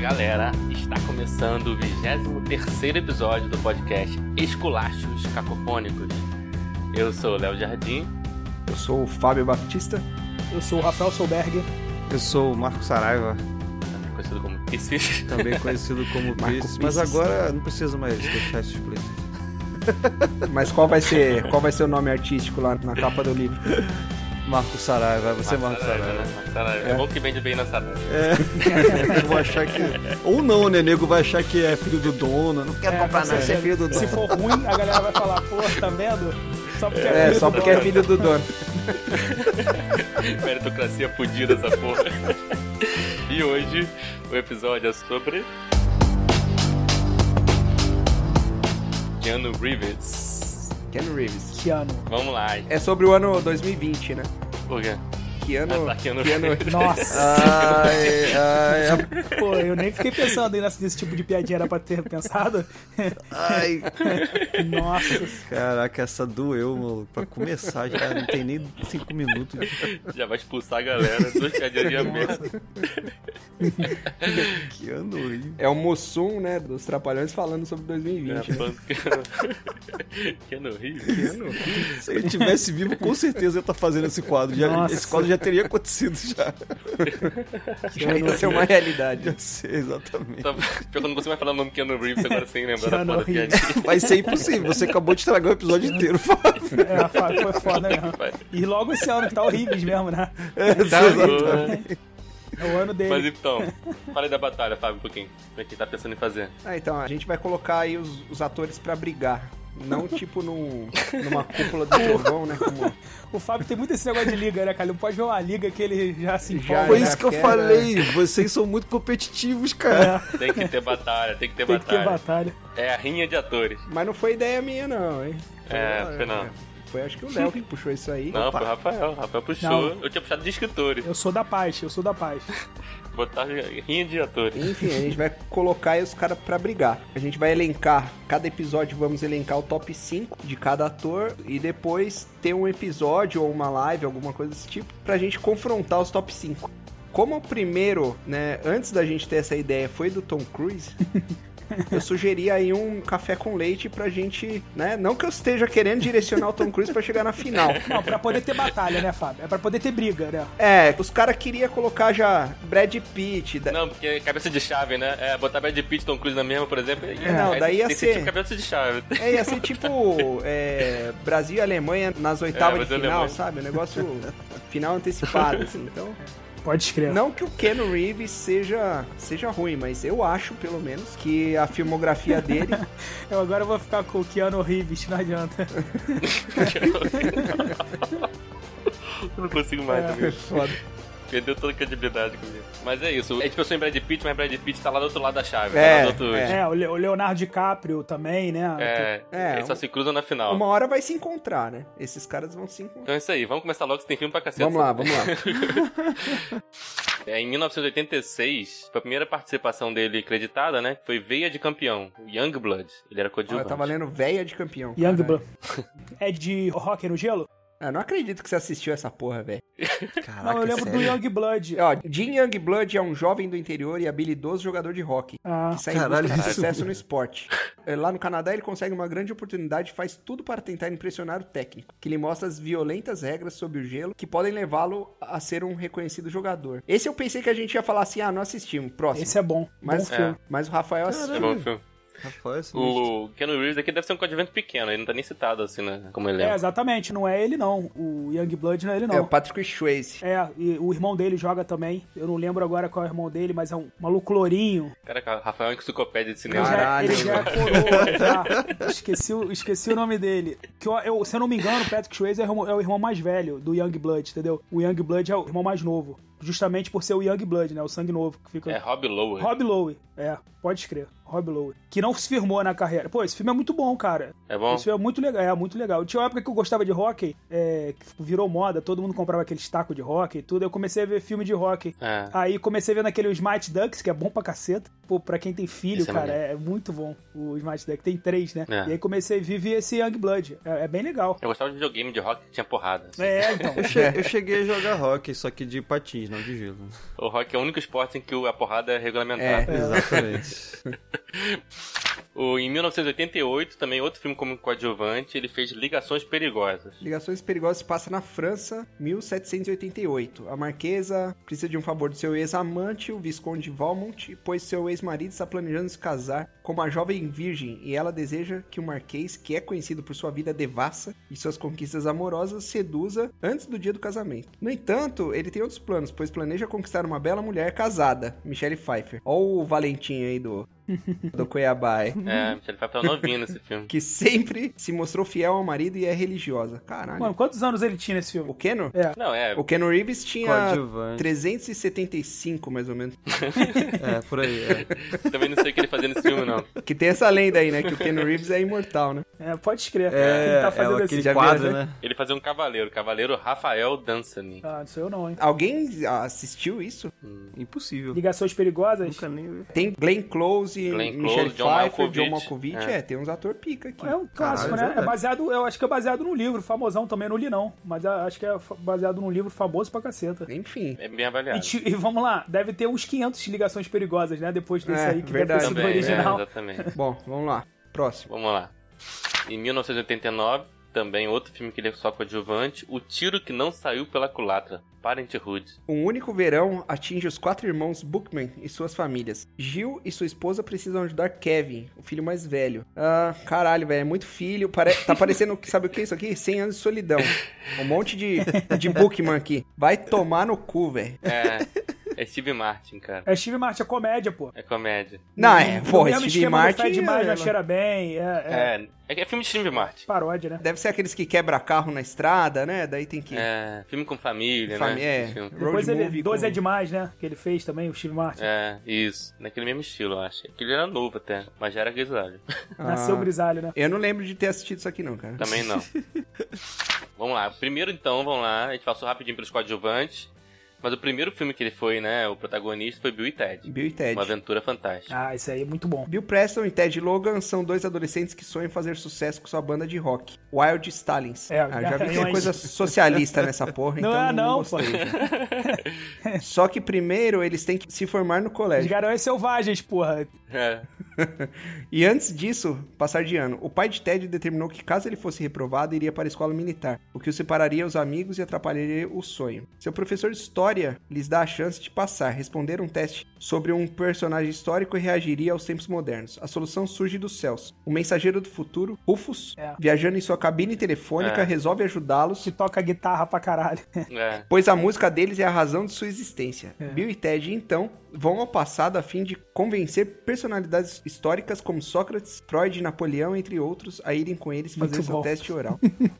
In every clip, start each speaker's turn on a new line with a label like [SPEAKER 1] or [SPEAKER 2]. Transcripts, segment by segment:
[SPEAKER 1] galera! Está começando o 23 episódio do podcast Esculachos Cacofônicos. Eu sou o Léo Jardim.
[SPEAKER 2] Eu sou o Fábio Batista.
[SPEAKER 3] Eu sou o Rafael Solberg.
[SPEAKER 4] Eu sou o Marco Saraiva,
[SPEAKER 1] também Conhecido como Pisces.
[SPEAKER 4] também conhecido como Pisces,
[SPEAKER 2] Pisces.
[SPEAKER 4] mas agora não preciso mais deixar isso explícito.
[SPEAKER 2] Mas qual vai ser, qual vai ser o nome artístico lá na capa do livro?
[SPEAKER 4] Marco Saraiva, você é Marco Saraiva.
[SPEAKER 1] né? Marco Saraiva. É. bom que vende bem na Saraiva.
[SPEAKER 4] Eu vou achar que... Ou não, né, nego vai achar que é filho do dono, não quero
[SPEAKER 3] É,
[SPEAKER 1] Ah,
[SPEAKER 4] comprar
[SPEAKER 2] tá
[SPEAKER 3] você
[SPEAKER 4] nada, você é
[SPEAKER 3] é-
[SPEAKER 4] filho do
[SPEAKER 3] Se
[SPEAKER 4] dono.
[SPEAKER 3] for ruim, a galera vai falar, pô, tá vendo? Só porque é,
[SPEAKER 2] É,
[SPEAKER 3] filho
[SPEAKER 2] só
[SPEAKER 3] do
[SPEAKER 2] porque é
[SPEAKER 3] dono.
[SPEAKER 2] filho do dono.
[SPEAKER 1] Meritocracia fudida essa porra. e hoje o episódio é sobre. Keanu Reeves.
[SPEAKER 2] Ken Reeves.
[SPEAKER 3] Keanu.
[SPEAKER 1] Vamos lá.
[SPEAKER 2] É sobre o ano 2020, né?
[SPEAKER 1] Por quê?
[SPEAKER 2] Que ano.
[SPEAKER 1] Ah, tá, Keanu
[SPEAKER 2] que ano-
[SPEAKER 1] Reeves.
[SPEAKER 4] Ah,
[SPEAKER 3] Nossa,
[SPEAKER 4] Ai, ai,
[SPEAKER 3] pô, eu nem fiquei pensando aí nesse, nesse tipo de piadinha, era pra ter pensado.
[SPEAKER 4] ai.
[SPEAKER 3] Nossa,
[SPEAKER 4] Caraca, essa doeu, maluco. Pra começar já, não tem nem cinco minutos.
[SPEAKER 1] Já vai expulsar a galera. Duas piadinhas de merda.
[SPEAKER 4] Que ano aí.
[SPEAKER 2] É o Mussum, né? Dos Trapalhões falando sobre 2020. né?
[SPEAKER 1] Que no Rio?
[SPEAKER 4] Se ele tivesse vivo, com certeza eu ia estar fazendo esse quadro. Já-
[SPEAKER 3] Nossa.
[SPEAKER 4] esse quadro já teria acontecido já.
[SPEAKER 2] Já ia ser uma realidade.
[SPEAKER 4] Já sei, exatamente.
[SPEAKER 1] Tá, pior que eu não consigo mais falar o nome Keanu Reeves agora sem lembrar da
[SPEAKER 3] Keanu
[SPEAKER 1] foda
[SPEAKER 3] Reeves.
[SPEAKER 1] piadinha.
[SPEAKER 4] Vai ser impossível. Você acabou de estragar o episódio inteiro, Fábio.
[SPEAKER 3] é, foi- foi foda mesmo.
[SPEAKER 1] Vai.
[SPEAKER 3] E logo esse ano que tá horrível mesmo, né?
[SPEAKER 1] Tá
[SPEAKER 3] É o ano
[SPEAKER 1] né? Mas
[SPEAKER 3] dele.
[SPEAKER 1] então, fala aí da batalha, Fábio, um pouquinho. O que é que tá pensando em fazer?
[SPEAKER 2] Ah, então, a gente vai colocar aí os, os atores pra brigar. Não tipo num, numa cúpula do trovão, né? Como
[SPEAKER 3] O Fábio tem muito esse negócio de liga, né, cara? Ele pode ver uma liga que ele já se
[SPEAKER 2] Já,
[SPEAKER 3] empolga. né?
[SPEAKER 4] Foi isso que eu
[SPEAKER 2] quer,
[SPEAKER 4] falei. Vocês são muito competitivos, cara.
[SPEAKER 3] É,
[SPEAKER 1] Tem que ter batalha, tem que ter
[SPEAKER 3] tem que ter
[SPEAKER 1] batalha.
[SPEAKER 3] batalha.
[SPEAKER 1] é a rinha de atores.
[SPEAKER 2] Mas não foi ideia minha, não, hein?
[SPEAKER 1] É, foi não.
[SPEAKER 2] Foi acho que o Léo que puxou isso aí.
[SPEAKER 1] Não, foi o Rafael. O Rafael puxou. Eu tinha puxado de escritores.
[SPEAKER 3] Eu sou da paz, eu sou da paz.
[SPEAKER 1] Botar rinha de atores.
[SPEAKER 2] Enfim, a gente vai colocar aí os caras pra brigar. A gente vai elencar, cada episódio vamos elencar o top 5 de cada ator e depois ter um episódio ou uma live, alguma coisa desse tipo, pra gente confrontar os top 5. Como o primeiro, né, antes da gente ter essa ideia, foi do Tom Cruise, eu sugeri aí um café com leite pra gente, né, não que eu esteja querendo direcionar o Tom Cruise pra chegar na final.
[SPEAKER 3] Não, pra poder ter batalha, né, Fábio? É pra poder ter briga, né?
[SPEAKER 2] É, os caras queriam colocar já Brad Pitt, da-
[SPEAKER 1] Não, porque é cabeça de chave, né? É, botar Brad Pitt, Tom Cruise na mesma, por exemplo. e-
[SPEAKER 2] Não,
[SPEAKER 1] aí
[SPEAKER 2] daí ia
[SPEAKER 1] tem
[SPEAKER 2] ser-
[SPEAKER 1] tipo cabeça de chave.
[SPEAKER 2] É, ia ser tipo é, Brasil e Alemanha nas oitavas
[SPEAKER 1] É,
[SPEAKER 2] de
[SPEAKER 1] Brasil e
[SPEAKER 2] final,
[SPEAKER 1] Alemanha.
[SPEAKER 2] sabe? O negócio final antecipado, assim. Então,
[SPEAKER 3] Pode escrever.
[SPEAKER 2] não que o Ken Reeves seja, seja ruim, mas eu acho, pelo menos, que a filmografia dele...
[SPEAKER 3] Eu agora vou ficar com o Keanu Reeves, não adianta.
[SPEAKER 1] Eu não consigo mais também.
[SPEAKER 2] é foda.
[SPEAKER 1] Perdeu toda a credibilidade comigo. Mas é isso. A gente pensou em Brad Pitt, mas Brad Pitt tá lá do outro lado da chave.
[SPEAKER 2] É,
[SPEAKER 1] tá lá do outro...
[SPEAKER 2] é.
[SPEAKER 3] É, o Le- o Leonardo DiCaprio também, né?
[SPEAKER 1] É,
[SPEAKER 2] É,
[SPEAKER 1] eles só
[SPEAKER 2] um-
[SPEAKER 1] se cruzam na final.
[SPEAKER 2] Uma hora vai se encontrar, né? Esses caras vão se encontrar.
[SPEAKER 1] Então é isso aí, vamos começar logo, que tem filme pra cacete.
[SPEAKER 2] Vamos lá, vamos lá.
[SPEAKER 1] É, em 1986, foi a primeira participação dele creditada, né? Foi Veia de Campeão, Youngblood. Ele era
[SPEAKER 2] Ó,
[SPEAKER 1] coadjuvante.
[SPEAKER 2] eu tava lendo Véia de Campeão.
[SPEAKER 3] Youngblood. É de Rock no Gelo?
[SPEAKER 2] caralho. Ah, não acredito que você assistiu essa porra, velho.
[SPEAKER 4] Caraca, é
[SPEAKER 3] não, eu lembro do Youngblood.
[SPEAKER 2] Ó, Jim Youngblood é um jovem do interior e habilidoso jogador de hóquei.
[SPEAKER 3] Ah,
[SPEAKER 2] que sai
[SPEAKER 4] Caralho,
[SPEAKER 2] em busca de
[SPEAKER 4] isso-
[SPEAKER 2] sucesso no esporte. É, Lá no Canadá, ele consegue uma grande oportunidade e faz tudo para tentar impressionar o técnico, que lhe mostra as violentas regras sobre o gelo que podem levá-lo a ser um reconhecido jogador. Esse eu pensei que a gente ia falar assim, ah, não assistimos, próximo.
[SPEAKER 3] esse é bom.
[SPEAKER 2] Mas-
[SPEAKER 3] Bom filme.
[SPEAKER 2] Mas o Rafael
[SPEAKER 1] É
[SPEAKER 2] assistiu.
[SPEAKER 1] bom filme.
[SPEAKER 4] Rafael é Smith.
[SPEAKER 1] O Keanu Reeves aqui deve ser um coadjuvante pequeno, ele não tá nem citado assim, né? Como ele
[SPEAKER 3] É,
[SPEAKER 1] é.
[SPEAKER 2] É,
[SPEAKER 3] É, é um
[SPEAKER 1] é
[SPEAKER 3] é tá? é
[SPEAKER 1] É É É.
[SPEAKER 3] né? é, é é, tipo, pô, é pra quem tem filho,
[SPEAKER 1] Isso é
[SPEAKER 3] cara,
[SPEAKER 1] maneiro.
[SPEAKER 3] é, muito bom o Smart Deck. Tem três, né?
[SPEAKER 1] É.
[SPEAKER 3] E aí comecei a viver esse Youngblood. É, é bem legal.
[SPEAKER 1] Eu gostava de videogame de rock que tinha porrada. assim.
[SPEAKER 3] É, então.
[SPEAKER 4] Eu, che- eu cheguei a jogar rock, só que de patins, não de gelo.
[SPEAKER 1] O rock é o único esporte em que o- a porrada é regulamentada.
[SPEAKER 4] Exatamente.
[SPEAKER 1] O, em 1988, também outro filme como coadjuvante, ele fez Ligações Perigosas.
[SPEAKER 2] Ligações Perigosas passa na França, 1788. A marquesa precisa de um favor do seu ex-amante, o Visconde de Valmont, pois seu ex-marido está planejando se casar com uma jovem virgem e ela deseja que o marquês, que é conhecido por sua vida devassa e suas conquistas amorosas, seduza antes do dia do casamento. No entanto, ele tem outros planos, pois planeja conquistar uma bela mulher casada, Michelle Pfeiffer. Ó o Valentim aí do, do Cuiabá, hein?
[SPEAKER 1] É, Michelle Pfeiffer tá novinha nesse filme.
[SPEAKER 2] que sempre se mostrou fiel ao marido e é religiosa. Caralho.
[SPEAKER 3] Mano, quantos anos ele tinha nesse filme?
[SPEAKER 2] O Keno?
[SPEAKER 1] Não, é,
[SPEAKER 2] O Ken Reeves tinha
[SPEAKER 4] Coadjuvante.
[SPEAKER 2] 375, mais ou menos.
[SPEAKER 4] É, por aí.
[SPEAKER 3] tá
[SPEAKER 4] É.
[SPEAKER 1] também não sei o que ele fazia nesse filme, não.
[SPEAKER 2] Que tem essa lenda aí, né? Que o Ken Reeves é imortal, né?
[SPEAKER 3] É, pode escrever.
[SPEAKER 4] É,
[SPEAKER 3] ele tá
[SPEAKER 4] é
[SPEAKER 3] fazendo
[SPEAKER 4] aquele
[SPEAKER 3] assim.
[SPEAKER 2] Já
[SPEAKER 4] quadro,
[SPEAKER 2] viu, né?
[SPEAKER 4] né?
[SPEAKER 1] Ele fazia um cavaleiro, cavaleiro Rafael Dançani.
[SPEAKER 3] Ah, não sou eu não, hein?
[SPEAKER 2] Alguém assistiu isso?
[SPEAKER 4] Impossível.
[SPEAKER 3] Ligações perigosas.
[SPEAKER 4] Nunca nem
[SPEAKER 2] Tem Glenn Close,
[SPEAKER 1] Glenn
[SPEAKER 2] Michelle
[SPEAKER 1] Close, John
[SPEAKER 2] Pfeiffer, John
[SPEAKER 1] Malkovich.
[SPEAKER 2] Malkovich.
[SPEAKER 1] É.
[SPEAKER 2] É. tem uns ator pica aqui.
[SPEAKER 3] É um clássico,
[SPEAKER 4] Caralho, é.
[SPEAKER 3] né? É baseado, eu acho que é baseado num livro famosão também, não li não, mas a- acho que é fa- baseado num livro famoso pra caceta.
[SPEAKER 2] Enfim.
[SPEAKER 1] É bem
[SPEAKER 3] E,
[SPEAKER 1] avaliado.
[SPEAKER 3] ti- e vamos lá, deve ter uns 500 ligações perigosas, né? Depois desse
[SPEAKER 2] É,
[SPEAKER 3] aí, que
[SPEAKER 2] verdade.
[SPEAKER 3] deve ter sido
[SPEAKER 1] Também,
[SPEAKER 3] o original.
[SPEAKER 1] é, exatamente.
[SPEAKER 2] Bom, vamos lá. Próximo.
[SPEAKER 1] Vamos lá. Em 1989, também outro filme que ele é só coadjuvante, O Tiro Que Não Saiu Pela Culatra, Parenthood.
[SPEAKER 2] Um único verão atinge os quatro irmãos Bookman e suas famílias. Gil e sua esposa precisam ajudar Kevin, o filho mais velho. Ah, caralho, velho, é muito filho. Pare... Tá parecendo, sabe o que é isso aqui? 100 anos de solidão. Um monte de, de Bookman aqui. Vai tomar no cu, velho.
[SPEAKER 1] É, é Steve Martin, cara.
[SPEAKER 3] É Steve Martin, é comédia, pô.
[SPEAKER 1] É comédia.
[SPEAKER 2] Não, é,
[SPEAKER 3] o
[SPEAKER 2] porra,
[SPEAKER 3] mesmo
[SPEAKER 2] Steve
[SPEAKER 3] esquema do né?
[SPEAKER 2] Martin.
[SPEAKER 3] Fed demais,
[SPEAKER 2] é,
[SPEAKER 3] mas cheira bem, é, é
[SPEAKER 1] É, é, é filme de Steve Martin.
[SPEAKER 3] paródia, né?
[SPEAKER 2] Deve ser aqueles que quebra carro na estrada, né? Daí tem que.
[SPEAKER 1] É, filme com família, né?
[SPEAKER 2] Fami- é.
[SPEAKER 1] Esse filme.
[SPEAKER 2] Road
[SPEAKER 3] Depois ele,
[SPEAKER 2] movie
[SPEAKER 3] dois
[SPEAKER 2] com-
[SPEAKER 3] é demais, né? Que ele fez também, o Steve Martin.
[SPEAKER 1] É, isso. Naquele mesmo estilo, eu acho. Ele era novo até, mas já era grisalho.
[SPEAKER 3] Nasceu
[SPEAKER 2] Ah.
[SPEAKER 3] grisalho, né?
[SPEAKER 2] Eu não lembro de ter assistido isso aqui, não, cara.
[SPEAKER 1] Também não. vamos lá. Primeiro, então, vamos lá. A gente passou rapidinho pelos coadjuvantes. Mas o primeiro filme que ele foi, né, o protagonista foi Bill e Ted.
[SPEAKER 2] Bill e Ted.
[SPEAKER 1] Uma aventura fantástica.
[SPEAKER 3] Ah, isso aí é muito bom.
[SPEAKER 2] Bill Preston e Ted Logan são dois adolescentes que sonham em fazer sucesso com sua banda de rock, Wild Stallions.
[SPEAKER 3] É,
[SPEAKER 2] ah, eu já vi que
[SPEAKER 3] eu
[SPEAKER 2] tem coisa socialista nessa porra,
[SPEAKER 3] Não
[SPEAKER 2] então
[SPEAKER 3] é não, pô.
[SPEAKER 2] gostei. Só que primeiro eles têm que se formar no
[SPEAKER 3] Os
[SPEAKER 2] colégio.
[SPEAKER 3] Garões Selvagens, porra.
[SPEAKER 1] É.
[SPEAKER 2] E antes disso, passar de ano, o pai de Ted determinou que caso ele fosse reprovado, iria para a escola militar, o que o separaria dos amigos e atrapalharia o sonho. Seu professor de história lhes dá a chance de passar, responder um teste sobre um personagem histórico e reagiria aos tempos modernos. A solução surge dos céus. O mensageiro do futuro, Rufus,
[SPEAKER 3] É.
[SPEAKER 2] viajando em sua cabine telefônica,
[SPEAKER 1] É.
[SPEAKER 2] resolve ajudá-los
[SPEAKER 3] Que toca guitarra pra caralho.
[SPEAKER 1] É.
[SPEAKER 2] pois a música deles é a razão de sua existência. Bill e Ted, então, vão ao passado a fim de convencer personalidades históricas como Sócrates, Freud e Napoleão, entre outros, a irem com eles fazer
[SPEAKER 3] Muito
[SPEAKER 2] seu
[SPEAKER 3] bom.
[SPEAKER 2] teste oral.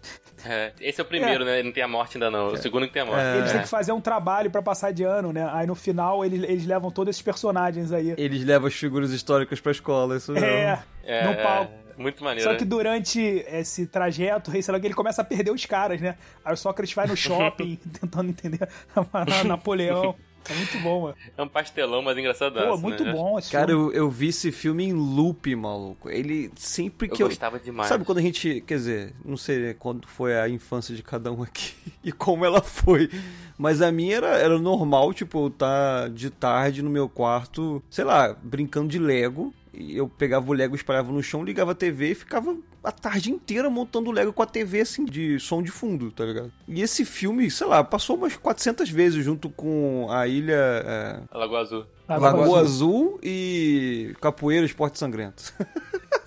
[SPEAKER 1] É, Esse é o primeiro, né? Não tem a morte ainda não. O segundo que tem a morte.
[SPEAKER 3] É. Eles têm
[SPEAKER 1] É.
[SPEAKER 3] que fazer um trabalho pra passar de ano, né? Aí no final eles, eles levam todos esses personagens aí.
[SPEAKER 4] Eles levam as figuras históricas pra escola, isso não.
[SPEAKER 3] É,
[SPEAKER 1] É,
[SPEAKER 3] no palco.
[SPEAKER 1] é. Muito maneiro.
[SPEAKER 3] Só que durante esse trajeto, o Rei Selog, ele começa a perder os caras, né? Aí o Sócrates vai no shopping tentando entender a Napoleão. É muito bom, mano.
[SPEAKER 1] É um pastelão, mas né? engraçadão.
[SPEAKER 3] Pô, muito bom esse
[SPEAKER 4] Cara,
[SPEAKER 3] filme.
[SPEAKER 4] eu, eu vi esse filme em loop, maluco. Ele sempre
[SPEAKER 1] Eu
[SPEAKER 4] que eu.
[SPEAKER 1] gostava demais.
[SPEAKER 4] Sabe quando a gente. Quer dizer, não sei né, quando foi a infância de cada um aqui e como ela foi. Mas a minha era, era normal, tipo, eu tá de tarde no meu quarto, sei lá, brincando de Lego. E eu pegava o Lego, espalhava no chão, ligava a TV e ficava a tarde inteira montando o Lego com a TV, assim, de som de fundo, tá ligado? E esse filme, sei lá, passou umas 400 vezes junto com a Ilha. é,
[SPEAKER 1] A Lagoa Azul.
[SPEAKER 3] Agora-
[SPEAKER 4] Lagoa, Azul. e Capoeira Esporte Sangrento.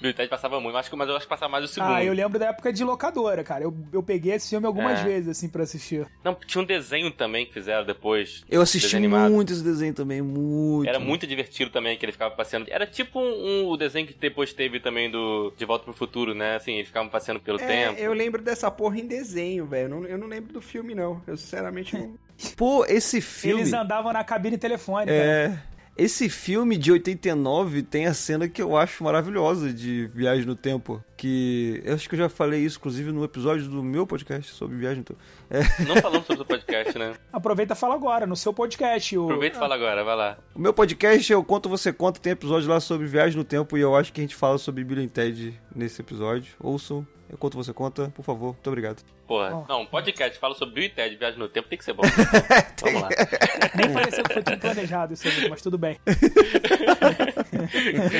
[SPEAKER 1] Bill e Ted passava muito, mas acho que- mas eu acho que passava mais o segundo.
[SPEAKER 3] Ah, eu lembro da época de locadora, cara. Eu, eu peguei esse filme algumas
[SPEAKER 1] É.
[SPEAKER 3] vezes, assim, pra assistir.
[SPEAKER 1] Não, tinha um desenho também que fizeram depois.
[SPEAKER 4] Eu assisti
[SPEAKER 1] Desenho animado.
[SPEAKER 4] muito esse desenho também, muito.
[SPEAKER 1] Era muito divertido também que ele ficava passeando. Era tipo um, um- o desenho que depois teve também do De Volta pro Futuro, né? Assim, eles ficavam passeando pelo tempo.
[SPEAKER 2] É, eu lembro dessa porra em desenho, velho. Eu não- Eu não lembro do filme, não. Eu sinceramente não.
[SPEAKER 4] Pô, esse filme.
[SPEAKER 3] Eles andavam na cabine telefônica.
[SPEAKER 4] É. Esse filme de 89 tem a cena que eu acho maravilhosa de Viagem no Tempo. Que eu acho que eu já falei isso, inclusive, no episódio do meu podcast sobre Viagem no Tempo.
[SPEAKER 1] Não falamos sobre o podcast, né?
[SPEAKER 3] Aproveita e fala agora, no seu podcast. O...
[SPEAKER 1] Aproveita e fala agora, vai lá.
[SPEAKER 4] O meu podcast, eu conto, você conta, tem episódio lá sobre Viagem no Tempo. E eu acho que a gente fala sobre Bill and Ted nesse episódio. Ouçam, eu conto, você conta, por favor. Muito obrigado.
[SPEAKER 1] Porra,
[SPEAKER 3] Bom.
[SPEAKER 1] não, podcast, fala sobre Bill e Ted, viagem no tempo, tem que ser bom. Vamos lá.
[SPEAKER 3] Nem pareceu que foi tudo planejado isso aí, mas tudo bem.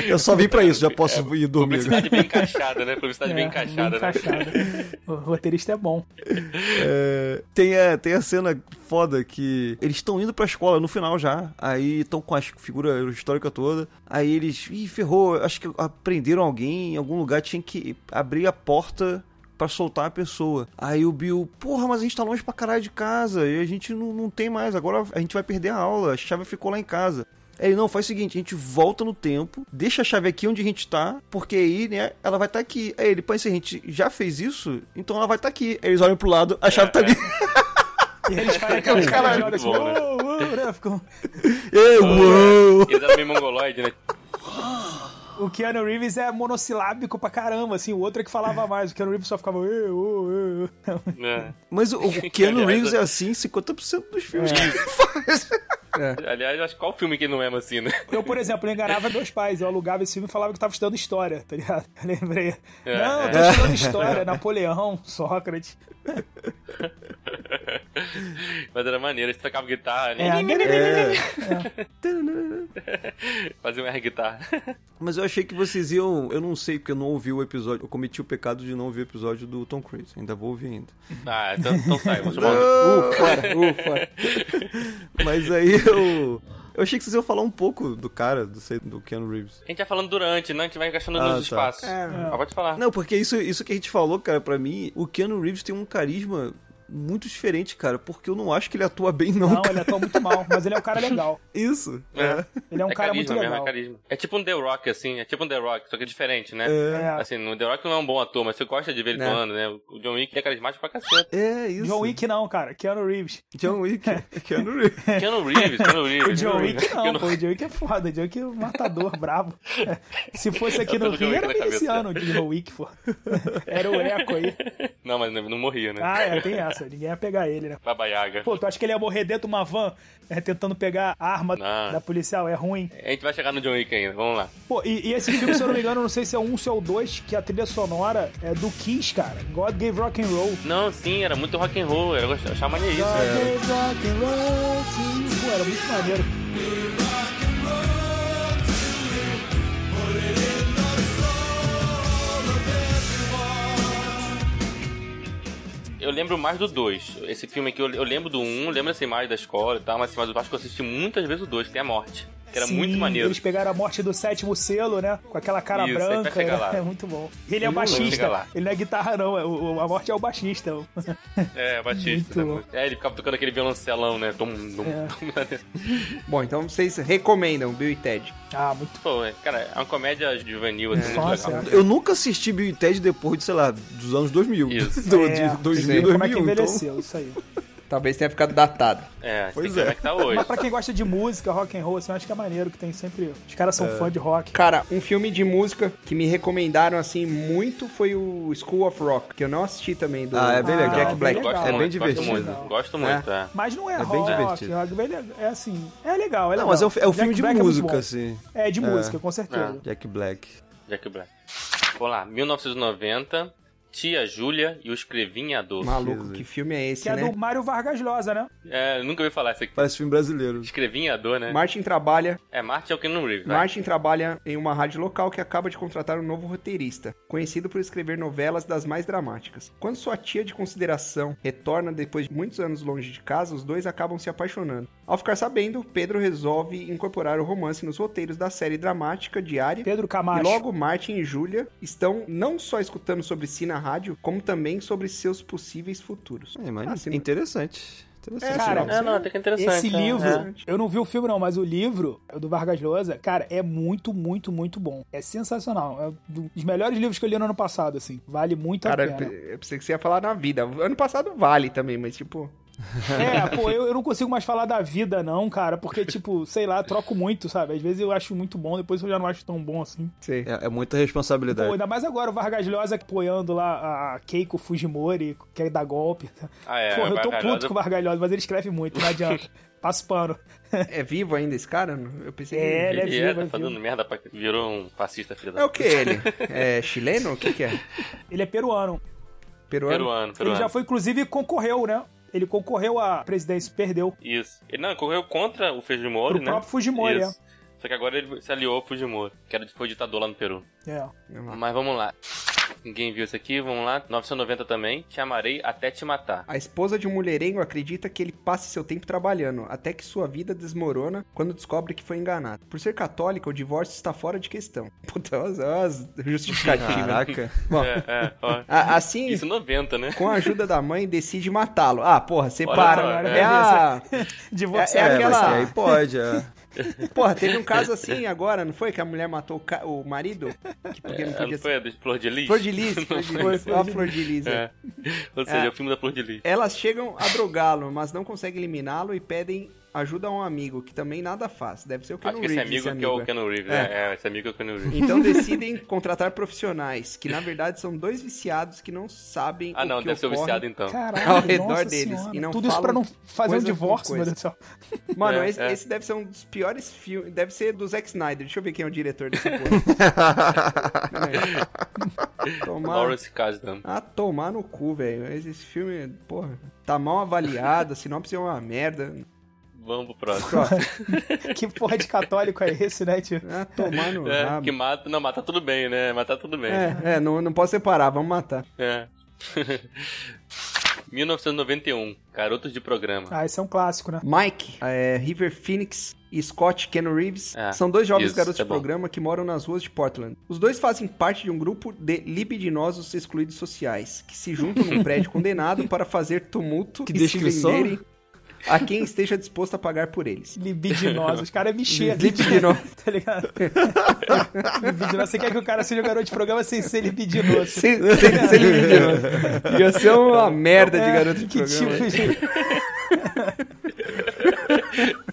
[SPEAKER 4] Eu só vim pra isso, já posso ir dormir. agora.
[SPEAKER 1] Publicidade bem encaixada, né? Publicidade bem
[SPEAKER 3] É,
[SPEAKER 1] encaixada,
[SPEAKER 3] bem
[SPEAKER 1] né?
[SPEAKER 3] encaixada. O roteirista é bom.
[SPEAKER 4] É, tem, a, tem a cena foda que eles estão indo pra escola no final já. Aí estão com a figura histórica toda. Aí eles. Ih, ferrou. Acho que aprenderam alguém em algum lugar. Tinha que abrir a porta. Pra soltar a pessoa. Aí o Bill, porra, mas a gente tá longe pra caralho de casa e a gente não, não tem mais. Agora a gente vai perder a aula. A chave ficou lá em casa. Aí Ele, É, não, faz o seguinte, a gente volta no tempo, deixa a chave aqui onde a gente tá, porque aí, né, ela vai estar aqui. Aí ele, pô, se a gente já fez isso, então ela vai estar aqui. Aí eles olham pro lado, a chave tá ali.
[SPEAKER 3] E eles fazem aquelas
[SPEAKER 1] Caralho,
[SPEAKER 3] jogadas assim,
[SPEAKER 1] muito bom, né?
[SPEAKER 3] "Uou, uou", né? Ficam-
[SPEAKER 4] Ei, uou!
[SPEAKER 1] Eles eram meio mongoloide, né?
[SPEAKER 3] O Keanu Reeves é monossilábico pra caramba, assim. O outro é que falava mais. O Keanu Reeves só ficava. "Ê, ô, ê, ô".
[SPEAKER 1] É.
[SPEAKER 4] Mas o o Keanu Reeves é assim em 50% dos filmes que ele faz.
[SPEAKER 1] É. Aliás, eu acho que qual filme que ele não é assim, né?
[SPEAKER 3] Eu, por exemplo, eu enganava meus pais. Eu alugava esse filme e falava que tava estudando história, tá ligado? Eu lembrei.
[SPEAKER 1] É,
[SPEAKER 3] Não, eu tô
[SPEAKER 4] é.
[SPEAKER 3] estudando história. Napoleão, Sócrates.
[SPEAKER 1] Mas era maneiro, eles tocavam guitarra,
[SPEAKER 3] É,
[SPEAKER 1] né?
[SPEAKER 4] É.
[SPEAKER 1] Fazia um air guitar.
[SPEAKER 4] Mas eu achei que vocês iam. Eu não sei, porque eu não ouvi o episódio. Eu cometi o pecado de não ouvir o episódio do Tom Cruise. Ainda vou ouvir ainda.
[SPEAKER 1] Ah, então, então sai, vou chamar o-
[SPEAKER 2] Uh, fora, uh, fora.
[SPEAKER 4] Mas aí eu. Eu achei que vocês iam falar um pouco do cara, do, sei- do Keanu Reeves.
[SPEAKER 1] A gente vai falando durante, né? A gente vai gastando
[SPEAKER 4] Ah,
[SPEAKER 1] nos
[SPEAKER 4] tá.
[SPEAKER 1] espaços.
[SPEAKER 2] É.
[SPEAKER 1] Mas pode falar.
[SPEAKER 4] Não, porque isso, isso que a gente falou, cara, pra mim, o Keanu Reeves tem um carisma muito diferente, cara. Porque eu não acho que ele atua bem, não.
[SPEAKER 3] Não,
[SPEAKER 4] cara.
[SPEAKER 3] ele atua muito mal, mas ele é um cara legal.
[SPEAKER 4] Isso.
[SPEAKER 1] É.
[SPEAKER 3] Ele é um cara muito
[SPEAKER 1] carisma mesmo,
[SPEAKER 3] legal.
[SPEAKER 1] é carisma. É tipo um The Rock, assim. É tipo um The Rock, só que é diferente, né?
[SPEAKER 3] É.
[SPEAKER 1] Assim, no The Rock não é um bom ator, mas você gosta de ver ele
[SPEAKER 4] É.
[SPEAKER 1] atuando, né? O John Wick é carismático pra cacete.
[SPEAKER 4] É, isso.
[SPEAKER 3] John Wick É. não, cara. Keanu Reeves.
[SPEAKER 4] John Wick. Keanu Reeves.
[SPEAKER 1] Keanu Reeves, Keanu Reeves.
[SPEAKER 3] O John Wick não,
[SPEAKER 1] Keanu-
[SPEAKER 3] pô. O John Wick é foda. O John Wick é um matador bravo. É, Se fosse aqui
[SPEAKER 1] Eu tô
[SPEAKER 3] no
[SPEAKER 1] com o John
[SPEAKER 3] Rio,
[SPEAKER 1] Wick
[SPEAKER 3] era
[SPEAKER 1] na cabeça.
[SPEAKER 3] miliciano o John Wick, pô. Era o eco aí.
[SPEAKER 1] Não, mas não não morria, né?
[SPEAKER 3] Ah, é, tem essa. Ninguém ia pegar ele, né?
[SPEAKER 1] Baba Yaga.
[SPEAKER 3] Pô, tu acha que ele ia morrer dentro de uma van é, tentando pegar a arma
[SPEAKER 1] Não.
[SPEAKER 3] da policial? É ruim.
[SPEAKER 1] A gente vai chegar no John Wick ainda, vamos lá.
[SPEAKER 3] Pô, e, e esse filme, se eu não me engano, não sei se é um, se é o dois, que a trilha sonora é do Kiss, cara. God Gave Rock and Roll.
[SPEAKER 1] Não, sim, era muito rock and roll, eu gost- eu achava maneiro isso.
[SPEAKER 3] God gave rock and roll to- Pô, era muito maneiro.
[SPEAKER 1] Eu lembro mais do 2. Esse filme aqui, eu, eu lembro do 1, um, lembro dessa imagem da escola e tal, mas, assim, mas eu acho que eu assisti muitas vezes o 2, que é a morte. Que era
[SPEAKER 3] Sim,
[SPEAKER 1] muito maneiro.
[SPEAKER 3] Eles pegaram a morte do sétimo selo, né? Com aquela cara
[SPEAKER 1] Isso, a gente vai
[SPEAKER 3] branca.
[SPEAKER 1] chegar
[SPEAKER 3] né?
[SPEAKER 1] lá.
[SPEAKER 3] É muito bom. Ele é
[SPEAKER 1] Vamos chegar
[SPEAKER 3] baixista.
[SPEAKER 1] lá.
[SPEAKER 3] Ele não é guitarra, não. É o- o- A morte é o baixista.
[SPEAKER 1] É, Batista.
[SPEAKER 3] Muito
[SPEAKER 1] né? É, ele ficava tocando aquele violoncelão, né? Tum, tum, né.
[SPEAKER 3] É.
[SPEAKER 1] tum.
[SPEAKER 2] Bom, então vocês recomendam Bill e Ted.
[SPEAKER 3] Ah, muito
[SPEAKER 1] Pô, é, cara, é uma comédia juvenil,
[SPEAKER 4] É,
[SPEAKER 1] assim, muito
[SPEAKER 3] fácil.
[SPEAKER 1] legal.
[SPEAKER 3] né?
[SPEAKER 4] Eu nunca assisti Bill e Ted depois de, sei lá, dos anos 2000.
[SPEAKER 1] Isso.
[SPEAKER 4] Do,
[SPEAKER 3] É,
[SPEAKER 4] de
[SPEAKER 3] você
[SPEAKER 4] 2000,
[SPEAKER 3] vê
[SPEAKER 4] 2000.
[SPEAKER 3] Como é que
[SPEAKER 4] então.
[SPEAKER 3] envelheceu isso aí.
[SPEAKER 2] Talvez tenha ficado datado.
[SPEAKER 1] É, tem
[SPEAKER 4] Pois
[SPEAKER 1] que ver
[SPEAKER 4] é.
[SPEAKER 1] como é que tá hoje.
[SPEAKER 3] Mas pra quem gosta de música, rock and roll, assim, eu acho que é maneiro que tem sempre. Os caras
[SPEAKER 4] É.
[SPEAKER 3] são fã de rock.
[SPEAKER 2] Cara, um filme de música que me recomendaram assim muito foi o School of Rock, que eu não assisti também do
[SPEAKER 4] Ah, é bem
[SPEAKER 2] do
[SPEAKER 4] legal.
[SPEAKER 2] Jack Black.
[SPEAKER 3] É bem legal.
[SPEAKER 1] Gosto
[SPEAKER 4] É
[SPEAKER 1] muito,
[SPEAKER 4] bem
[SPEAKER 1] gosto
[SPEAKER 4] divertido.
[SPEAKER 1] muito. Gosto muito, é.
[SPEAKER 3] Mas não é,
[SPEAKER 4] É bem
[SPEAKER 3] rock,
[SPEAKER 4] divertido.
[SPEAKER 3] rock, ele É é assim, é legal, é
[SPEAKER 4] Não,
[SPEAKER 3] legal.
[SPEAKER 4] mas é o, é o
[SPEAKER 3] Jack
[SPEAKER 4] filme de
[SPEAKER 3] Black é muito
[SPEAKER 4] música,
[SPEAKER 3] bom.
[SPEAKER 4] assim.
[SPEAKER 3] É, de música, com certeza.
[SPEAKER 1] É.
[SPEAKER 4] Jack Black.
[SPEAKER 1] Jack Black. Vamos lá, 1990, Tia Júlia e o Escrevinhador.
[SPEAKER 2] Maluco,
[SPEAKER 4] Jesus.
[SPEAKER 2] que filme é esse,
[SPEAKER 3] Que é
[SPEAKER 2] né?
[SPEAKER 3] do Mário Vargas Llosa, né?
[SPEAKER 1] É, eu nunca ouvi falar isso aqui.
[SPEAKER 4] Parece filme brasileiro.
[SPEAKER 1] Escrevinhador, né?
[SPEAKER 2] Martin trabalha,
[SPEAKER 1] É, Marte é o Keanu Reeves, vai.
[SPEAKER 2] Martin trabalha em uma rádio local que acaba de contratar um novo roteirista, conhecido por escrever novelas das mais dramáticas. Quando sua tia de consideração retorna depois de muitos anos longe de casa, os dois acabam se apaixonando. Ao ficar sabendo, Pedro resolve incorporar o romance nos roteiros da série dramática diária
[SPEAKER 3] Pedro
[SPEAKER 2] E
[SPEAKER 3] Camacho.
[SPEAKER 2] logo Martin e Júlia estão não só escutando sobre si na rádio, como também sobre seus possíveis futuros.
[SPEAKER 4] É, mas
[SPEAKER 2] Ah, sim.
[SPEAKER 4] interessante. Interessante.
[SPEAKER 3] Cara,
[SPEAKER 1] É, não, até que é interessante.
[SPEAKER 3] Esse
[SPEAKER 1] é,
[SPEAKER 3] livro,
[SPEAKER 1] é.
[SPEAKER 3] eu não vi o filme não, mas o livro o do Vargas Llosa, cara, é muito, muito, muito bom. É sensacional. É um dos melhores livros que eu li no ano passado, assim. Vale muito a
[SPEAKER 2] Cara,
[SPEAKER 3] pena.
[SPEAKER 2] eu pensei que você ia falar na vida. Ano passado vale também, mas tipo,
[SPEAKER 3] É, pô, eu, eu não consigo mais falar da vida, não, cara, porque, tipo, sei lá, troco muito, sabe? Às vezes eu acho muito bom, depois eu já não acho tão bom assim.
[SPEAKER 2] Sei.
[SPEAKER 4] É, é muita
[SPEAKER 3] Pô,
[SPEAKER 4] responsabilidade.
[SPEAKER 3] ainda mais agora o Vargas Llosa apoiando lá a Keiko Fujimori, que é da golpe.
[SPEAKER 1] Ah, é,
[SPEAKER 3] Porra, eu tô
[SPEAKER 1] Vargas Llosa-
[SPEAKER 3] puto com o Vargas Llosa, mas ele escreve muito, não adianta. Passo pano.
[SPEAKER 2] É vivo ainda esse cara? Eu pensei que-
[SPEAKER 3] É, ele é
[SPEAKER 1] E
[SPEAKER 3] vivo, é
[SPEAKER 1] tá
[SPEAKER 3] vivo.
[SPEAKER 1] fazendo merda pra... Virou um fascista, filho da...
[SPEAKER 2] É o que ele? É chileno? O que que é?
[SPEAKER 3] Ele é peruano.
[SPEAKER 2] Peruano?
[SPEAKER 1] Peruano, peruano.
[SPEAKER 3] Ele já foi, inclusive, concorreu, né? Ele concorreu à presidência e perdeu.
[SPEAKER 1] Isso. Ele não, correu contra o Fujimori,
[SPEAKER 3] Pro
[SPEAKER 1] né?
[SPEAKER 3] próprio Fujimori,
[SPEAKER 1] Isso. Só que agora ele se aliou ao Fujimori, que era depois ditador lá no Peru.
[SPEAKER 3] É.
[SPEAKER 2] Ah.
[SPEAKER 1] Mas vamos lá. Ninguém viu isso aqui, vamos lá. 990 também. Te amarei até te matar.
[SPEAKER 2] A esposa de um mulherengo acredita que ele passe seu tempo trabalhando, até que sua vida desmorona quando descobre que foi enganado. Por ser católica, o divórcio está fora de questão. Puta, olha as- olha as
[SPEAKER 1] né?
[SPEAKER 2] justificativas.
[SPEAKER 4] Caraca.
[SPEAKER 2] Bom,
[SPEAKER 1] É, é, ó.
[SPEAKER 2] a- assim,
[SPEAKER 1] Isso em 90, né?
[SPEAKER 2] com a ajuda da mãe, decide matá-lo. Ah, porra,
[SPEAKER 1] só,
[SPEAKER 2] separa.
[SPEAKER 1] cara,
[SPEAKER 2] É a...
[SPEAKER 3] Divorciado.
[SPEAKER 2] É
[SPEAKER 4] É,
[SPEAKER 2] aquela-
[SPEAKER 4] mas aí pode, é.
[SPEAKER 2] Porra, teve um caso assim agora, não foi? Que a mulher matou o, ca- o marido? Que porque não
[SPEAKER 1] É,
[SPEAKER 2] podia
[SPEAKER 1] não
[SPEAKER 2] ser...
[SPEAKER 1] foi a do Flor de Lis?
[SPEAKER 2] Flor de Lis, Flor de Lis, ó a Flor de Lis. né? aí.
[SPEAKER 1] É. Ou seja, é. o filme da Flor de Lis.
[SPEAKER 2] Elas chegam a drogá-lo, mas não conseguem eliminá-lo e pedem ajuda a um amigo, que também nada faz. Deve ser o Keanu
[SPEAKER 1] Acho que esse
[SPEAKER 2] Reeves,
[SPEAKER 1] amigo, que é o
[SPEAKER 2] é.
[SPEAKER 1] Keanu Reeves, né? É, esse amigo é o Keanu Reeves.
[SPEAKER 2] Então decidem contratar profissionais, que na verdade são dois viciados que não sabem
[SPEAKER 1] Ah,
[SPEAKER 2] o
[SPEAKER 1] não,
[SPEAKER 2] que
[SPEAKER 1] deve ser o
[SPEAKER 2] ocorre.
[SPEAKER 1] viciado então.
[SPEAKER 3] Caralho,
[SPEAKER 2] é Ao redor
[SPEAKER 3] nossa
[SPEAKER 2] deles,
[SPEAKER 3] senhora.
[SPEAKER 2] e não
[SPEAKER 3] Tudo isso
[SPEAKER 2] falam
[SPEAKER 3] pra não fazer um
[SPEAKER 2] coisa com
[SPEAKER 3] divórcio, meu
[SPEAKER 2] coisa.
[SPEAKER 3] Deus do céu.
[SPEAKER 2] Mano,
[SPEAKER 1] É,
[SPEAKER 2] esse,
[SPEAKER 1] é.
[SPEAKER 2] esse deve ser um dos piores filmes. Deve ser do Zack Snyder. Deixa eu ver quem é o diretor desse porra. É. Tomar...
[SPEAKER 1] Lawrence Kasdan.
[SPEAKER 2] Ah, tomar no cu, velho. Esse esse filme, porra, tá mal avaliado, a sinopse é uma merda.
[SPEAKER 1] Vamos pro próximo.
[SPEAKER 2] Ó,
[SPEAKER 3] Que porra de católico é esse, né, tio?
[SPEAKER 2] ah, tomar no
[SPEAKER 1] É,
[SPEAKER 2] rabo.
[SPEAKER 1] que mata. Não, matar tudo bem, né? Matar tudo bem.
[SPEAKER 2] É, é, não, não posso separar, vamos matar.
[SPEAKER 1] É. 1991, Garotos de
[SPEAKER 2] Tá
[SPEAKER 1] Programa.
[SPEAKER 3] Ah, esse é um clássico, né?
[SPEAKER 2] Mike, é, River Phoenix e Scott Ken Reeves
[SPEAKER 1] Ah,
[SPEAKER 2] são dois jovens
[SPEAKER 1] isso,
[SPEAKER 2] garotos
[SPEAKER 1] é
[SPEAKER 2] de
[SPEAKER 1] bom.
[SPEAKER 2] programa que moram nas ruas de Portland. Os dois fazem parte de um grupo de libidinosos excluídos sociais, que se juntam num prédio condenado para fazer tumulto
[SPEAKER 4] Que
[SPEAKER 2] e se
[SPEAKER 4] descrição.
[SPEAKER 2] venderem a quem esteja disposto a pagar por eles.
[SPEAKER 3] Libidinosos. Os caras é mexer.
[SPEAKER 2] Libidinosos.
[SPEAKER 3] Tá ligado? libidinoso. Você quer que o cara seja um garoto de programa sem ser libidinoso.
[SPEAKER 2] Sem, sem, sem libidinoso. Ia ser uma merda de
[SPEAKER 3] É,
[SPEAKER 2] garoto de
[SPEAKER 3] que
[SPEAKER 2] programa.
[SPEAKER 3] Tipo de...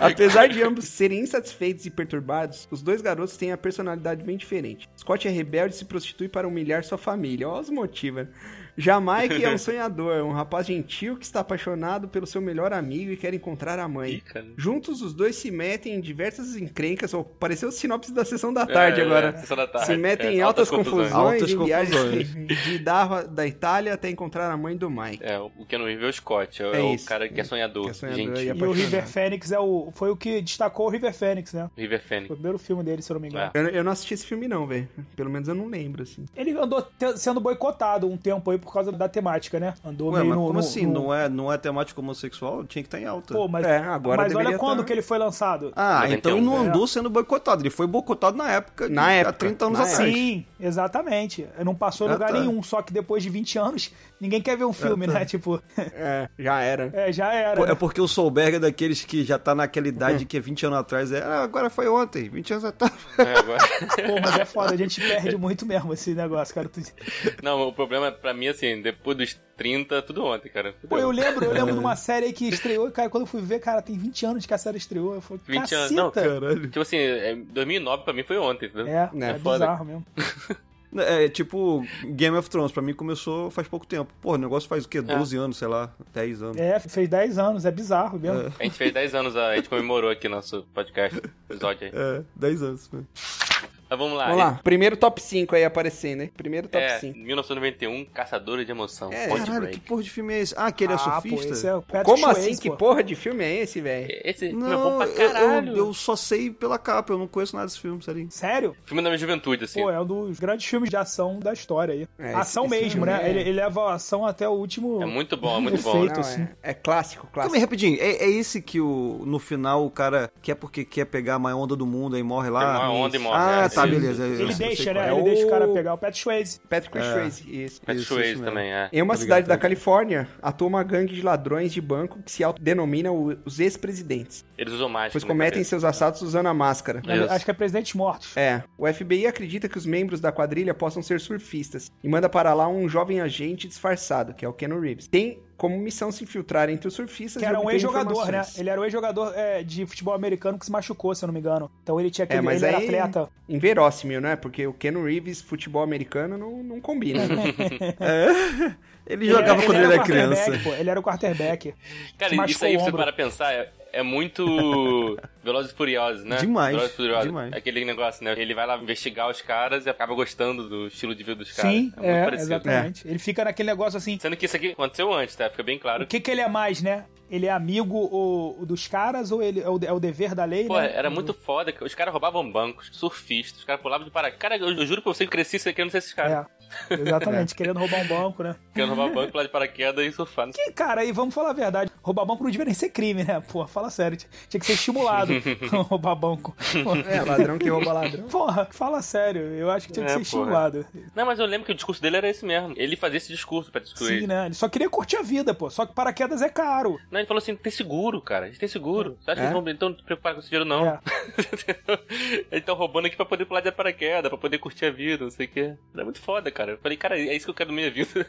[SPEAKER 2] Apesar de ambos serem insatisfeitos e perturbados, os dois garotos têm a personalidade bem diferente. Scott é rebelde e se prostitui para humilhar sua família. Olha os motivos. né? Já Mike é um sonhador, um rapaz gentil que está apaixonado pelo seu melhor amigo e quer encontrar a
[SPEAKER 1] Ih,
[SPEAKER 2] mãe.
[SPEAKER 1] cara.
[SPEAKER 2] Juntos, os dois se metem em diversas encrencas. Ou pareceu o sinopse da sessão da tarde
[SPEAKER 1] É,
[SPEAKER 2] agora.
[SPEAKER 1] é, sessão da tarde.
[SPEAKER 2] Se metem
[SPEAKER 1] É,
[SPEAKER 2] em altas, confusões,
[SPEAKER 4] Altas
[SPEAKER 2] em viagens de Darra da Itália até encontrar a mãe do Mike.
[SPEAKER 1] É, o Keanu Reeves é o Scott, é,
[SPEAKER 2] É
[SPEAKER 1] é o
[SPEAKER 2] isso.
[SPEAKER 1] cara que é sonhador,
[SPEAKER 2] Que é sonhador
[SPEAKER 1] gente.
[SPEAKER 2] e
[SPEAKER 3] E o River
[SPEAKER 2] apaixonado.
[SPEAKER 3] Phoenix é o... foi o que destacou o River Phoenix, né?
[SPEAKER 1] River Phoenix.
[SPEAKER 3] Foi o primeiro filme dele, se eu não me engano.
[SPEAKER 2] Eu, eu não assisti esse filme não, velho. Pelo menos eu não lembro, assim.
[SPEAKER 3] Ele andou te- sendo boicotado um tempo aí por causa da temática, né? Andou
[SPEAKER 4] Ué,
[SPEAKER 3] meio
[SPEAKER 4] mas
[SPEAKER 3] no,
[SPEAKER 4] como
[SPEAKER 3] no-
[SPEAKER 4] assim?
[SPEAKER 3] no-
[SPEAKER 4] Não é, não é temática homossexual? Tinha que estar em alta.
[SPEAKER 3] Pô, mas,
[SPEAKER 2] É, agora
[SPEAKER 3] mas olha
[SPEAKER 2] deveria
[SPEAKER 3] quando
[SPEAKER 2] tá.
[SPEAKER 3] que ele foi lançado.
[SPEAKER 4] Ah,
[SPEAKER 1] 91,
[SPEAKER 4] então ele não
[SPEAKER 3] né?
[SPEAKER 4] andou sendo boicotado. Ele foi boicotado na época,
[SPEAKER 2] Na
[SPEAKER 4] de- há
[SPEAKER 2] época,
[SPEAKER 4] 30 anos
[SPEAKER 2] na
[SPEAKER 4] atrás.
[SPEAKER 3] Sim, exatamente. Não passou em
[SPEAKER 4] é. Ah,
[SPEAKER 3] lugar
[SPEAKER 4] tá. Ah,
[SPEAKER 3] nenhum, só que depois de 20 anos, ninguém quer ver um filme, né? Tipo,
[SPEAKER 2] É, já era.
[SPEAKER 3] é, já era.
[SPEAKER 4] Pô, É
[SPEAKER 3] né?
[SPEAKER 4] porque o Solberg é daqueles que já tá naquela idade que é 20 anos atrás. É, "Ah, agora foi ontem, 20 anos atrás.
[SPEAKER 1] É, agora...
[SPEAKER 3] Pô, mas é foda, a gente perde muito mesmo esse negócio, cara. Tu-
[SPEAKER 1] Não, o problema é, pra mim, assim, depois dos 30, tudo ontem, cara.
[SPEAKER 3] Pô, eu
[SPEAKER 1] Entendeu?
[SPEAKER 3] lembro, eu lembro de uma série aí que estreou, cara, quando eu fui ver, cara, tem 20 anos que a série estreou. Eu falei,
[SPEAKER 1] 20
[SPEAKER 3] caceta.
[SPEAKER 1] anos, não,
[SPEAKER 4] Caralho.
[SPEAKER 1] Tipo assim, é, 2009 pra mim foi ontem, entendeu?
[SPEAKER 3] É,
[SPEAKER 2] Né,
[SPEAKER 3] é,
[SPEAKER 1] foda.
[SPEAKER 3] bizarro mesmo.
[SPEAKER 4] É, é tipo Game of Thrones, pra mim começou faz pouco tempo. Pô, o negócio faz o quê? 12 anos, sei lá, 10 anos.
[SPEAKER 3] É, fez 10 anos, é bizarro mesmo.
[SPEAKER 1] A gente fez 10 anos, a gente comemorou aqui nosso podcast, episódio aí.
[SPEAKER 4] É, 10 anos. né?
[SPEAKER 1] Mas vamos lá.
[SPEAKER 2] Vamos lá, primeiro top 5 aí aparecendo, né? Primeiro top
[SPEAKER 1] Tá, É,
[SPEAKER 2] 5.
[SPEAKER 1] 1991, Caçadores de Emoção.
[SPEAKER 2] É,
[SPEAKER 1] Point
[SPEAKER 4] Caralho, que
[SPEAKER 1] Break.
[SPEAKER 4] porra de filme é esse? Ah, que ele é
[SPEAKER 3] ah, pô,
[SPEAKER 4] surfista?
[SPEAKER 3] esse é o Patrick
[SPEAKER 2] Como
[SPEAKER 3] Swayze,
[SPEAKER 2] assim? Que
[SPEAKER 3] pô.
[SPEAKER 2] porra de filme é esse, velho?
[SPEAKER 1] Esse filme é bom
[SPEAKER 4] Não,
[SPEAKER 1] pra
[SPEAKER 4] eu,
[SPEAKER 1] caralho.
[SPEAKER 4] eu- eu só sei pela capa, eu não conheço nada desse filme, sério.
[SPEAKER 3] Sério?
[SPEAKER 1] Filme da minha juventude, assim.
[SPEAKER 3] Pô, é um dos grandes filmes de ação da história aí.
[SPEAKER 2] É, esse-
[SPEAKER 3] ação
[SPEAKER 2] esse
[SPEAKER 3] mesmo,
[SPEAKER 2] filme
[SPEAKER 3] né?
[SPEAKER 2] é-
[SPEAKER 3] Ele, ele leva a ação até o último.
[SPEAKER 1] É muito bom, é muito bom.
[SPEAKER 3] Perfeito.
[SPEAKER 2] Não,
[SPEAKER 3] assim.
[SPEAKER 2] é, é clássico,
[SPEAKER 4] Calma aí,
[SPEAKER 2] clássico.
[SPEAKER 4] rapidinho. É, é esse que o, no final o cara quer porque quer pegar a maior onda do mundo e morre lá?
[SPEAKER 1] Tem uma onda e morre,
[SPEAKER 4] Ah,
[SPEAKER 1] é,
[SPEAKER 4] tá,
[SPEAKER 1] sim.
[SPEAKER 4] beleza. eu
[SPEAKER 3] Ele
[SPEAKER 4] sei
[SPEAKER 3] deixa,
[SPEAKER 4] qual é.
[SPEAKER 2] é.
[SPEAKER 3] né? Ele deixa o cara
[SPEAKER 2] O-
[SPEAKER 3] pegar o Pat Swayze.
[SPEAKER 2] Patrick Swayze, isso.
[SPEAKER 1] Pat
[SPEAKER 4] Isso,
[SPEAKER 1] Swayze
[SPEAKER 4] isso mesmo.
[SPEAKER 1] também, é.
[SPEAKER 2] Em uma
[SPEAKER 4] Obrigado,
[SPEAKER 2] cidade da
[SPEAKER 4] Patrick.
[SPEAKER 2] Califórnia, atua uma gangue de ladrões de banco que se autodenomina o- os ex-presidentes,
[SPEAKER 1] Eles usam mágica.
[SPEAKER 2] pois
[SPEAKER 1] na
[SPEAKER 2] cometem
[SPEAKER 1] cabeça.
[SPEAKER 2] seus assaltos usando a máscara.
[SPEAKER 1] Isso.
[SPEAKER 3] Acho que é Presidentes Mortos.
[SPEAKER 2] É, o FBI acredita que os membros da quadrilha possam ser surfistas e manda para lá um jovem agente disfarçado, que é o Keanu Reeves. Tem como missão se infiltrar entre os surfistas
[SPEAKER 3] Que
[SPEAKER 2] e
[SPEAKER 3] era um
[SPEAKER 2] obter
[SPEAKER 3] ex-jogador, né?
[SPEAKER 2] informações.
[SPEAKER 3] Ele era um ex-jogador é, de futebol americano que se machucou, se eu não me engano. Então ele tinha aquele.
[SPEAKER 2] mas
[SPEAKER 3] ele era
[SPEAKER 2] aí-
[SPEAKER 3] atleta.
[SPEAKER 2] Inverossímil, né? Porque o Ken Reeves, futebol americano, não, não combina, né?
[SPEAKER 4] É. Ele jogava quando ele
[SPEAKER 3] É, era
[SPEAKER 4] era
[SPEAKER 3] o
[SPEAKER 4] criança.
[SPEAKER 3] quarterback, pô, Ele era o quarterback.
[SPEAKER 1] Cara,
[SPEAKER 3] Se machucou
[SPEAKER 1] isso aí,
[SPEAKER 3] o
[SPEAKER 1] pra você
[SPEAKER 3] ombro.
[SPEAKER 1] parar pra pensar, é, é muito Velozes e Furiosos, né?
[SPEAKER 4] Demais,
[SPEAKER 1] Velozes e Furiosos.
[SPEAKER 4] demais.
[SPEAKER 1] É Aquele negócio, né? Ele vai lá investigar os caras e acaba gostando do estilo de vida dos caras.
[SPEAKER 3] Sim,
[SPEAKER 1] muito
[SPEAKER 3] é,
[SPEAKER 1] parecido.
[SPEAKER 3] exatamente. Ele fica naquele negócio assim.
[SPEAKER 1] Sendo que isso aqui aconteceu antes, tá? Fica bem claro.
[SPEAKER 3] O que, que ele é mais, né? Ele é amigo o- dos caras ou ele é o, é o dever da lei?
[SPEAKER 1] Pô,
[SPEAKER 3] né?
[SPEAKER 1] era muito foda. que Os caras roubavam bancos, surfistas, os caras pulavam de paraquedas. Cara, eu, eu juro pra você que eu cresci isso aqui, eu não sei esses caras.
[SPEAKER 3] É, exatamente, querendo roubar um banco, né?
[SPEAKER 1] Querendo roubar banco, pular de paraquedas e surfar.
[SPEAKER 3] E, cara, e vamos falar a verdade, roubar banco não deveria nem ser crime, né? Pô, fala sério, t- tinha que ser estimulado roubar banco.
[SPEAKER 2] É, ladrão que rouba ladrão.
[SPEAKER 3] Porra, fala sério, eu acho que tinha que
[SPEAKER 1] É,
[SPEAKER 3] ser
[SPEAKER 1] porra.
[SPEAKER 3] estimulado.
[SPEAKER 1] Não, mas eu lembro que o discurso dele era esse mesmo. Ele fazia esse discurso pra discutir.
[SPEAKER 3] Sim, né? Ele só queria curtir a vida, pô, só que paraquedas é caro.
[SPEAKER 1] Não, ele falou assim: tem seguro, cara. A gente tem seguro. Você acha
[SPEAKER 2] É?
[SPEAKER 1] que eles vão. Então não te prepara com esse dinheiro, não.
[SPEAKER 3] É.
[SPEAKER 1] eles estão roubando aqui pra poder pular de paraquedas, pra poder curtir a vida, não sei o quê. Era muito foda, cara. Eu falei, cara, é isso que eu quero na minha vida.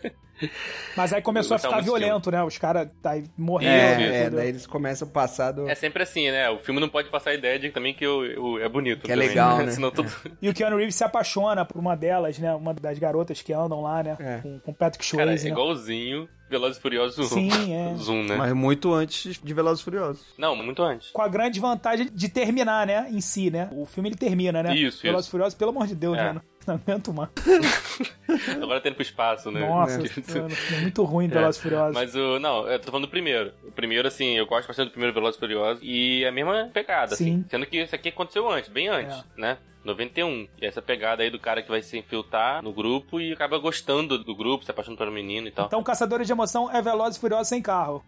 [SPEAKER 3] Mas aí começou
[SPEAKER 1] Eu
[SPEAKER 3] a ficar
[SPEAKER 1] gostava tá muito
[SPEAKER 3] violento, né? Os caras tá, aí
[SPEAKER 2] É,
[SPEAKER 3] morreram.
[SPEAKER 2] é,
[SPEAKER 3] entendeu?
[SPEAKER 2] daí eles começam a passar do...
[SPEAKER 1] É sempre assim, né? O filme não pode passar a ideia de também que o o- é bonito.
[SPEAKER 2] Que é
[SPEAKER 1] também,
[SPEAKER 2] legal, né?
[SPEAKER 1] Senão tudo.
[SPEAKER 3] E o Keanu Reeves se apaixona por uma delas, né? Uma das garotas que andam lá, né?
[SPEAKER 2] É.
[SPEAKER 3] Com, com Patrick
[SPEAKER 1] Cara, é
[SPEAKER 3] Swayze, né?
[SPEAKER 1] igualzinho Velozes e Furiosos
[SPEAKER 3] Sim, é.
[SPEAKER 1] Zoom, né?
[SPEAKER 4] Mas muito antes de Velozes e Furiosos.
[SPEAKER 1] Não, muito antes.
[SPEAKER 3] Com a grande vantagem de terminar, né? Em si, né? O filme ele termina, né?
[SPEAKER 1] Isso,
[SPEAKER 3] Velozes e Furiosos, pelo amor de Deus,
[SPEAKER 1] É.
[SPEAKER 3] né? Não aguento mais.
[SPEAKER 1] Agora tá indo pro espaço, né?
[SPEAKER 3] Nossa, é muito ruim Velozes e Furiosos.
[SPEAKER 1] Mas o. Não, eu tô falando do primeiro. O primeiro, assim, eu gosto bastante do primeiro Velozes e Furiosos. E é a mesma pegada,
[SPEAKER 3] Sim. É.
[SPEAKER 1] assim. Sendo que isso aqui aconteceu antes, bem antes, né? 91. E essa pegada aí do cara que vai se infiltrar no grupo e acaba gostando do grupo, se apaixonando pelo menino e tal.
[SPEAKER 3] Então, Caçadores de Emoção é Velozes e Furiosos sem carro.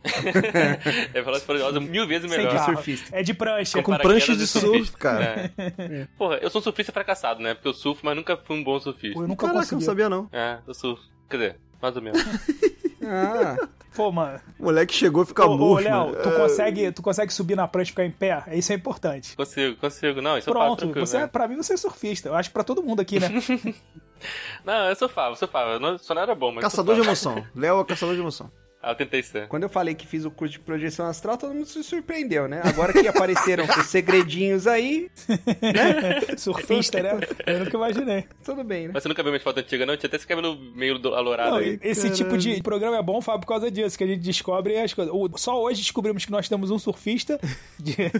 [SPEAKER 1] é Velozes e Furiosos mil vezes
[SPEAKER 3] sem
[SPEAKER 1] melhor.
[SPEAKER 3] carro.
[SPEAKER 2] surfista.
[SPEAKER 3] É de prancha.
[SPEAKER 4] Com
[SPEAKER 1] Paraquedas
[SPEAKER 4] prancha de
[SPEAKER 1] e
[SPEAKER 4] surf,
[SPEAKER 1] surfista,
[SPEAKER 4] cara.
[SPEAKER 1] né?
[SPEAKER 3] É.
[SPEAKER 1] Porra, eu sou um surfista fracassado, né? Porque eu surfo, mas nunca fui um bom surfista.
[SPEAKER 3] Pô, eu nunca
[SPEAKER 4] Caraca, eu
[SPEAKER 3] consegui.
[SPEAKER 4] não sabia não.
[SPEAKER 1] É, eu surfo. Quer dizer, mais ou menos.
[SPEAKER 2] Ah,
[SPEAKER 3] Pô, mano.
[SPEAKER 4] O moleque chegou a
[SPEAKER 3] Ô,
[SPEAKER 4] ficar
[SPEAKER 3] ô,
[SPEAKER 4] murcho,
[SPEAKER 3] Léo,
[SPEAKER 4] mano.
[SPEAKER 3] tu,
[SPEAKER 4] É.
[SPEAKER 3] consegue, tu consegue subir na prancha e ficar em pé? Isso é importante.
[SPEAKER 1] Consigo, consigo. Não, isso eu faço
[SPEAKER 3] Pronto,
[SPEAKER 1] tranquilo,
[SPEAKER 3] você,
[SPEAKER 1] né?
[SPEAKER 3] é- pra mim você é surfista. Eu acho que pra todo mundo aqui, né?
[SPEAKER 1] Não, eu surfava, eu surfava. Eu não- só não era bom, mas.
[SPEAKER 4] Caçador de
[SPEAKER 1] surfava.
[SPEAKER 4] emoção. Léo é caçador de emoção.
[SPEAKER 1] Ah, eu tentei ser.
[SPEAKER 2] Quando eu falei que fiz o curso de projeção astral, todo mundo se surpreendeu, né? Agora que apareceram os segredinhos aí,
[SPEAKER 3] Surfista, né? Eu nunca imaginei.
[SPEAKER 2] tudo bem, né?
[SPEAKER 1] Mas você nunca viu minhas fotos antigas, não? Tinha até esse cabelo meio do- alourado
[SPEAKER 3] Não,
[SPEAKER 1] aí.
[SPEAKER 3] esse tipo de programa é bom, Fábio, por causa disso, que a gente descobre as coisas. O- Só hoje descobrimos que nós temos um surfista. de-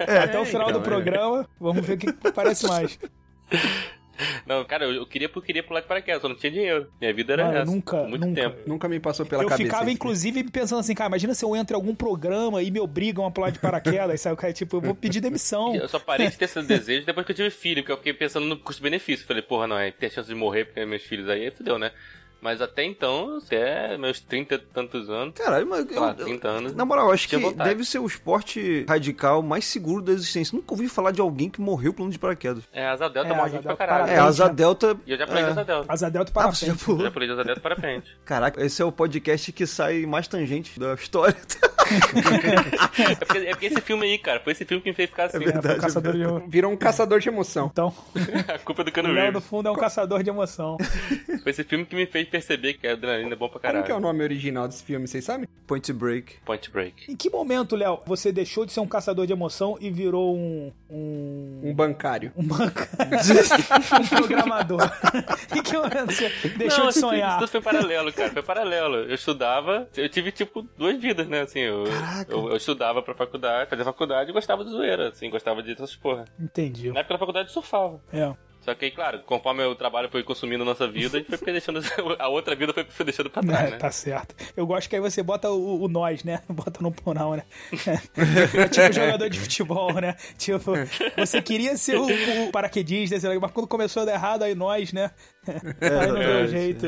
[SPEAKER 3] Até o final
[SPEAKER 4] então,
[SPEAKER 3] do
[SPEAKER 4] é.
[SPEAKER 3] programa, vamos ver o que que parece mais.
[SPEAKER 1] Não, cara, eu, eu queria, eu queria pular de paraquedas, só não tinha dinheiro. Minha vida era
[SPEAKER 3] Mano,
[SPEAKER 1] essa.
[SPEAKER 3] nunca,
[SPEAKER 1] Muito
[SPEAKER 3] nunca.
[SPEAKER 1] tempo.
[SPEAKER 2] Nunca me passou pela
[SPEAKER 3] eu
[SPEAKER 2] cabeça.
[SPEAKER 3] ficava,
[SPEAKER 2] isso. né?
[SPEAKER 3] inclusive, pensando assim, cara, imagina se eu entro em algum programa e me obrigam a pular de paraquedas, sabe? Cara, tipo, eu vou pedir demissão.
[SPEAKER 1] Eu só parei de ter esse desejo depois que eu tive filho, porque eu fiquei pensando no custo-benefício. Falei, porra, não, é ter chance de morrer porque meus filhos aí, aí fudeu, né? Mas até então, até meus 30 e tantos anos,
[SPEAKER 4] Caralho, mas eu-
[SPEAKER 1] sei lá,
[SPEAKER 4] eu-
[SPEAKER 1] 30 anos.
[SPEAKER 4] na moral, acho que
[SPEAKER 1] Tinha vontade.
[SPEAKER 4] deve ser o esporte radical mais seguro da existência. Nunca ouvi falar de alguém que morreu pulando de paraquedas.
[SPEAKER 1] É, asa delta
[SPEAKER 3] É,
[SPEAKER 1] morre
[SPEAKER 3] asa
[SPEAKER 1] gente pra
[SPEAKER 3] delta,
[SPEAKER 1] caralho.
[SPEAKER 4] É,
[SPEAKER 3] Parabéns,
[SPEAKER 4] asa
[SPEAKER 3] né?
[SPEAKER 4] delta...
[SPEAKER 1] E eu já pulei
[SPEAKER 4] é.
[SPEAKER 1] de asa delta.
[SPEAKER 3] Azadelto do
[SPEAKER 4] Ah, você já
[SPEAKER 3] parapente.
[SPEAKER 1] Eu né? já
[SPEAKER 4] pulou?
[SPEAKER 1] pulei de asa delta para frente.
[SPEAKER 4] Caraca, esse é o podcast que sai mais tangente da história.
[SPEAKER 1] É porque, é porque esse filme aí, cara, foi esse filme que me fez ficar assim.
[SPEAKER 3] É, foi o caçador de...
[SPEAKER 2] Virou um caçador de emoção.
[SPEAKER 3] Então,
[SPEAKER 1] A culpa é do
[SPEAKER 3] o
[SPEAKER 1] Cano
[SPEAKER 3] Léo, no
[SPEAKER 1] Reeves.
[SPEAKER 3] fundo, é um caçador de emoção.
[SPEAKER 1] Foi esse filme que me fez perceber que a adrenalina é bom pra
[SPEAKER 2] Como
[SPEAKER 1] caralho.
[SPEAKER 2] que é o nome original desse filme, vocês sabem?
[SPEAKER 4] Point Break.
[SPEAKER 1] Point Break.
[SPEAKER 3] Em que momento, Léo, você deixou de ser um caçador de emoção e virou um. um.
[SPEAKER 2] Um bancário.
[SPEAKER 3] um banca- um programador? em que momento você deixou
[SPEAKER 1] Não, assim, isso-
[SPEAKER 3] de
[SPEAKER 1] Isso
[SPEAKER 3] sonhar?
[SPEAKER 1] tudo foi paralelo, cara. Foi paralelo. Eu estudava, eu tive, tipo, duas vidas, né? Assim, eu, eu, eu estudava pra faculdade, fazia faculdade e gostava de zoeira, assim, gostava de essas porra.
[SPEAKER 3] Entendi.
[SPEAKER 1] Na época da faculdade eu surfava.
[SPEAKER 3] É.
[SPEAKER 1] Só que aí, claro, conforme o trabalho foi consumindo a nossa vida, a gente foi deixando. A outra vida foi foi deixando pra trás,
[SPEAKER 3] É,
[SPEAKER 1] né?
[SPEAKER 3] tá certo. Eu gosto que aí você bota o, o nós, né? Bota no plural, né? É tipo jogador de futebol, né? Tipo, você queria ser o, o paraquedista, sei lá, mas quando começou a dar errado, aí nós, né? Aí não deu
[SPEAKER 4] verdade.
[SPEAKER 3] jeito.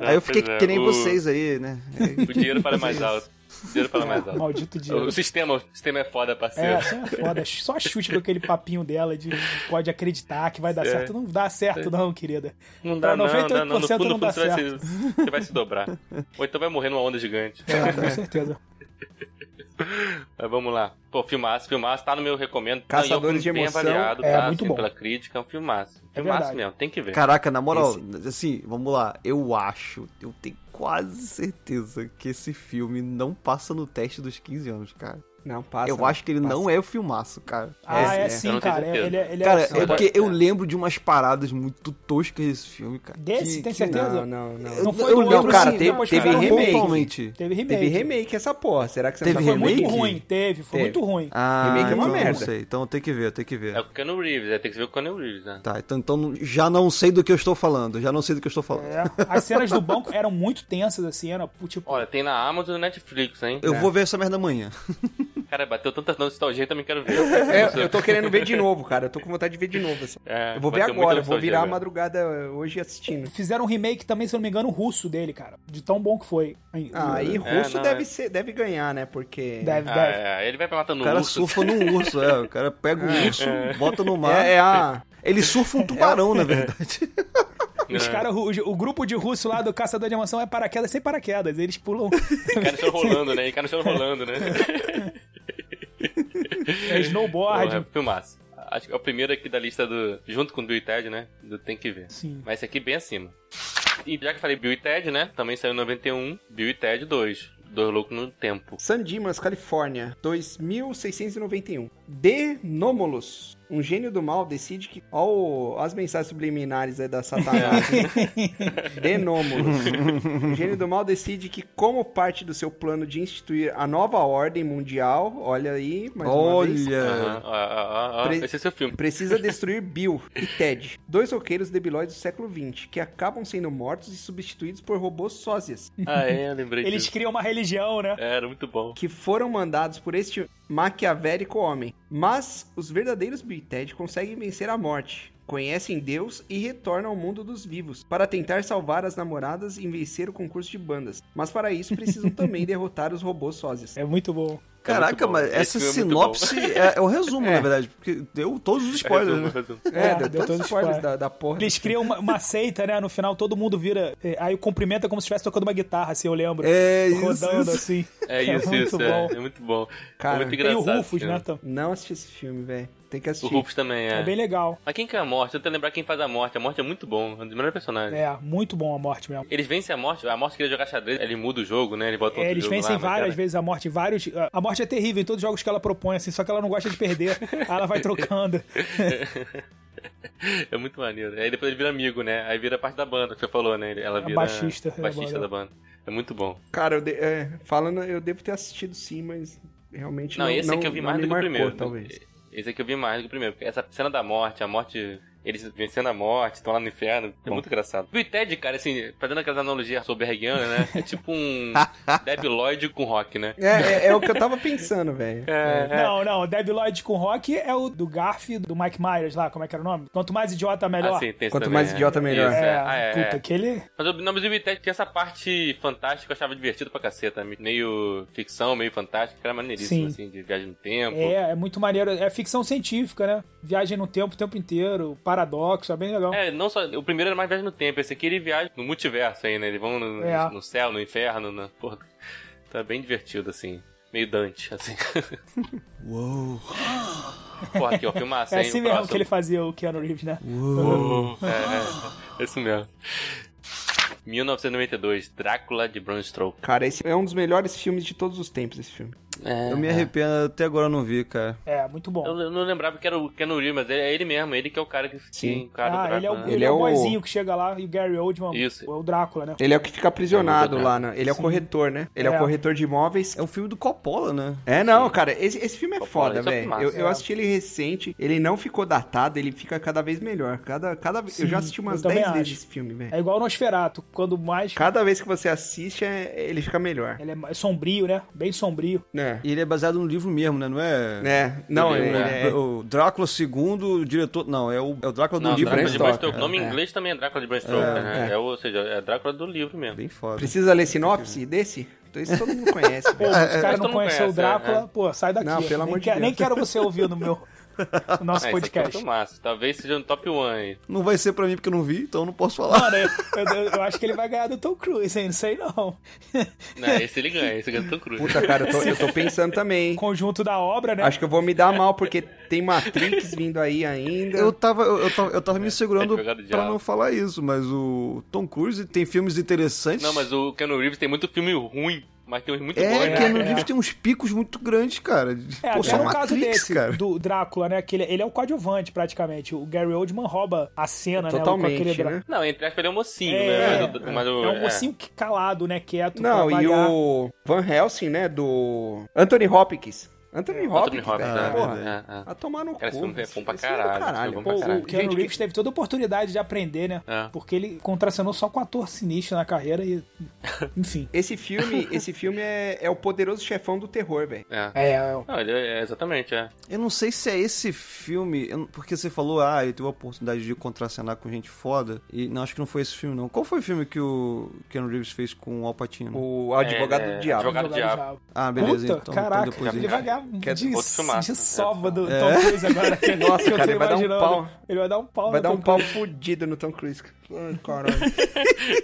[SPEAKER 4] Aí eu fiquei
[SPEAKER 1] Pois é,
[SPEAKER 4] que nem
[SPEAKER 1] o-
[SPEAKER 4] vocês aí, né?
[SPEAKER 1] O dinheiro fala mais alto. O dinheiro fala mais alto.
[SPEAKER 3] Maldito dinheiro.
[SPEAKER 1] O sistema, o sistema é foda,
[SPEAKER 3] É,
[SPEAKER 1] parceiro.
[SPEAKER 3] assim é foda. Só chute com aquele papinho dela de pode acreditar que vai dar
[SPEAKER 1] É.
[SPEAKER 3] certo. Não dá certo, não, querida.
[SPEAKER 1] Não
[SPEAKER 3] Pra
[SPEAKER 1] dá, não, não,
[SPEAKER 3] 98%
[SPEAKER 1] dá, não. No fundo,
[SPEAKER 3] não
[SPEAKER 1] no
[SPEAKER 3] dá
[SPEAKER 1] fundo você, vai se, você vai se dobrar. Ou então vai morrer numa onda gigante.
[SPEAKER 3] É, com certeza.
[SPEAKER 1] Mas vamos lá. Pô, filmaço, filmaço, tá no meu recomendo.
[SPEAKER 2] Caçadores
[SPEAKER 1] Não, e é um filme
[SPEAKER 2] de Emoção.
[SPEAKER 1] Bem avaliado,
[SPEAKER 3] É,
[SPEAKER 1] tá,
[SPEAKER 3] muito
[SPEAKER 1] assim,
[SPEAKER 3] bom.
[SPEAKER 1] Pela crítica, é um filmaço. É
[SPEAKER 3] verdade.
[SPEAKER 1] massa mesmo, tem que ver.
[SPEAKER 4] Caraca, na moral, assim, vamos lá. Eu acho, eu tenho quase certeza que esse filme não passa no teste dos 15 anos, cara.
[SPEAKER 2] Não, passa. né?
[SPEAKER 4] eu acho que ele
[SPEAKER 2] passa.
[SPEAKER 4] não é o filmaço, cara.
[SPEAKER 3] Ah, é,
[SPEAKER 2] é.
[SPEAKER 1] Eu
[SPEAKER 3] sim,
[SPEAKER 1] não tenho
[SPEAKER 3] cara. é-
[SPEAKER 1] certeza.
[SPEAKER 3] Ele, é- ele é
[SPEAKER 4] Cara,
[SPEAKER 3] assim,
[SPEAKER 4] é
[SPEAKER 1] eu-
[SPEAKER 4] porque eu lembro de umas paradas muito toscas desse filme, cara.
[SPEAKER 3] Desse, tem
[SPEAKER 4] que-
[SPEAKER 3] certeza?
[SPEAKER 2] Não, não, não.
[SPEAKER 3] Não foi
[SPEAKER 4] eu
[SPEAKER 3] do
[SPEAKER 4] lembro,
[SPEAKER 3] outro,
[SPEAKER 4] cara,
[SPEAKER 3] sim,
[SPEAKER 4] teve-
[SPEAKER 3] depois
[SPEAKER 4] teve
[SPEAKER 3] fizeram um
[SPEAKER 2] remake.
[SPEAKER 4] pontualmente.
[SPEAKER 3] Teve remake.
[SPEAKER 2] Teve remake essa porra. Será que você
[SPEAKER 4] Teve
[SPEAKER 2] não tá
[SPEAKER 3] Mas foi
[SPEAKER 2] falando?
[SPEAKER 4] remake?
[SPEAKER 3] muito ruim, teve, foi
[SPEAKER 2] Teve.
[SPEAKER 3] muito ruim.
[SPEAKER 4] Ah,
[SPEAKER 2] Remake é uma
[SPEAKER 4] então eu
[SPEAKER 2] merda.
[SPEAKER 4] Não sei, então tem que ver, tem que ver.
[SPEAKER 1] É o Keanu Reeves, é, tem que ver o Keanu Reeves, né?
[SPEAKER 4] Tá, então, então já não sei do que eu estou falando, já não sei do que eu estou falando.
[SPEAKER 3] É. As cenas do banco eram muito tensas, assim, era tipo.
[SPEAKER 1] Olha, tem na Amazon e no Netflix, hein?
[SPEAKER 4] Eu vou ver essa merda amanhã.
[SPEAKER 1] Cara, bateu tanta nostalgia, eu também quero ver.
[SPEAKER 2] É, eu tô querendo ver de novo, cara. Eu tô com vontade de ver de novo. Assim.
[SPEAKER 1] É,
[SPEAKER 2] eu vou ver
[SPEAKER 1] bateu muita
[SPEAKER 2] agora. Eu vou
[SPEAKER 1] nostalgia
[SPEAKER 2] virar a
[SPEAKER 1] agora.
[SPEAKER 2] madrugada hoje assistindo.
[SPEAKER 3] Fizeram um remake também, se eu não me engano, russo dele, cara. De tão bom que foi.
[SPEAKER 2] Ah, e
[SPEAKER 1] É,
[SPEAKER 2] russo
[SPEAKER 1] não,
[SPEAKER 2] deve,
[SPEAKER 1] é.
[SPEAKER 2] ser, deve ganhar, né? Porque.
[SPEAKER 3] Uhum. Deve,
[SPEAKER 1] Ah,
[SPEAKER 3] deve.
[SPEAKER 1] é, ele vai pra matando
[SPEAKER 4] O
[SPEAKER 1] um
[SPEAKER 4] cara
[SPEAKER 1] urso.
[SPEAKER 4] surfa num urso, é. O cara pega o urso, bota no mar.
[SPEAKER 2] É, é a.
[SPEAKER 4] Ele surfa um tubarão, na verdade.
[SPEAKER 3] Os
[SPEAKER 1] É.
[SPEAKER 3] cara, o, o grupo de russo lá do Caçador de Mansão é paraquedas sem paraquedas. Eles pulam.
[SPEAKER 1] Cara no chão rolando, né? Cara no chão rolando, né?
[SPEAKER 3] é snowboard.
[SPEAKER 1] Porra, filmaço. Acho que é o primeiro aqui da lista do. Junto com o Bill e Ted, né? Do Tem que ver.
[SPEAKER 3] Sim.
[SPEAKER 1] Mas esse aqui bem acima. E já que eu falei Bill e Ted, né? Também saiu em 91. Bill e Ted 2. Dois loucos no tempo.
[SPEAKER 2] San Dimas, Califórnia, 2691. Denomolus, um gênio do mal, decide que. Olha as mensagens subliminares aí da Satanás.
[SPEAKER 1] É.
[SPEAKER 2] né? Denomolus. O gênio do mal decide que, como parte do seu plano de instituir a nova ordem mundial, olha aí, mais uma vez.
[SPEAKER 3] É.
[SPEAKER 4] Olha.
[SPEAKER 1] Aham, ó, ó, ó, ó.
[SPEAKER 2] Pre-
[SPEAKER 1] Esse é seu filme.
[SPEAKER 2] Precisa destruir Bill e Ted, dois roqueiros debilóides do século XX, que acabam sendo mortos e substituídos por robôs sósias,
[SPEAKER 1] Ah, é, eu lembrei
[SPEAKER 3] Eles
[SPEAKER 1] disso. É,
[SPEAKER 3] criam uma religião, né?
[SPEAKER 1] Era muito bom.
[SPEAKER 2] que foram mandados por este maquiavélico homem. Mas os verdadeiros Bill e Ted conseguem vencer a morte, conhecem Deus e retornam ao mundo dos vivos para tentar salvar as namoradas e vencer o concurso de bandas. Mas para isso precisam também derrotar os robôs sósias.
[SPEAKER 3] É muito bom.
[SPEAKER 4] Caraca,
[SPEAKER 1] bom.
[SPEAKER 4] mas
[SPEAKER 1] Esse
[SPEAKER 4] essa
[SPEAKER 1] filme é muito bom.
[SPEAKER 4] sinopse é, é o resumo,
[SPEAKER 2] É.
[SPEAKER 4] na verdade. Porque deu todos os spoilers,
[SPEAKER 1] Resumo,
[SPEAKER 4] né?
[SPEAKER 1] resumo.
[SPEAKER 3] É,
[SPEAKER 2] deu todos os spoilers da, da porra.
[SPEAKER 3] Eles criam uma, uma seita, né? No final todo mundo vira. é, Aí o cumprimento é como se estivesse tocando uma guitarra, assim, eu lembro.
[SPEAKER 4] É isso.
[SPEAKER 3] rodando
[SPEAKER 4] isso.
[SPEAKER 3] assim.
[SPEAKER 1] É isso,
[SPEAKER 3] muito
[SPEAKER 1] isso.
[SPEAKER 3] bom.
[SPEAKER 1] É, é muito bom.
[SPEAKER 2] Cara,
[SPEAKER 1] é muito
[SPEAKER 3] Tem o
[SPEAKER 1] engraçado.
[SPEAKER 3] Rufus,
[SPEAKER 1] esse filme.
[SPEAKER 3] né? Tam?
[SPEAKER 2] Não assisti esse filme, velho. Tem que
[SPEAKER 1] O
[SPEAKER 2] assistir.
[SPEAKER 1] Rufus também é.
[SPEAKER 3] É bem legal.
[SPEAKER 1] Mas quem que é a morte? Eu tento lembrar quem faz a morte. A morte é muito bom. É um dos melhores personagens.
[SPEAKER 3] É, muito bom a morte mesmo.
[SPEAKER 1] Eles vencem a morte. A morte queria jogar xadrez. Ele muda o jogo, né? Ele bota outro
[SPEAKER 3] É, eles
[SPEAKER 1] jogo
[SPEAKER 3] vencem
[SPEAKER 1] lá, mas,
[SPEAKER 3] várias
[SPEAKER 1] cara,
[SPEAKER 3] vezes a morte, vários. A morte é terrível em todos os jogos que ela propõe, assim, só que ela não gosta de perder. aí ela vai trocando.
[SPEAKER 1] É muito maneiro. Aí depois ele vira amigo, né? Aí vira parte da banda, que você falou, né? Ele- Ela
[SPEAKER 3] É
[SPEAKER 1] vira
[SPEAKER 3] baixista, é,
[SPEAKER 1] baixista
[SPEAKER 3] banda.
[SPEAKER 1] da banda. É muito bom.
[SPEAKER 2] Cara, eu de- é, falando, eu devo ter assistido sim, mas realmente
[SPEAKER 1] Não,
[SPEAKER 2] não
[SPEAKER 1] esse
[SPEAKER 2] não,
[SPEAKER 1] aqui eu vi
[SPEAKER 2] não
[SPEAKER 1] mais
[SPEAKER 2] me
[SPEAKER 1] do que o
[SPEAKER 2] marcou,
[SPEAKER 1] primeiro.
[SPEAKER 2] talvez.
[SPEAKER 1] Esse aqui eu vi mais do que o primeiro. Porque essa cena da morte, a morte. Eles vencendo a morte, estão lá no inferno. É muito engraçado. E o Ted, cara, assim, fazendo aquelas analogias sobre Hergiana, né? É tipo um Deb Lloyd com rock, né?
[SPEAKER 2] É, é, é o que eu tava pensando, velho.
[SPEAKER 1] É.
[SPEAKER 2] É.
[SPEAKER 3] Não, não, Deb Lloyd com rock é o do Garf e do Mike Myers lá, como é que era o nome? Quanto mais idiota, melhor.
[SPEAKER 1] Ah, sim, tem isso
[SPEAKER 2] Quanto
[SPEAKER 1] também,
[SPEAKER 2] mais
[SPEAKER 1] é.
[SPEAKER 2] idiota, melhor.
[SPEAKER 1] Isso,
[SPEAKER 3] É,
[SPEAKER 1] é. Ah, é, é.
[SPEAKER 3] puta, aquele.
[SPEAKER 1] Mas o nome do Vitec tinha essa parte fantástica que eu achava divertido pra caceta. Meio ficção, meio fantástica, que era maneiríssimo,
[SPEAKER 3] Sim.
[SPEAKER 1] assim, de viagem no tempo.
[SPEAKER 3] É, é muito maneiro. É ficção científica, né? Viagem no tempo o tempo inteiro, paradoxo, é bem legal.
[SPEAKER 1] É, não só. O primeiro era mais viagem no tempo, esse aqui ele viaja no multiverso aí, né? Eles vão no,
[SPEAKER 3] É.
[SPEAKER 1] no céu, no inferno, na. Porra. Tá bem divertido, assim. Meio Dante, assim.
[SPEAKER 4] Uou.
[SPEAKER 1] Porra, aqui, ó, filmaço,
[SPEAKER 3] É
[SPEAKER 1] hein?
[SPEAKER 3] assim
[SPEAKER 1] o
[SPEAKER 3] mesmo
[SPEAKER 1] próximo.
[SPEAKER 3] que ele fazia o Keanu Reeves, né?
[SPEAKER 1] Uou. É, é, é isso mesmo. 1992, Drácula de Bram Stoker.
[SPEAKER 2] Cara, esse é um dos melhores filmes de todos os tempos, esse filme.
[SPEAKER 1] É,
[SPEAKER 4] Eu me arrependo, até agora eu não vi, cara.
[SPEAKER 3] É, muito bom.
[SPEAKER 1] Eu não lembrava que era o Ken Reeves, mas é ele mesmo, ele que é o cara que
[SPEAKER 2] Sim.
[SPEAKER 1] que encara
[SPEAKER 3] ah,
[SPEAKER 1] o
[SPEAKER 3] ele é o,
[SPEAKER 1] Drácula,
[SPEAKER 3] ele
[SPEAKER 1] né?
[SPEAKER 2] Ele
[SPEAKER 3] é
[SPEAKER 2] é
[SPEAKER 3] o
[SPEAKER 2] o-
[SPEAKER 3] boizinho que chega lá e o Gary Oldman
[SPEAKER 1] Isso.
[SPEAKER 3] é o Drácula, né?
[SPEAKER 2] Ele é o que fica aprisionado
[SPEAKER 1] É,
[SPEAKER 2] lá, né? Ele é o corretor, né? Ele é,
[SPEAKER 3] É.
[SPEAKER 2] o corretor de imóveis.
[SPEAKER 4] É um filme do Coppola, né?
[SPEAKER 2] É, não, cara, esse, esse filme é
[SPEAKER 1] Pô,
[SPEAKER 2] foda,
[SPEAKER 1] esse é
[SPEAKER 2] velho.
[SPEAKER 1] filmaço.
[SPEAKER 2] Eu, eu
[SPEAKER 3] É.
[SPEAKER 2] assisti ele recente, ele não ficou datado, ele fica cada vez melhor. Cada, cada...
[SPEAKER 3] Sim,
[SPEAKER 2] eu já assisti umas
[SPEAKER 3] eu também
[SPEAKER 2] 10 vezes
[SPEAKER 3] acho.
[SPEAKER 2] esse filme, velho.
[SPEAKER 3] É igual o Nosferato, quando mais.
[SPEAKER 2] Cada vez que você assiste, é- ele fica melhor.
[SPEAKER 3] Ele é mais sombrio, né? Bem sombrio.
[SPEAKER 2] Né?
[SPEAKER 4] E ele é baseado num livro mesmo, né? Não é.
[SPEAKER 2] É, não,
[SPEAKER 1] Ele-
[SPEAKER 2] ele
[SPEAKER 1] é.
[SPEAKER 2] é...
[SPEAKER 4] O Drácula II, o diretor. Não, é o, é o Drácula do
[SPEAKER 1] Não,
[SPEAKER 4] livro.
[SPEAKER 1] Drácula
[SPEAKER 4] né?
[SPEAKER 1] de
[SPEAKER 2] Bram
[SPEAKER 1] Bram
[SPEAKER 2] Stoker.
[SPEAKER 1] Stoker. O nome em
[SPEAKER 2] É.
[SPEAKER 1] inglês também é Drácula de Bram Stoker, né? É. o- ou seja, é Drácula do livro mesmo.
[SPEAKER 4] Bem foda.
[SPEAKER 2] Precisa ler sinopse desse? Então isso todo mundo conhece,
[SPEAKER 3] Pô,
[SPEAKER 2] velho.
[SPEAKER 3] se o
[SPEAKER 1] mas
[SPEAKER 3] cara não
[SPEAKER 1] todo mundo
[SPEAKER 3] conheceu o
[SPEAKER 1] conhece, é,
[SPEAKER 3] Drácula,
[SPEAKER 1] é.
[SPEAKER 3] pô, sai daqui.
[SPEAKER 2] É, Não, pelo
[SPEAKER 3] nem,
[SPEAKER 2] amor de
[SPEAKER 3] quer- nem
[SPEAKER 2] Deus.
[SPEAKER 3] quero você ouvindo o meu, o nosso
[SPEAKER 1] Ah, isso aqui é
[SPEAKER 3] podcast.
[SPEAKER 1] muito massa. Talvez seja no top 1 aí.
[SPEAKER 4] Não vai ser pra mim porque eu não vi, então não posso falar.
[SPEAKER 3] Mano, eu, eu- eu acho que ele vai ganhar do Tom Cruise, hein? Não sei não.
[SPEAKER 1] Não, esse ele ganha, esse ganha do Tom Cruise.
[SPEAKER 2] Puta, cara, eu tô, eu tô pensando também. hein?
[SPEAKER 3] Conjunto da obra, né?
[SPEAKER 2] Acho que eu vou me dar mal, porque tem Matrix vindo aí ainda.
[SPEAKER 4] Eu tava, eu, eu tava, eu tava
[SPEAKER 1] É,
[SPEAKER 4] me segurando
[SPEAKER 1] advogado do
[SPEAKER 4] pra
[SPEAKER 1] diabo.
[SPEAKER 4] não falar isso, mas o Tom Cruise tem filmes interessantes.
[SPEAKER 1] Não, mas o Keanu Reeves tem muito filme ruim, mas tem uns muito bons.
[SPEAKER 4] É,
[SPEAKER 1] né?
[SPEAKER 4] Keanu
[SPEAKER 3] é.
[SPEAKER 4] Reeves tem uns picos muito grandes, cara.
[SPEAKER 3] É,
[SPEAKER 4] Pô,
[SPEAKER 3] até
[SPEAKER 4] só
[SPEAKER 3] no
[SPEAKER 4] Matrix,
[SPEAKER 3] caso desse,
[SPEAKER 4] cara.
[SPEAKER 3] do Drácula, né? Que ele, ele é o coadjuvante, praticamente. O Gary Oldman rouba a cena, né? com
[SPEAKER 2] Totalmente,
[SPEAKER 3] aquele dra-
[SPEAKER 2] né?
[SPEAKER 1] Não, entre aspas, ele é um mocinho,
[SPEAKER 3] É,
[SPEAKER 1] né? Mas, o- mas o-
[SPEAKER 3] É um mocinho que calado, né? Quieto.
[SPEAKER 2] Não,
[SPEAKER 3] pra
[SPEAKER 2] e
[SPEAKER 3] variar.
[SPEAKER 2] o Van Helsing, né, do Anthony Hopkins. Anthony
[SPEAKER 1] Anthony
[SPEAKER 2] Hopkins,
[SPEAKER 1] Hopkins,
[SPEAKER 2] velho,
[SPEAKER 1] né?
[SPEAKER 2] porra.
[SPEAKER 1] É, é.
[SPEAKER 2] A tomar no
[SPEAKER 1] Cara, esse
[SPEAKER 2] cu.
[SPEAKER 1] filme é bom pra
[SPEAKER 2] Esse filme é do
[SPEAKER 1] caralho, esse filme é bom
[SPEAKER 3] Pô,
[SPEAKER 1] pra
[SPEAKER 3] o
[SPEAKER 1] caralho.
[SPEAKER 3] Keanu
[SPEAKER 2] Gente,
[SPEAKER 3] Reeves teve toda a oportunidade de aprender, né?
[SPEAKER 1] É.
[SPEAKER 3] Porque ele contracenou só com ator sinistro na carreira e. Enfim.
[SPEAKER 2] Esse filme, esse filme é, é o poderoso chefão do terror, velho.
[SPEAKER 1] é.
[SPEAKER 3] É,
[SPEAKER 1] Não, ele é, é, exatamente, é.
[SPEAKER 4] Eu não sei se é esse filme, eu não- porque você falou, ah, ele teve a oportunidade de contracenar com gente foda, e não, acho que não foi esse filme, não. Qual foi o filme que o Keanu Reeves fez com o Al Pacino?
[SPEAKER 2] O advogado
[SPEAKER 1] É,
[SPEAKER 2] do diabo.
[SPEAKER 1] advogado-
[SPEAKER 3] do
[SPEAKER 1] diabo.
[SPEAKER 3] diabo.
[SPEAKER 4] Ah, beleza,
[SPEAKER 3] Puta,
[SPEAKER 4] então. então
[SPEAKER 3] caraca,
[SPEAKER 4] depois
[SPEAKER 3] ele
[SPEAKER 4] ele...
[SPEAKER 3] vai ganhar um
[SPEAKER 2] Quer
[SPEAKER 3] de,
[SPEAKER 2] dizer,
[SPEAKER 1] outro filmaço,
[SPEAKER 3] de
[SPEAKER 1] né?
[SPEAKER 3] sova do Tom Cruise agora.
[SPEAKER 2] Nossa,
[SPEAKER 3] Que eu
[SPEAKER 2] É. cara,
[SPEAKER 3] tô
[SPEAKER 2] ele vai dar um
[SPEAKER 3] imaginando.
[SPEAKER 2] pau.
[SPEAKER 3] Ele vai dar um pau
[SPEAKER 2] Vai
[SPEAKER 3] no
[SPEAKER 2] dar um
[SPEAKER 3] Tom
[SPEAKER 2] pau fudido no Tom Cruise. Ai, caralho.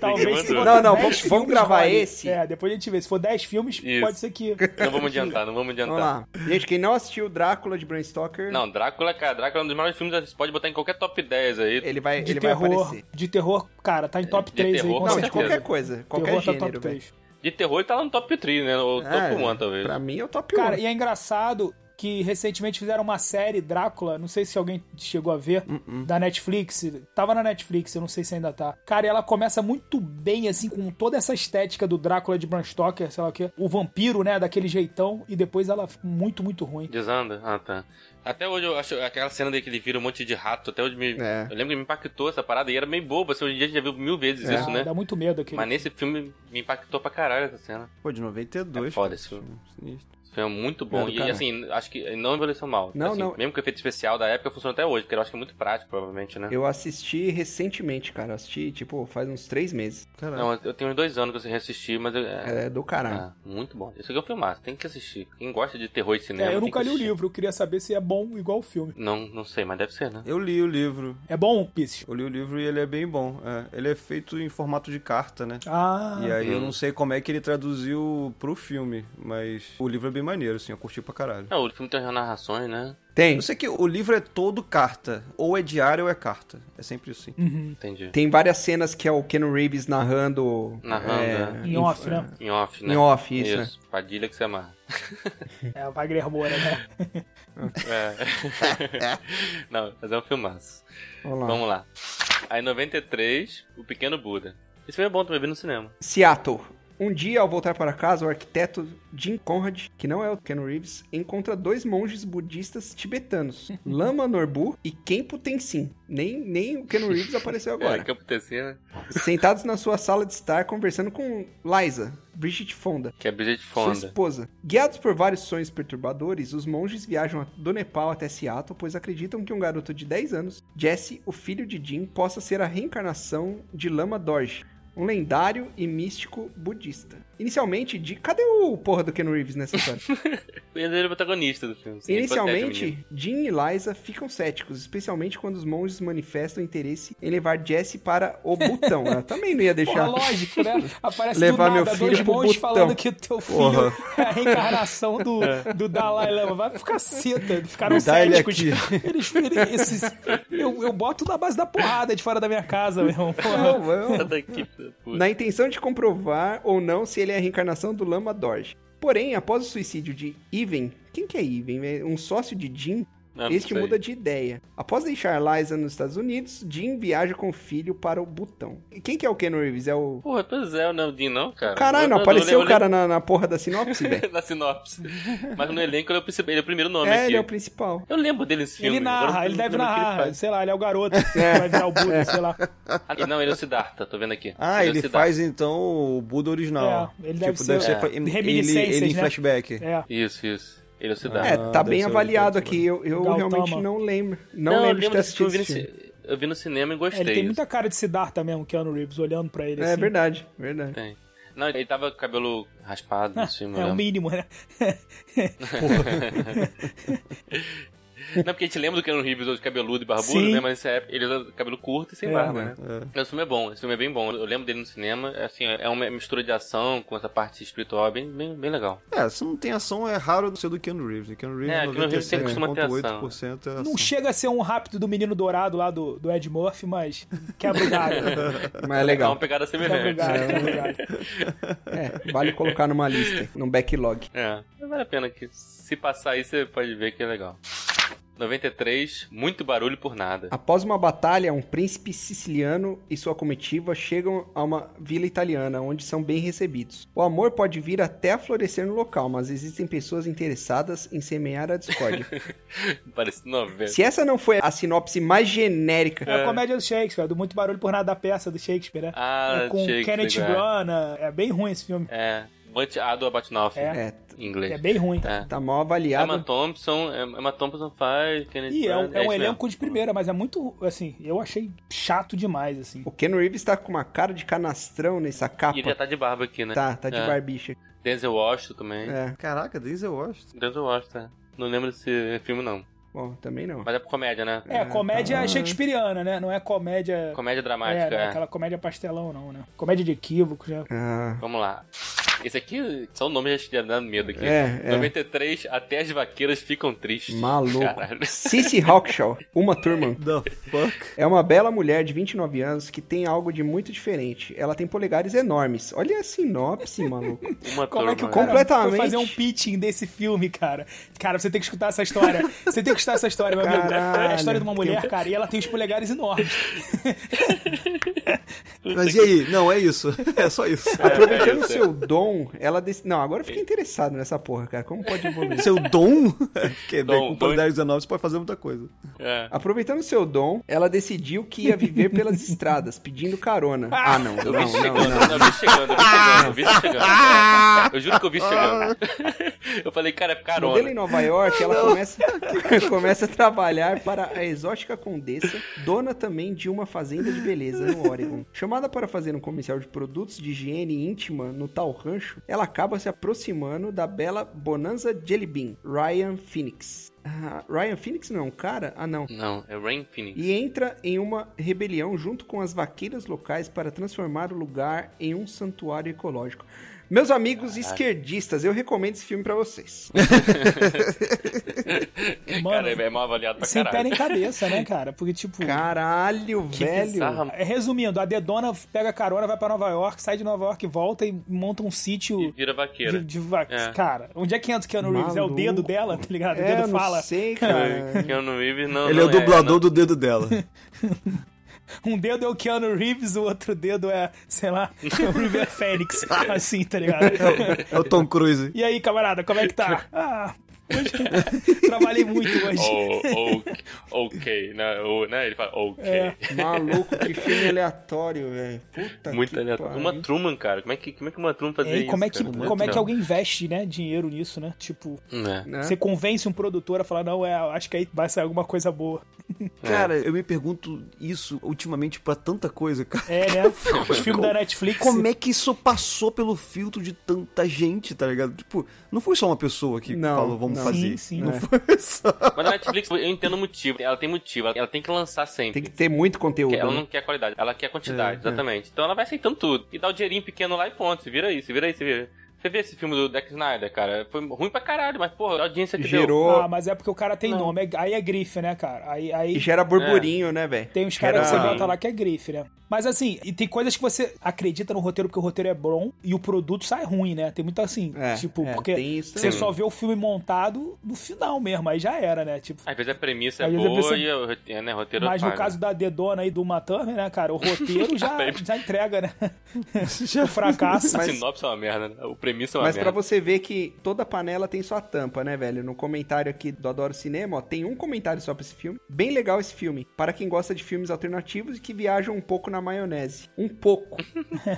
[SPEAKER 3] Talvez se
[SPEAKER 1] Não,
[SPEAKER 2] não,
[SPEAKER 3] botar 10
[SPEAKER 2] vamos- vamos
[SPEAKER 3] filmes,
[SPEAKER 2] gravar
[SPEAKER 3] vale.
[SPEAKER 2] esse.
[SPEAKER 3] É, depois a gente vê. Se for 10 filmes,
[SPEAKER 1] Isso.
[SPEAKER 3] pode ser que.
[SPEAKER 1] Não vamos adiantar, não vamos
[SPEAKER 2] Vamos
[SPEAKER 1] adiantar.
[SPEAKER 2] lá. Gente, quem não assistiu Drácula de Bram Stoker,
[SPEAKER 1] Não, Drácula, cara, Drácula é um dos melhores filmes, você pode botar em qualquer top 10 aí.
[SPEAKER 2] ele vai,
[SPEAKER 3] De
[SPEAKER 2] ele vai
[SPEAKER 3] terror.
[SPEAKER 2] aparecer.
[SPEAKER 3] De terror, cara, tá em top
[SPEAKER 1] de
[SPEAKER 3] 3 aí,
[SPEAKER 1] terror,
[SPEAKER 3] com
[SPEAKER 1] não,
[SPEAKER 2] Não, de
[SPEAKER 3] certeza.
[SPEAKER 2] qualquer coisa, qualquer
[SPEAKER 3] terror tá
[SPEAKER 2] gênero,
[SPEAKER 3] top
[SPEAKER 2] velho.
[SPEAKER 3] 3.
[SPEAKER 1] De terror ele tá lá no top 3, né? Ou
[SPEAKER 2] É,
[SPEAKER 1] top 1, talvez.
[SPEAKER 2] Pra mim é o top 1.
[SPEAKER 3] Cara, e é engraçado que recentemente fizeram uma série Drácula, não sei se alguém chegou a ver, da Netflix. Tava na Netflix, eu não sei se ainda tá. Cara, e ela começa muito bem, assim, com toda essa estética do Drácula de Bram Stoker, sei lá o quê. O vampiro, né, daquele jeitão, e depois ela fica muito, muito ruim.
[SPEAKER 1] Desanda? Ah, tá. Até hoje eu acho aquela cena daí que ele vira um monte de rato, até hoje me.
[SPEAKER 2] É.
[SPEAKER 1] Eu lembro que me impactou essa parada e era meio boba, assim, hoje em dia a gente já viu mil vezes
[SPEAKER 3] É,
[SPEAKER 1] isso, né?
[SPEAKER 3] Dá muito medo aquele.
[SPEAKER 1] Mas nesse filme me impactou pra caralho essa cena.
[SPEAKER 4] Pô, de 92.
[SPEAKER 1] É foda
[SPEAKER 4] cara,
[SPEAKER 1] esse filme.
[SPEAKER 4] sinistro.
[SPEAKER 1] Esse filme é muito bom.
[SPEAKER 2] É do
[SPEAKER 1] e
[SPEAKER 2] caralho.
[SPEAKER 1] assim, acho que não envelheceu mal.
[SPEAKER 2] Não,
[SPEAKER 1] Assim,
[SPEAKER 2] não.
[SPEAKER 1] Mesmo que o efeito especial da época funciona até hoje, porque eu acho que é muito prático, provavelmente, né?
[SPEAKER 2] Eu assisti recentemente, cara. Assisti, tipo, faz uns três meses.
[SPEAKER 4] Caraca.
[SPEAKER 1] Não, eu tenho uns dois anos que eu assisti, mas. eu- É...
[SPEAKER 2] É do caralho.
[SPEAKER 1] Ah, muito bom. Isso aqui é um filmaço, tem que assistir. Quem gosta de terror e cinema.
[SPEAKER 3] É,
[SPEAKER 1] tem
[SPEAKER 3] eu nunca
[SPEAKER 1] que
[SPEAKER 3] li o
[SPEAKER 1] assistir.
[SPEAKER 3] livro, eu queria saber se é bom igual o filme.
[SPEAKER 1] Não, não sei, mas deve ser, né?
[SPEAKER 4] Eu li o livro.
[SPEAKER 3] É bom, Pisces?
[SPEAKER 4] Eu li o livro e ele é bem bom. é. ele é feito em formato de carta, né?
[SPEAKER 3] Ah,
[SPEAKER 4] E aí eu
[SPEAKER 1] Hum.
[SPEAKER 4] não sei como é que ele traduziu pro filme, mas o livro é bem maneiro, assim, eu curti pra caralho.
[SPEAKER 1] Não, o filme tem umas narrações, né?
[SPEAKER 2] Tem,
[SPEAKER 4] Eu sei que o livro é todo carta. Ou é diário ou é carta. É sempre assim.
[SPEAKER 3] Uhum.
[SPEAKER 1] Entendi.
[SPEAKER 2] tem várias cenas que é o Ken Reeves narrando.
[SPEAKER 1] Narrando,
[SPEAKER 2] é,
[SPEAKER 3] em off, né?
[SPEAKER 1] Em off, né?
[SPEAKER 2] Em off, isso, né?
[SPEAKER 1] Padilha que você amarra.
[SPEAKER 3] É, o Wagner Moura, né?
[SPEAKER 1] É. não, mas é um filmaço.
[SPEAKER 2] Vamos lá.
[SPEAKER 1] Vamos lá. Aí, 93, O Pequeno Buda. Esse filme é bom também, vi no cinema.
[SPEAKER 2] Seattle. Um dia, ao voltar para casa, o arquiteto Jim Conrad, que não é o Ken Reeves, encontra dois monges budistas tibetanos, Lama Norbu e Kempo Tenzin. Nem, nem o Ken Reeves apareceu
[SPEAKER 1] É,
[SPEAKER 2] agora.
[SPEAKER 1] que acontecia, né?
[SPEAKER 2] Sentados na sua sala de estar, conversando com Liza, Bridget Fonda,
[SPEAKER 1] Que é Bridget
[SPEAKER 2] Sua
[SPEAKER 1] Fonda.
[SPEAKER 2] esposa. Guiados por vários sonhos perturbadores, os monges viajam do Nepal até Seattle, pois acreditam que um garoto de 10 anos, Jesse, o filho de Jim, possa ser a reencarnação de Lama Dorje, um lendário e místico budista. Inicialmente, de... cadê o porra do Ken Reeves nessa história?
[SPEAKER 1] Ele é o protagonista do filme. assim, ele protege o menino.
[SPEAKER 2] Inicialmente, Jim e Liza ficam céticos, especialmente quando os monges manifestam interesse em levar Jesse para o Butão. Ela também não ia
[SPEAKER 3] Porra,
[SPEAKER 2] deixar.
[SPEAKER 3] lógico, né? Aparece
[SPEAKER 2] Levar
[SPEAKER 3] do
[SPEAKER 2] meu
[SPEAKER 3] nada
[SPEAKER 2] filho
[SPEAKER 3] dois
[SPEAKER 2] pro
[SPEAKER 3] monges
[SPEAKER 2] botão. É.
[SPEAKER 3] falando que teu filho
[SPEAKER 4] Porra.
[SPEAKER 3] é a reencarnação do, do Dalai Lama. Vai ficar caceta. Ficaram
[SPEAKER 4] Me dá ele
[SPEAKER 3] céticos.
[SPEAKER 4] aqui.
[SPEAKER 3] Eles, eles- esses, eu, eu boto na base da porrada de fora da minha casa, meu irmão. Porra.
[SPEAKER 2] Não, vamos.
[SPEAKER 1] Tá daqui, puta.
[SPEAKER 2] na intenção de comprovar ou não se ele é a reencarnação do Lama Dorje. Porém, após o suicídio de Ivan, quem que é Ivan? É Um sócio de Jim?
[SPEAKER 1] Não, não
[SPEAKER 2] este
[SPEAKER 1] sei.
[SPEAKER 2] muda de ideia. Após deixar Liza nos Estados Unidos, Jim viaja com o filho para o Butão. E quem que é o Ken Reeves? É o...
[SPEAKER 1] Porra, pois é, não é o Dean, não, cara.
[SPEAKER 2] Caralho, não
[SPEAKER 1] Eu- eu-
[SPEAKER 2] apareceu
[SPEAKER 1] eu-
[SPEAKER 2] o
[SPEAKER 1] eu-
[SPEAKER 2] cara na, na porra da sinopse, velho.
[SPEAKER 1] Na sinopse. Mas no elenco ele é o, principal- ele é o primeiro nome
[SPEAKER 2] É,
[SPEAKER 1] aqui.
[SPEAKER 2] ele é o principal.
[SPEAKER 1] Eu lembro dele nesse filme.
[SPEAKER 3] Ele narra,
[SPEAKER 1] agora eu
[SPEAKER 3] ele
[SPEAKER 1] não
[SPEAKER 3] deve
[SPEAKER 1] lembro o que ele
[SPEAKER 3] narrar.
[SPEAKER 1] faz.
[SPEAKER 3] sei lá, ele é o garoto que vai virar o
[SPEAKER 2] É.
[SPEAKER 3] Buda, sei lá.
[SPEAKER 1] Ah, não, ele é o Siddhartha, tô vendo aqui.
[SPEAKER 4] Ah, ele,
[SPEAKER 1] é o Siddhartha.
[SPEAKER 4] faz então o Buda original. Tipo,
[SPEAKER 3] É, ele deve ser- é,
[SPEAKER 4] ele,
[SPEAKER 3] reminiscências,
[SPEAKER 4] ele em
[SPEAKER 3] né?
[SPEAKER 4] flashback.
[SPEAKER 3] É.
[SPEAKER 1] Isso, isso. Ele é o Siddhartha.
[SPEAKER 2] É, tá
[SPEAKER 4] deve
[SPEAKER 2] bem
[SPEAKER 4] ser o
[SPEAKER 2] avaliado
[SPEAKER 4] Gautama.
[SPEAKER 2] aqui. Eu, eu
[SPEAKER 3] Gautama.
[SPEAKER 2] realmente não lembro. Não,
[SPEAKER 1] eu
[SPEAKER 2] lembro de ter
[SPEAKER 1] desse
[SPEAKER 2] assistido
[SPEAKER 1] filme, eu
[SPEAKER 2] esse
[SPEAKER 1] vi
[SPEAKER 2] filme.
[SPEAKER 1] no ci- Eu vi no cinema e gostei.
[SPEAKER 3] É,
[SPEAKER 1] assim.
[SPEAKER 3] Ele tem muita cara de Siddhartha mesmo, Keanu Reeves, olhando pra ele assim.
[SPEAKER 2] É verdade, verdade.
[SPEAKER 1] Tem. Não, ele tava com o cabelo
[SPEAKER 3] Ah, um
[SPEAKER 1] raspado nesse filme.
[SPEAKER 3] É
[SPEAKER 1] eu
[SPEAKER 3] o
[SPEAKER 1] lembro.
[SPEAKER 3] mínimo, né?
[SPEAKER 1] Não, porque a gente lembra do Keanu Reeves hoje cabeludo e barbudo,
[SPEAKER 3] Sim.
[SPEAKER 1] né? Mas nessa época ele usa cabelo curto e sem
[SPEAKER 3] É,
[SPEAKER 1] barba,
[SPEAKER 4] né?
[SPEAKER 1] né? Esse filme é bom, esse filme é bem bom. Eu lembro dele no cinema, assim, é uma mistura de ação com essa parte espiritual bem, bem, bem legal.
[SPEAKER 4] É, se não tem ação, é raro ser do Keanu Reeves. né? Keanu Reeves,
[SPEAKER 1] É, Keanu Reeves sempre costuma ter ação.
[SPEAKER 4] 97,8% é ação.
[SPEAKER 3] Não chega a ser um rápido do menino dourado lá do, do Ed Murphy, mas quebra o galho.
[SPEAKER 2] Mas é
[SPEAKER 1] É uma
[SPEAKER 2] legal.
[SPEAKER 1] pegada
[SPEAKER 3] Quebra o
[SPEAKER 1] semelhante.
[SPEAKER 3] galho, quebra o galho.
[SPEAKER 2] É, vale colocar numa lista, num backlog.
[SPEAKER 1] É, mas vale a pena que se passar aí você pode ver que é legal. 93, muito barulho por nada.
[SPEAKER 2] Após uma batalha, um príncipe siciliano e sua comitiva chegam a uma vila italiana, onde são bem recebidos. O amor pode vir até a florescer no local, mas existem pessoas interessadas em semear a discórdia.
[SPEAKER 1] Parece novela.
[SPEAKER 2] Se essa não foi a sinopse mais genérica,
[SPEAKER 3] É a comédia do Shakespeare, do Muito Barulho por Nada da peça do Shakespeare, né?
[SPEAKER 1] Ah,
[SPEAKER 3] É com
[SPEAKER 1] Shakespeare,
[SPEAKER 3] Kenneth
[SPEAKER 1] é.
[SPEAKER 3] Branagh. É bem ruim esse filme.
[SPEAKER 1] É, But Ado Batnoff,
[SPEAKER 3] É.
[SPEAKER 2] é,
[SPEAKER 1] em
[SPEAKER 3] É
[SPEAKER 1] inglês.
[SPEAKER 3] bem ruim.
[SPEAKER 1] É.
[SPEAKER 2] tá mal avaliada.
[SPEAKER 1] Emma Thompson, Emma Thompson faz Kenneth
[SPEAKER 3] E é,
[SPEAKER 1] Branagh,
[SPEAKER 3] um- é um
[SPEAKER 1] isso mesmo.
[SPEAKER 3] elenco de primeira, mas é muito, assim, eu achei chato demais, assim.
[SPEAKER 2] O Ken Reeves tá com uma cara de canastrão nessa
[SPEAKER 1] E ele já
[SPEAKER 2] capa.
[SPEAKER 1] tá de barba aqui, né?
[SPEAKER 2] Tá, tá de
[SPEAKER 1] É.
[SPEAKER 2] barbicha.
[SPEAKER 1] Denzel Washington também.
[SPEAKER 2] É,
[SPEAKER 4] Caraca, Denzel Washington.
[SPEAKER 1] Denzel Washington, é. Não lembro desse filme, não.
[SPEAKER 2] bom, também não.
[SPEAKER 1] Mas é comédia, né?
[SPEAKER 3] É, comédia shakespeariana, né? Não é comédia...
[SPEAKER 1] Comédia
[SPEAKER 3] é,
[SPEAKER 1] dramática,
[SPEAKER 3] não é
[SPEAKER 1] é.
[SPEAKER 3] aquela comédia pastelão, não, né? Comédia de equívocos, né?
[SPEAKER 2] Ah,
[SPEAKER 1] Vamos lá. Esse aqui, só o nome já está dando medo aqui.
[SPEAKER 2] É, é.
[SPEAKER 1] 93, até as vaqueiras ficam tristes.
[SPEAKER 2] maluco.
[SPEAKER 1] Caralho.
[SPEAKER 2] Cissy Hawkshaw, uma turma.
[SPEAKER 4] The fuck?
[SPEAKER 2] É uma bela mulher de 29 anos que tem algo de muito diferente. Ela tem polegares enormes. Olha a sinopse, maluco.
[SPEAKER 1] Uma
[SPEAKER 3] Como
[SPEAKER 1] turma.
[SPEAKER 3] é que o
[SPEAKER 1] né?
[SPEAKER 3] cara
[SPEAKER 2] Completamente.
[SPEAKER 3] foi fazer um pitching desse filme, cara? Cara, você tem que escutar essa história. Você tem que escutar essa história, meu amigo.
[SPEAKER 2] Caralho.
[SPEAKER 3] É a história de uma mulher, cara, e ela tem os polegares enormes.
[SPEAKER 4] Mas e aí? Não, é isso. É só isso.
[SPEAKER 3] tá
[SPEAKER 1] É, é
[SPEAKER 2] Aproveitando o
[SPEAKER 1] isso, é.
[SPEAKER 2] seu dom, ela dec... Não, agora eu fiquei interessado nessa porra, cara. Como pode evoluir?
[SPEAKER 4] Seu dom? É, Porque
[SPEAKER 1] Dom,
[SPEAKER 4] bem, com
[SPEAKER 1] dom.
[SPEAKER 4] qualidade 19 você pode fazer muita coisa.
[SPEAKER 1] É.
[SPEAKER 2] Aproveitando o seu dom, ela decidiu que ia viver pelas estradas, pedindo carona. Ah, não, não,
[SPEAKER 1] Eu vi
[SPEAKER 2] não,
[SPEAKER 1] chegando,
[SPEAKER 2] não.
[SPEAKER 1] eu vi chegando, eu vi chegando, eu vi chegando. cara. Eu juro que eu vi chegando. Eu falei, cara, é
[SPEAKER 2] Modelo
[SPEAKER 1] carona.
[SPEAKER 2] em Nova York, ela começa, começa a trabalhar para a exótica condessa, dona também de uma fazenda de beleza no Oregon. Chamada para fazer um comercial de produtos de higiene íntima no tal rancho, ela acaba se aproximando da bela Bonanza Jellybean, Ryan Phoenix. Ah, Ryan Phoenix não é um cara? Ah, não.
[SPEAKER 1] Não, é Rain Phoenix.
[SPEAKER 2] E entra em uma rebelião junto com as vaqueiras locais para transformar o lugar em um santuário ecológico. Meus amigos esquerdistas, eu recomendo esse filme para vocês.
[SPEAKER 3] Mano,
[SPEAKER 1] Cara, é mal avaliado pra
[SPEAKER 3] sem pé
[SPEAKER 1] caralho.
[SPEAKER 3] nem cabeça, né, cara? Porque, tipo.
[SPEAKER 2] Caralho,
[SPEAKER 1] Que
[SPEAKER 2] velho.
[SPEAKER 1] bizarra, mano.
[SPEAKER 3] é, Resumindo, a Dedona pega carona, vai pra Nova York, sai de Nova York, volta e monta um
[SPEAKER 1] E
[SPEAKER 3] sítio
[SPEAKER 1] vira
[SPEAKER 3] de,
[SPEAKER 1] vaqueira.
[SPEAKER 3] de va-
[SPEAKER 1] É.
[SPEAKER 3] Cara, onde é que entra o Keanu Reeves? É o
[SPEAKER 2] Maluco.
[SPEAKER 3] dedo dela, tá ligado? O
[SPEAKER 2] É, eu
[SPEAKER 3] dedo
[SPEAKER 2] não
[SPEAKER 3] fala.
[SPEAKER 2] sei, cara.
[SPEAKER 1] Keanu Reeves não.
[SPEAKER 4] Ele é
[SPEAKER 1] não
[SPEAKER 4] o dublador
[SPEAKER 1] não.
[SPEAKER 4] do dedo dela.
[SPEAKER 3] Um dedo é o Keanu Reeves, o outro dedo é, sei lá, é o River Fênix. Assim, tá ligado?
[SPEAKER 4] É o Tom Cruise.
[SPEAKER 3] E aí, camarada, como é que tá? Ah, hoje... trabalhei muito hoje.
[SPEAKER 1] Oh, oh, ok, né? o- né? Ele fala ok.
[SPEAKER 3] É.
[SPEAKER 2] Maluco, que filme aleatório, velho. Puta
[SPEAKER 1] Muito
[SPEAKER 2] que
[SPEAKER 1] aleatório.
[SPEAKER 2] pariu. né?
[SPEAKER 1] Uma Truman, cara. Como é que, como é que uma Truman fazia
[SPEAKER 3] É, e
[SPEAKER 1] isso?
[SPEAKER 3] como é que,
[SPEAKER 1] cara?
[SPEAKER 3] como é que
[SPEAKER 1] Não.
[SPEAKER 3] alguém investe, né, dinheiro nisso, né? Tipo,
[SPEAKER 1] É.
[SPEAKER 2] Né?
[SPEAKER 3] você convence um produtor a falar, não, é, acho que aí vai sair alguma coisa boa.
[SPEAKER 4] Cara, eu me pergunto isso ultimamente pra tanta coisa, cara.
[SPEAKER 3] É, né? Os filmes da Netflix.
[SPEAKER 4] Como é que isso passou pelo filtro de tanta gente, tá ligado? Tipo, não foi só uma pessoa que
[SPEAKER 2] Não,
[SPEAKER 4] falou, vamos
[SPEAKER 2] não.
[SPEAKER 4] fazer.
[SPEAKER 3] Sim,
[SPEAKER 2] né?
[SPEAKER 3] sim.
[SPEAKER 4] Não foi só.
[SPEAKER 1] Mas a Netflix, eu entendo o motivo. Ela tem motivo. Ela tem que lançar sempre.
[SPEAKER 2] Tem que ter muito conteúdo.
[SPEAKER 1] Porque Ela
[SPEAKER 2] né?
[SPEAKER 1] não quer qualidade, ela quer quantidade,
[SPEAKER 4] É, é.
[SPEAKER 1] exatamente. Então ela vai aceitando tudo. E dá o dinheirinho pequeno lá e ponto. Se vira aí, se vira aí, se vira. Você vê esse filme do Zack Snyder, cara? Foi ruim pra caralho, mas, porra, a audiência que deu.
[SPEAKER 2] Gerou.
[SPEAKER 3] Ah, mas é porque o cara tem nome. é- Aí é grife, né, cara? Aí, aí
[SPEAKER 2] E
[SPEAKER 1] É.
[SPEAKER 2] um gera burburinho, né, velho?
[SPEAKER 3] tem uns caras que você
[SPEAKER 2] Gera-
[SPEAKER 3] bota lá que é grife, né? Mas assim, e tem coisas que você acredita no roteiro porque o roteiro é bom e o produto sai ruim, né? Tem muito assim,
[SPEAKER 2] É,
[SPEAKER 3] tipo,
[SPEAKER 2] é,
[SPEAKER 3] porque
[SPEAKER 2] tem isso
[SPEAKER 3] você
[SPEAKER 2] também.
[SPEAKER 3] só vê o filme montado no final mesmo, aí já era, né? Tipo,
[SPEAKER 1] Às vezes a premissa é
[SPEAKER 3] Às vezes a
[SPEAKER 1] boa
[SPEAKER 3] pessoa-
[SPEAKER 1] e o rote- é, né, roteiro
[SPEAKER 3] Mas no
[SPEAKER 1] falha.
[SPEAKER 3] caso da Dedona aí do Matame, né, cara? O roteiro já, já entrega, né? o fracasso.
[SPEAKER 1] A
[SPEAKER 2] Mas-
[SPEAKER 1] sinopse é uma merda, né? O premissa é uma
[SPEAKER 2] Mas pra
[SPEAKER 1] merda.
[SPEAKER 2] você ver que toda panela tem sua tampa, né, velho? No comentário aqui do Adoro Cinema, ó, tem um comentário só pra esse filme. Bem legal esse filme. Para quem gosta de filmes alternativos e que viajam um pouco na maionese. Um pouco.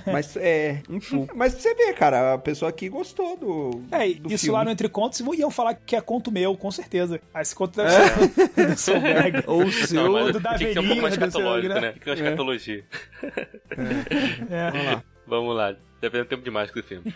[SPEAKER 2] mas é.
[SPEAKER 4] Um pouco.
[SPEAKER 2] Mas pra você ver, cara, a pessoa aqui gostou do.
[SPEAKER 3] É, e
[SPEAKER 2] do
[SPEAKER 3] isso
[SPEAKER 2] filme.
[SPEAKER 3] lá no Entre Contos iam falar que é conto meu, com certeza. Ah, esse conto deve ser do É, Soberg.
[SPEAKER 4] É. Ou o seu.
[SPEAKER 1] Não, mas
[SPEAKER 3] do da
[SPEAKER 1] tinha que ser um pouco mais
[SPEAKER 3] Avenida, do seu-
[SPEAKER 1] escatológico, né?
[SPEAKER 3] né?
[SPEAKER 1] Tem que ter uma escatologia.
[SPEAKER 3] É.
[SPEAKER 1] Vamos lá, tá perdendo tempo demais com o filme.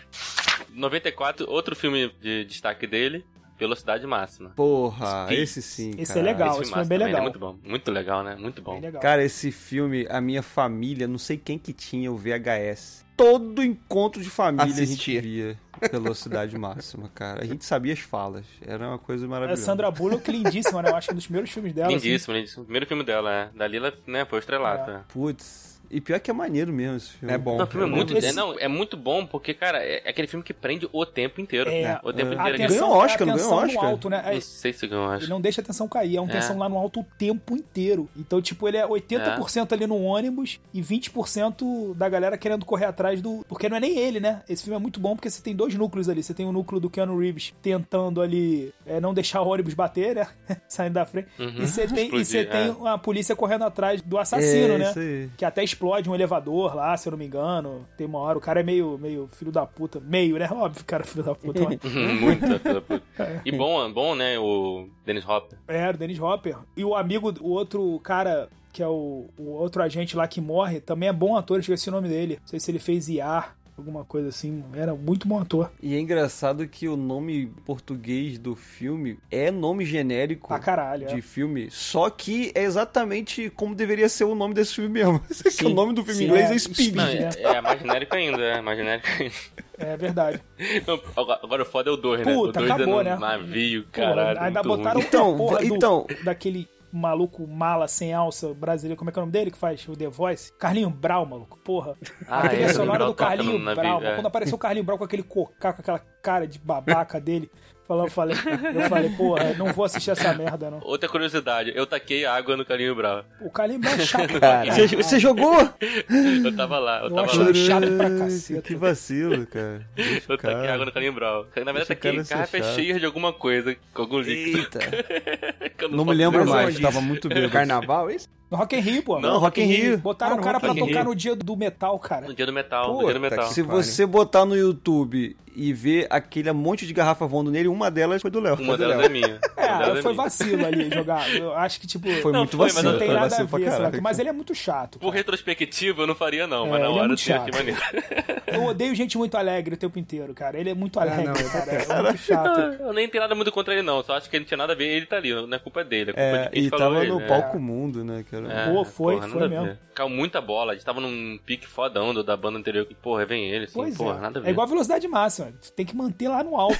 [SPEAKER 1] 94, outro filme de destaque dele, Velocidade máxima.
[SPEAKER 4] Porra,
[SPEAKER 1] Speed.
[SPEAKER 4] esse sim.
[SPEAKER 3] Esse é
[SPEAKER 4] cara.
[SPEAKER 3] legal.
[SPEAKER 1] Esse
[SPEAKER 3] esse filme é
[SPEAKER 1] filmaço
[SPEAKER 3] bem
[SPEAKER 1] também,
[SPEAKER 3] legal.
[SPEAKER 1] né? Muito bom. Muito legal, né? Muito bom.
[SPEAKER 3] Bem legal.
[SPEAKER 4] Cara, esse filme, a minha família, não sei quem que tinha o VHS. Todo encontro de família
[SPEAKER 2] Assistia.
[SPEAKER 4] a gente via velocidade máxima, cara. A gente sabia as falas. Era uma coisa
[SPEAKER 3] a
[SPEAKER 4] maravilhosa.
[SPEAKER 3] É Sandra Bullock lindíssima, né? Eu acho que um dos primeiros filmes dela. assim.
[SPEAKER 1] lindíssimo, lindíssimo. Primeiro filme dela, é. Da Lila, né? Foi
[SPEAKER 3] É.
[SPEAKER 1] estrelata.
[SPEAKER 4] Putz. E pior que é maneiro mesmo esse filme.
[SPEAKER 2] É bom.
[SPEAKER 1] Não, o filme é
[SPEAKER 2] Eu
[SPEAKER 1] muito,
[SPEAKER 3] Esse-
[SPEAKER 1] é, não, é muito bom porque, cara, é é aquele filme que prende o tempo inteiro.
[SPEAKER 3] É.
[SPEAKER 1] né? O tempo
[SPEAKER 4] É.
[SPEAKER 1] inteiro.
[SPEAKER 4] Atenção.
[SPEAKER 1] Aquele...
[SPEAKER 4] Ganhou Oscar, não
[SPEAKER 3] atenção
[SPEAKER 4] ganhou
[SPEAKER 3] no
[SPEAKER 4] Oscar?
[SPEAKER 3] alto, né?
[SPEAKER 1] Não sei se ganhou, acho.
[SPEAKER 3] Ele não deixa a tensão cair, é um
[SPEAKER 1] É.
[SPEAKER 3] tensão lá no alto o tempo inteiro. Então, tipo, ele é 80% ali no ônibus e 20% da galera querendo correr atrás do. Porque não é nem ele, né? Esse filme é muito bom porque você tem dois núcleos ali. Você tem o núcleo do Keanu Reeves tentando ali é, não deixar o ônibus bater, né? Saindo da frente.
[SPEAKER 1] Uhum.
[SPEAKER 3] E você tem, e
[SPEAKER 1] Explodir,
[SPEAKER 3] você
[SPEAKER 1] é.
[SPEAKER 3] tem a polícia correndo atrás do
[SPEAKER 4] É,
[SPEAKER 3] assassino, né?
[SPEAKER 4] Isso aí.
[SPEAKER 3] Que até explode um elevador lá, se eu não me engano. Tem uma hora, o cara é meio, meio filho da puta. Meio, né? Óbvio, cara, filho da puta. mas-
[SPEAKER 1] Uhum. muito, filha da puta. E bom, bom, né? O Dennis Hopper.
[SPEAKER 3] É, o Dennis Hopper. E o amigo, o outro cara, que é o, o outro agente lá que morre, também é bom ator, eu esqueci o nome dele. Não sei se ele fez IAR, alguma coisa assim. Era muito bom ator.
[SPEAKER 4] E é engraçado que o nome português do filme é nome genérico.
[SPEAKER 3] Pra caralho. é.
[SPEAKER 4] de filme, só que é exatamente como deveria ser o nome desse filme mesmo. que o nome do filme
[SPEAKER 3] Sim,
[SPEAKER 4] em inglês
[SPEAKER 3] é.
[SPEAKER 4] é, Speed.
[SPEAKER 1] Não,
[SPEAKER 3] Speed,
[SPEAKER 1] é, é mais genérico ainda, é mais genérico ainda.
[SPEAKER 3] É verdade.
[SPEAKER 1] Não, agora, agora o foda é o 2, né? O
[SPEAKER 3] Puta,
[SPEAKER 1] 2 é
[SPEAKER 3] acabou,
[SPEAKER 1] no
[SPEAKER 3] né?
[SPEAKER 1] navio,
[SPEAKER 3] Pô,
[SPEAKER 1] caralho.
[SPEAKER 3] ainda
[SPEAKER 1] muito
[SPEAKER 3] botaram
[SPEAKER 1] ruim.
[SPEAKER 4] Então,
[SPEAKER 3] outra porra do-
[SPEAKER 4] então-
[SPEAKER 3] daquele maluco mala sem alça brasileiro. Como é que é o nome dele que faz o The Voice? Carlinho Brau, maluco. Porra.
[SPEAKER 1] Ah,
[SPEAKER 3] a trilha
[SPEAKER 1] é,
[SPEAKER 3] sonora
[SPEAKER 1] Brau
[SPEAKER 3] do
[SPEAKER 1] tocando
[SPEAKER 3] Carlinho
[SPEAKER 1] no navio,
[SPEAKER 3] Brau.
[SPEAKER 1] é.
[SPEAKER 3] Quando apareceu o Carlinho Brau com aquele cocá, com aquela cara de babaca dele, falando, eu falei, eu falei, porra, não vou assistir essa merda, não.
[SPEAKER 1] Outra curiosidade, eu taquei água no Carlinho Brau.
[SPEAKER 3] O Carlinho Brau é chato. pra
[SPEAKER 2] Cara.
[SPEAKER 3] caralho.
[SPEAKER 4] Você, você jogou?
[SPEAKER 1] Eu tava lá, eu
[SPEAKER 3] Eu
[SPEAKER 1] tava
[SPEAKER 3] acho
[SPEAKER 1] lá.
[SPEAKER 3] ele chato pra
[SPEAKER 4] Caraca,
[SPEAKER 3] caceta.
[SPEAKER 4] Que vacilo, cara. Deixa o
[SPEAKER 1] Eu taquei
[SPEAKER 4] cara.
[SPEAKER 1] água no Carlinho Brau. Na verdade,
[SPEAKER 4] Deixa o
[SPEAKER 1] taquei
[SPEAKER 4] cara é ser
[SPEAKER 1] garrafa
[SPEAKER 4] chato.
[SPEAKER 1] cheia de alguma coisa, com algum líquido. É
[SPEAKER 4] Eita.
[SPEAKER 1] que eu
[SPEAKER 4] Não me
[SPEAKER 1] posso
[SPEAKER 4] lembro
[SPEAKER 2] Mas
[SPEAKER 1] lembrar.
[SPEAKER 4] mais, tá?
[SPEAKER 2] onde
[SPEAKER 4] tava muito bêbado.
[SPEAKER 2] Carnaval, é isso?
[SPEAKER 3] No Rock in Rio, pô.
[SPEAKER 1] Não,
[SPEAKER 4] Não, Ah, Rock in Rio.
[SPEAKER 3] Botaram o cara pra
[SPEAKER 1] Rock in
[SPEAKER 3] tocar
[SPEAKER 1] Rio.
[SPEAKER 3] no dia do metal, cara.
[SPEAKER 1] No dia do metal, no dia do
[SPEAKER 2] Puta
[SPEAKER 1] metal.
[SPEAKER 4] Se
[SPEAKER 2] que
[SPEAKER 4] você botar no YouTube e ver aquele monte de garrafa voando nele, uma delas foi do Léo.
[SPEAKER 1] Uma
[SPEAKER 4] Foi do
[SPEAKER 1] delas é
[SPEAKER 4] Léo.
[SPEAKER 1] minha. Uma delas
[SPEAKER 3] É,
[SPEAKER 1] é
[SPEAKER 3] foi
[SPEAKER 1] minha.
[SPEAKER 3] vacilo ali jogar. Eu acho que, tipo,
[SPEAKER 4] Foi
[SPEAKER 1] Não,
[SPEAKER 4] muito
[SPEAKER 1] foi, mas
[SPEAKER 4] vacilo.
[SPEAKER 3] não tem
[SPEAKER 4] foi
[SPEAKER 3] nada a
[SPEAKER 4] vacilo pra
[SPEAKER 3] ver,
[SPEAKER 4] caraca.
[SPEAKER 3] sabe? Mas ele é muito chato.
[SPEAKER 1] Por
[SPEAKER 3] cara.
[SPEAKER 1] retrospectiva, eu não faria não, mas
[SPEAKER 3] É,
[SPEAKER 1] na
[SPEAKER 3] ele é
[SPEAKER 1] hora
[SPEAKER 3] muito
[SPEAKER 1] sim, eu achei
[SPEAKER 3] chato.
[SPEAKER 1] maneiro.
[SPEAKER 3] Eu odeio gente muito alegre o tempo inteiro, cara. Ele é
[SPEAKER 4] Ah,
[SPEAKER 3] muito alegre,
[SPEAKER 2] não, eu-
[SPEAKER 3] cara. É muito chato.
[SPEAKER 1] Eu nem tenho nada muito contra ele não, só acho que ele não tinha nada a ver, ele tá ali, não é culpa dele, é culpa de
[SPEAKER 4] É,
[SPEAKER 1] quem
[SPEAKER 4] e
[SPEAKER 1] falou
[SPEAKER 4] tava
[SPEAKER 1] ele,
[SPEAKER 4] no
[SPEAKER 1] né?
[SPEAKER 4] palco mundo, né, cara?
[SPEAKER 1] É,
[SPEAKER 3] Pô, foi, foi
[SPEAKER 1] nada a
[SPEAKER 3] mesmo.
[SPEAKER 1] ver. Caiu muita bola, a gente tava num pique fodão do, da banda anterior, que porra, vem ele, assim,
[SPEAKER 3] Pois
[SPEAKER 1] porra,
[SPEAKER 3] é.
[SPEAKER 1] nada a ver.
[SPEAKER 3] É igual a velocidade máxima. Tu Tem que manter lá no alto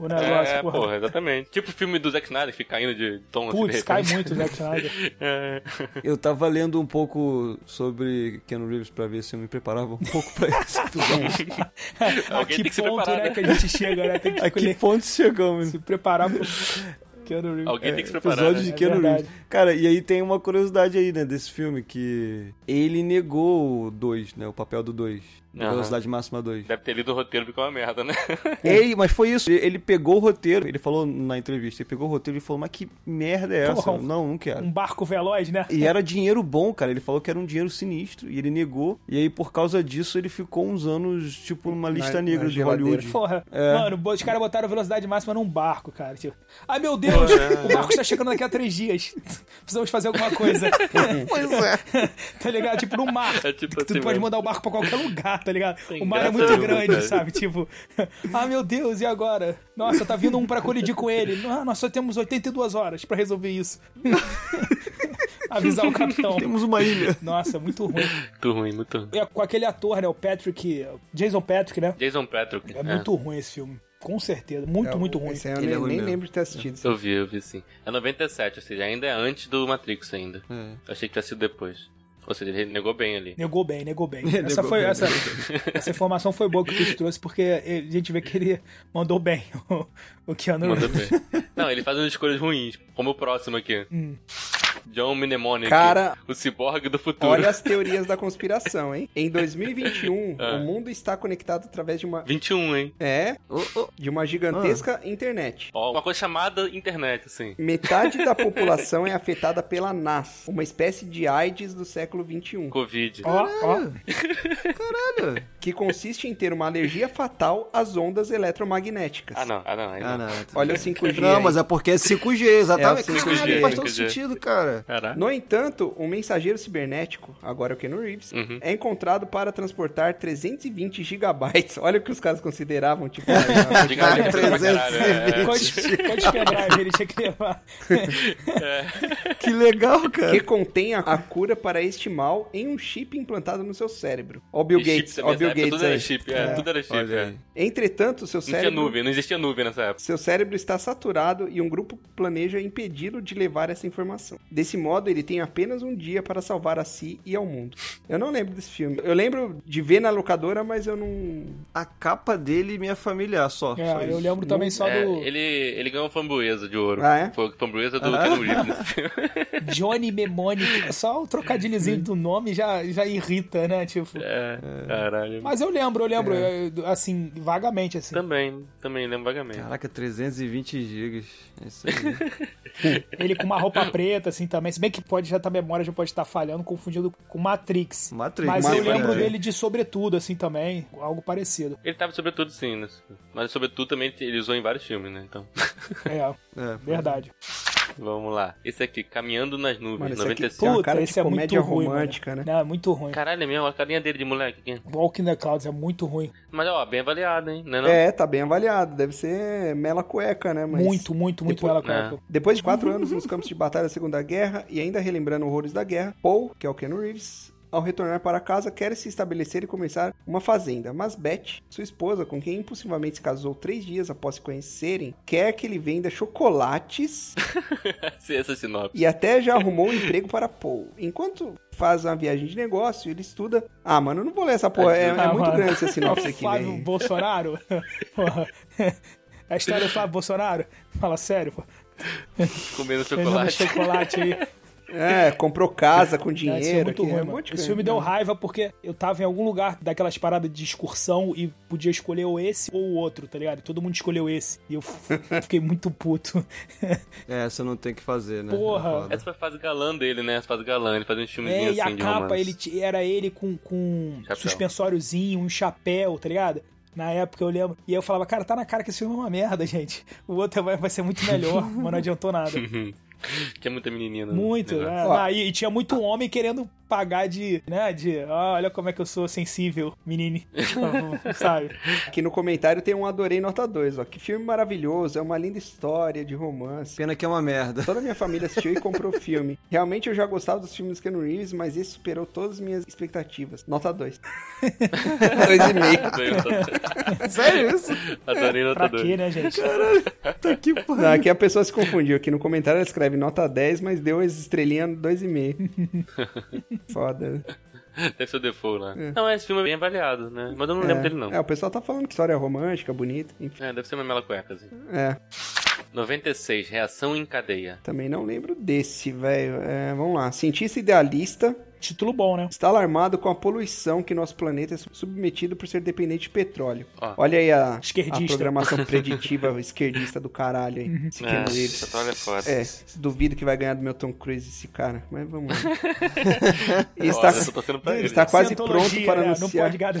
[SPEAKER 3] o, o negócio,
[SPEAKER 1] É,
[SPEAKER 3] porra.
[SPEAKER 1] porra, exatamente. Tipo o filme do Zack Snyder que fica caindo de tom assim, de
[SPEAKER 3] Putz, cai
[SPEAKER 1] repente.
[SPEAKER 3] muito, Zack Snyder.
[SPEAKER 1] É.
[SPEAKER 4] Eu tava lendo um pouco sobre Keanu Reeves pra ver se eu me preparava um pouco pra esse episódio.
[SPEAKER 3] a
[SPEAKER 1] Alguém
[SPEAKER 3] que
[SPEAKER 1] tem que se
[SPEAKER 3] ponto,
[SPEAKER 1] preparar,
[SPEAKER 3] né,
[SPEAKER 1] né?
[SPEAKER 3] que a gente chega, né? Tem que
[SPEAKER 4] A que
[SPEAKER 3] escolher-
[SPEAKER 4] ponto chegamos?
[SPEAKER 3] se preparar pro Keanu Reeves.
[SPEAKER 1] Alguém tem que se preparar.
[SPEAKER 4] episódio de
[SPEAKER 1] né?
[SPEAKER 3] É
[SPEAKER 4] Keanu
[SPEAKER 3] verdade.
[SPEAKER 4] Reeves. Cara, e aí tem uma curiosidade aí, né, desse filme, que ele negou o 2, né, o papel do 2,
[SPEAKER 1] Aham.
[SPEAKER 4] Velocidade Máxima 2.
[SPEAKER 1] Deve ter lido o roteiro, ficou uma merda, né?
[SPEAKER 4] Ei, mas foi isso, ele pegou o roteiro, ele falou na entrevista, ele pegou o roteiro e falou, mas que merda é essa?
[SPEAKER 3] Porra.
[SPEAKER 4] Não, não quero.
[SPEAKER 3] Um barco veloz, né?
[SPEAKER 4] E era dinheiro bom, cara. Ele falou que era um dinheiro sinistro e ele negou. E aí, por causa disso, ele ficou uns anos, tipo, numa
[SPEAKER 2] Na-
[SPEAKER 4] lista
[SPEAKER 2] na
[SPEAKER 4] negra de
[SPEAKER 2] geladeira.
[SPEAKER 4] Hollywood.
[SPEAKER 3] Porra,
[SPEAKER 4] É.
[SPEAKER 3] mano, bo- os caras botaram velocidade máxima num barco, cara. Tipo, ai meu Deus,
[SPEAKER 4] é.
[SPEAKER 3] o barco está chegando daqui a três dias. Precisamos fazer alguma coisa.
[SPEAKER 4] Pois é.
[SPEAKER 3] tá ligado? Tipo, no mar.
[SPEAKER 1] É tipo
[SPEAKER 3] tu
[SPEAKER 1] assim
[SPEAKER 3] pode
[SPEAKER 1] mesmo.
[SPEAKER 3] mandar o barco pra qualquer lugar, tá ligado?
[SPEAKER 1] Tem
[SPEAKER 3] o mar é
[SPEAKER 1] graça
[SPEAKER 3] muito
[SPEAKER 1] nenhuma,
[SPEAKER 3] grande,
[SPEAKER 1] cara.
[SPEAKER 3] sabe? Tipo, ah meu Deus, e agora? Nossa, tá vindo um pra colidir com ele. Ah, nós só temos 82 horas pra resolver isso. Avisar o capitão.
[SPEAKER 4] Temos uma ilha.
[SPEAKER 3] Nossa, muito ruim.
[SPEAKER 1] Muito ruim, muito ruim.
[SPEAKER 3] É com aquele ator, né? O Patrick. Jason Patrick, né?
[SPEAKER 1] Jason Patrick.
[SPEAKER 3] É, muito ruim esse filme. Com certeza. Muito,
[SPEAKER 2] É,
[SPEAKER 3] muito ruim.
[SPEAKER 2] Esse aí eu
[SPEAKER 4] Ele
[SPEAKER 2] nem,
[SPEAKER 4] é ruim
[SPEAKER 2] nem
[SPEAKER 4] mesmo.
[SPEAKER 2] lembro de ter assistido.
[SPEAKER 1] Eu vi, eu vi sim. É 97, ou seja, ainda é antes do Matrix ainda.
[SPEAKER 4] É.
[SPEAKER 1] Eu achei que tinha sido depois. Ou seja, ele negou bem ali.
[SPEAKER 3] Negou bem, negou bem.
[SPEAKER 4] Negou
[SPEAKER 3] essa, foi,
[SPEAKER 4] bem,
[SPEAKER 3] essa, essa informação foi boa que o Chris trouxe, porque a gente vê que ele mandou bem o, o Keanu
[SPEAKER 1] Mandou
[SPEAKER 3] Reeves.
[SPEAKER 1] bem. Não, ele faz umas escolhas ruins, como o próximo aqui. John Mnemonic.
[SPEAKER 2] Cara-
[SPEAKER 1] O ciborgue do futuro.
[SPEAKER 2] Olha as teorias da conspiração, hein? Em 2021,
[SPEAKER 4] Ah.
[SPEAKER 2] o mundo está conectado através de uma
[SPEAKER 1] 21, hein?
[SPEAKER 2] é,
[SPEAKER 4] Ô, ô,
[SPEAKER 2] de uma gigantesca
[SPEAKER 4] Ah.
[SPEAKER 2] internet.
[SPEAKER 1] Ó, uma coisa chamada internet, assim.
[SPEAKER 2] Metade da população é afetada pela NAS, uma espécie de AIDS do século 21,
[SPEAKER 1] Covid.
[SPEAKER 3] Ó, ó.
[SPEAKER 4] Caralho.
[SPEAKER 2] que consiste em ter uma alergia fatal às ondas eletromagnéticas.
[SPEAKER 1] Ah, não. Ah, não. aí não.
[SPEAKER 4] Ah, não.
[SPEAKER 2] Olha o 5G.
[SPEAKER 4] Não,
[SPEAKER 2] aí.
[SPEAKER 4] mas é porque é 5G,
[SPEAKER 2] É
[SPEAKER 4] exatamente.
[SPEAKER 2] o 5G,
[SPEAKER 4] Caralho, faz todo
[SPEAKER 1] 5G.
[SPEAKER 4] sentido, cara. cara.
[SPEAKER 1] Caraca.
[SPEAKER 2] No entanto, um mensageiro cibernético, agora o Keanu Reeves,
[SPEAKER 1] Uhum.
[SPEAKER 2] é encontrado para transportar 320 gigabytes. Olha o que os caras consideravam, tipo... ah,
[SPEAKER 1] Diga lá, ele é pra caralho, é,
[SPEAKER 3] Quantos, quantos pendrive ele tinha que levar?
[SPEAKER 4] Que legal, cara.
[SPEAKER 2] que contém a, a cura para este mal em um chip implantado no seu cérebro. Ó o Bill
[SPEAKER 1] E chip
[SPEAKER 2] Gates,
[SPEAKER 1] também,
[SPEAKER 2] ó o Bill
[SPEAKER 1] nessa época é Tudo
[SPEAKER 2] Gates
[SPEAKER 1] era
[SPEAKER 2] aí.
[SPEAKER 1] chip, é, tudo era chip.
[SPEAKER 4] Olha
[SPEAKER 1] é.
[SPEAKER 4] aí.
[SPEAKER 2] Entretanto, seu
[SPEAKER 1] Não tinha
[SPEAKER 2] cérebro...
[SPEAKER 1] nuvem, não existia nuvem nessa época.
[SPEAKER 2] Seu cérebro está saturado e um grupo planeja impedi-lo de levar essa informação. Desse modo, ele tem apenas um dia para salvar a si e ao mundo. Eu não lembro desse filme. Eu lembro de ver na locadora, mas eu não.
[SPEAKER 4] A capa dele me é familiar só. só
[SPEAKER 3] É,
[SPEAKER 4] isso.
[SPEAKER 3] eu lembro também só
[SPEAKER 1] É,
[SPEAKER 3] do
[SPEAKER 1] ele, ele ganhou framboesa de ouro.
[SPEAKER 2] Ah, é?
[SPEAKER 1] Foi a framboesa do
[SPEAKER 4] Ah.
[SPEAKER 1] Keanu Reeves nesse filme.
[SPEAKER 3] Johnny Mnemonic. Só o trocadilhozinho do nome já, já irrita, né? Tipo.
[SPEAKER 1] É, caralho.
[SPEAKER 3] Mas eu lembro, eu lembro,
[SPEAKER 4] É.
[SPEAKER 3] eu- assim, vagamente, assim.
[SPEAKER 1] Também, também lembro vagamente.
[SPEAKER 4] Caraca, 320 gigas. É isso aí.
[SPEAKER 3] Ele com uma roupa preta, assim, também. Se bem que pode já tá, a memória já pode estar falhando, confundido com Matrix.
[SPEAKER 4] Matrix.
[SPEAKER 3] Mas eu
[SPEAKER 2] Matrix,
[SPEAKER 3] lembro
[SPEAKER 4] é.
[SPEAKER 3] dele de sobretudo, assim, também. Algo parecido.
[SPEAKER 1] Ele tava sobretudo sim, né? Mas sobretudo também ele usou em vários filmes, né? Então,
[SPEAKER 3] É,
[SPEAKER 4] É.
[SPEAKER 3] verdade.
[SPEAKER 1] vamos lá. Esse aqui, Caminhando nas
[SPEAKER 2] Mano,
[SPEAKER 1] Nuvens,
[SPEAKER 2] esse aqui
[SPEAKER 1] 95.
[SPEAKER 2] tem uma
[SPEAKER 3] Puta,
[SPEAKER 2] cara de
[SPEAKER 3] esse é muito
[SPEAKER 2] comédia
[SPEAKER 3] ruim,
[SPEAKER 2] romântica, né?
[SPEAKER 3] Não, é muito ruim.
[SPEAKER 1] Caralho, é mesmo, a carinha dele de moleque aqui.
[SPEAKER 3] Walking the Clouds é muito ruim.
[SPEAKER 1] Mas ó, bem avaliado, hein? Não é, não?
[SPEAKER 2] É, tá bem avaliado. Deve ser mela cueca, né? Mas...
[SPEAKER 3] Muito, muito, muito
[SPEAKER 2] Depois-
[SPEAKER 3] ela
[SPEAKER 1] É.
[SPEAKER 3] coloca.
[SPEAKER 2] Depois de quatro anos nos campos de batalha da Segunda Guerra e ainda relembrando horrores da guerra, Paul, que é o Keanu Reeves, ao retornar para casa, quer se estabelecer e começar uma fazenda. Mas Beth, sua esposa, com quem impulsivamente se casou três dias após se conhecerem, quer que ele venda chocolates
[SPEAKER 3] É.
[SPEAKER 1] Essa- é Essa sinopse.
[SPEAKER 2] e até já arrumou um emprego para Paul. Enquanto faz uma viagem de negócio, ele estuda. Ah, mano, eu não vou ler essa porra. É, é
[SPEAKER 3] Ah,
[SPEAKER 2] muito
[SPEAKER 3] mano.
[SPEAKER 2] grande essa sinopse aqui,
[SPEAKER 3] Flávio
[SPEAKER 2] velho.
[SPEAKER 3] Bolsonaro? Porra. A história do Flávio Bolsonaro? Fala sério, pô.
[SPEAKER 1] Comendo
[SPEAKER 3] Vendendo
[SPEAKER 1] chocolate.
[SPEAKER 3] chocolate aí.
[SPEAKER 2] É, comprou casa com
[SPEAKER 3] Cara, esse filme é
[SPEAKER 2] dinheiro.
[SPEAKER 3] muito
[SPEAKER 2] aqui,
[SPEAKER 3] ruim,
[SPEAKER 2] é um
[SPEAKER 3] mano.
[SPEAKER 2] monte de
[SPEAKER 3] Esse
[SPEAKER 2] coisa,
[SPEAKER 3] filme deu
[SPEAKER 2] né?
[SPEAKER 3] raiva porque eu tava em algum lugar daquelas paradas de excursão e podia escolher ou esse ou o outro, tá ligado? Todo mundo escolheu esse. E eu f- fiquei muito puto.
[SPEAKER 4] É, você não tem que fazer, né?
[SPEAKER 3] Porra.
[SPEAKER 4] É foda.
[SPEAKER 1] Essa foi a fase galã dele, né? Essa fase galã. Ele fazia uns
[SPEAKER 3] É,
[SPEAKER 1] filmezinhos
[SPEAKER 3] e a
[SPEAKER 1] assim de
[SPEAKER 3] capa,
[SPEAKER 1] romance.
[SPEAKER 3] ele t- era ele com, com um
[SPEAKER 1] Chapéu.
[SPEAKER 3] suspensóriozinho, um chapéu, tá ligado? Na época eu lembro. E eu falava, cara, tá na cara que esse filme é uma merda, gente. O outro vai, vai ser muito melhor, mas não adiantou nada.
[SPEAKER 1] Tinha muita menininha. né?
[SPEAKER 3] Muito,
[SPEAKER 1] Negócio.
[SPEAKER 3] né?
[SPEAKER 2] Ó.
[SPEAKER 3] Ah, e, e tinha muito homem querendo pagar de, né, de, ah, olha como é que eu sou sensível, menine, Tipo, sabe?
[SPEAKER 2] Aqui no comentário tem um Adorei Nota 2, ó. Que filme maravilhoso, é uma linda história de romance.
[SPEAKER 4] Pena que é uma merda.
[SPEAKER 2] Toda a minha família assistiu e comprou o filme. Realmente eu já gostava dos filmes do Keanu Reeves, mas esse superou todas as minhas expectativas. Nota 2. 2,5.
[SPEAKER 1] Adorei o nota-
[SPEAKER 4] Sério isso?
[SPEAKER 1] Adorei o
[SPEAKER 3] Pra
[SPEAKER 1] nota
[SPEAKER 3] quê,
[SPEAKER 1] dois.
[SPEAKER 3] né, gente?
[SPEAKER 4] É. Tá que
[SPEAKER 2] Não,
[SPEAKER 4] pariu.
[SPEAKER 2] aqui a pessoa se confundiu. Aqui no comentário ela escreve nota 10, mas deu as estrelinhas no 2,5. Foda.
[SPEAKER 1] Deve ser o default lá. Não, esse filme é bem avaliado, né? Mas eu não lembro dele, não.
[SPEAKER 2] É, o pessoal tá falando que história romântica, bonita. Enfim,
[SPEAKER 1] É, deve ser uma mela cueca, assim.
[SPEAKER 2] é.
[SPEAKER 1] 96, Reação em Cadeia.
[SPEAKER 2] Também não lembro desse, velho. É, vamos lá. Cientista idealista
[SPEAKER 3] Título bom, né?
[SPEAKER 2] Está alarmado com a poluição que nosso planeta é sub- submetido por ser dependente de petróleo.
[SPEAKER 1] Ó.
[SPEAKER 2] Olha aí a,
[SPEAKER 3] Esquerdista. Uhum.
[SPEAKER 2] a programação preditiva esquerdista do caralho aí. Esse Keanu Reeves.
[SPEAKER 1] olha tá foda.
[SPEAKER 2] É, duvido que vai ganhar do meu Tom Cruise esse cara, mas vamos lá. Ele
[SPEAKER 1] Nossa,
[SPEAKER 2] está,
[SPEAKER 1] eu tô torcendo pra
[SPEAKER 2] ele
[SPEAKER 1] ele.
[SPEAKER 2] está quase
[SPEAKER 3] Cientologia,
[SPEAKER 2] pronto para
[SPEAKER 3] né? Não
[SPEAKER 2] anunciar.
[SPEAKER 3] pode ganhar da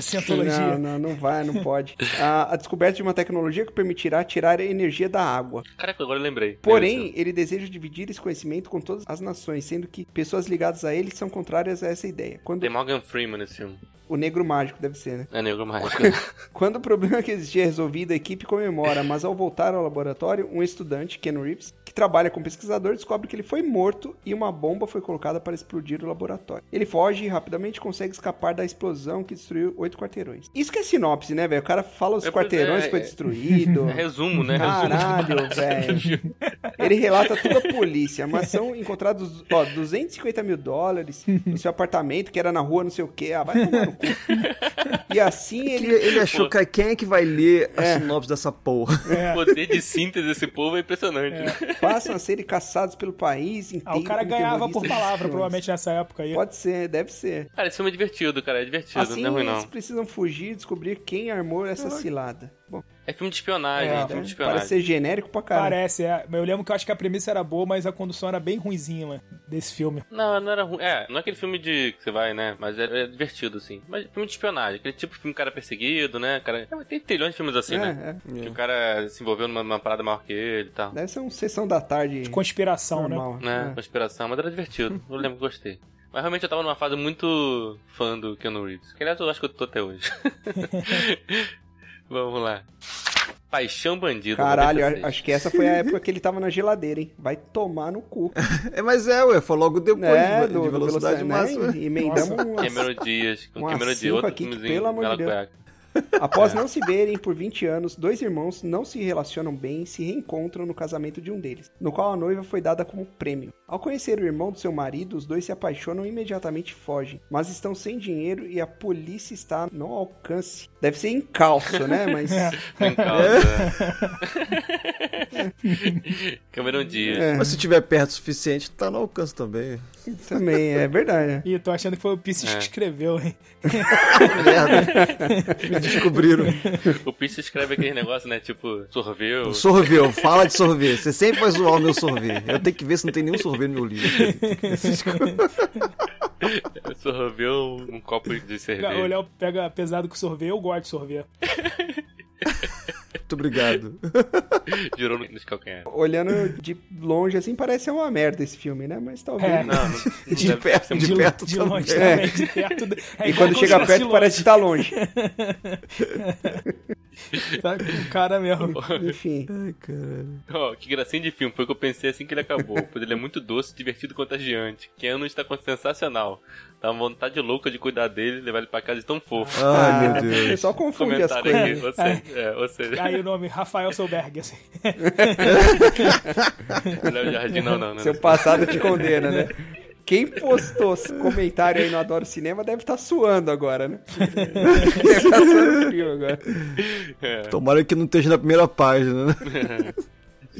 [SPEAKER 2] Não,
[SPEAKER 3] cientologia.
[SPEAKER 2] não, não vai, não pode. A, a descoberta de uma tecnologia que permitirá tirar a energia da água.
[SPEAKER 1] Caraca, agora eu lembrei.
[SPEAKER 2] Porém, ele deseja dividir esse conhecimento com todas as nações, sendo que pessoas ligadas a ele são contrárias a essa ideia. Quando
[SPEAKER 1] Tem Morgan Freeman nesse filme.
[SPEAKER 2] o negro mágico deve ser, né?
[SPEAKER 1] É negro mágico.
[SPEAKER 2] Quando o problema que existia é resolvido, a equipe comemora, mas ao voltar ao laboratório, um estudante, Ken Reeves, que trabalha com um pesquisador, descobre que ele foi morto e uma bomba foi colocada para explodir o laboratório. Ele foge e rapidamente consegue escapar da explosão que destruiu oito quarteirões. Isso que é sinopse, né, velho? O cara fala os
[SPEAKER 1] É, pois
[SPEAKER 2] quarteirões
[SPEAKER 1] é,
[SPEAKER 2] que foi
[SPEAKER 1] é.
[SPEAKER 2] destruído.
[SPEAKER 1] É resumo, né?
[SPEAKER 2] Caralho,
[SPEAKER 1] Resumo.
[SPEAKER 2] velho. Ele relata toda a polícia, mas são encontrados, ó, 250 mil dólares no seu apartamento, que era na rua, não sei o quê. Ah, vai tomar no cu. E assim
[SPEAKER 4] Ele,
[SPEAKER 2] ele
[SPEAKER 4] ele achou que quem é que vai ler a sinopse dessa porra?
[SPEAKER 1] O poder de síntese desse povo é impressionante, né?
[SPEAKER 2] passam a serem caçados pelo país inteiro.
[SPEAKER 3] Ah, o cara
[SPEAKER 2] como
[SPEAKER 3] ganhava por
[SPEAKER 2] terroristas
[SPEAKER 3] palavra,
[SPEAKER 2] e
[SPEAKER 3] provavelmente, nessa época aí.
[SPEAKER 2] espiões. Pode ser, deve ser.
[SPEAKER 1] Cara, esse filme é divertido, cara. É divertido,
[SPEAKER 2] Assim,
[SPEAKER 1] não é ruim,
[SPEAKER 2] eles
[SPEAKER 1] não.
[SPEAKER 2] precisam fugir e descobrir quem armou essa cilada. Bom,
[SPEAKER 1] É filme de espionagem,
[SPEAKER 3] É,
[SPEAKER 1] é,
[SPEAKER 3] né?
[SPEAKER 1] filme de espionagem.
[SPEAKER 2] parece ser genérico pra caralho.
[SPEAKER 3] Parece, é. Mas Eu lembro que eu acho que a premissa era boa, mas a condução era bem ruinzinha, mano. desse filme.
[SPEAKER 1] Não, não era ruim. É, não é aquele filme de que você vai, né? Mas é, é divertido, assim. Mas filme de espionagem, aquele tipo de filme cara perseguido, né? Cara... É, mas Tem trilhões de filmes assim,
[SPEAKER 2] É,
[SPEAKER 1] né?
[SPEAKER 2] é.
[SPEAKER 1] Que o cara se envolveu numa, numa parada maior que ele e tal.
[SPEAKER 2] Deve ser uma sessão da tarde
[SPEAKER 3] Conspiração, né?
[SPEAKER 2] normal. É.
[SPEAKER 1] né? Conspiração, mas era divertido. Eu lembro que gostei. Mas realmente eu tava numa fase muito fã do Keanu Reeves. Que aliás eu acho que eu tô até hoje. Vamos lá. Paixão Bandido.
[SPEAKER 2] Caralho,
[SPEAKER 1] 96.
[SPEAKER 2] a- acho que essa foi a época que ele tava na geladeira, hein? Vai tomar no cu.
[SPEAKER 4] É, mas é, ué, foi logo depois
[SPEAKER 2] né?
[SPEAKER 4] de, de velocidade máxima.
[SPEAKER 2] Né? Emendamos
[SPEAKER 3] Nossa.
[SPEAKER 2] umas-
[SPEAKER 1] Cameron Dias. Com
[SPEAKER 2] Um
[SPEAKER 1] Cameron Dias,
[SPEAKER 2] assunto
[SPEAKER 1] outro
[SPEAKER 2] aqui que,
[SPEAKER 1] filmezinho.
[SPEAKER 2] pelo amor
[SPEAKER 1] Bela
[SPEAKER 2] de Deus.
[SPEAKER 1] Cueca.
[SPEAKER 2] Após
[SPEAKER 4] É.
[SPEAKER 2] não se verem por 20 anos, dois irmãos não se relacionam bem e se reencontram no casamento de um deles, no qual a noiva foi dada como prêmio. Ao conhecer o irmão do seu marido, os dois se apaixonam e imediatamente fogem, mas estão sem dinheiro e a polícia está no alcance. Deve ser encalço, né? Mas.
[SPEAKER 4] É.
[SPEAKER 1] Em causa. Cameron Dias.
[SPEAKER 2] É,
[SPEAKER 4] Mas se tiver perto o suficiente, tá no alcance também.
[SPEAKER 2] também, é verdade. né?
[SPEAKER 3] Ih, tô achando que foi o Pisces
[SPEAKER 1] É.
[SPEAKER 3] que escreveu, hein?
[SPEAKER 4] Merda. Me descobriram.
[SPEAKER 1] O Pista escreve aquele negócio, né? Tipo, sorveu.
[SPEAKER 4] Sorveu, fala de sorvete. Você sempre vai zoar o meu sorvete. Eu tenho que ver se não tem nenhum sorvete no meu livro.
[SPEAKER 1] Sorveu um copo de cerveja.
[SPEAKER 3] O Léo pega pesado com sorvete, eu gosto de sorvete.
[SPEAKER 4] Muito obrigado.
[SPEAKER 1] Girou no- nos calcanhares.
[SPEAKER 2] Olhando de longe assim, parece uma merda esse filme, né? Mas talvez.
[SPEAKER 3] É.
[SPEAKER 1] Não, não, não
[SPEAKER 4] De
[SPEAKER 1] deve
[SPEAKER 4] perto,
[SPEAKER 1] ser
[SPEAKER 4] de
[SPEAKER 1] muito-
[SPEAKER 4] perto É.
[SPEAKER 3] de longe
[SPEAKER 2] também.
[SPEAKER 3] também, de perto. do- É
[SPEAKER 2] E
[SPEAKER 3] igual
[SPEAKER 2] quando
[SPEAKER 3] como
[SPEAKER 2] chega
[SPEAKER 3] se fosse
[SPEAKER 2] perto, parece estar longe.
[SPEAKER 3] longe, Tá com o cara mesmo.
[SPEAKER 2] Enfim.
[SPEAKER 4] Ai, caralho.
[SPEAKER 1] Ó, que gracinha de filme, foi o que eu pensei assim que ele acabou. Pois ele é muito doce, divertido e contagiante. Keanu está com- sensacional. Dá uma vontade louca de cuidar dele, levar ele pra casa de tão fofo.
[SPEAKER 4] Ai,
[SPEAKER 2] Ah,
[SPEAKER 4] meu
[SPEAKER 2] O
[SPEAKER 4] Deus.
[SPEAKER 2] pessoal confunde as
[SPEAKER 1] Comentário
[SPEAKER 2] coisas.
[SPEAKER 1] aqui, ou seja, é, ou seja,
[SPEAKER 3] Aí o nome, Rafael Solberg, assim.
[SPEAKER 1] Léo é Jardim, não, não, não.
[SPEAKER 2] Seu passado te condena, né? Quem postou esse comentário aí no Adoro Cinema deve estar suando agora, né? deve estar suando frio agora.
[SPEAKER 4] Tomara que não esteja na primeira página, né?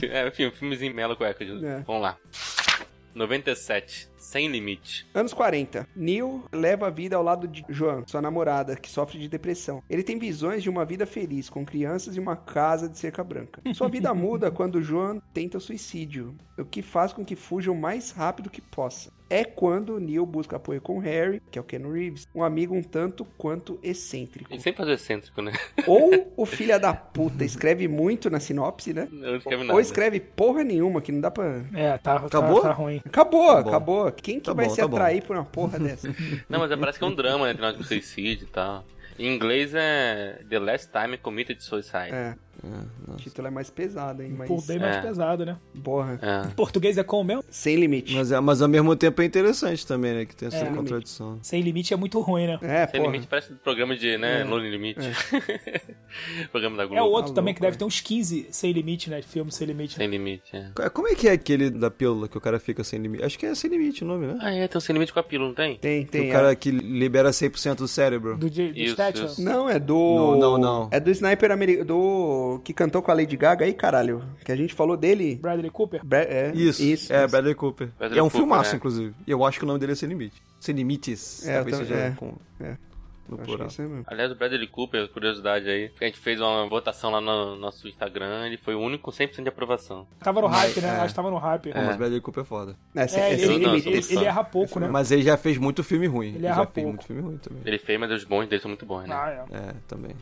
[SPEAKER 1] É, enfim, um filmezinho melo cueca. De...
[SPEAKER 2] É.
[SPEAKER 1] Vamos lá. 97, Sem Limite.
[SPEAKER 2] Anos 40. Neil leva a vida ao lado de Joan, sua namorada, que sofre de depressão. Ele tem visões de uma vida feliz, com crianças e uma casa de cerca branca. Sua vida muda quando Joan tenta o suicídio, o que faz com que fuja o mais rápido que possa. É quando Neil busca apoio com Harry, que é o Ken Reeves, um amigo um tanto quanto excêntrico.
[SPEAKER 1] Ele sempre faz o excêntrico, né?
[SPEAKER 2] Ou o filho da puta escreve muito na sinopse, né?
[SPEAKER 1] Não escreve nada.
[SPEAKER 2] Ou escreve porra nenhuma, que não dá pra.
[SPEAKER 3] É, tá, tá-
[SPEAKER 4] Acabou?
[SPEAKER 3] tá ruim.
[SPEAKER 2] Acabou,
[SPEAKER 4] bom.
[SPEAKER 2] acabou. Quem que
[SPEAKER 4] Tá
[SPEAKER 2] vai
[SPEAKER 4] bom,
[SPEAKER 2] se
[SPEAKER 4] tá bom.
[SPEAKER 2] atrair por uma porra dessa?
[SPEAKER 1] Não, mas parece que é um drama, né? Tem um suicídio e tal. Em inglês é The Last Time I Committed Suicide.
[SPEAKER 2] é,
[SPEAKER 4] É,
[SPEAKER 2] o
[SPEAKER 4] nossa.
[SPEAKER 2] título é mais pesado, hein? Mas.
[SPEAKER 3] Pô, bem mais
[SPEAKER 1] É.
[SPEAKER 3] pesado, né?
[SPEAKER 2] Porra.
[SPEAKER 1] É.
[SPEAKER 3] Em português é com mesmo?
[SPEAKER 2] Sem limite.
[SPEAKER 4] Mas, é- mas ao mesmo tempo é interessante também, né? Que tem essa
[SPEAKER 3] É.
[SPEAKER 4] contradição.
[SPEAKER 3] Sem limite é muito ruim, né?
[SPEAKER 2] É,
[SPEAKER 1] Sem
[SPEAKER 2] porra.
[SPEAKER 1] limite parece do programa de, né?
[SPEAKER 2] É.
[SPEAKER 1] Lone Limite. programa da Globo.
[SPEAKER 3] É o outro
[SPEAKER 2] Tá
[SPEAKER 3] também
[SPEAKER 2] louco,
[SPEAKER 3] que deve
[SPEAKER 2] é.
[SPEAKER 3] ter uns 15 sem limite, né? Filme sem limite.
[SPEAKER 1] Sem limite, é.
[SPEAKER 4] Co- Como é que é aquele da pílula que o cara fica sem limite? Acho que é sem limite o nome, né?
[SPEAKER 1] Ah, é, tem o sem limite com a pílula, não tem?
[SPEAKER 2] Tem,
[SPEAKER 4] Que
[SPEAKER 2] tem.
[SPEAKER 4] o
[SPEAKER 2] é.
[SPEAKER 4] cara que libera 100% do cérebro.
[SPEAKER 3] Do, de, do
[SPEAKER 1] Isso,
[SPEAKER 3] Statue.
[SPEAKER 1] isso.
[SPEAKER 2] Não, é do.
[SPEAKER 4] Não, não, não.
[SPEAKER 2] É do sniper americano. Do. Que cantou com a Lady Gaga aí, caralho. Que a gente falou dele.
[SPEAKER 3] Bradley Cooper?
[SPEAKER 2] Bra- É,
[SPEAKER 4] Isso,
[SPEAKER 2] isso.
[SPEAKER 4] é
[SPEAKER 2] isso.
[SPEAKER 4] Bradley Cooper.
[SPEAKER 1] Bradley
[SPEAKER 4] é um
[SPEAKER 1] Cooper,
[SPEAKER 4] filmaço,
[SPEAKER 1] né?
[SPEAKER 4] inclusive. E eu acho que o nome dele é Sem Limite. Sem Limites.
[SPEAKER 2] É,
[SPEAKER 4] talvez
[SPEAKER 2] eu
[SPEAKER 4] seja
[SPEAKER 2] tam- é, é.
[SPEAKER 4] com-
[SPEAKER 2] Acho
[SPEAKER 4] no
[SPEAKER 2] que
[SPEAKER 4] plural.
[SPEAKER 2] isso é mesmo.
[SPEAKER 1] Aliás, o Bradley Cooper, curiosidade aí, a gente fez uma votação lá no nosso Instagram, ele foi o único com 100% de aprovação.
[SPEAKER 3] Tava no hype, né?
[SPEAKER 4] é.
[SPEAKER 3] Acho que tava no hype.
[SPEAKER 4] Pô, mas Bradley Cooper é foda.
[SPEAKER 2] É, sem,
[SPEAKER 3] É,
[SPEAKER 2] é
[SPEAKER 3] ele,
[SPEAKER 2] sem
[SPEAKER 1] eu
[SPEAKER 3] ele,
[SPEAKER 1] não,
[SPEAKER 2] limite.
[SPEAKER 1] eu
[SPEAKER 3] ele- ele erra pouco, né?
[SPEAKER 4] Mas ele já fez muito filme ruim.
[SPEAKER 3] Ele
[SPEAKER 4] já
[SPEAKER 3] erra
[SPEAKER 4] fez
[SPEAKER 3] pouco.
[SPEAKER 4] muito filme ruim também.
[SPEAKER 1] Ele fez, mas os bons dele são muito bons, né?
[SPEAKER 3] Ah, é.
[SPEAKER 4] É, também.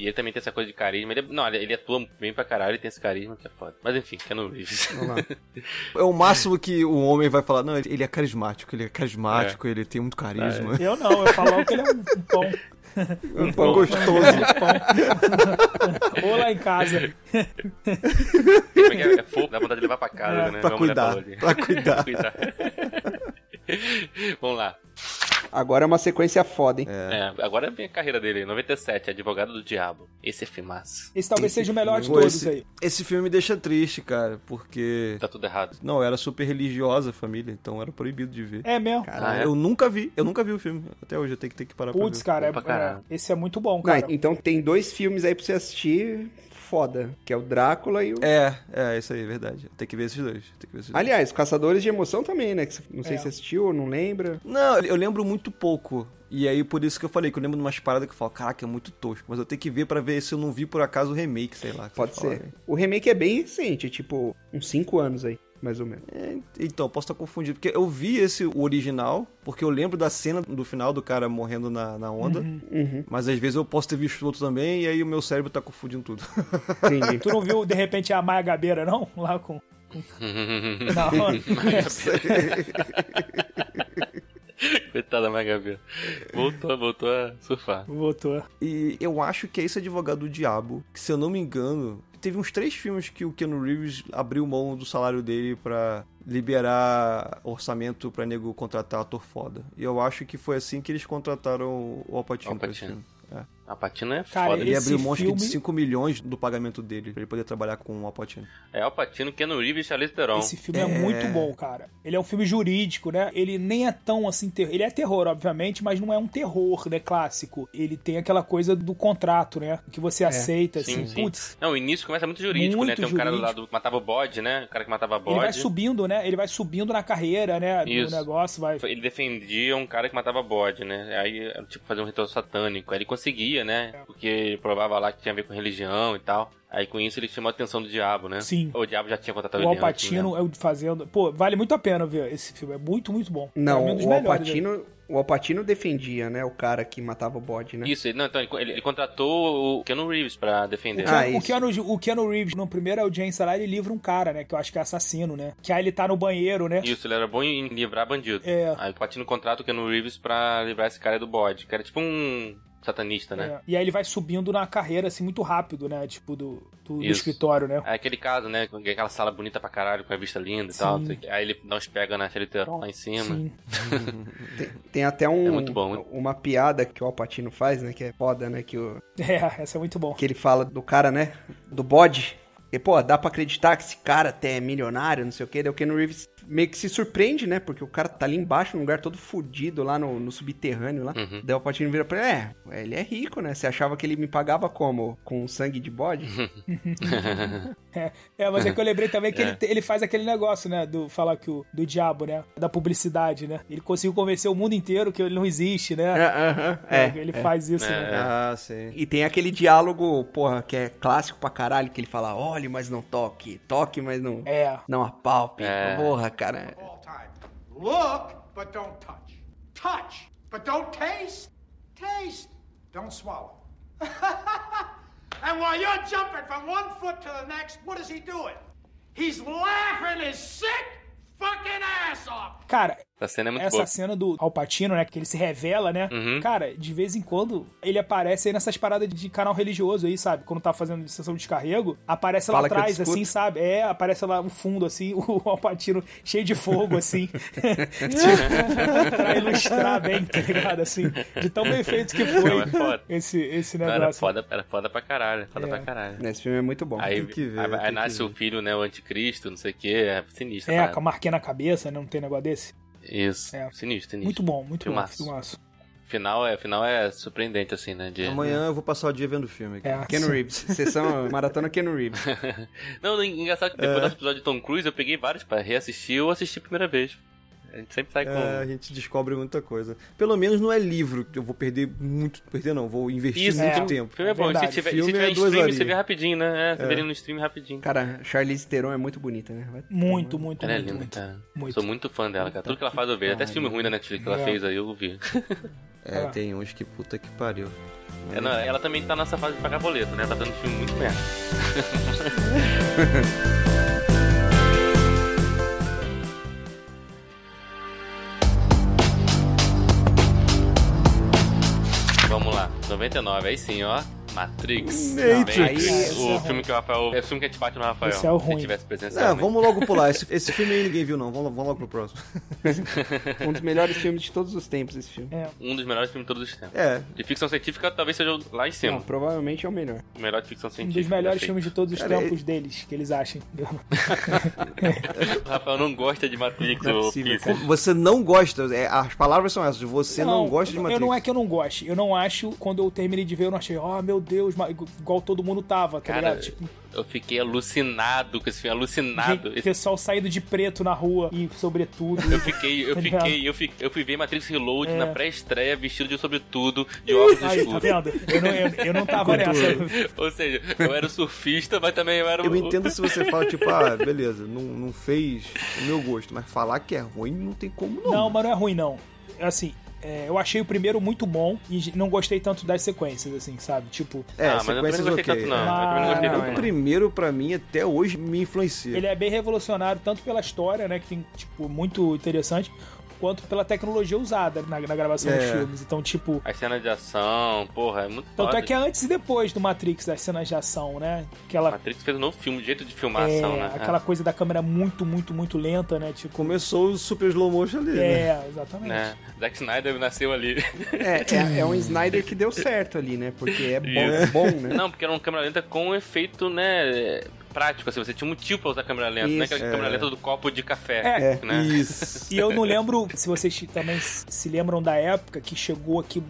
[SPEAKER 1] E ele também tem essa coisa de carisma, ele, é- não, ele, ele atua bem pra caralho, ele tem esse carisma que é foda. Mas enfim, Keanu Reeves.
[SPEAKER 2] Vamos lá.
[SPEAKER 4] É o máximo que o homem vai falar. Não, ele ele é carismático, ele é carismático, ele tem muito carisma.
[SPEAKER 3] Eu não, eu falo que ele é um, um pão.
[SPEAKER 1] É.
[SPEAKER 4] Um pão gostoso.
[SPEAKER 3] Ou um lá em casa.
[SPEAKER 1] Como é que é? É fofo, dá vontade de levar pra casa,
[SPEAKER 3] É,
[SPEAKER 1] né?
[SPEAKER 4] pra
[SPEAKER 1] Igual a mulher
[SPEAKER 4] cuidar,
[SPEAKER 1] falou ali.
[SPEAKER 4] pra cuidar.
[SPEAKER 1] cuidar. Vamos lá.
[SPEAKER 2] Agora é uma sequência foda, hein?
[SPEAKER 1] É, agora vem a carreira dele, 97, Advogado do Diabo. Esse é filmaço.
[SPEAKER 3] Esse talvez seja o melhor de
[SPEAKER 4] Pô,
[SPEAKER 3] todos
[SPEAKER 4] esse,
[SPEAKER 3] aí.
[SPEAKER 4] esse filme me deixa triste, cara, porque.
[SPEAKER 1] Tá tudo errado.
[SPEAKER 4] Não, era super religiosa a família, então era proibido de ver.
[SPEAKER 3] É mesmo.
[SPEAKER 1] Ah, é?
[SPEAKER 4] Eu nunca vi, eu nunca vi o filme. Até hoje eu tenho que ter que parar
[SPEAKER 3] Putz,
[SPEAKER 4] pra ver.
[SPEAKER 3] cara, é-
[SPEAKER 1] Opa, caralho.
[SPEAKER 3] é- esse é muito bom,
[SPEAKER 2] Não,
[SPEAKER 3] cara.
[SPEAKER 2] então tem dois filmes aí pra você assistir foda, que é o Drácula e o...
[SPEAKER 4] É, é, isso aí, é verdade. Tem que ver esses dois. Tem que ver esses dois.
[SPEAKER 2] Aliás, Caçadores de Emoção também, né? Que você- Não sei
[SPEAKER 3] É.
[SPEAKER 2] se você assistiu ou não lembra.
[SPEAKER 4] Não, eu lembro muito pouco. E aí, por isso que eu falei, que eu lembro de umas paradas que eu falo, caraca, é muito tosco, mas eu tenho que ver pra ver se eu
[SPEAKER 3] Tá
[SPEAKER 4] não vi por acaso o remake, sei lá. que
[SPEAKER 2] Pode
[SPEAKER 4] vocês
[SPEAKER 2] ser.
[SPEAKER 4] falaram.
[SPEAKER 2] O remake é bem recente, tipo, uns 5 anos aí. mais ou menos.
[SPEAKER 4] É, então, posso estar confundido, porque eu vi esse o original, porque eu lembro da cena do final do cara morrendo na, na onda,
[SPEAKER 3] É.
[SPEAKER 2] Uhum,
[SPEAKER 4] mas às vezes eu posso ter visto outro também, e aí o meu cérebro tá confundindo tudo.
[SPEAKER 2] entendi.
[SPEAKER 3] Tu não viu, de repente, a Maia Gabeira, não? Lá com... Na onda.
[SPEAKER 1] Coitada da Magabeira. Voltou, voltou a surfar.
[SPEAKER 3] Voltou.
[SPEAKER 4] E eu acho que é esse advogado do diabo, que se eu não me engano, teve uns três filmes que o Keanu Reeves abriu mão do salário dele pra liberar orçamento pra nego contratar ator foda. E eu acho que foi assim que eles contrataram o Al Pacino,
[SPEAKER 1] Al
[SPEAKER 4] pra esse
[SPEAKER 1] Pacino.
[SPEAKER 4] filme. É.
[SPEAKER 1] A patina é
[SPEAKER 3] Cara,
[SPEAKER 1] foda.
[SPEAKER 4] Ele
[SPEAKER 3] Esse
[SPEAKER 4] abriu mão acho que, de
[SPEAKER 3] filme-
[SPEAKER 4] 5 milhões do pagamento dele pra ele poder trabalhar com o Al Pacino.
[SPEAKER 1] É o Patino, Keanu Reeves e Charlize Theron.
[SPEAKER 3] Esse filme é... muito bom, cara. Ele é um filme jurídico, né? Ele nem é tão assim. ter- Ele é terror, obviamente, mas não é um terror, né? Clássico. Ele tem aquela coisa do contrato, né? Que você
[SPEAKER 2] É.
[SPEAKER 3] aceita,
[SPEAKER 1] Sim,
[SPEAKER 3] assim.
[SPEAKER 1] sim.
[SPEAKER 3] Putz.
[SPEAKER 1] Não, É, o início começa muito jurídico,
[SPEAKER 3] Muito
[SPEAKER 1] né? Tem um cara do
[SPEAKER 3] jurídico.
[SPEAKER 1] lado que matava o bode, né? O cara que matava
[SPEAKER 3] Ele vai
[SPEAKER 1] bode.
[SPEAKER 3] subindo, né? Ele vai subindo na carreira, né?
[SPEAKER 1] Isso.
[SPEAKER 3] Do negócio, vai.
[SPEAKER 1] Ele defendia um cara que matava bode, né? Aí, era, tipo, fazer um ritual satânico. Aí ele conseguia, né? Porque provava lá que tinha a ver com religião e tal. Aí com isso ele chamou a atenção do diabo, né?
[SPEAKER 3] Sim.
[SPEAKER 1] O diabo já tinha contratado
[SPEAKER 3] O
[SPEAKER 1] ele antes, né?
[SPEAKER 3] Alpatino é o fazendo. Pô, vale muito a pena ver esse filme. É muito, muito bom. Pra mim,
[SPEAKER 2] Não,
[SPEAKER 3] um dos
[SPEAKER 2] o
[SPEAKER 3] melhores, né?
[SPEAKER 2] Alpatino, o Alpatino defendia, né? O cara que matava o bode, né?
[SPEAKER 1] Isso, ele, não, então ele, ele- ele contratou o Keanu Reeves pra defender.
[SPEAKER 2] Ah,
[SPEAKER 3] o,
[SPEAKER 2] isso.
[SPEAKER 3] Keanu, o Keanu Reeves, na primeira audiência lá, ele livra um cara, né? Que eu acho que é assassino, né? Que aí ele tá no banheiro, né?
[SPEAKER 1] Isso, ele era bom em livrar bandido.
[SPEAKER 3] É.
[SPEAKER 1] Aí o Patino contrata o Keanu Reeves pra livrar esse cara do bode, que era tipo um satanista, né?
[SPEAKER 3] É, E aí ele vai subindo na carreira, assim, muito rápido, né? Tipo, do, do, do
[SPEAKER 1] Isso.
[SPEAKER 3] escritório, né?
[SPEAKER 1] Aí aquele caso, né? com Aquela sala bonita pra caralho, com a vista linda e tal. não sei o quê. Aí ele dá uns pega na Xeliteron É, lá em cima.
[SPEAKER 3] Sim.
[SPEAKER 2] Tem até um,
[SPEAKER 1] É muito bom, né?
[SPEAKER 2] uma piada que o Alpatino faz, né? Que é foda, né? Que, o,
[SPEAKER 3] É, essa é muito bom.
[SPEAKER 2] que ele fala do cara, né? Do bode. E, pô, dá pra acreditar que esse cara até é milionário, não sei o quê. Daí o Keanu Reeves meio que se surpreende, né? Porque o cara tá ali embaixo, num lugar todo fudido, lá no, no subterrâneo lá.
[SPEAKER 1] Uhum.
[SPEAKER 2] Daí o Alpatino vira pra ele, é, ele é rico, né? Você achava que ele me pagava como? Com sangue de bode?
[SPEAKER 1] Uhum.
[SPEAKER 3] É, mas é que eu lembrei também que
[SPEAKER 1] É.
[SPEAKER 3] ele, te- ele faz aquele negócio, né? Do falar que o do diabo, né? Da publicidade, né? Ele conseguiu convencer o mundo inteiro que ele não existe, né?
[SPEAKER 2] aham, é.
[SPEAKER 3] ele faz isso, né?
[SPEAKER 4] Ah, sim.
[SPEAKER 2] E tem aquele diálogo, porra, que é clássico pra caralho, que ele fala, olhe, mas não toque, toque, mas não...
[SPEAKER 3] É.
[SPEAKER 2] Não apalpe.
[SPEAKER 1] É.
[SPEAKER 2] Porra, cara.
[SPEAKER 5] all time. Look, but don't touch. Touch, but don't taste. Taste, don't swallow. and while you're jumping from one foot to the next, what is he doing? He's laughing his sick fucking ass off.
[SPEAKER 3] Cara,
[SPEAKER 1] Essa cena é muito
[SPEAKER 3] essa
[SPEAKER 1] boa. Uhum.
[SPEAKER 3] cena do Alpatino, né? Que ele se revela, né? Cara, de vez em quando ele aparece aí nessas paradas de canal religioso aí, sabe? Quando tá fazendo sessão de descarrego, aparece lá
[SPEAKER 2] Fala que eu
[SPEAKER 3] atrás,
[SPEAKER 2] te escuto.
[SPEAKER 3] assim, sabe? É, aparece lá no fundo, assim, o Alpatino cheio de fogo, assim. tipo, pra ilustrar bem, tá ligado? Assim, de tão bem feito que
[SPEAKER 1] Não, é
[SPEAKER 3] foi
[SPEAKER 1] foda.
[SPEAKER 3] esse, esse
[SPEAKER 1] Não, era,
[SPEAKER 3] negócio.
[SPEAKER 1] foda, era foda pra caralho. Foda
[SPEAKER 3] É.
[SPEAKER 1] pra caralho.
[SPEAKER 2] Esse filme é muito bom.
[SPEAKER 1] Aí,
[SPEAKER 4] que ver,
[SPEAKER 1] aí- aí
[SPEAKER 4] tem que
[SPEAKER 1] nasce o filho, né? O anticristo, não sei o que. É sinistro.
[SPEAKER 3] É,
[SPEAKER 1] cara.
[SPEAKER 3] com a marquinha na cabeça, né? Não tem negócio desse.
[SPEAKER 1] Isso.
[SPEAKER 3] É.
[SPEAKER 1] Sinistro, sinistro.
[SPEAKER 3] Muito bom, muito
[SPEAKER 1] Filmaço.
[SPEAKER 3] bom. Filmaço.
[SPEAKER 1] Final é, final é surpreendente, assim, né? De...
[SPEAKER 4] Amanhã eu vou passar o dia vendo o filme.
[SPEAKER 3] É,
[SPEAKER 2] Ken Reeves. Sessão maratona Ken Reeves.
[SPEAKER 1] Não, não, engraçado que
[SPEAKER 4] É.
[SPEAKER 1] depois do episódio de Tom Cruise, eu peguei vários pra reassistir ou assistir a primeira vez. A gente sempre sai com.
[SPEAKER 4] É, a gente descobre muita coisa. Pelo menos não é livro, que eu vou perder muito. Perder não, vou investir
[SPEAKER 1] Isso,
[SPEAKER 4] muito
[SPEAKER 3] é.
[SPEAKER 1] O
[SPEAKER 4] tempo.
[SPEAKER 1] filme é bom,
[SPEAKER 3] Verdade,
[SPEAKER 1] se tiver,
[SPEAKER 4] filme
[SPEAKER 1] se tiver
[SPEAKER 4] é
[SPEAKER 1] em
[SPEAKER 4] duas
[SPEAKER 1] stream,
[SPEAKER 4] horinhas.
[SPEAKER 1] você vê rapidinho, né? É, você vê ele no stream rapidinho.
[SPEAKER 2] Cara, Charlize Theron é muito bonita, né? Vai-
[SPEAKER 3] Muito, muito,
[SPEAKER 1] Ela é
[SPEAKER 3] muito,
[SPEAKER 1] linda,
[SPEAKER 3] muito.
[SPEAKER 1] cara.
[SPEAKER 3] muito.
[SPEAKER 1] Sou muito fã dela, cara. Tudo que ela faz eu vejo. Até filme ruim da Netflix que ela
[SPEAKER 3] É.
[SPEAKER 1] fez aí, eu vi.
[SPEAKER 4] É,
[SPEAKER 3] É.
[SPEAKER 4] tem uns que puta que pariu.
[SPEAKER 1] É, não, ela também tá nessa fase de pagar boleto, né? Tá dando filme muito merda. Vamos lá, 99, aí sim, ó. Matrix.
[SPEAKER 4] Matrix.
[SPEAKER 1] Também,
[SPEAKER 3] Esse é
[SPEAKER 1] o
[SPEAKER 3] ruim.
[SPEAKER 1] filme que o Rafael. É o filme que a gente bate no Rafael.
[SPEAKER 3] Esse é o
[SPEAKER 1] Se
[SPEAKER 3] ruim.
[SPEAKER 1] tivesse presencial.
[SPEAKER 4] Não,
[SPEAKER 1] né?
[SPEAKER 4] vamos logo pular. Esse, esse filme aí ninguém viu, não. Vamos, vamos logo pro próximo.
[SPEAKER 2] Um dos melhores filmes de todos os tempos, esse filme.
[SPEAKER 3] É.
[SPEAKER 1] Um dos melhores filmes de todos os tempos.
[SPEAKER 4] É,
[SPEAKER 1] De ficção científica, talvez seja o- lá em
[SPEAKER 2] Não,
[SPEAKER 1] cima.
[SPEAKER 2] provavelmente é o melhor.
[SPEAKER 1] O melhor de ficção
[SPEAKER 3] Um
[SPEAKER 1] científica.
[SPEAKER 3] dos melhores
[SPEAKER 1] já
[SPEAKER 3] filmes de todos os
[SPEAKER 4] Cara,
[SPEAKER 3] tempos deles, que eles acham.
[SPEAKER 1] feito. O Rafael não gosta de Matrix
[SPEAKER 4] não é
[SPEAKER 1] ou
[SPEAKER 4] possível. Como- Você não gosta. é, as palavras são essas. Você não, gosta de
[SPEAKER 3] eu-
[SPEAKER 4] Matrix.
[SPEAKER 3] Eu não é que eu não goste. Eu não acho, quando eu terminei de ver, eu não achei, oh meu Deus, mas igual todo mundo tava, tá
[SPEAKER 1] Cara,
[SPEAKER 3] ligado? Tipo,
[SPEAKER 1] eu fiquei alucinado com esse filme, alucinado.
[SPEAKER 3] gente,
[SPEAKER 1] Esse-
[SPEAKER 3] pessoal saindo de preto na rua e sobretudo.
[SPEAKER 1] Eu fiquei, eu
[SPEAKER 3] Tá ligado?
[SPEAKER 1] fiquei, eu fiquei, eu fui ver Matrix Reload
[SPEAKER 3] É.
[SPEAKER 1] na pré-estreia, vestido de sobretudo, de óculos
[SPEAKER 3] Aí, tá
[SPEAKER 1] escuros.
[SPEAKER 3] vendo? Eu não, eu, eu não tava nessa.
[SPEAKER 1] Ou seja, eu era o surfista, mas também eu era
[SPEAKER 4] Eu
[SPEAKER 1] o-
[SPEAKER 4] entendo se você fala, tipo, ah, beleza, não, não fez o meu gosto, mas falar que é ruim não tem como não.
[SPEAKER 3] Não, mas não é ruim, não. Assim, é, eu achei o primeiro muito bom e não gostei tanto das sequências, assim, sabe? Tipo,
[SPEAKER 4] É,
[SPEAKER 1] Ah, mas eu também
[SPEAKER 4] sequências
[SPEAKER 1] não gostei
[SPEAKER 4] ok. é.
[SPEAKER 1] tanto, não.
[SPEAKER 3] Ah,
[SPEAKER 1] eu também não gostei
[SPEAKER 3] não,
[SPEAKER 1] tanto,
[SPEAKER 4] O
[SPEAKER 1] não.
[SPEAKER 4] primeiro, pra mim, até hoje, me influencia.
[SPEAKER 3] ele é bem revolucionário, tanto pela história, né, que tem, tipo, muito interessante, quanto pela tecnologia usada na, na gravação dos
[SPEAKER 4] É.
[SPEAKER 3] filmes. Então, tipo.
[SPEAKER 1] As cenas de ação, porra, é muito
[SPEAKER 3] Tanto
[SPEAKER 1] foda.
[SPEAKER 3] é que é antes e depois do Matrix, das cenas de ação, né? Aquela,
[SPEAKER 1] Matrix fez um novo filme, um jeito de filmar
[SPEAKER 3] é,
[SPEAKER 1] ação, né?
[SPEAKER 3] aquela coisa da câmera muito, muito, muito lenta, né? Tipo.
[SPEAKER 4] Começou o super slow motion ali, né?
[SPEAKER 3] É, exatamente.
[SPEAKER 1] né? Zack Snyder nasceu ali.
[SPEAKER 2] É, é, é um Snyder que deu certo ali, né? Porque é bom, bom né?
[SPEAKER 1] Não, porque era uma câmera lenta com um efeito, né, prático, assim, você tinha um motivo pra usar câmera lenta,
[SPEAKER 2] Isso,
[SPEAKER 1] né? Aquela
[SPEAKER 4] é.
[SPEAKER 1] câmera lenta do copo de café,
[SPEAKER 3] É.
[SPEAKER 1] né?
[SPEAKER 4] Isso.
[SPEAKER 3] E eu não lembro se vocês também se lembram da época que chegou aqui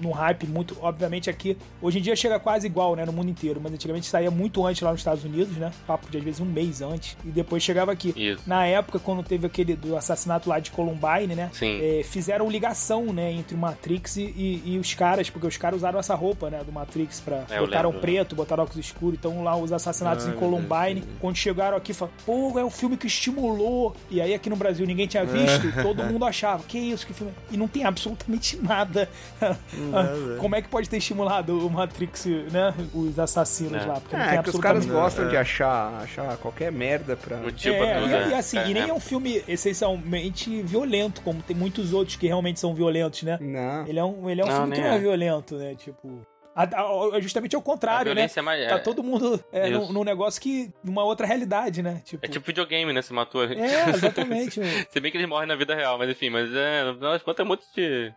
[SPEAKER 3] num hype muito. Obviamente aqui. Hoje em dia chega quase igual, né? No mundo inteiro. Mas antigamente saía muito antes lá nos Estados Unidos, né? Papo de às vezes um mês antes. E depois chegava aqui.
[SPEAKER 1] Isso.
[SPEAKER 3] Na época, quando teve aquele do assassinato lá de Columbine, né?
[SPEAKER 1] Sim.
[SPEAKER 3] É, fizeram ligação, né, entre o Matrix e, e- e os caras, porque os caras usaram essa roupa, né, do Matrix pra.
[SPEAKER 1] É, eu
[SPEAKER 3] botaram
[SPEAKER 1] lembro. Ah,
[SPEAKER 3] preto, botaram óculos escuros, então lá os assassinatos em Columbine. Quando chegaram aqui, falaram, pô, é o filme que estimulou. E aí aqui no Brasil ninguém
[SPEAKER 1] É.
[SPEAKER 3] tinha visto, todo mundo achava, que isso, que filme. E não tem absolutamente nada.
[SPEAKER 1] né?
[SPEAKER 4] Nada.
[SPEAKER 3] Como é que pode ter estimulado o Matrix, né, os assassinos
[SPEAKER 1] É.
[SPEAKER 3] lá? Porque não tem
[SPEAKER 2] É, que os caras
[SPEAKER 3] absolutamente
[SPEAKER 2] gostam de achar, achar qualquer merda pra.
[SPEAKER 1] Motivo pra
[SPEAKER 3] é,
[SPEAKER 1] tudo,
[SPEAKER 3] e,
[SPEAKER 1] né?
[SPEAKER 3] e assim, e nem é, um filme essencialmente violento, como tem muitos outros que realmente são violentos, né?
[SPEAKER 2] Não.
[SPEAKER 3] Ele é um, ele é um
[SPEAKER 1] Não,
[SPEAKER 3] filme que
[SPEAKER 1] nem
[SPEAKER 3] não é
[SPEAKER 1] é.
[SPEAKER 3] violento, né? Tipo. a- a- a- justamente ao
[SPEAKER 1] A
[SPEAKER 3] contrário, né?
[SPEAKER 1] violência é mais...
[SPEAKER 3] Tá
[SPEAKER 1] é-
[SPEAKER 3] todo mundo é,
[SPEAKER 1] Isso.
[SPEAKER 3] num, num negócio que. numa outra realidade, né? Tipo.
[SPEAKER 1] É tipo videogame, né? Você matou a gente.
[SPEAKER 3] É, exatamente. meu.
[SPEAKER 1] Se bem que eles morrem na vida real, mas enfim, mas é, no final das contas é um monte de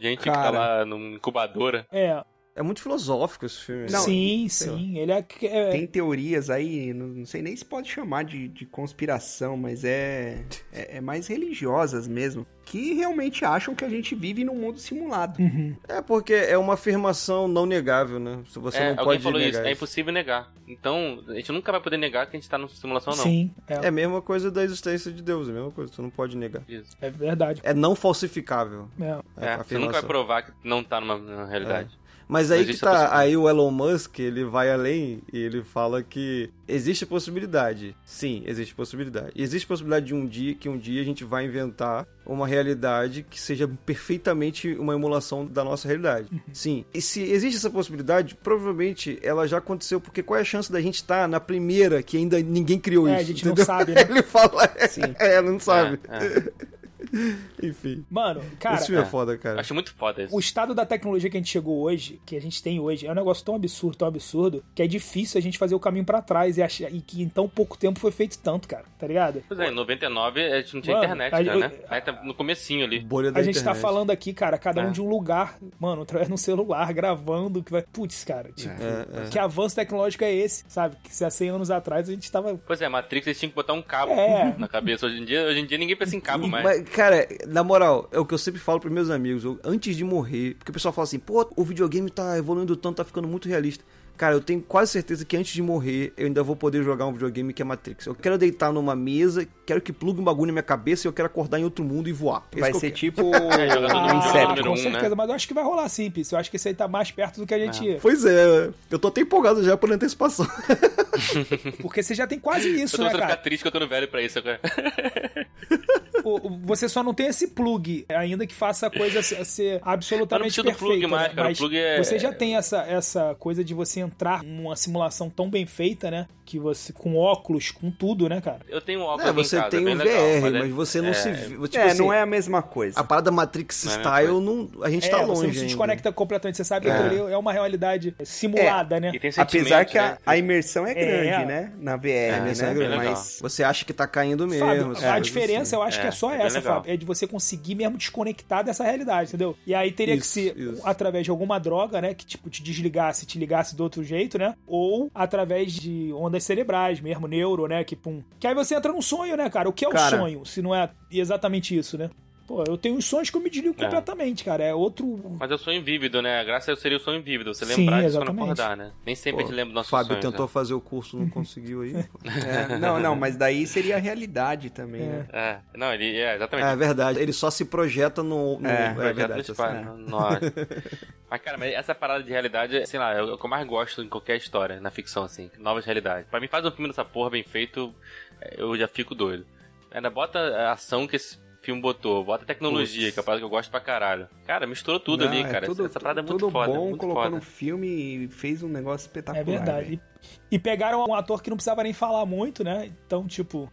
[SPEAKER 1] gente que tá
[SPEAKER 2] Cara.
[SPEAKER 1] lá numa incubadora.
[SPEAKER 3] É.
[SPEAKER 4] É muito filosófico esse filme.
[SPEAKER 2] Não,
[SPEAKER 3] sim,
[SPEAKER 4] sei lá.
[SPEAKER 3] sim. Ele é. é-
[SPEAKER 2] Tem teorias aí, não, não sei nem se pode chamar de, de conspiração, mas é, é, é mais religiosas mesmo, que realmente acham que a gente vive num mundo simulado.
[SPEAKER 3] Uhum.
[SPEAKER 4] É porque é uma afirmação não negável, né? Se Você
[SPEAKER 1] é,
[SPEAKER 4] não
[SPEAKER 1] alguém
[SPEAKER 4] pode
[SPEAKER 1] falou isso,
[SPEAKER 4] negar
[SPEAKER 1] é impossível negar. Então, a gente nunca vai poder negar que a gente tá numa simulação, não.
[SPEAKER 3] Sim, é,
[SPEAKER 4] É a mesma coisa da existência de Deus, é a mesma coisa, você não pode negar.
[SPEAKER 1] Isso.
[SPEAKER 3] é verdade.
[SPEAKER 4] É não falsificável.
[SPEAKER 3] É.
[SPEAKER 4] a
[SPEAKER 1] É, você nunca vai
[SPEAKER 4] afirmação.
[SPEAKER 1] provar que não tá numa, numa realidade.
[SPEAKER 4] Mas
[SPEAKER 1] Não
[SPEAKER 4] aí que
[SPEAKER 1] existe a
[SPEAKER 4] tá, aí o Elon Musk, ele vai além e ele fala que existe possibilidade. Sim, existe possibilidade. E existe possibilidade de um dia que um dia a gente vai inventar uma realidade que seja perfeitamente uma emulação da nossa realidade.
[SPEAKER 3] Uhum.
[SPEAKER 4] Sim. E se existe essa possibilidade, provavelmente ela já aconteceu, porque qual é a chance da gente estar na primeira que ainda ninguém criou
[SPEAKER 3] É,
[SPEAKER 4] isso?
[SPEAKER 3] a gente não
[SPEAKER 4] entendeu?
[SPEAKER 3] sabe, né?
[SPEAKER 4] Ele fala, é, não sabe.
[SPEAKER 1] É, é.
[SPEAKER 4] Enfim.
[SPEAKER 3] Mano, cara.
[SPEAKER 4] Esse filme é,
[SPEAKER 1] é.
[SPEAKER 4] foda, cara.
[SPEAKER 1] Acho muito foda isso.
[SPEAKER 3] O estado da tecnologia que a gente chegou hoje, que a gente tem hoje, é um negócio tão absurdo, tão absurdo, que é difícil a gente fazer o caminho pra trás e, achar, e que em tão pouco tempo foi feito tanto, cara, tá ligado?
[SPEAKER 1] Pois é, em 99 a gente não tinha
[SPEAKER 3] Mano,
[SPEAKER 1] internet,
[SPEAKER 3] a-
[SPEAKER 1] cara, né?
[SPEAKER 3] eu-
[SPEAKER 1] Aí tá no comecinho ali.
[SPEAKER 4] Bolha da
[SPEAKER 3] A gente tá
[SPEAKER 4] internet.
[SPEAKER 3] falando aqui, cara, cada um
[SPEAKER 1] É.
[SPEAKER 3] de um lugar, mano, através de um celular, gravando, que vai. Putz, cara, tipo,
[SPEAKER 4] É, é.
[SPEAKER 3] que avanço tecnológico é esse, sabe? Que se há 100 anos atrás a gente tava.
[SPEAKER 1] Pois é, Matrix eles tinham que botar um cabo
[SPEAKER 3] É.
[SPEAKER 1] na cabeça. Hoje em dia, hoje em dia ninguém pensa em cabo mais.
[SPEAKER 4] Mas, cara, na moral, é o que eu sempre falo pros meus amigos, eu- antes de morrer, porque o pessoal fala assim, pô, o videogame tá evoluindo tanto, tá ficando muito realista. Cara, eu tenho quase certeza que antes de morrer, eu ainda vou poder jogar um videogame que é Matrix. Eu quero deitar numa mesa, quero que plugue um bagulho na minha cabeça e eu quero acordar em outro mundo e voar. Esse
[SPEAKER 2] Vai
[SPEAKER 4] que É, eu
[SPEAKER 2] ser
[SPEAKER 4] quero.
[SPEAKER 2] tipo
[SPEAKER 1] joga todo mundo
[SPEAKER 2] Inception.
[SPEAKER 1] Ah, número
[SPEAKER 3] Ah, com
[SPEAKER 1] um,
[SPEAKER 3] certeza,
[SPEAKER 1] né?
[SPEAKER 3] mas eu acho que vai rolar sim, Piz. Eu acho que isso aí tá mais perto do que a gente.
[SPEAKER 4] Pois é, eu tô até empolgado já por antecipação.
[SPEAKER 3] Porque você já tem quase
[SPEAKER 1] Eu
[SPEAKER 3] isso,
[SPEAKER 1] tô
[SPEAKER 3] né,
[SPEAKER 1] começando a
[SPEAKER 3] cara?
[SPEAKER 1] ficar triste que eu tô no velho pra isso agora.
[SPEAKER 3] O- o- você só não tem esse plug, ainda que faça a coisa se- ser absolutamente
[SPEAKER 1] Eu Tá, não preciso do plug
[SPEAKER 3] perfeita.
[SPEAKER 1] mais,
[SPEAKER 3] né?
[SPEAKER 1] cara, o
[SPEAKER 3] Mas
[SPEAKER 1] plug é-
[SPEAKER 3] você já tem essa, essa coisa de você entrar numa simulação tão bem feita, né? Que você com óculos, com tudo, né, cara?
[SPEAKER 1] Eu tenho um óculos
[SPEAKER 4] É,
[SPEAKER 1] aqui em
[SPEAKER 4] você
[SPEAKER 1] casa,
[SPEAKER 4] tem
[SPEAKER 1] bem
[SPEAKER 4] um VR,
[SPEAKER 1] legal,
[SPEAKER 4] mas,
[SPEAKER 1] é-
[SPEAKER 4] você não se... vê- Tipo
[SPEAKER 2] É,
[SPEAKER 4] assim,
[SPEAKER 2] não é a mesma coisa.
[SPEAKER 4] A parada Matrix
[SPEAKER 1] Não é a mesma
[SPEAKER 4] Style, não, a gente tá
[SPEAKER 3] é,
[SPEAKER 4] longe
[SPEAKER 3] você não se
[SPEAKER 4] ainda.
[SPEAKER 3] desconecta completamente, você sabe que aquilo ali é uma realidade simulada, né?
[SPEAKER 1] E tem
[SPEAKER 2] Apesar
[SPEAKER 1] sentimento,
[SPEAKER 2] que a,
[SPEAKER 1] né?
[SPEAKER 2] a imersão é grande,
[SPEAKER 3] é.
[SPEAKER 2] né? Na VR,
[SPEAKER 4] É,
[SPEAKER 2] né?
[SPEAKER 4] isso é grande.
[SPEAKER 2] Mas
[SPEAKER 4] Você acha que tá caindo mesmo.
[SPEAKER 3] Fábio,
[SPEAKER 4] essas
[SPEAKER 3] a
[SPEAKER 4] coisas
[SPEAKER 3] diferença eu acho que é
[SPEAKER 1] É,
[SPEAKER 3] só
[SPEAKER 1] é bem
[SPEAKER 3] essa,
[SPEAKER 1] legal.
[SPEAKER 3] Fábio. É de você conseguir mesmo desconectar dessa realidade, entendeu? E aí teria que
[SPEAKER 4] Isso,
[SPEAKER 3] ser
[SPEAKER 4] isso.
[SPEAKER 3] através de alguma droga, né? Que tipo te desligasse, te ligasse do outro jeito, né? Ou através de ondas cerebrais mesmo, neuro, né? Que pum. Que aí você entra num sonho, né, cara? O que é o
[SPEAKER 2] Cara.
[SPEAKER 3] sonho, se não é exatamente isso, né? Pô, eu tenho uns sonhos que eu me desligo
[SPEAKER 1] É.
[SPEAKER 3] completamente, cara. É outro.
[SPEAKER 1] Mas é o sonho vívido, né? A graça seria o sonho vívido, você
[SPEAKER 3] Sim,
[SPEAKER 1] lembrar disso quando
[SPEAKER 3] exatamente.
[SPEAKER 1] acordar, né? Nem sempre a gente lembra né? do nosso
[SPEAKER 4] Fábio
[SPEAKER 1] sonho.
[SPEAKER 4] tentou fazer o curso, não conseguiu aí. pô.
[SPEAKER 2] É, não, não, mas daí seria a realidade também,
[SPEAKER 1] Né?
[SPEAKER 2] né?
[SPEAKER 1] É, não, ele. É, exatamente.
[SPEAKER 4] É verdade, ele só se projeta no. no-
[SPEAKER 2] É,
[SPEAKER 4] é,
[SPEAKER 1] Projeto
[SPEAKER 4] verdade.
[SPEAKER 1] no
[SPEAKER 4] tá
[SPEAKER 1] espaço,
[SPEAKER 4] certo.
[SPEAKER 1] no- no- Mas, cara, mas essa parada de realidade, sei lá, é o que eu mais gosto em qualquer história, na ficção, assim. Novas realidades. Pra mim, faz um filme dessa porra bem feito, é, eu já fico doido. Ainda bota a ação que esse filme botou, bota a tecnologia, que é a parada que eu gosto pra caralho. Cara, misturou tudo
[SPEAKER 2] Não,
[SPEAKER 1] ali,
[SPEAKER 2] é
[SPEAKER 1] cara.
[SPEAKER 2] tudo-
[SPEAKER 1] essa parada é muito
[SPEAKER 2] tudo
[SPEAKER 1] foda,
[SPEAKER 2] bom,
[SPEAKER 1] muito
[SPEAKER 2] colocou
[SPEAKER 1] foda.
[SPEAKER 2] no filme e fez um negócio
[SPEAKER 3] É
[SPEAKER 4] tá
[SPEAKER 2] espetacular.
[SPEAKER 3] verdade.
[SPEAKER 2] velho.
[SPEAKER 3] E- E pegaram um ator que não precisava nem falar muito, né? Então, tipo.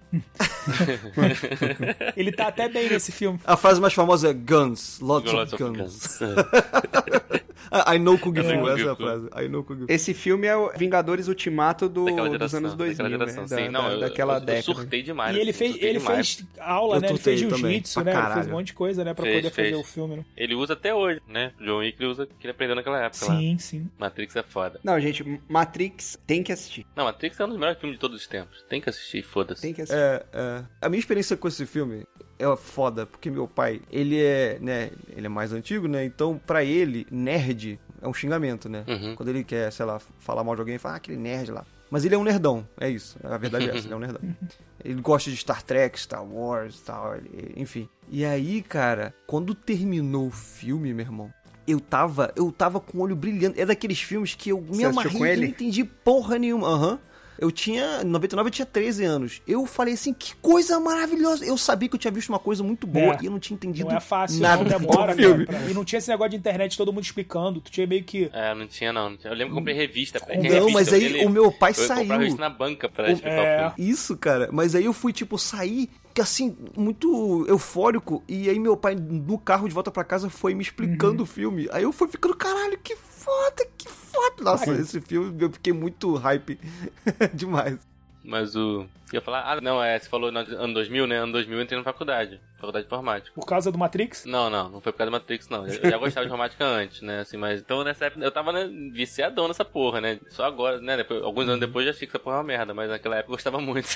[SPEAKER 3] ele tá até bem nesse filme.
[SPEAKER 4] A frase mais famosa é Guns, lots,
[SPEAKER 1] Lots
[SPEAKER 4] of,
[SPEAKER 1] of
[SPEAKER 4] guns.
[SPEAKER 1] Guns.
[SPEAKER 4] I know Kung
[SPEAKER 1] I know
[SPEAKER 4] Fu,
[SPEAKER 1] Kung
[SPEAKER 4] essa é a
[SPEAKER 1] Fu.
[SPEAKER 4] frase. I know Kung Fu.
[SPEAKER 2] Esse filme é o Vingadores Ultimato do,
[SPEAKER 1] Daquela geração,
[SPEAKER 2] dos anos 2000,
[SPEAKER 1] daquela geração.
[SPEAKER 2] né?
[SPEAKER 1] Sim,
[SPEAKER 2] Da-
[SPEAKER 1] não,
[SPEAKER 2] da-
[SPEAKER 1] eu-
[SPEAKER 2] daquela
[SPEAKER 1] eu, eu,
[SPEAKER 2] década.
[SPEAKER 1] surtei demais.
[SPEAKER 3] E ele
[SPEAKER 1] assim,
[SPEAKER 3] fez,
[SPEAKER 1] surtei
[SPEAKER 3] ele
[SPEAKER 1] demais.
[SPEAKER 3] fez aula,
[SPEAKER 4] Eu
[SPEAKER 3] né? Ele
[SPEAKER 4] surtei
[SPEAKER 3] fez jiu-jitsu,
[SPEAKER 4] também, pra
[SPEAKER 3] né? Ele fez um
[SPEAKER 4] caralho.
[SPEAKER 3] monte de coisa, né? Pra
[SPEAKER 1] Fez,
[SPEAKER 3] poder fazer
[SPEAKER 1] fez.
[SPEAKER 3] o filme, né?
[SPEAKER 1] Ele usa até hoje, né? John Wick ele usa o que ele aprendeu naquela época lá.
[SPEAKER 3] Sim, sim.
[SPEAKER 1] Matrix é foda.
[SPEAKER 2] Não, gente, Matrix tem que assistir.
[SPEAKER 1] Não, Matrix é um dos melhores filmes de todos os tempos. Tem que assistir, foda-se.
[SPEAKER 2] Tem que assistir.
[SPEAKER 4] É, é. A minha experiência com esse filme é foda, porque meu pai, ele é, né, ele é mais antigo, né? Então, pra ele, nerd é um xingamento, né?
[SPEAKER 1] Uhum.
[SPEAKER 4] Quando ele quer, sei lá, falar mal de alguém, ele fala, ah, aquele nerd lá. Mas ele é um nerdão, é isso. A verdade é essa, ele é um nerdão. Ele gosta de Star Trek, Star Wars e tal, ele- enfim. E aí, cara, quando terminou o filme, meu irmão, eu tava, eu tava com o olho brilhando. É daqueles filmes que eu me
[SPEAKER 2] Você assistiu
[SPEAKER 4] amarrei
[SPEAKER 2] com
[SPEAKER 4] e
[SPEAKER 2] ele?
[SPEAKER 4] não entendi porra nenhuma. Aham. Eu tinha, em 99 eu tinha 13 anos. Eu falei assim, que coisa maravilhosa. Eu sabia que eu tinha visto uma coisa muito boa
[SPEAKER 3] É.
[SPEAKER 4] e eu não tinha entendido
[SPEAKER 3] Não é fácil,
[SPEAKER 4] nada
[SPEAKER 3] não
[SPEAKER 4] do
[SPEAKER 3] demora,
[SPEAKER 4] filme.
[SPEAKER 3] cara. pra- E não tinha esse negócio de internet todo mundo explicando. Tu tinha meio que.
[SPEAKER 1] É, não tinha não. não tinha. Eu lembro que eu comprei revista. Não,
[SPEAKER 4] Não, mas aí o meu pai
[SPEAKER 1] eu Eu comprava
[SPEAKER 4] saiu.
[SPEAKER 1] revista na banca pra
[SPEAKER 4] O-
[SPEAKER 1] explicar
[SPEAKER 3] É.
[SPEAKER 1] o filme.
[SPEAKER 4] Isso, cara. Mas aí eu fui, tipo, sair, que assim, muito eufórico. E aí meu pai, no carro de volta pra casa, foi me explicando
[SPEAKER 3] Uhum.
[SPEAKER 4] o filme. Aí eu fui ficando, caralho, que foda, que foda. Nossa, esse filme, eu fiquei muito hype demais.
[SPEAKER 1] Mas o... Eu ia falar... Ah, não, é, você falou no ano 2000, né? Ano 2000 eu entrei na faculdade. Faculdade de informática.
[SPEAKER 3] Por causa do Matrix?
[SPEAKER 1] Não, não, não foi por causa da Matrix, não. Eu já gostava de informática antes, né? Assim, mas então nessa época eu tava né, viciadão nessa porra, né? Só agora, né? Depois, alguns anos depois eu já achei que essa porra é uma merda, mas naquela época eu gostava muito.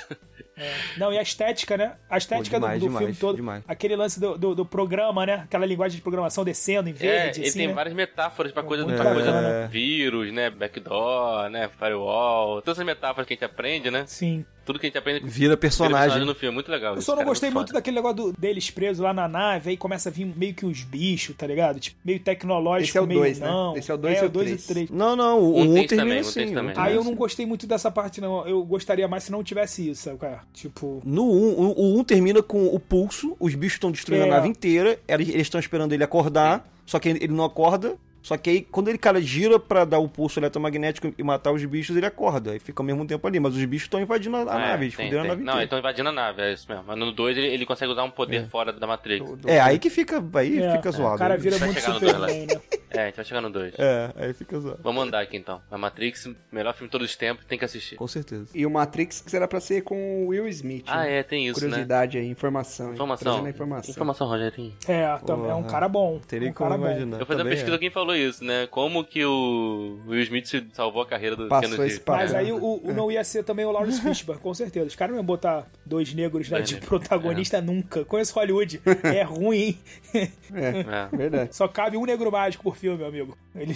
[SPEAKER 1] É.
[SPEAKER 3] Não, e a estética, né? A estética
[SPEAKER 4] Pô, demais,
[SPEAKER 3] do, do
[SPEAKER 4] demais,
[SPEAKER 3] filme todo.
[SPEAKER 4] demais.
[SPEAKER 3] Aquele lance do, do, do programa, né? Aquela linguagem de programação descendo em verde,
[SPEAKER 1] é, ele
[SPEAKER 3] assim.
[SPEAKER 1] tem
[SPEAKER 3] né?
[SPEAKER 1] várias metáforas pra coisa,
[SPEAKER 3] Muito
[SPEAKER 1] pra coisa
[SPEAKER 4] bacana.
[SPEAKER 1] vírus, né? Backdoor, né? Firewall. Todas essas metáforas que a gente aprende, né?
[SPEAKER 3] Sim.
[SPEAKER 1] Tudo que a gente aprende vira
[SPEAKER 4] Vira personagem.
[SPEAKER 1] no filme. Muito legal.
[SPEAKER 3] Eu
[SPEAKER 1] isso,
[SPEAKER 3] só não
[SPEAKER 1] cara,
[SPEAKER 3] gostei muito
[SPEAKER 1] foda.
[SPEAKER 3] daquele negócio do- deles presos lá na nave, aí começa a vir meio que uns bichos, tá ligado? Tipo, meio tecnológico,
[SPEAKER 2] Esse é o
[SPEAKER 3] meio
[SPEAKER 2] dois, né?
[SPEAKER 3] não.
[SPEAKER 2] Esse é o dois e o
[SPEAKER 3] dois
[SPEAKER 2] três.
[SPEAKER 3] e o três.
[SPEAKER 4] Não, não, o
[SPEAKER 1] Um
[SPEAKER 4] 1
[SPEAKER 1] tem isso
[SPEAKER 4] termina
[SPEAKER 1] também, um tem
[SPEAKER 4] assim.
[SPEAKER 1] isso também.
[SPEAKER 4] um
[SPEAKER 3] Aí eu
[SPEAKER 4] termina
[SPEAKER 3] não gostei muito dessa parte, não. Eu gostaria mais se não tivesse isso, sabe, cara? Tipo.
[SPEAKER 4] No 1, o- o 1 termina com o pulso, os bichos estão destruindo
[SPEAKER 3] É.
[SPEAKER 4] a nave inteira, eles estão esperando ele acordar, só que ele não acorda. Só que aí, quando ele, cara, gira pra dar o pulso eletromagnético e matar os bichos, ele acorda. Aí fica ao mesmo tempo ali, mas os bichos estão invadindo a, a
[SPEAKER 1] Ah, é,
[SPEAKER 4] nave, eles
[SPEAKER 3] tipo,
[SPEAKER 1] tem,
[SPEAKER 4] fuderam a
[SPEAKER 1] tem.
[SPEAKER 4] nave
[SPEAKER 1] Não,
[SPEAKER 4] inteira.
[SPEAKER 1] eles estão invadindo a nave, é isso mesmo. Mas no 2 ele, ele consegue usar um poder fora da Matrix.
[SPEAKER 4] É, aí que fica, aí
[SPEAKER 3] é,
[SPEAKER 4] fica zoado.
[SPEAKER 3] O cara
[SPEAKER 4] né?
[SPEAKER 3] vira
[SPEAKER 1] Vai
[SPEAKER 3] muito
[SPEAKER 1] chegar no
[SPEAKER 3] Superman, né?
[SPEAKER 1] É, a gente vai chegar no 2.
[SPEAKER 4] É, aí fica zoado.
[SPEAKER 1] Vamos andar aqui então. A Matrix, melhor filme de todos os tempos, tem que assistir.
[SPEAKER 4] Com certeza.
[SPEAKER 2] E o Matrix era pra ser com o Will Smith.
[SPEAKER 1] Ah,
[SPEAKER 2] né?
[SPEAKER 1] é, tem isso, né?
[SPEAKER 2] Curiosidade aí, informação. hein?
[SPEAKER 1] Informação.
[SPEAKER 2] Trazendo a informação.
[SPEAKER 1] Rogerinho.
[SPEAKER 3] É, também é um cara bom.
[SPEAKER 4] Teria
[SPEAKER 3] um
[SPEAKER 4] como
[SPEAKER 3] cara bom.
[SPEAKER 4] imaginar.
[SPEAKER 1] Eu fazia uma
[SPEAKER 4] Também é.
[SPEAKER 1] pesquisa,
[SPEAKER 2] é.
[SPEAKER 1] alguém falou isso, né? Como que o Will Smith se salvou a carreira do
[SPEAKER 2] Passou
[SPEAKER 1] Kennedy?
[SPEAKER 2] esse papo.
[SPEAKER 3] Mas
[SPEAKER 2] É.
[SPEAKER 3] aí o, o não ia ser também o Lawrence Fishburne, com certeza. Os caras não iam botar dois negros né,
[SPEAKER 1] Dois
[SPEAKER 3] de
[SPEAKER 1] negros,
[SPEAKER 3] protagonista nunca. Conheço Hollywood. É ruim, hein?
[SPEAKER 1] É.
[SPEAKER 2] É, verdade.
[SPEAKER 3] Só cabe um negro mágico por filme, meu amigo. Ele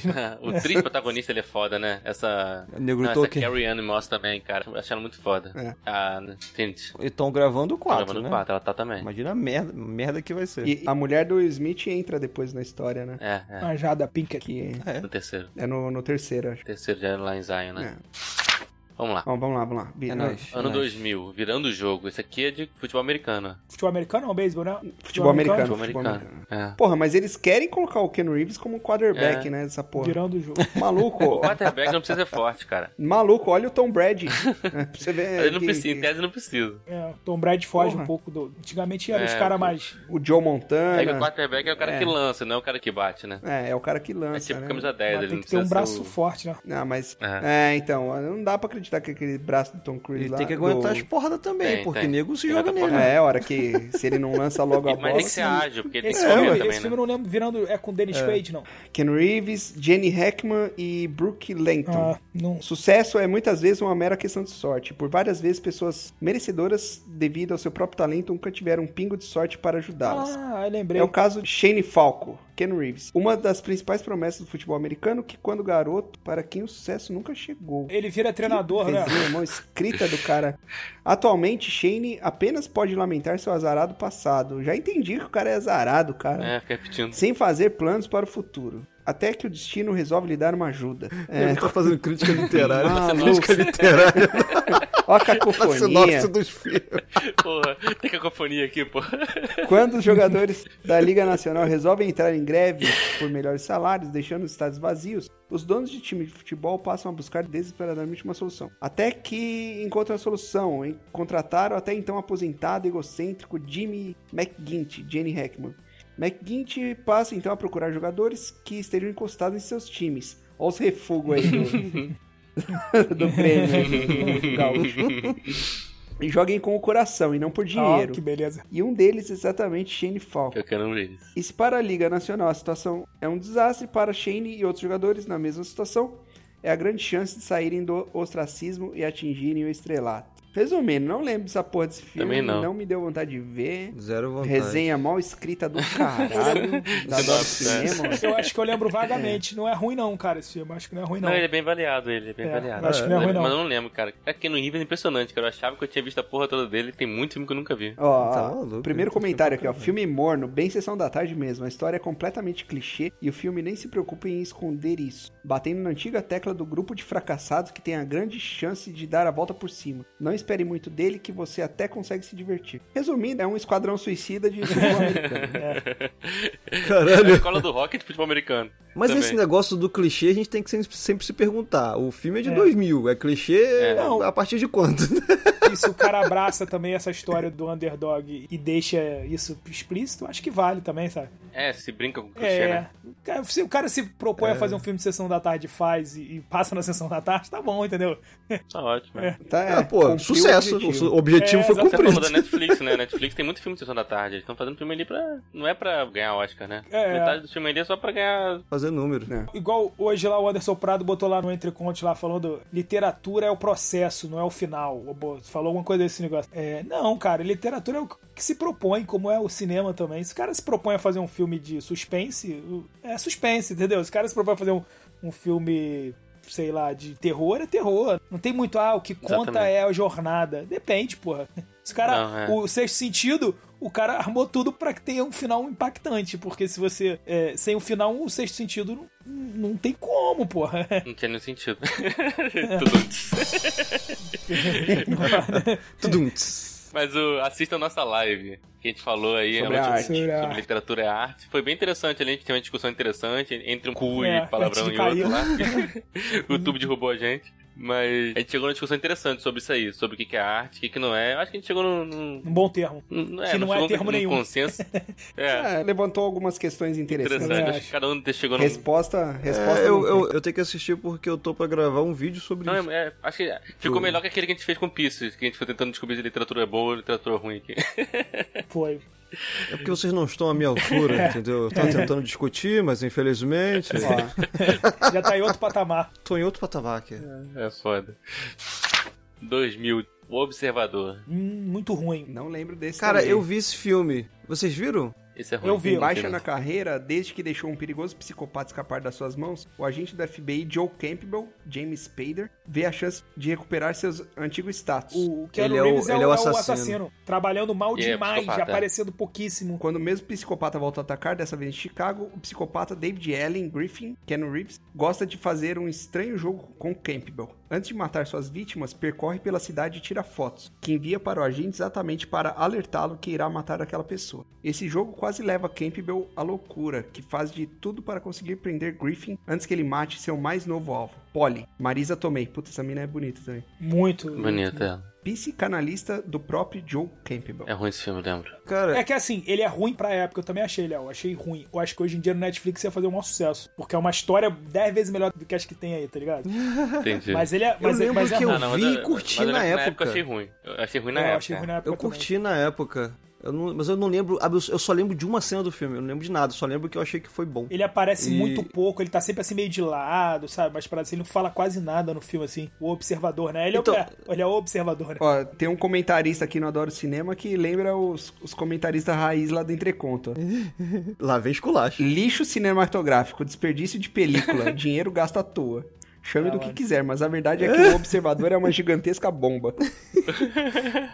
[SPEAKER 3] não-
[SPEAKER 1] o atriz protagonista ele é foda, né? Essa.
[SPEAKER 4] Negro
[SPEAKER 1] não, essa
[SPEAKER 4] Token.
[SPEAKER 1] Carrie Ann Moss também, cara. Acharam muito foda.
[SPEAKER 2] É.
[SPEAKER 1] Ah, gente.
[SPEAKER 4] E estão gravando o 4,
[SPEAKER 1] gravando
[SPEAKER 4] né?
[SPEAKER 1] quatro, ela tá também.
[SPEAKER 4] Imagina a merda, merda que vai ser.
[SPEAKER 2] E a mulher do Will Smith entra depois na história, né?
[SPEAKER 1] É, é.
[SPEAKER 3] Manjada Pinkett.
[SPEAKER 2] Que
[SPEAKER 1] No terceiro.
[SPEAKER 2] é no, no terceiro, acho.
[SPEAKER 1] Terceiro já era lá em Zion, né?
[SPEAKER 2] É.
[SPEAKER 1] Vamos lá.
[SPEAKER 2] Bom, vamos lá, vamos lá. Bi- ah,
[SPEAKER 4] É nóis.
[SPEAKER 1] Ano
[SPEAKER 4] Nice.
[SPEAKER 1] 2000, virando o jogo. Isso aqui é de futebol americano.
[SPEAKER 3] Futebol americano ou beisebol, né?
[SPEAKER 2] Futebol americano.
[SPEAKER 1] Futebol
[SPEAKER 2] futebol
[SPEAKER 1] americano. É.
[SPEAKER 2] Porra, mas eles querem colocar o Ken Reeves como quarterback,
[SPEAKER 1] É.
[SPEAKER 2] né? Dessa porra.
[SPEAKER 3] Virando o jogo.
[SPEAKER 1] O
[SPEAKER 2] Maluco,
[SPEAKER 1] quarterback não precisa ser forte, cara.
[SPEAKER 2] maluco, olha o Tom Brady. É, Pra você ver.
[SPEAKER 1] Ele não
[SPEAKER 2] que-
[SPEAKER 1] precisa, em tese não precisa.
[SPEAKER 3] É, Tom Brady foge
[SPEAKER 2] Porra.
[SPEAKER 3] um pouco do. Antigamente eram os
[SPEAKER 1] É,
[SPEAKER 3] caras
[SPEAKER 1] o-
[SPEAKER 3] mais.
[SPEAKER 2] O
[SPEAKER 1] É
[SPEAKER 2] Joe
[SPEAKER 1] que o
[SPEAKER 2] Montana.
[SPEAKER 1] quarterback é o cara que lança, não é o cara que bate, né?
[SPEAKER 2] É, é o cara que
[SPEAKER 1] É
[SPEAKER 2] lança.
[SPEAKER 1] tipo
[SPEAKER 2] né?
[SPEAKER 1] camisa 10,
[SPEAKER 3] mas
[SPEAKER 1] ele
[SPEAKER 3] Tem
[SPEAKER 1] não
[SPEAKER 3] que ter um
[SPEAKER 1] precisa ser
[SPEAKER 3] braço
[SPEAKER 1] o-
[SPEAKER 3] forte, né?
[SPEAKER 2] Ah, mas.
[SPEAKER 1] É.
[SPEAKER 2] É. então, não dá pra tá com aquele braço do Tom Cruise
[SPEAKER 4] Ele
[SPEAKER 2] tipo, lá.
[SPEAKER 4] tem que aguentar
[SPEAKER 2] do-
[SPEAKER 4] as né? porradas também,
[SPEAKER 1] Tem,
[SPEAKER 4] porque
[SPEAKER 1] tem.
[SPEAKER 4] nego se
[SPEAKER 1] Tem
[SPEAKER 4] joga
[SPEAKER 1] essa
[SPEAKER 4] nele.
[SPEAKER 2] É, a hora que se ele não lança logo a
[SPEAKER 1] Mas tem que ser
[SPEAKER 2] bola.
[SPEAKER 1] ágil, porque ele tem que se
[SPEAKER 3] Esse filme,
[SPEAKER 1] mover
[SPEAKER 3] né? É, esse
[SPEAKER 1] também,
[SPEAKER 3] filme
[SPEAKER 1] né?
[SPEAKER 3] eu não lembro virando. É com Dennis Quaid, não.
[SPEAKER 2] Ken Reeves, Jenny Hackman e Brooke Langton.
[SPEAKER 3] Ah, não.
[SPEAKER 2] Sucesso é muitas vezes uma mera questão de sorte. Por várias vezes, pessoas merecedoras, devido ao seu próprio talento, nunca tiveram um pingo de sorte para ajudá-las.
[SPEAKER 3] Ah, eu lembrei.
[SPEAKER 2] É o caso de Shane Falco, Ken Reeves, uma das principais promessas do futebol americano é que quando garoto, para quem o sucesso nunca chegou.
[SPEAKER 3] Ele vira treinador, né?
[SPEAKER 2] Resenha, mão escrita do cara. Atualmente, Shane apenas pode lamentar seu azarado passado. Já entendi que o cara é azarado, cara.
[SPEAKER 1] É, fica repetindo.
[SPEAKER 2] Sem fazer planos para o futuro. Até que o destino resolve lhe dar uma ajuda. É,
[SPEAKER 4] Ele tá fazendo crítica literária. né?
[SPEAKER 2] Maluco.
[SPEAKER 4] crítica literária
[SPEAKER 2] ó a
[SPEAKER 4] na sinopse
[SPEAKER 2] cacofonia.
[SPEAKER 4] dos filmes.
[SPEAKER 1] Porra, tem cacofonia aqui, pô.
[SPEAKER 2] Quando os jogadores da Liga Nacional resolvem entrar em greve por melhores salários, deixando os estádios vazios, os donos de time de futebol passam a buscar desesperadamente uma solução. Até que encontram a solução. hein? Contrataram até então aposentado egocêntrico Jimmy McGuinty, Jenny Hackman. McGuinty passa então a procurar jogadores que estejam encostados em seus times. Olha os refugos aí do, do prêmio aí do gaúcho.
[SPEAKER 3] Ah,
[SPEAKER 2] E joguem com o coração e não por dinheiro.
[SPEAKER 3] Ah, que beleza.
[SPEAKER 2] E um deles exatamente Shane Falco.
[SPEAKER 1] Eu quero um ver isso.
[SPEAKER 2] E se para a Liga Nacional a situação é um desastre, para Shane e outros jogadores na mesma situação, é a grande chance de saírem do ostracismo e atingirem o estrelato. Resumindo, não lembro dessa porra desse filme,
[SPEAKER 1] Também não.
[SPEAKER 2] me deu vontade de ver.
[SPEAKER 4] Zero vontade.
[SPEAKER 2] Resenha mal escrita do caralho, da Dora
[SPEAKER 1] Sinopse, né?
[SPEAKER 2] Cinema.
[SPEAKER 3] Eu acho que eu lembro vagamente. Não é ruim, não, cara, esse filme. Acho que não é ruim, não.
[SPEAKER 1] Não, ele é bem baleado, ele é bem
[SPEAKER 3] É,
[SPEAKER 1] baleado.
[SPEAKER 3] eu acho que não é ruim, não.
[SPEAKER 1] Mas eu não lembro, cara. Aqui no River é impressionante, cara. Eu achava que eu tinha visto a porra toda dele. Tem muito filme que eu nunca vi.
[SPEAKER 2] Ó,
[SPEAKER 4] Tá
[SPEAKER 2] ó,
[SPEAKER 4] maluco,
[SPEAKER 2] primeiro
[SPEAKER 4] ele tá
[SPEAKER 2] comentário aqui, ó.
[SPEAKER 4] ficando
[SPEAKER 2] Filme morno, bem sessão da tarde mesmo. A história é completamente clichê e o filme nem se preocupa em esconder isso. Batendo na antiga tecla do grupo de fracassados que tem a grande chance de dar a volta por cima. Não espere muito dele que você até consegue se divertir. Resumindo, é um esquadrão suicida de futebol americano.
[SPEAKER 1] É a
[SPEAKER 4] Caralho.
[SPEAKER 1] escola do rock de futebol americano.
[SPEAKER 4] Mas
[SPEAKER 1] Também.
[SPEAKER 4] esse negócio do clichê a gente tem que sempre, sempre se perguntar. O filme é de
[SPEAKER 3] É.
[SPEAKER 4] 2000, é clichê
[SPEAKER 3] Não.
[SPEAKER 4] a, a partir de quando?
[SPEAKER 3] E se o cara abraça também essa história do underdog e deixa isso explícito, acho que vale também, sabe?
[SPEAKER 1] É, se brinca com clichê, né?
[SPEAKER 3] É. Cara, Se o cara se propõe a fazer um filme de sessão da tarde e faz e, e passa na sessão da tarde, tá bom, entendeu?
[SPEAKER 1] Tá ótimo.
[SPEAKER 3] É.
[SPEAKER 2] Tá,
[SPEAKER 4] ah, pô,
[SPEAKER 2] cumpriu o
[SPEAKER 4] sucesso. O
[SPEAKER 2] objetivo.
[SPEAKER 4] su- objetivo
[SPEAKER 3] É,
[SPEAKER 4] foi
[SPEAKER 1] Você falou
[SPEAKER 4] cumprido.
[SPEAKER 1] da Netflix, né? Netflix tem muito filme de sessão da tarde. Eles estão fazendo filme ali pra. Não é pra ganhar Oscar, né?
[SPEAKER 3] É.
[SPEAKER 1] Metade do filme ali é só pra ganhar.
[SPEAKER 4] Fazer número.
[SPEAKER 2] É.
[SPEAKER 3] Igual hoje lá o Anderson Prado botou lá no Entre Contos lá falando literatura é o processo, não é o final. Ô, Bo, Falou alguma coisa desse negócio. É, não, cara, literatura é o que se propõe, como é o cinema também. Se o cara se propõe a fazer um filme de suspense, o- é suspense, entendeu? Se o cara se propõe a fazer um, um filme, sei lá, de terror, é terror. Não tem muito, ah, o que conta
[SPEAKER 1] Exatamente.
[SPEAKER 3] é a jornada. Depende, porra. Se o cara,
[SPEAKER 1] Não, é.
[SPEAKER 3] o sexto sentido, o cara armou tudo pra que tenha um final impactante, porque se você, é, sem o final, o sexto sentido não, não tem como, porra.
[SPEAKER 1] Não tinha nenhum sentido. Tudo.
[SPEAKER 4] Tudum, tss.
[SPEAKER 1] Mas o, assista a nossa live. Que a gente falou aí
[SPEAKER 2] Sobre
[SPEAKER 1] a última-
[SPEAKER 2] a
[SPEAKER 3] arte. Ah.
[SPEAKER 1] sobre literatura e arte. Foi bem interessante ali, a gente teve uma discussão interessante entre um cu
[SPEAKER 3] É,
[SPEAKER 1] e palavrão
[SPEAKER 3] antes
[SPEAKER 1] e
[SPEAKER 3] de
[SPEAKER 1] outro
[SPEAKER 3] cair.
[SPEAKER 1] lá. o YouTube derrubou a gente. Mas a gente chegou numa discussão interessante sobre isso aí, sobre o que que é arte, o que que não é. Eu Acho que a gente chegou num. num-
[SPEAKER 3] um bom termo.
[SPEAKER 1] num-
[SPEAKER 3] Que não é
[SPEAKER 1] chegou num-
[SPEAKER 3] termo
[SPEAKER 1] num
[SPEAKER 3] nenhum.
[SPEAKER 1] Consenso. É,
[SPEAKER 2] É, levantou algumas questões interessantes.
[SPEAKER 1] interessante.
[SPEAKER 3] acho.
[SPEAKER 1] Acho que cada um chegou num.
[SPEAKER 2] Resposta, resposta.
[SPEAKER 4] É,
[SPEAKER 2] não
[SPEAKER 4] eu,
[SPEAKER 2] tem.
[SPEAKER 4] eu, eu tenho que assistir porque eu tô pra gravar um vídeo sobre
[SPEAKER 1] Não,
[SPEAKER 4] isso.
[SPEAKER 1] é, é, acho que ficou melhor que aquele que a gente fez com Pieces, que a gente foi tentando descobrir se literatura é boa ou literatura ruim aqui.
[SPEAKER 3] Foi.
[SPEAKER 4] É porque vocês não estão à minha
[SPEAKER 3] É.
[SPEAKER 4] altura, entendeu? Eu tô tentando discutir, mas infelizmente.
[SPEAKER 3] É.
[SPEAKER 2] Ó,
[SPEAKER 3] Já tá em outro patamar.
[SPEAKER 4] Tô em outro patamar aqui.
[SPEAKER 1] É foda. 2000, O Observador.
[SPEAKER 3] Hum, muito ruim.
[SPEAKER 2] não lembro desse
[SPEAKER 4] Cara,
[SPEAKER 2] também.
[SPEAKER 4] eu vi esse filme. Vocês viram?
[SPEAKER 1] Esse é ruim.
[SPEAKER 3] Eu vi.
[SPEAKER 2] Baixa na carreira, desde que deixou um perigoso psicopata escapar das suas mãos, o agente do FBI Joe Campbell, James Spader, vê a chance de recuperar seus antigos status.
[SPEAKER 3] O Keanu
[SPEAKER 4] Ele é o-
[SPEAKER 3] Reeves é,
[SPEAKER 4] ele é
[SPEAKER 3] o
[SPEAKER 4] o
[SPEAKER 3] é o
[SPEAKER 4] assassino.
[SPEAKER 3] assassino. Trabalhando mal
[SPEAKER 1] E é
[SPEAKER 3] demais,
[SPEAKER 1] psicopata, é.
[SPEAKER 3] aparecendo pouquíssimo.
[SPEAKER 2] Quando o mesmo psicopata volta a atacar, dessa vez em Chicago, o psicopata David Allen Griffin, Ken Reeves, gosta de fazer um estranho jogo com Campbell. Antes de matar suas vítimas, percorre pela cidade e tira fotos, que envia para o agente exatamente para alertá-lo que irá matar aquela pessoa. Esse jogo quase leva Campbell à loucura, que faz de tudo para conseguir prender Griffin antes que ele mate seu mais novo alvo, Polly. Marisa Tomei. Puta, essa mina é bonita também.
[SPEAKER 3] Muito.
[SPEAKER 1] Bonita ela.
[SPEAKER 2] psicanalista do próprio Joe Campbell.
[SPEAKER 1] É ruim esse filme, eu lembro.
[SPEAKER 4] Cara,
[SPEAKER 3] É que assim, ele é ruim pra época, eu também achei, Léo. Achei ruim. Eu acho que hoje em dia no Netflix ia fazer um maior sucesso. Porque é uma história 10 vezes melhor do que as que tem aí, tá ligado?
[SPEAKER 1] Entendi. Ah,
[SPEAKER 3] Mas ele é. Mas, é-
[SPEAKER 4] lembro
[SPEAKER 3] mas é
[SPEAKER 4] que eu-
[SPEAKER 3] ruim.
[SPEAKER 1] mas
[SPEAKER 4] vi e
[SPEAKER 1] mas
[SPEAKER 4] curti
[SPEAKER 1] eu
[SPEAKER 4] na
[SPEAKER 1] lembro que
[SPEAKER 4] época.
[SPEAKER 1] Eu achei ruim. Eu achei ruim na
[SPEAKER 3] É, eu
[SPEAKER 1] época.
[SPEAKER 3] achei ruim na época.
[SPEAKER 4] Eu
[SPEAKER 3] também.
[SPEAKER 4] curti na época. Eu não- mas eu não lembro. ah, Eu eu só lembro de uma cena do filme. Eu não lembro de nada. Eu só lembro que eu achei que foi bom.
[SPEAKER 3] Ele aparece
[SPEAKER 4] E-
[SPEAKER 3] muito pouco, ele tá sempre assim meio de lado, sabe? Mas parado assim, ele não fala quase nada no filme, assim. O observador, né? Ele,
[SPEAKER 4] Então-
[SPEAKER 3] é, o- é, ele é o observador, né?
[SPEAKER 2] Ó, tem um comentarista aqui no Adoro Cinema que lembra os, os comentaristas raiz lá do Entreconto.
[SPEAKER 4] Lá vem esculacho.
[SPEAKER 2] Lixo cinematográfico, desperdício de película, dinheiro gasto à toa. Chame do que
[SPEAKER 3] Caralho.
[SPEAKER 2] quiser, mas a verdade é que o observador é uma gigantesca bomba.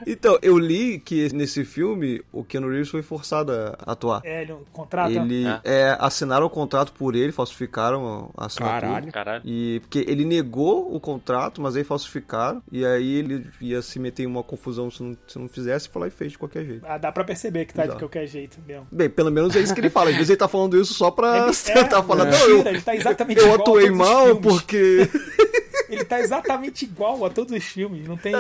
[SPEAKER 4] Então, eu li que nesse filme o Keanu Reeves foi forçado a atuar.
[SPEAKER 3] É, ele contrata.
[SPEAKER 4] Ele
[SPEAKER 1] Ah.
[SPEAKER 4] é, assinaram o contrato por ele, falsificaram a assinatura.
[SPEAKER 2] Caralho.
[SPEAKER 1] Caralho.
[SPEAKER 4] E porque ele negou o contrato, mas aí falsificaram. E aí ele ia se meter em uma confusão se não, se não fizesse, foi lá e fez de qualquer jeito.
[SPEAKER 3] Ah, dá pra perceber que tá de
[SPEAKER 4] Exato.
[SPEAKER 3] qualquer jeito mesmo.
[SPEAKER 4] Bem, pelo menos é isso que ele fala. Às vezes ele tá falando isso só pra tentar falar, não,
[SPEAKER 3] É, mentira,
[SPEAKER 4] eu,
[SPEAKER 3] ele tá exatamente
[SPEAKER 4] eu
[SPEAKER 3] igual a
[SPEAKER 4] atuei
[SPEAKER 3] todos os
[SPEAKER 4] mal
[SPEAKER 3] filmes."
[SPEAKER 4] porque.
[SPEAKER 3] Ele tá exatamente igual a todos os filmes. Não tem.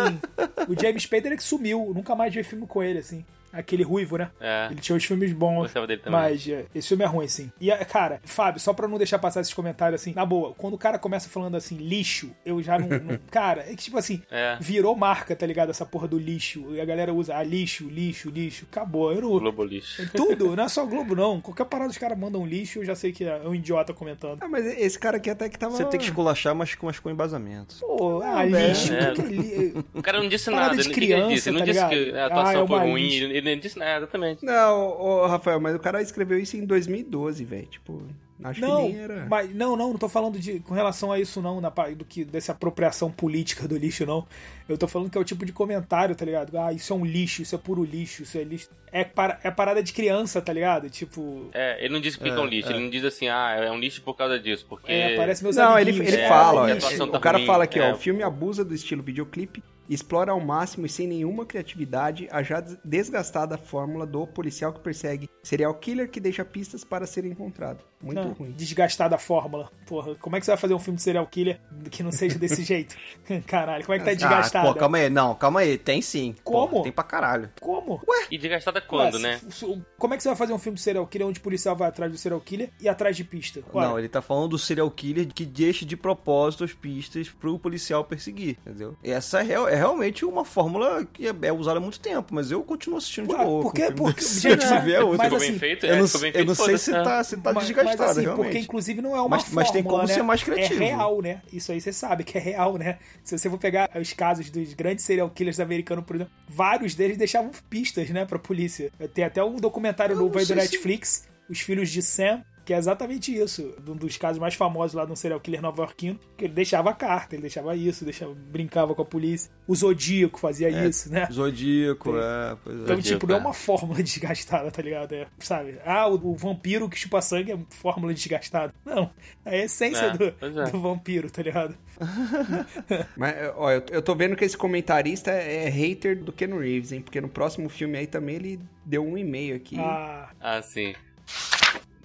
[SPEAKER 3] O James Spader é que sumiu. Nunca mais vi filme com ele, assim. Aquele ruivo, né?
[SPEAKER 1] É.
[SPEAKER 3] Ele tinha os filmes bons.
[SPEAKER 1] Gostava dele também.
[SPEAKER 3] Mas é, esse filme é ruim, sim. E, é, cara, Fábio, só pra não deixar passar esses comentários assim, na boa, quando o cara começa falando assim, lixo, eu já não. não- cara, é que tipo assim,
[SPEAKER 1] É.
[SPEAKER 3] virou marca, tá ligado? Essa porra do lixo. E a galera usa, ah, lixo, lixo, lixo. Acabou. Eu não.
[SPEAKER 1] Globo lixo.
[SPEAKER 3] Tudo, não é só Globo, não. Qualquer parada os caras mandam lixo, eu já sei que é um idiota comentando.
[SPEAKER 2] Ah, mas esse cara aqui até que tava...
[SPEAKER 4] Você tem que esculachar, mas com, mas com embasamento.
[SPEAKER 3] Pô, ah, lixo.
[SPEAKER 1] né?
[SPEAKER 3] que li-
[SPEAKER 1] O cara não disse
[SPEAKER 3] Parada
[SPEAKER 1] nada.
[SPEAKER 3] de
[SPEAKER 1] ele- o que que ele
[SPEAKER 3] criança,
[SPEAKER 1] disse? Ele não
[SPEAKER 3] tá
[SPEAKER 1] disse
[SPEAKER 3] ligado?
[SPEAKER 1] que a atuação
[SPEAKER 3] Ah, é
[SPEAKER 1] foi
[SPEAKER 3] uma
[SPEAKER 1] ruim.
[SPEAKER 3] lista.
[SPEAKER 1] Ele, ele não disse nada, exatamente.
[SPEAKER 2] Não, ô, Rafael, mas o cara escreveu isso em 2012, velho. Tipo, acho que
[SPEAKER 3] Não,
[SPEAKER 2] nem era...
[SPEAKER 3] mas não, não, não tô falando de com relação a isso não, na pa- do que dessa apropriação política do lixo não. Eu tô falando que é o tipo de comentário, tá ligado? Ah, isso é um lixo, isso é puro lixo, isso é lixo. É, para, é parada de criança, tá ligado? Tipo,
[SPEAKER 1] É, ele não diz porque é, um lixo. Ele não diz assim, ah, é um lixo por causa disso. Porque.
[SPEAKER 3] é, parece meus
[SPEAKER 2] Não, ele,
[SPEAKER 3] amiguinhos,
[SPEAKER 2] ele
[SPEAKER 3] é,
[SPEAKER 2] fala, ó,
[SPEAKER 1] a
[SPEAKER 3] lixo.
[SPEAKER 1] atuação tá
[SPEAKER 2] o cara
[SPEAKER 1] ruim,
[SPEAKER 2] fala aqui, ó,
[SPEAKER 1] é.
[SPEAKER 2] o filme abusa do estilo videoclipe, explora ao máximo e sem nenhuma criatividade a já des- desgastada fórmula do policial que persegue serial killer que deixa pistas para ser encontrado. Muito
[SPEAKER 3] Não,
[SPEAKER 2] ruim.
[SPEAKER 3] né? desgastada a fórmula. Porra, como é que você vai fazer um filme de serial killer que não seja desse jeito? Caralho, como é que tá desgastada?
[SPEAKER 4] Ah, pô, calma aí. Não, calma aí. Tem sim.
[SPEAKER 3] Como?
[SPEAKER 4] Pô, tem pra caralho.
[SPEAKER 3] Como?
[SPEAKER 1] E desgastada quando,
[SPEAKER 3] Ué,
[SPEAKER 1] né?
[SPEAKER 3] se- se- Como é que você vai fazer um filme de serial killer onde o policial vai atrás do serial killer e atrás de pista? Ué,
[SPEAKER 4] Não, ele tá falando do serial killer que deixa de propósito as pistas pro policial perseguir, entendeu? Essa é, real- é realmente uma fórmula que é, é usada há muito tempo, mas eu continuo assistindo de
[SPEAKER 3] Ué,
[SPEAKER 4] novo.
[SPEAKER 3] porque- porque-
[SPEAKER 4] é se eu
[SPEAKER 3] gente,
[SPEAKER 4] tiver hoje.
[SPEAKER 3] mas
[SPEAKER 1] ficou É bem
[SPEAKER 3] assim,
[SPEAKER 1] feito?
[SPEAKER 4] eu
[SPEAKER 1] é,
[SPEAKER 4] não,
[SPEAKER 1] ficou bem
[SPEAKER 4] eu
[SPEAKER 1] feito.
[SPEAKER 4] não sei
[SPEAKER 1] foda,
[SPEAKER 4] se
[SPEAKER 1] né?
[SPEAKER 4] tá, se tá
[SPEAKER 3] Mas-
[SPEAKER 4] desgastado,
[SPEAKER 3] mas assim,
[SPEAKER 4] realmente.
[SPEAKER 3] Porque inclusive não é uma
[SPEAKER 4] Mas- mas tem
[SPEAKER 3] fórmula,
[SPEAKER 4] como
[SPEAKER 3] né?
[SPEAKER 4] ser mais criativo.
[SPEAKER 3] É real, né? Isso aí você sabe que é real, né? Se você for pegar os casos dos grandes serial killers americanos, por exemplo, vários deles deixavam pistas, né, pra polícia. Tem até um documentário
[SPEAKER 4] Eu
[SPEAKER 3] novo
[SPEAKER 4] não
[SPEAKER 3] aí do
[SPEAKER 4] sei se-
[SPEAKER 3] Netflix, Os Filhos de Sam, que é exatamente isso. Um dos casos mais famosos lá de um serial killer nova-iorquino, que ele deixava carta, ele deixava isso, deixava, brincava com a polícia. O Zodíaco fazia
[SPEAKER 4] É.
[SPEAKER 3] isso, né?
[SPEAKER 4] Zodíaco, é, pois é.
[SPEAKER 3] Então,
[SPEAKER 1] Zodíaco,
[SPEAKER 3] tipo, não é
[SPEAKER 1] é.
[SPEAKER 3] uma fórmula desgastada, tá ligado? É, sabe? Ah, o, o vampiro que chupa sangue é uma fórmula desgastada. Não. É a essência
[SPEAKER 1] É,
[SPEAKER 3] do,
[SPEAKER 1] pois é.
[SPEAKER 3] do vampiro, tá ligado?
[SPEAKER 2] Mas, eh, ó, eu, eu tô vendo que esse comentarista é hater do Ken Reeves, hein? Porque no próximo filme aí também ele deu um e-mail aqui.
[SPEAKER 3] Ah,
[SPEAKER 1] Ah, sim.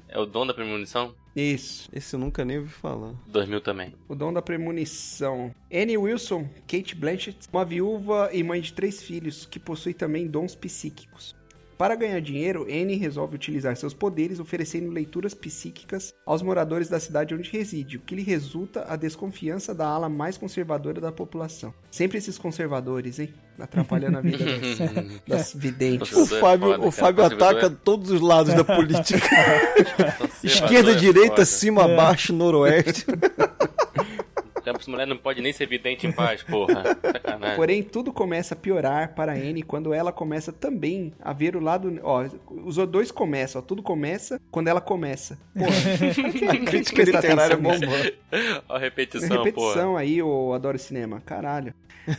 [SPEAKER 1] É o dom da premonição?
[SPEAKER 2] Isso.
[SPEAKER 4] Esse eu nunca nem ouvi falar.
[SPEAKER 1] 2000 também.
[SPEAKER 2] O dom da premonição. Annie Wilson, Kate Blanchett, uma viúva e mãe de três filhos, que possui também dons psíquicos. Para ganhar dinheiro, Annie resolve utilizar seus poderes oferecendo leituras psíquicas aos moradores da cidade onde reside, o que lhe resulta a desconfiança da ala mais conservadora da população. Sempre esses conservadores, hein? Atrapalhando a vida
[SPEAKER 1] Uhum.
[SPEAKER 2] das, das videntes.
[SPEAKER 4] O
[SPEAKER 1] Conservador é
[SPEAKER 4] Fábio,
[SPEAKER 1] foda,
[SPEAKER 4] o
[SPEAKER 1] cara.
[SPEAKER 4] Fábio
[SPEAKER 1] Conservador
[SPEAKER 4] ataca todos os lados da política.
[SPEAKER 1] Conservador
[SPEAKER 4] Esquerda,
[SPEAKER 1] é
[SPEAKER 4] direita, assim.
[SPEAKER 1] foda.
[SPEAKER 4] cima,
[SPEAKER 3] É.
[SPEAKER 4] baixo, noroeste.
[SPEAKER 1] Essa mulher não pode nem ser vidente em paz, porra. Sacanagem.
[SPEAKER 2] Porém, tudo começa a piorar para a Anne quando ela começa também a ver o lado. Ó, os dois começam, ó, tudo começa quando ela começa. Porra,
[SPEAKER 4] A crítica literária bombando.
[SPEAKER 1] Ó, a repetição, porra.
[SPEAKER 2] Repetição aí, ô Adoro Cinema, caralho.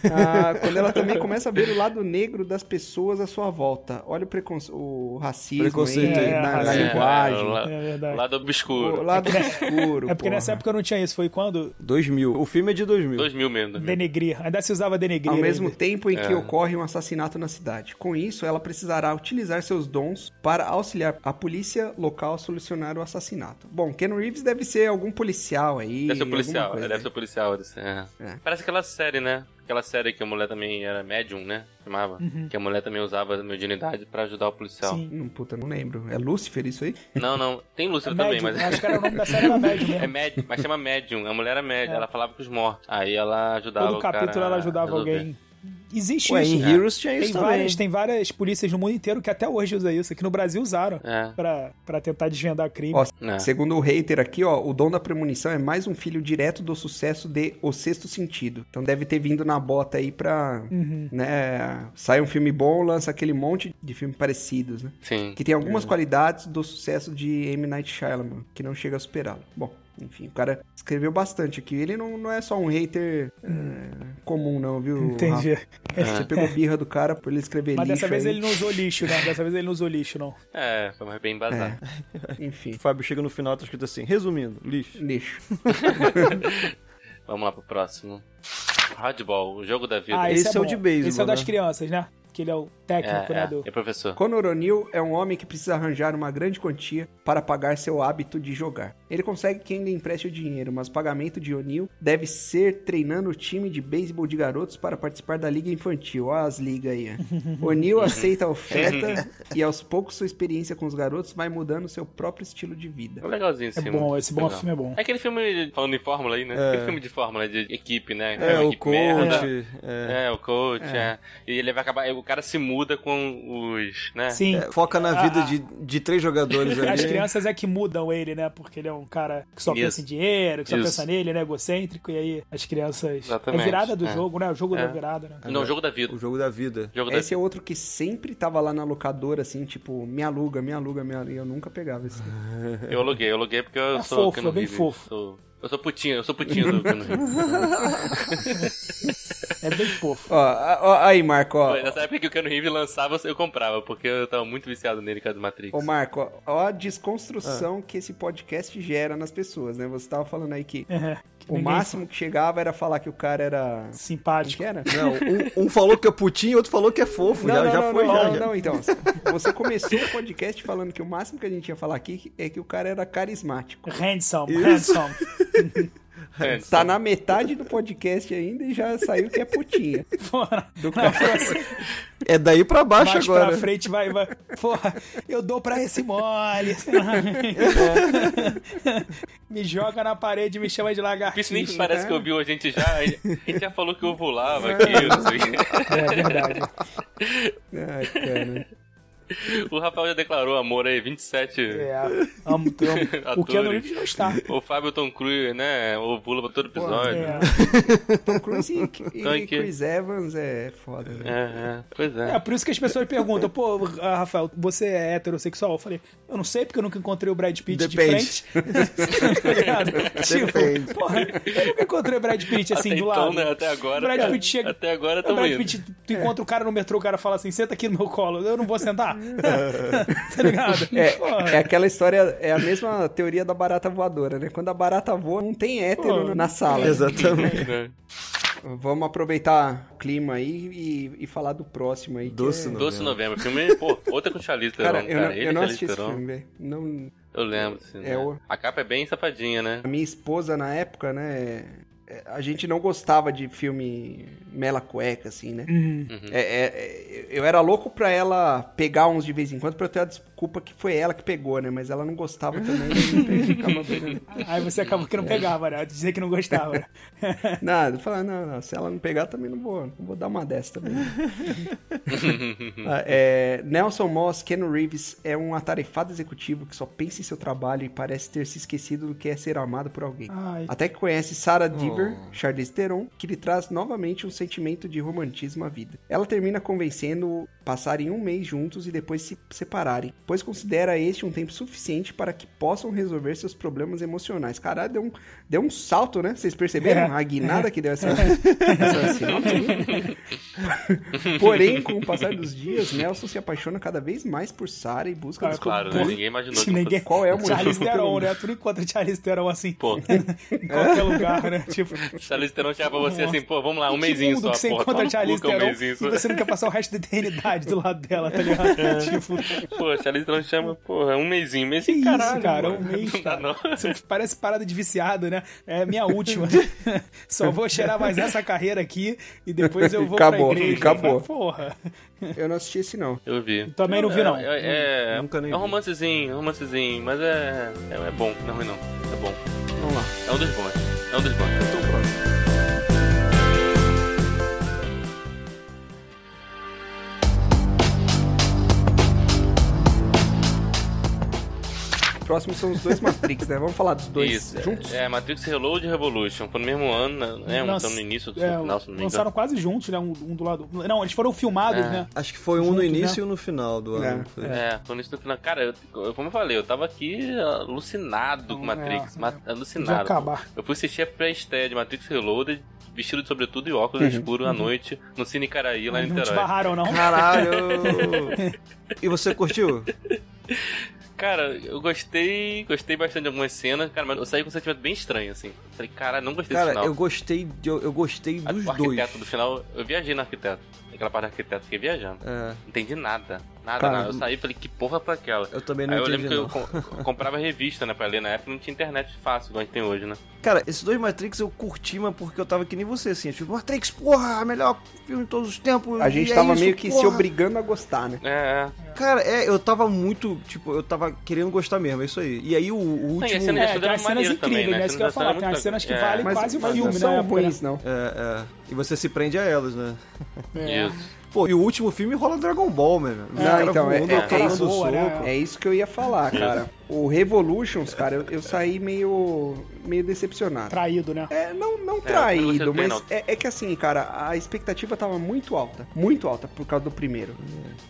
[SPEAKER 2] Ah, quando ela também começa a ver o lado negro das pessoas à sua volta. Olha o, preconce... o racismo
[SPEAKER 4] Preconceito.
[SPEAKER 2] aí,
[SPEAKER 3] É,
[SPEAKER 2] na, na
[SPEAKER 3] é,
[SPEAKER 2] linguagem.
[SPEAKER 1] o
[SPEAKER 2] O
[SPEAKER 1] la-
[SPEAKER 3] é verdade.
[SPEAKER 1] lado obscuro.
[SPEAKER 2] lado escuro.
[SPEAKER 3] é porque
[SPEAKER 2] porra.
[SPEAKER 3] nessa época eu não tinha isso. Foi quando
[SPEAKER 4] 2000. O filme é de 2000.
[SPEAKER 1] 2000 mesmo. 2000.
[SPEAKER 3] denegrir. Ainda se usava denegrir.
[SPEAKER 2] Ao mesmo
[SPEAKER 3] ainda.
[SPEAKER 2] tempo em que
[SPEAKER 1] É.
[SPEAKER 2] ocorre um assassinato na cidade. Com isso, ela precisará utilizar seus dons para auxiliar a polícia local a solucionar o assassinato. Bom, Ken Reeves deve ser algum policial aí.
[SPEAKER 1] Deve ser um policial,
[SPEAKER 2] alguma coisa, assim.
[SPEAKER 1] deve ser policial. deve ser- é.
[SPEAKER 2] É.
[SPEAKER 1] Parece aquela série, né? Aquela série que a mulher também era médium, né? Chamava. Que a mulher também usava a mediunidade pra ajudar o policial.
[SPEAKER 3] Sim.
[SPEAKER 2] Hum, puta, não lembro. É Lúcifer isso aí?
[SPEAKER 1] Não, não. Tem Lúcifer também,
[SPEAKER 3] Médium, né?
[SPEAKER 1] mas.
[SPEAKER 3] É Acho que era o nome da série era Médium
[SPEAKER 1] É
[SPEAKER 3] mesmo.
[SPEAKER 1] médium, mas chama médium. A mulher era médium, ela falava com os mortos. Aí ela ajudava
[SPEAKER 3] É. Todo
[SPEAKER 1] o cara
[SPEAKER 3] capítulo ela
[SPEAKER 1] a
[SPEAKER 3] ajudava
[SPEAKER 1] resolver.
[SPEAKER 3] alguém. Existe
[SPEAKER 4] Ué,
[SPEAKER 1] é.
[SPEAKER 3] isso.
[SPEAKER 4] em
[SPEAKER 3] cara.
[SPEAKER 4] Heroes tinha isso
[SPEAKER 3] Tem
[SPEAKER 4] também.
[SPEAKER 3] várias, tem várias polícias no mundo inteiro que até hoje usam isso. Aqui no Brasil usaram
[SPEAKER 1] É.
[SPEAKER 3] pra, pra tentar desvendar crime.
[SPEAKER 2] Ó,
[SPEAKER 1] É.
[SPEAKER 2] segundo o hater aqui, ó, o dom da premonição é mais um filho direto do sucesso de O Sexto Sentido. Então deve ter vindo na bota aí pra,
[SPEAKER 3] Uhum.
[SPEAKER 2] né, sai um filme bom, lança aquele monte de filmes parecidos, né?
[SPEAKER 1] Sim.
[SPEAKER 2] Que tem algumas qualidades do sucesso de M. Night Shyamalan, que não chega a superá-lo. Bom, enfim, o cara escreveu bastante aqui. Ele não, não é só um hater eh, comum, não, viu?
[SPEAKER 3] Entendi.
[SPEAKER 2] Rafa? É,
[SPEAKER 1] É.
[SPEAKER 2] Você
[SPEAKER 3] É.
[SPEAKER 2] pegou birra do cara por ele escrever
[SPEAKER 3] Mas
[SPEAKER 2] lixo
[SPEAKER 3] dessa vez
[SPEAKER 2] aí.
[SPEAKER 3] ele não usou lixo, né? Dessa vez ele não usou lixo, não.
[SPEAKER 1] É, foi mais bem embasado.
[SPEAKER 2] Enfim,
[SPEAKER 4] O Fábio chega no final e tá escrito assim, resumindo, lixo.
[SPEAKER 2] lixo.
[SPEAKER 1] Vamos lá pro próximo. Hardball, o jogo da vida.
[SPEAKER 3] Ah,
[SPEAKER 4] esse é o de
[SPEAKER 3] bom.
[SPEAKER 4] beisebol,
[SPEAKER 3] Esse é o
[SPEAKER 4] né?
[SPEAKER 3] das crianças, né? Que ele é o
[SPEAKER 1] é,
[SPEAKER 3] técnico, né?
[SPEAKER 1] é,
[SPEAKER 3] Do...
[SPEAKER 1] é professor.
[SPEAKER 2] Conor O'Neill é um homem que precisa arranjar uma grande quantia para pagar seu hábito de jogar. Ele consegue quem lhe empreste o dinheiro, mas o pagamento de O'Neill deve ser treinando o time de beisebol de garotos para participar da liga infantil. Ó as ligas aí. ó. O'Neill aceita a oferta e aos poucos sua experiência com os garotos vai mudando seu próprio estilo de vida.
[SPEAKER 1] É legalzinho esse
[SPEAKER 3] É
[SPEAKER 1] filme.
[SPEAKER 3] bom, esse bom
[SPEAKER 1] Legal.
[SPEAKER 3] filme é bom.
[SPEAKER 1] É aquele filme, falando em fórmula aí, né? Aquele filme de fórmula, de equipe, né?
[SPEAKER 4] É,
[SPEAKER 1] uma
[SPEAKER 4] o
[SPEAKER 1] equipe merda.
[SPEAKER 4] coach. É.
[SPEAKER 1] É, o coach, é. E ele vai acabar. O cara se muda com os. né?
[SPEAKER 3] Sim.
[SPEAKER 4] É, foca na vida de, de três jogadores ali.
[SPEAKER 3] As crianças é que mudam ele, né? Porque ele é um cara que só
[SPEAKER 1] Isso.
[SPEAKER 3] pensa em dinheiro, que só
[SPEAKER 1] Isso.
[SPEAKER 3] pensa nele, né? Egocêntrico. E aí as crianças.
[SPEAKER 1] Exatamente,
[SPEAKER 3] É virada do
[SPEAKER 1] é.
[SPEAKER 3] jogo, né? O jogo
[SPEAKER 1] É.
[SPEAKER 3] da virada, né?
[SPEAKER 1] Não, o jogo da vida.
[SPEAKER 4] O jogo da vida.
[SPEAKER 1] Jogo da
[SPEAKER 2] Esse é outro que sempre tava lá na locadora, assim, tipo, me aluga, me aluga, me aluga. E eu nunca pegava esse.
[SPEAKER 1] Eu aluguei, eu aluguei porque eu
[SPEAKER 3] É
[SPEAKER 1] sou
[SPEAKER 3] fofo,
[SPEAKER 1] cano
[SPEAKER 3] é bem
[SPEAKER 1] Reeves.
[SPEAKER 3] fofo.
[SPEAKER 1] Sou- eu sou putinho, eu sou putinho do cano Reeves.
[SPEAKER 3] É bem fofo.
[SPEAKER 2] Ó, ó, aí, Marco, ó.
[SPEAKER 1] Foi Nessa época que o cano Reeves lançava, eu comprava, porque eu tava muito viciado nele por causa do Matrix.
[SPEAKER 2] Ô, Marco, ó, ó a desconstrução
[SPEAKER 4] Ah.
[SPEAKER 2] que esse podcast gera nas pessoas, né? Você tava falando aí que
[SPEAKER 3] É, que
[SPEAKER 2] o
[SPEAKER 3] ninguém
[SPEAKER 2] máximo que chegava era falar que o cara era.
[SPEAKER 3] é
[SPEAKER 2] Como que
[SPEAKER 3] Simpático.
[SPEAKER 2] era?
[SPEAKER 4] Não, um, um falou que é putinho, outro falou que é fofo. já, já foi,
[SPEAKER 2] não,
[SPEAKER 4] já.
[SPEAKER 2] não,
[SPEAKER 4] já.
[SPEAKER 2] não, então. Você começou o podcast falando que o máximo que a gente ia falar aqui é que o cara era carismático.
[SPEAKER 3] Handsome,
[SPEAKER 4] Isso.
[SPEAKER 3] handsome.
[SPEAKER 1] É,
[SPEAKER 2] Tá na metade do podcast ainda e já saiu que é putinha.
[SPEAKER 3] Porra,
[SPEAKER 2] Do
[SPEAKER 3] na
[SPEAKER 2] cara.
[SPEAKER 3] próxima-
[SPEAKER 4] É daí pra baixo
[SPEAKER 3] mais
[SPEAKER 4] agora.
[SPEAKER 3] pra frente vai, vai. Porra, eu dou pra esse mole.
[SPEAKER 4] É.
[SPEAKER 3] me joga na parede, me chama de
[SPEAKER 1] Por isso nem
[SPEAKER 3] lagartixa.
[SPEAKER 2] né?
[SPEAKER 1] parece que ouviu a gente já. A gente já falou que eu ovulava aqui, eu não sei.
[SPEAKER 3] É verdade.
[SPEAKER 2] Ai, cara.
[SPEAKER 1] O Rafael já declarou amor aí, 27.
[SPEAKER 3] É, amo, tu, amo. O Keanu
[SPEAKER 1] Atores.
[SPEAKER 3] Reeves não está.
[SPEAKER 1] O Fábio Tom Cruise, né? Ovula pra todo episódio.
[SPEAKER 3] É.
[SPEAKER 2] Tom Cruise e, e
[SPEAKER 1] Então, e que-
[SPEAKER 2] Chris Evans é foda, né?
[SPEAKER 1] É, é. Pois
[SPEAKER 3] É
[SPEAKER 1] é.
[SPEAKER 3] por isso que as pessoas perguntam, pô, ah, Rafael, você é heterossexual? Eu falei, eu não sei, porque eu nunca encontrei o Brad Pitt
[SPEAKER 4] Depende.
[SPEAKER 3] de frente. Tá ligado?
[SPEAKER 4] Depende.
[SPEAKER 3] tipo, porra, eu nunca encontrei o Brad Pitt assim
[SPEAKER 1] Até
[SPEAKER 3] do
[SPEAKER 1] então,
[SPEAKER 3] lado.
[SPEAKER 1] né? Até agora.
[SPEAKER 3] O Brad Pitt chega.
[SPEAKER 1] Até agora
[SPEAKER 3] o
[SPEAKER 1] estamos
[SPEAKER 3] Brad
[SPEAKER 1] indo.
[SPEAKER 3] Pitt, tu encontra o cara no metrô, o cara fala assim, senta aqui no meu colo, eu não vou sentar. tá ligado? Porra.
[SPEAKER 2] É, é aquela história, é a mesma teoria da barata voadora, né? Quando a barata voa, não tem hétero
[SPEAKER 3] Pô,
[SPEAKER 2] na sala.
[SPEAKER 4] Exatamente.
[SPEAKER 1] Né?
[SPEAKER 2] Vamos aproveitar o clima aí e, e falar do próximo aí. que
[SPEAKER 4] Doce,
[SPEAKER 2] é-
[SPEAKER 4] não.
[SPEAKER 1] Doce novembro. Filme, pô, outra com Charlize Theron,
[SPEAKER 2] Cara,
[SPEAKER 1] um cara.
[SPEAKER 2] eu não,
[SPEAKER 1] Ele
[SPEAKER 2] eu não
[SPEAKER 1] e Charlize
[SPEAKER 2] assisti esse
[SPEAKER 1] Theron.
[SPEAKER 2] filme, velho. Não-
[SPEAKER 1] Eu lembro, assim, né?
[SPEAKER 2] É o-
[SPEAKER 1] A capa é bem safadinha, né?
[SPEAKER 2] A minha esposa, na época, né... é, A gente não gostava de filme mela cueca, assim, né?
[SPEAKER 3] Uhum.
[SPEAKER 2] É, é, é, eu era louco pra ela pegar uns de vez em quando pra eu ter a desculpa que foi ela que pegou, né? Mas ela não gostava também. né? Ficava pegando.
[SPEAKER 3] Aí você acabou que não pegava, né? Dizer que não gostava. né?
[SPEAKER 2] Nada, falar, não, não, se ela não pegar, também não vou, não vou dar uma dessa também. Ah, é, Nelson Moss, Ken Reeves é um atarefado executivo que só pensa em seu trabalho e parece ter se esquecido do que é ser amado por alguém.
[SPEAKER 3] Ai,
[SPEAKER 2] Até que conhece Sarah
[SPEAKER 1] Oh.
[SPEAKER 2] Deaver, Charlize Theron, que lhe traz novamente um sentimento de romantismo à vida. Ela termina convencendo-o passarem um mês juntos e depois se separarem, pois considera este um tempo suficiente para que possam resolver seus problemas emocionais. Caralho, deu um, deu um salto, né? Vocês perceberam?
[SPEAKER 3] É.
[SPEAKER 2] A guinada que deu essa, essa sinopse aí? Porém, com o passar dos dias, Nelson se apaixona cada vez mais por Sarah e busca
[SPEAKER 1] Claro,
[SPEAKER 2] descobrir
[SPEAKER 3] Claro,
[SPEAKER 1] né?
[SPEAKER 3] Porra,
[SPEAKER 1] Ninguém imaginou que
[SPEAKER 3] ninguém...
[SPEAKER 1] fosse-
[SPEAKER 2] qual é o motivo
[SPEAKER 3] Charlize Theron,
[SPEAKER 2] pelo-
[SPEAKER 3] né? Tu não encontra Charlize Theron assim
[SPEAKER 1] Pô,
[SPEAKER 3] em qualquer lugar, né? Tipo,
[SPEAKER 1] Charlize Theron chega pra você
[SPEAKER 3] Nossa.
[SPEAKER 1] assim, pô, vamos lá, um
[SPEAKER 3] que
[SPEAKER 1] mêsinho beijinho
[SPEAKER 3] mundo
[SPEAKER 1] só,
[SPEAKER 3] que você
[SPEAKER 1] porra,
[SPEAKER 3] encontra a
[SPEAKER 1] toma no
[SPEAKER 3] Charlize
[SPEAKER 1] cu, que é um
[SPEAKER 3] Theron
[SPEAKER 1] beijinho
[SPEAKER 3] e
[SPEAKER 1] só.
[SPEAKER 3] você não quer passar o resto da eternidade do lado dela, tá ligado? tipo,
[SPEAKER 1] Pô, a Charlize Theron chama, porra, um mesinho.
[SPEAKER 3] que
[SPEAKER 1] Mesinho,
[SPEAKER 3] isso,
[SPEAKER 1] caralho.
[SPEAKER 3] cara?
[SPEAKER 1] mano.
[SPEAKER 3] Um mês,
[SPEAKER 1] Não dá,
[SPEAKER 3] cara.
[SPEAKER 1] não.
[SPEAKER 3] Você parece parada de viciado, né? É minha última. Só vou cheirar mais essa carreira aqui e depois eu vou
[SPEAKER 2] Acabou,
[SPEAKER 3] pra igreja.
[SPEAKER 2] acabou.
[SPEAKER 3] Porra.
[SPEAKER 2] Eu não assisti esse, não.
[SPEAKER 1] Eu vi.
[SPEAKER 3] Também não vi, não.
[SPEAKER 1] É, é, é-
[SPEAKER 4] Nunca nem
[SPEAKER 1] é um
[SPEAKER 4] vi.
[SPEAKER 1] romancezinho, um romancezinho, mas é, é, é bom, não é ruim não. É bom.
[SPEAKER 2] Vamos lá.
[SPEAKER 1] É um dos bons. É um dos bons.
[SPEAKER 4] Então, próximo.
[SPEAKER 2] Próximos são os dois Matrix, né? Vamos falar dos dois
[SPEAKER 1] Isso.
[SPEAKER 2] juntos?
[SPEAKER 1] É, Matrix Reload e Revolution. Foi no mesmo ano, né?
[SPEAKER 3] Lança-
[SPEAKER 1] Então no início, no
[SPEAKER 3] é,
[SPEAKER 1] final, se não me engano.
[SPEAKER 3] Lançaram quase juntos, né? Um, um do lado. Não, eles foram filmados,
[SPEAKER 1] É.
[SPEAKER 3] né?
[SPEAKER 4] Acho que foi um
[SPEAKER 3] Junto,
[SPEAKER 4] no
[SPEAKER 3] né?
[SPEAKER 4] início e um no final do
[SPEAKER 2] É.
[SPEAKER 4] ano. Foi.
[SPEAKER 1] É, foi no início do final. Cara, eu- eu- como eu falei, eu tava aqui alucinado com Matrix.
[SPEAKER 3] é,
[SPEAKER 1] ma-
[SPEAKER 3] Podia
[SPEAKER 1] alucinado.
[SPEAKER 3] acabar.
[SPEAKER 1] Eu fui assistir a pré-estreia de Matrix Reloaded, vestido de sobretudo e óculos
[SPEAKER 4] Uhum.
[SPEAKER 1] escuro à
[SPEAKER 3] Uhum.
[SPEAKER 1] noite, no Cine Caraí, lá em
[SPEAKER 3] Não te
[SPEAKER 1] Niterói.
[SPEAKER 3] barraram, não?
[SPEAKER 4] Caralho! e você curtiu?
[SPEAKER 1] Cara, eu gostei, gostei bastante de algumas cenas, cara, mas eu saí com um sentimento bem estranho, assim. Falei, cara, não gostei
[SPEAKER 4] Cara,
[SPEAKER 1] desse final.
[SPEAKER 4] eu gostei, de- eu, eu gostei
[SPEAKER 1] A-
[SPEAKER 4] dos
[SPEAKER 1] o
[SPEAKER 4] dois.
[SPEAKER 1] arquiteto do final, eu viajei no arquiteto. Aquela parte do arquiteto, fiquei viajando.
[SPEAKER 4] É,
[SPEAKER 1] Não entendi nada, nada,
[SPEAKER 2] Cara,
[SPEAKER 1] nada. Eu saí e falei, que porra foi aquela?
[SPEAKER 4] eu também não
[SPEAKER 1] Aí eu
[SPEAKER 4] entendi.
[SPEAKER 1] lembro que
[SPEAKER 4] não.
[SPEAKER 1] eu, com- eu comprava revista, né, pra ler. Na época não tinha internet fácil, igual a gente tem hoje, né?
[SPEAKER 4] Cara, esses dois Matrix eu curti, mas porque eu tava que nem você, assim. Tipo, Matrix, porra, melhor filme de todos os tempos.
[SPEAKER 2] A gente
[SPEAKER 4] e é
[SPEAKER 2] tava
[SPEAKER 4] isso,
[SPEAKER 2] meio que se
[SPEAKER 4] porra.
[SPEAKER 2] obrigando a gostar, né?
[SPEAKER 1] É, é.
[SPEAKER 4] Cara, é, eu tava muito, tipo, eu tava querendo gostar mesmo, é isso aí. E aí o, o
[SPEAKER 1] Não, e
[SPEAKER 4] último.
[SPEAKER 1] as cenas de estudo eram
[SPEAKER 3] É, tem umas cenas
[SPEAKER 1] maneiras também,
[SPEAKER 3] incríveis, né?
[SPEAKER 1] né?
[SPEAKER 3] Isso que eu ia
[SPEAKER 1] As cenas
[SPEAKER 3] falar, tem
[SPEAKER 1] eram
[SPEAKER 3] umas
[SPEAKER 1] muito
[SPEAKER 3] cenas que
[SPEAKER 1] legais.
[SPEAKER 3] valem
[SPEAKER 2] Mas,
[SPEAKER 4] um
[SPEAKER 3] quase o
[SPEAKER 2] mas não
[SPEAKER 3] filme,
[SPEAKER 2] são
[SPEAKER 3] né?
[SPEAKER 2] ruins, não.
[SPEAKER 4] É, é. E você se prende a elas, né?
[SPEAKER 3] É.
[SPEAKER 1] Isso.
[SPEAKER 4] Pô, e o último filme rola Dragon Ball, mano. Os
[SPEAKER 2] Não,
[SPEAKER 4] caras
[SPEAKER 2] então, é- é-
[SPEAKER 4] o cara
[SPEAKER 2] é
[SPEAKER 4] dando
[SPEAKER 3] isso. Boa, né?
[SPEAKER 4] soco.
[SPEAKER 2] É isso que eu ia falar, cara. O Revolutions, cara, eu, eu saí meio, meio decepcionado.
[SPEAKER 3] Traído, né?
[SPEAKER 2] É, não, não
[SPEAKER 1] pelo
[SPEAKER 2] traído,
[SPEAKER 1] seu
[SPEAKER 2] mas
[SPEAKER 1] pênalti.
[SPEAKER 2] é, é que assim, cara, a expectativa tava muito alta. Muito alta por causa do primeiro.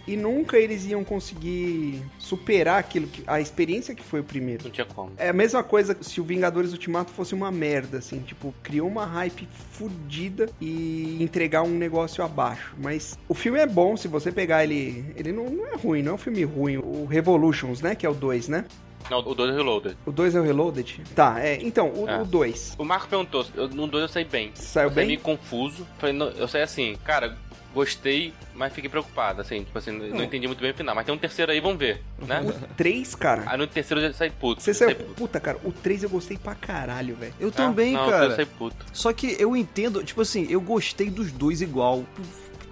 [SPEAKER 2] E nunca eles iam conseguir superar aquilo que. a experiência que foi o primeiro.
[SPEAKER 1] Não tinha como.
[SPEAKER 2] É a mesma coisa se o Vingadores Ultimato fosse uma merda, assim, tipo, criou uma hype fodida e entregar um negócio abaixo. Mas o filme é bom, se você pegar ele. Ele não, não é ruim, não é um filme ruim. O Revolutions, né? Que é o 2, né?
[SPEAKER 1] Não, o 2 Reloaded.
[SPEAKER 2] O 2 é o Reloaded? Tá, é. Então,
[SPEAKER 1] É.
[SPEAKER 2] o 2.
[SPEAKER 1] O Marco perguntou, eu- no 2 eu saí bem.
[SPEAKER 2] Saiu
[SPEAKER 1] Eu saí
[SPEAKER 2] bem?
[SPEAKER 1] meio confuso. Falei, não, eu saí assim, cara, gostei, mas fiquei preocupado, assim, tipo assim, não,
[SPEAKER 4] Hum.
[SPEAKER 1] entendi muito bem o final. Mas tem um terceiro aí, vamos ver, né?
[SPEAKER 4] Uhum.
[SPEAKER 2] O 3, cara.
[SPEAKER 1] Aí no terceiro eu já saí puto.
[SPEAKER 2] Você
[SPEAKER 1] Eu saí
[SPEAKER 2] saiu.
[SPEAKER 1] puto.
[SPEAKER 2] Puta, cara, o 3 eu gostei pra caralho, velho.
[SPEAKER 4] Eu
[SPEAKER 1] Ah,
[SPEAKER 4] também,
[SPEAKER 1] não,
[SPEAKER 4] cara.
[SPEAKER 1] Eu saí puto.
[SPEAKER 4] Só que eu entendo, tipo assim, eu gostei dos dois igual.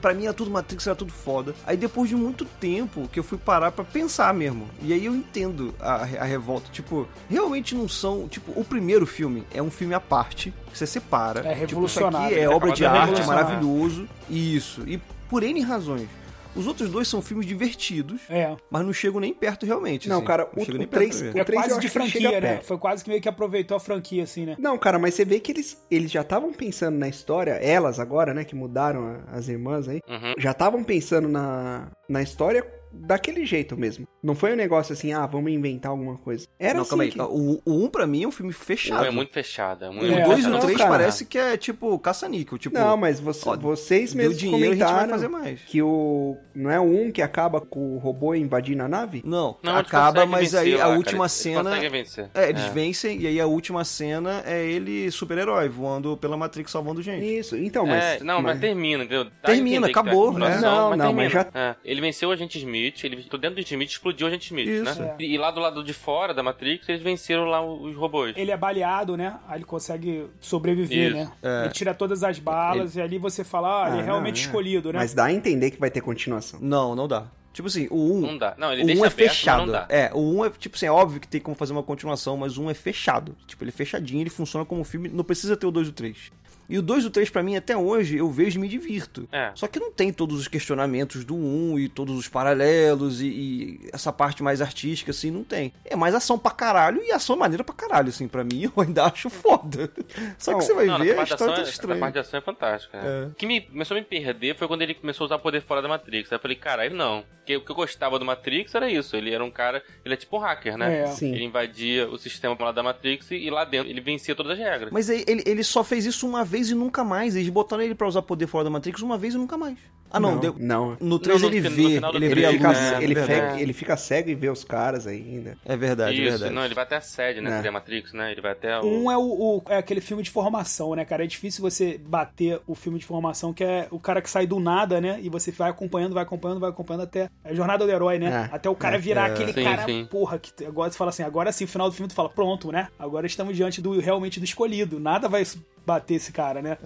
[SPEAKER 4] Pra mim era tudo Matrix, era tudo foda. Aí depois de muito tempo que eu fui parar pra pensar mesmo. E aí eu entendo a, a revolta. Tipo, realmente não são. Tipo, o primeiro filme é um filme à parte, que você separa.
[SPEAKER 3] É
[SPEAKER 4] Tipo, isso aqui
[SPEAKER 3] revolucionário.
[SPEAKER 4] é obra de
[SPEAKER 1] Acabou de
[SPEAKER 4] arte,
[SPEAKER 3] revolucionar.
[SPEAKER 4] maravilhoso. Isso. E por N razões. Os outros dois são filmes divertidos,
[SPEAKER 3] É.
[SPEAKER 4] mas não chegam nem perto realmente.
[SPEAKER 2] Não,
[SPEAKER 4] assim.
[SPEAKER 2] cara, o-
[SPEAKER 4] chegam
[SPEAKER 2] o
[SPEAKER 4] nem perto né? do
[SPEAKER 2] três-
[SPEAKER 4] primeiro.
[SPEAKER 2] O
[SPEAKER 3] É
[SPEAKER 2] três eu
[SPEAKER 3] quase de
[SPEAKER 2] acho que chega
[SPEAKER 3] franquia, né?
[SPEAKER 2] perto.
[SPEAKER 3] Foi quase que meio que aproveitou a franquia, assim, né?
[SPEAKER 2] Não, cara, mas você vê que eles, eles já estavam pensando na história, elas agora, né, que mudaram a- as irmãs aí.
[SPEAKER 1] Uhum.
[SPEAKER 2] já estavam pensando na, na história daquele jeito mesmo. Não foi um negócio assim, ah, vamos inventar alguma coisa. Era
[SPEAKER 4] não,
[SPEAKER 2] assim
[SPEAKER 4] calma aí.
[SPEAKER 2] que-
[SPEAKER 4] O, o um pra mim é um filme fechado.
[SPEAKER 1] É muito fechado. É muito
[SPEAKER 4] O
[SPEAKER 2] É,
[SPEAKER 4] 2 Um e o
[SPEAKER 2] não,
[SPEAKER 4] 3
[SPEAKER 2] cara.
[SPEAKER 4] parece que é tipo caça-níquel. Tipo,
[SPEAKER 2] Não, mas você-
[SPEAKER 4] Ó,
[SPEAKER 2] vocês
[SPEAKER 4] deu
[SPEAKER 2] mesmos
[SPEAKER 4] dinheiro a gente vai
[SPEAKER 2] comentaram
[SPEAKER 4] fazer mais.
[SPEAKER 2] que o não é o um que acaba com o robô invadindo a nave?
[SPEAKER 4] Não,
[SPEAKER 1] Não, eles
[SPEAKER 4] acaba,
[SPEAKER 1] conseguem
[SPEAKER 4] mas
[SPEAKER 1] vencer
[SPEAKER 4] aí
[SPEAKER 1] lá,
[SPEAKER 4] a
[SPEAKER 1] cara.
[SPEAKER 4] última
[SPEAKER 1] Eles
[SPEAKER 4] cena.
[SPEAKER 1] conseguem vencer.
[SPEAKER 4] É, eles
[SPEAKER 1] É.
[SPEAKER 4] vencem e aí a última cena é ele super-herói voando pela Matrix salvando gente.
[SPEAKER 2] Isso. Então, mas
[SPEAKER 1] É, não, mas, termina, entendeu? Dá a
[SPEAKER 4] Termina,
[SPEAKER 1] entender que tá
[SPEAKER 4] acabou,
[SPEAKER 1] com relação,
[SPEAKER 4] né?
[SPEAKER 2] Não, não, mas
[SPEAKER 1] É, ele venceu o Agente Smith, ele tô dentro do Agente Smith, explodiu o Agente Smith,
[SPEAKER 4] Isso. é.
[SPEAKER 1] né? E lá do lado de fora da Matrix, eles venceram lá os robôs.
[SPEAKER 3] Ele é baleado, né? Aí ele consegue sobreviver,
[SPEAKER 1] Isso.
[SPEAKER 3] né? Ele tira todas as balas e ali você fala, ah, ele
[SPEAKER 2] É. Ah,
[SPEAKER 3] é realmente
[SPEAKER 2] não, é.
[SPEAKER 3] escolhido, né?
[SPEAKER 2] mas dá a entender que vai ter continuação.
[SPEAKER 4] Não, não dá. Tipo assim, o 1. Um,
[SPEAKER 1] Não dá. Não, ele
[SPEAKER 4] o
[SPEAKER 1] deixa
[SPEAKER 4] um é
[SPEAKER 1] aberto, mas
[SPEAKER 4] fechado.
[SPEAKER 1] não dá.
[SPEAKER 4] É, o 1 um é, tipo assim, é óbvio que tem como fazer uma continuação, mas o 1 um é fechado. Tipo, ele é fechadinho, ele funciona como filme, não precisa ter o 2 e o 3. E o 2 e o 3, pra mim, até hoje, eu vejo e me divirto.
[SPEAKER 1] É.
[SPEAKER 4] Só que não tem todos os questionamentos do 1 um, e todos os paralelos e, e essa parte mais artística, assim, não tem. É mais ação pra caralho e ação maneira pra caralho, assim, pra mim, eu ainda acho foda. Só que
[SPEAKER 2] Não,
[SPEAKER 4] você vai
[SPEAKER 1] Não,
[SPEAKER 4] ver,
[SPEAKER 1] essa parte, de
[SPEAKER 4] a
[SPEAKER 1] ação,
[SPEAKER 4] história é toda
[SPEAKER 1] é- essa parte
[SPEAKER 4] estranha.
[SPEAKER 1] de ação é fantástica. né?
[SPEAKER 4] É.
[SPEAKER 1] O que me, começou a me perder foi quando ele começou a usar poder fora da Matrix. Aí eu falei, caralho, não. Porque o que eu gostava do Matrix era isso. Ele era um cara, ele é tipo um hacker, né?
[SPEAKER 3] É.
[SPEAKER 2] Sim.
[SPEAKER 1] Ele invadia o sistema lá da Matrix e, e lá dentro ele vencia todas as regras.
[SPEAKER 4] Mas aí ele, ele só fez isso uma vez e nunca mais. Eles botaram ele pra usar poder fora da Matrix uma vez e nunca mais. Ah, não,
[SPEAKER 2] Não,
[SPEAKER 4] deu-
[SPEAKER 2] não.
[SPEAKER 4] No 3
[SPEAKER 1] no
[SPEAKER 4] ele
[SPEAKER 1] fin- no
[SPEAKER 4] vê,
[SPEAKER 1] final do
[SPEAKER 4] ele
[SPEAKER 1] três
[SPEAKER 4] vê a
[SPEAKER 2] Ele
[SPEAKER 1] ele
[SPEAKER 4] luz.
[SPEAKER 2] fica,
[SPEAKER 1] né?
[SPEAKER 4] é
[SPEAKER 2] ele,
[SPEAKER 1] fica-
[SPEAKER 4] verdade.
[SPEAKER 2] fe- ele fica cego e vê os caras ainda.
[SPEAKER 4] É verdade, é
[SPEAKER 1] Isso,
[SPEAKER 4] verdade.
[SPEAKER 1] não, ele vai até a sede, né?
[SPEAKER 2] É.
[SPEAKER 1] Seria Matrix, né? Ele vai até o.
[SPEAKER 3] Um é, o, o- é aquele filme de formação, né, cara? É difícil você bater o filme de formação, que é o cara que sai do nada, né? E você vai acompanhando, vai acompanhando, vai acompanhando até a jornada do herói, né?
[SPEAKER 2] É,
[SPEAKER 3] até o cara virar aquele
[SPEAKER 1] Sim,
[SPEAKER 3] cara,
[SPEAKER 1] sim.
[SPEAKER 3] porra, que agora você fala assim, agora sim, no final do filme tu fala, pronto, né? Agora estamos diante do realmente do escolhido. Nada vai bater esse cara, né?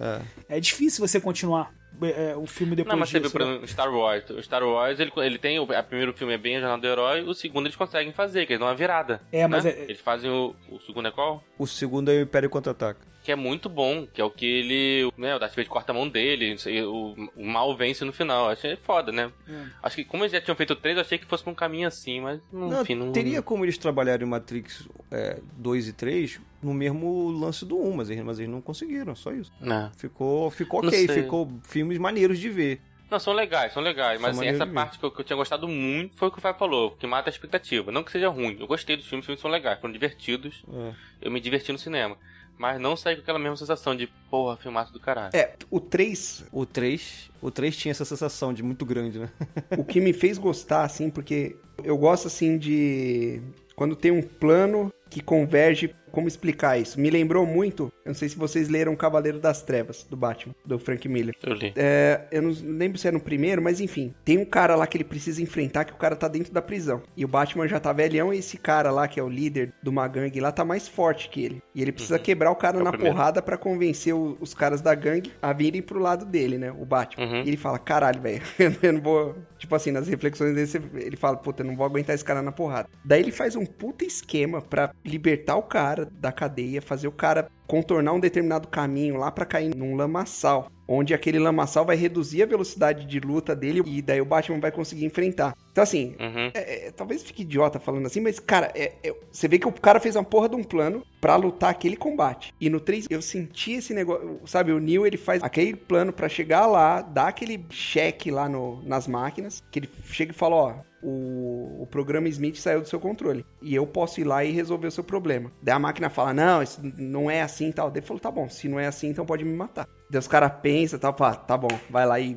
[SPEAKER 3] É, difícil você continuar é, é, um filme depois
[SPEAKER 1] Não, mas você
[SPEAKER 3] disso.
[SPEAKER 1] viu, por
[SPEAKER 3] né?
[SPEAKER 1] exemplo, Star Wars. O Star Wars, ele, ele tem. O a primeiro filme é bem a Jornada do Herói, o segundo eles conseguem fazer, que eles dão uma virada.
[SPEAKER 3] É, mas
[SPEAKER 1] né?
[SPEAKER 3] é-
[SPEAKER 1] Eles fazem o. O segundo é qual?
[SPEAKER 4] O segundo é o Império Contra-Ataca.
[SPEAKER 1] Que é muito bom, que é o que ele. Né, o Darth Vader corta a mão dele, não sei, o, o mal vence no final. Eu Achei foda, né?
[SPEAKER 3] É.
[SPEAKER 1] Acho que como eles já tinham feito três, eu achei que fosse pra um caminho assim, mas
[SPEAKER 4] Não,
[SPEAKER 1] enfim, não.
[SPEAKER 4] Teria como eles trabalharem Matrix é, 2 e 3 no mesmo lance do 1, mas eles, mas eles não conseguiram, só isso.
[SPEAKER 1] Não.
[SPEAKER 4] Ficou, ficou
[SPEAKER 1] Não
[SPEAKER 4] ok,
[SPEAKER 1] sei.
[SPEAKER 4] ficou filmes maneiros de ver.
[SPEAKER 1] Não, são legais, são legais.
[SPEAKER 4] São
[SPEAKER 1] Mas assim,
[SPEAKER 4] maneiras
[SPEAKER 1] essa
[SPEAKER 4] de ver.
[SPEAKER 1] parte que eu, que eu tinha gostado muito foi o que o Fábio falou, que mata a expectativa. Não que seja ruim, eu gostei dos filmes, os filmes são legais, foram divertidos,
[SPEAKER 4] É.
[SPEAKER 1] eu me diverti no cinema. Mas não saí com aquela mesma sensação de, porra, filmaço do caralho.
[SPEAKER 2] É, o 3,
[SPEAKER 4] O 3, o 3 tinha essa sensação de muito grande, né?
[SPEAKER 2] o que me fez gostar, assim, porque eu gosto, assim, de. Quando tem um plano que converge. Como explicar isso? Me lembrou muito. Eu não sei se vocês leram Cavaleiro das Trevas, do Batman, do Frank Miller.
[SPEAKER 1] Eu li.
[SPEAKER 2] é, eu não lembro se era no primeiro, mas enfim, tem um cara lá que ele precisa enfrentar que o cara tá dentro da prisão. E o Batman já tá velhão e esse cara lá, que é o líder de uma gangue lá, tá mais forte que ele. E ele precisa quebrar o cara
[SPEAKER 1] É o
[SPEAKER 2] na
[SPEAKER 1] primeiro.
[SPEAKER 2] porrada pra convencer o- os caras da gangue a virem pro lado dele, né? O Batman.
[SPEAKER 1] Uhum.
[SPEAKER 2] E ele fala, caralho, velho, eu não vou... Tipo assim, nas reflexões dele, você- ele fala, puta, eu não vou aguentar esse cara na porrada. Daí ele faz um puta esquema pra libertar o cara da cadeia, fazer o cara contornar um determinado caminho lá pra cair num lamaçal onde aquele lamaçal vai reduzir a velocidade de luta dele e daí o Batman vai conseguir enfrentar. Então, assim,
[SPEAKER 1] Uhum.
[SPEAKER 2] é- é- talvez fique idiota falando assim, mas, cara, é- é- você vê que o cara fez uma porra de um plano pra lutar aquele combate. E no 3, eu senti esse negócio, sabe? O Neo, ele faz aquele plano pra chegar lá, dar aquele cheque lá no- nas máquinas, que ele chega e fala, ó... O, o programa Smith saiu do seu controle. E eu posso ir lá e resolver o seu problema. Daí a máquina fala: Não, isso não é assim e tal. Daí ele falou: Tá bom, se não é assim, então pode me matar. Daí os caras pensam e tal, pá, tá bom, vai lá e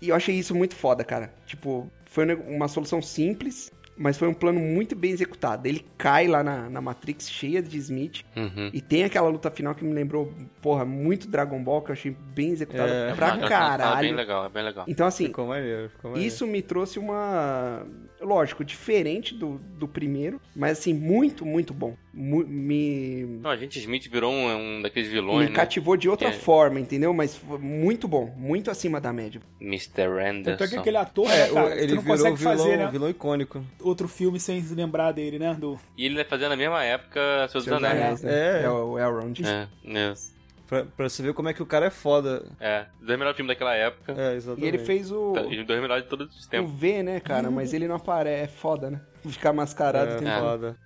[SPEAKER 2] e eu achei isso muito foda, cara. Tipo, foi um neg- uma solução simples, mas foi um plano muito bem executado. Ele cai lá na, na Matrix cheia de Smith.
[SPEAKER 1] Uhum.
[SPEAKER 2] E tem aquela luta final que me lembrou, porra, muito Dragon Ball, que eu achei bem executada
[SPEAKER 4] É.
[SPEAKER 1] Não,
[SPEAKER 2] pra
[SPEAKER 1] aquela cena É bem
[SPEAKER 2] caralho.
[SPEAKER 1] legal, é bem legal.
[SPEAKER 2] Então, assim,
[SPEAKER 4] Ficou maneiro, ficou maneiro.
[SPEAKER 2] isso me trouxe uma. Lógico, diferente do, do primeiro, mas assim, muito, muito bom. Mu- me
[SPEAKER 1] Não, a gente Smith virou um, um daqueles vilões,
[SPEAKER 2] me
[SPEAKER 1] né?
[SPEAKER 2] cativou de outra
[SPEAKER 1] É.
[SPEAKER 2] forma, entendeu? Mas foi muito bom, muito acima da média.
[SPEAKER 1] Mr.
[SPEAKER 3] Tanto é que
[SPEAKER 1] Anderson.
[SPEAKER 3] aquele ator,
[SPEAKER 4] É,
[SPEAKER 3] né, cara,
[SPEAKER 4] o-
[SPEAKER 3] que
[SPEAKER 4] ele
[SPEAKER 3] tu não
[SPEAKER 4] virou
[SPEAKER 3] consegue
[SPEAKER 4] vilão,
[SPEAKER 3] fazer, né?
[SPEAKER 4] vilão icônico.
[SPEAKER 3] Outro filme sem lembrar dele, né? Do...
[SPEAKER 1] E ele fazia na mesma época Seus
[SPEAKER 2] Seus
[SPEAKER 1] Anéis.
[SPEAKER 2] Anéis, né?
[SPEAKER 4] É.
[SPEAKER 2] é o Elrond.
[SPEAKER 1] É, isso.
[SPEAKER 4] Pra, pra você ver como é que o cara é foda.
[SPEAKER 1] É, os dois melhores filmes daquela época.
[SPEAKER 4] É, exatamente.
[SPEAKER 2] E ele fez o.
[SPEAKER 1] Tá, E os dois melhores de Uhum. todos os
[SPEAKER 2] Eu
[SPEAKER 1] tempos.
[SPEAKER 2] vê, né, cara? Mas ele não aparece. É foda, né? Ficar mascarado. o
[SPEAKER 4] é,
[SPEAKER 2] tempo todo.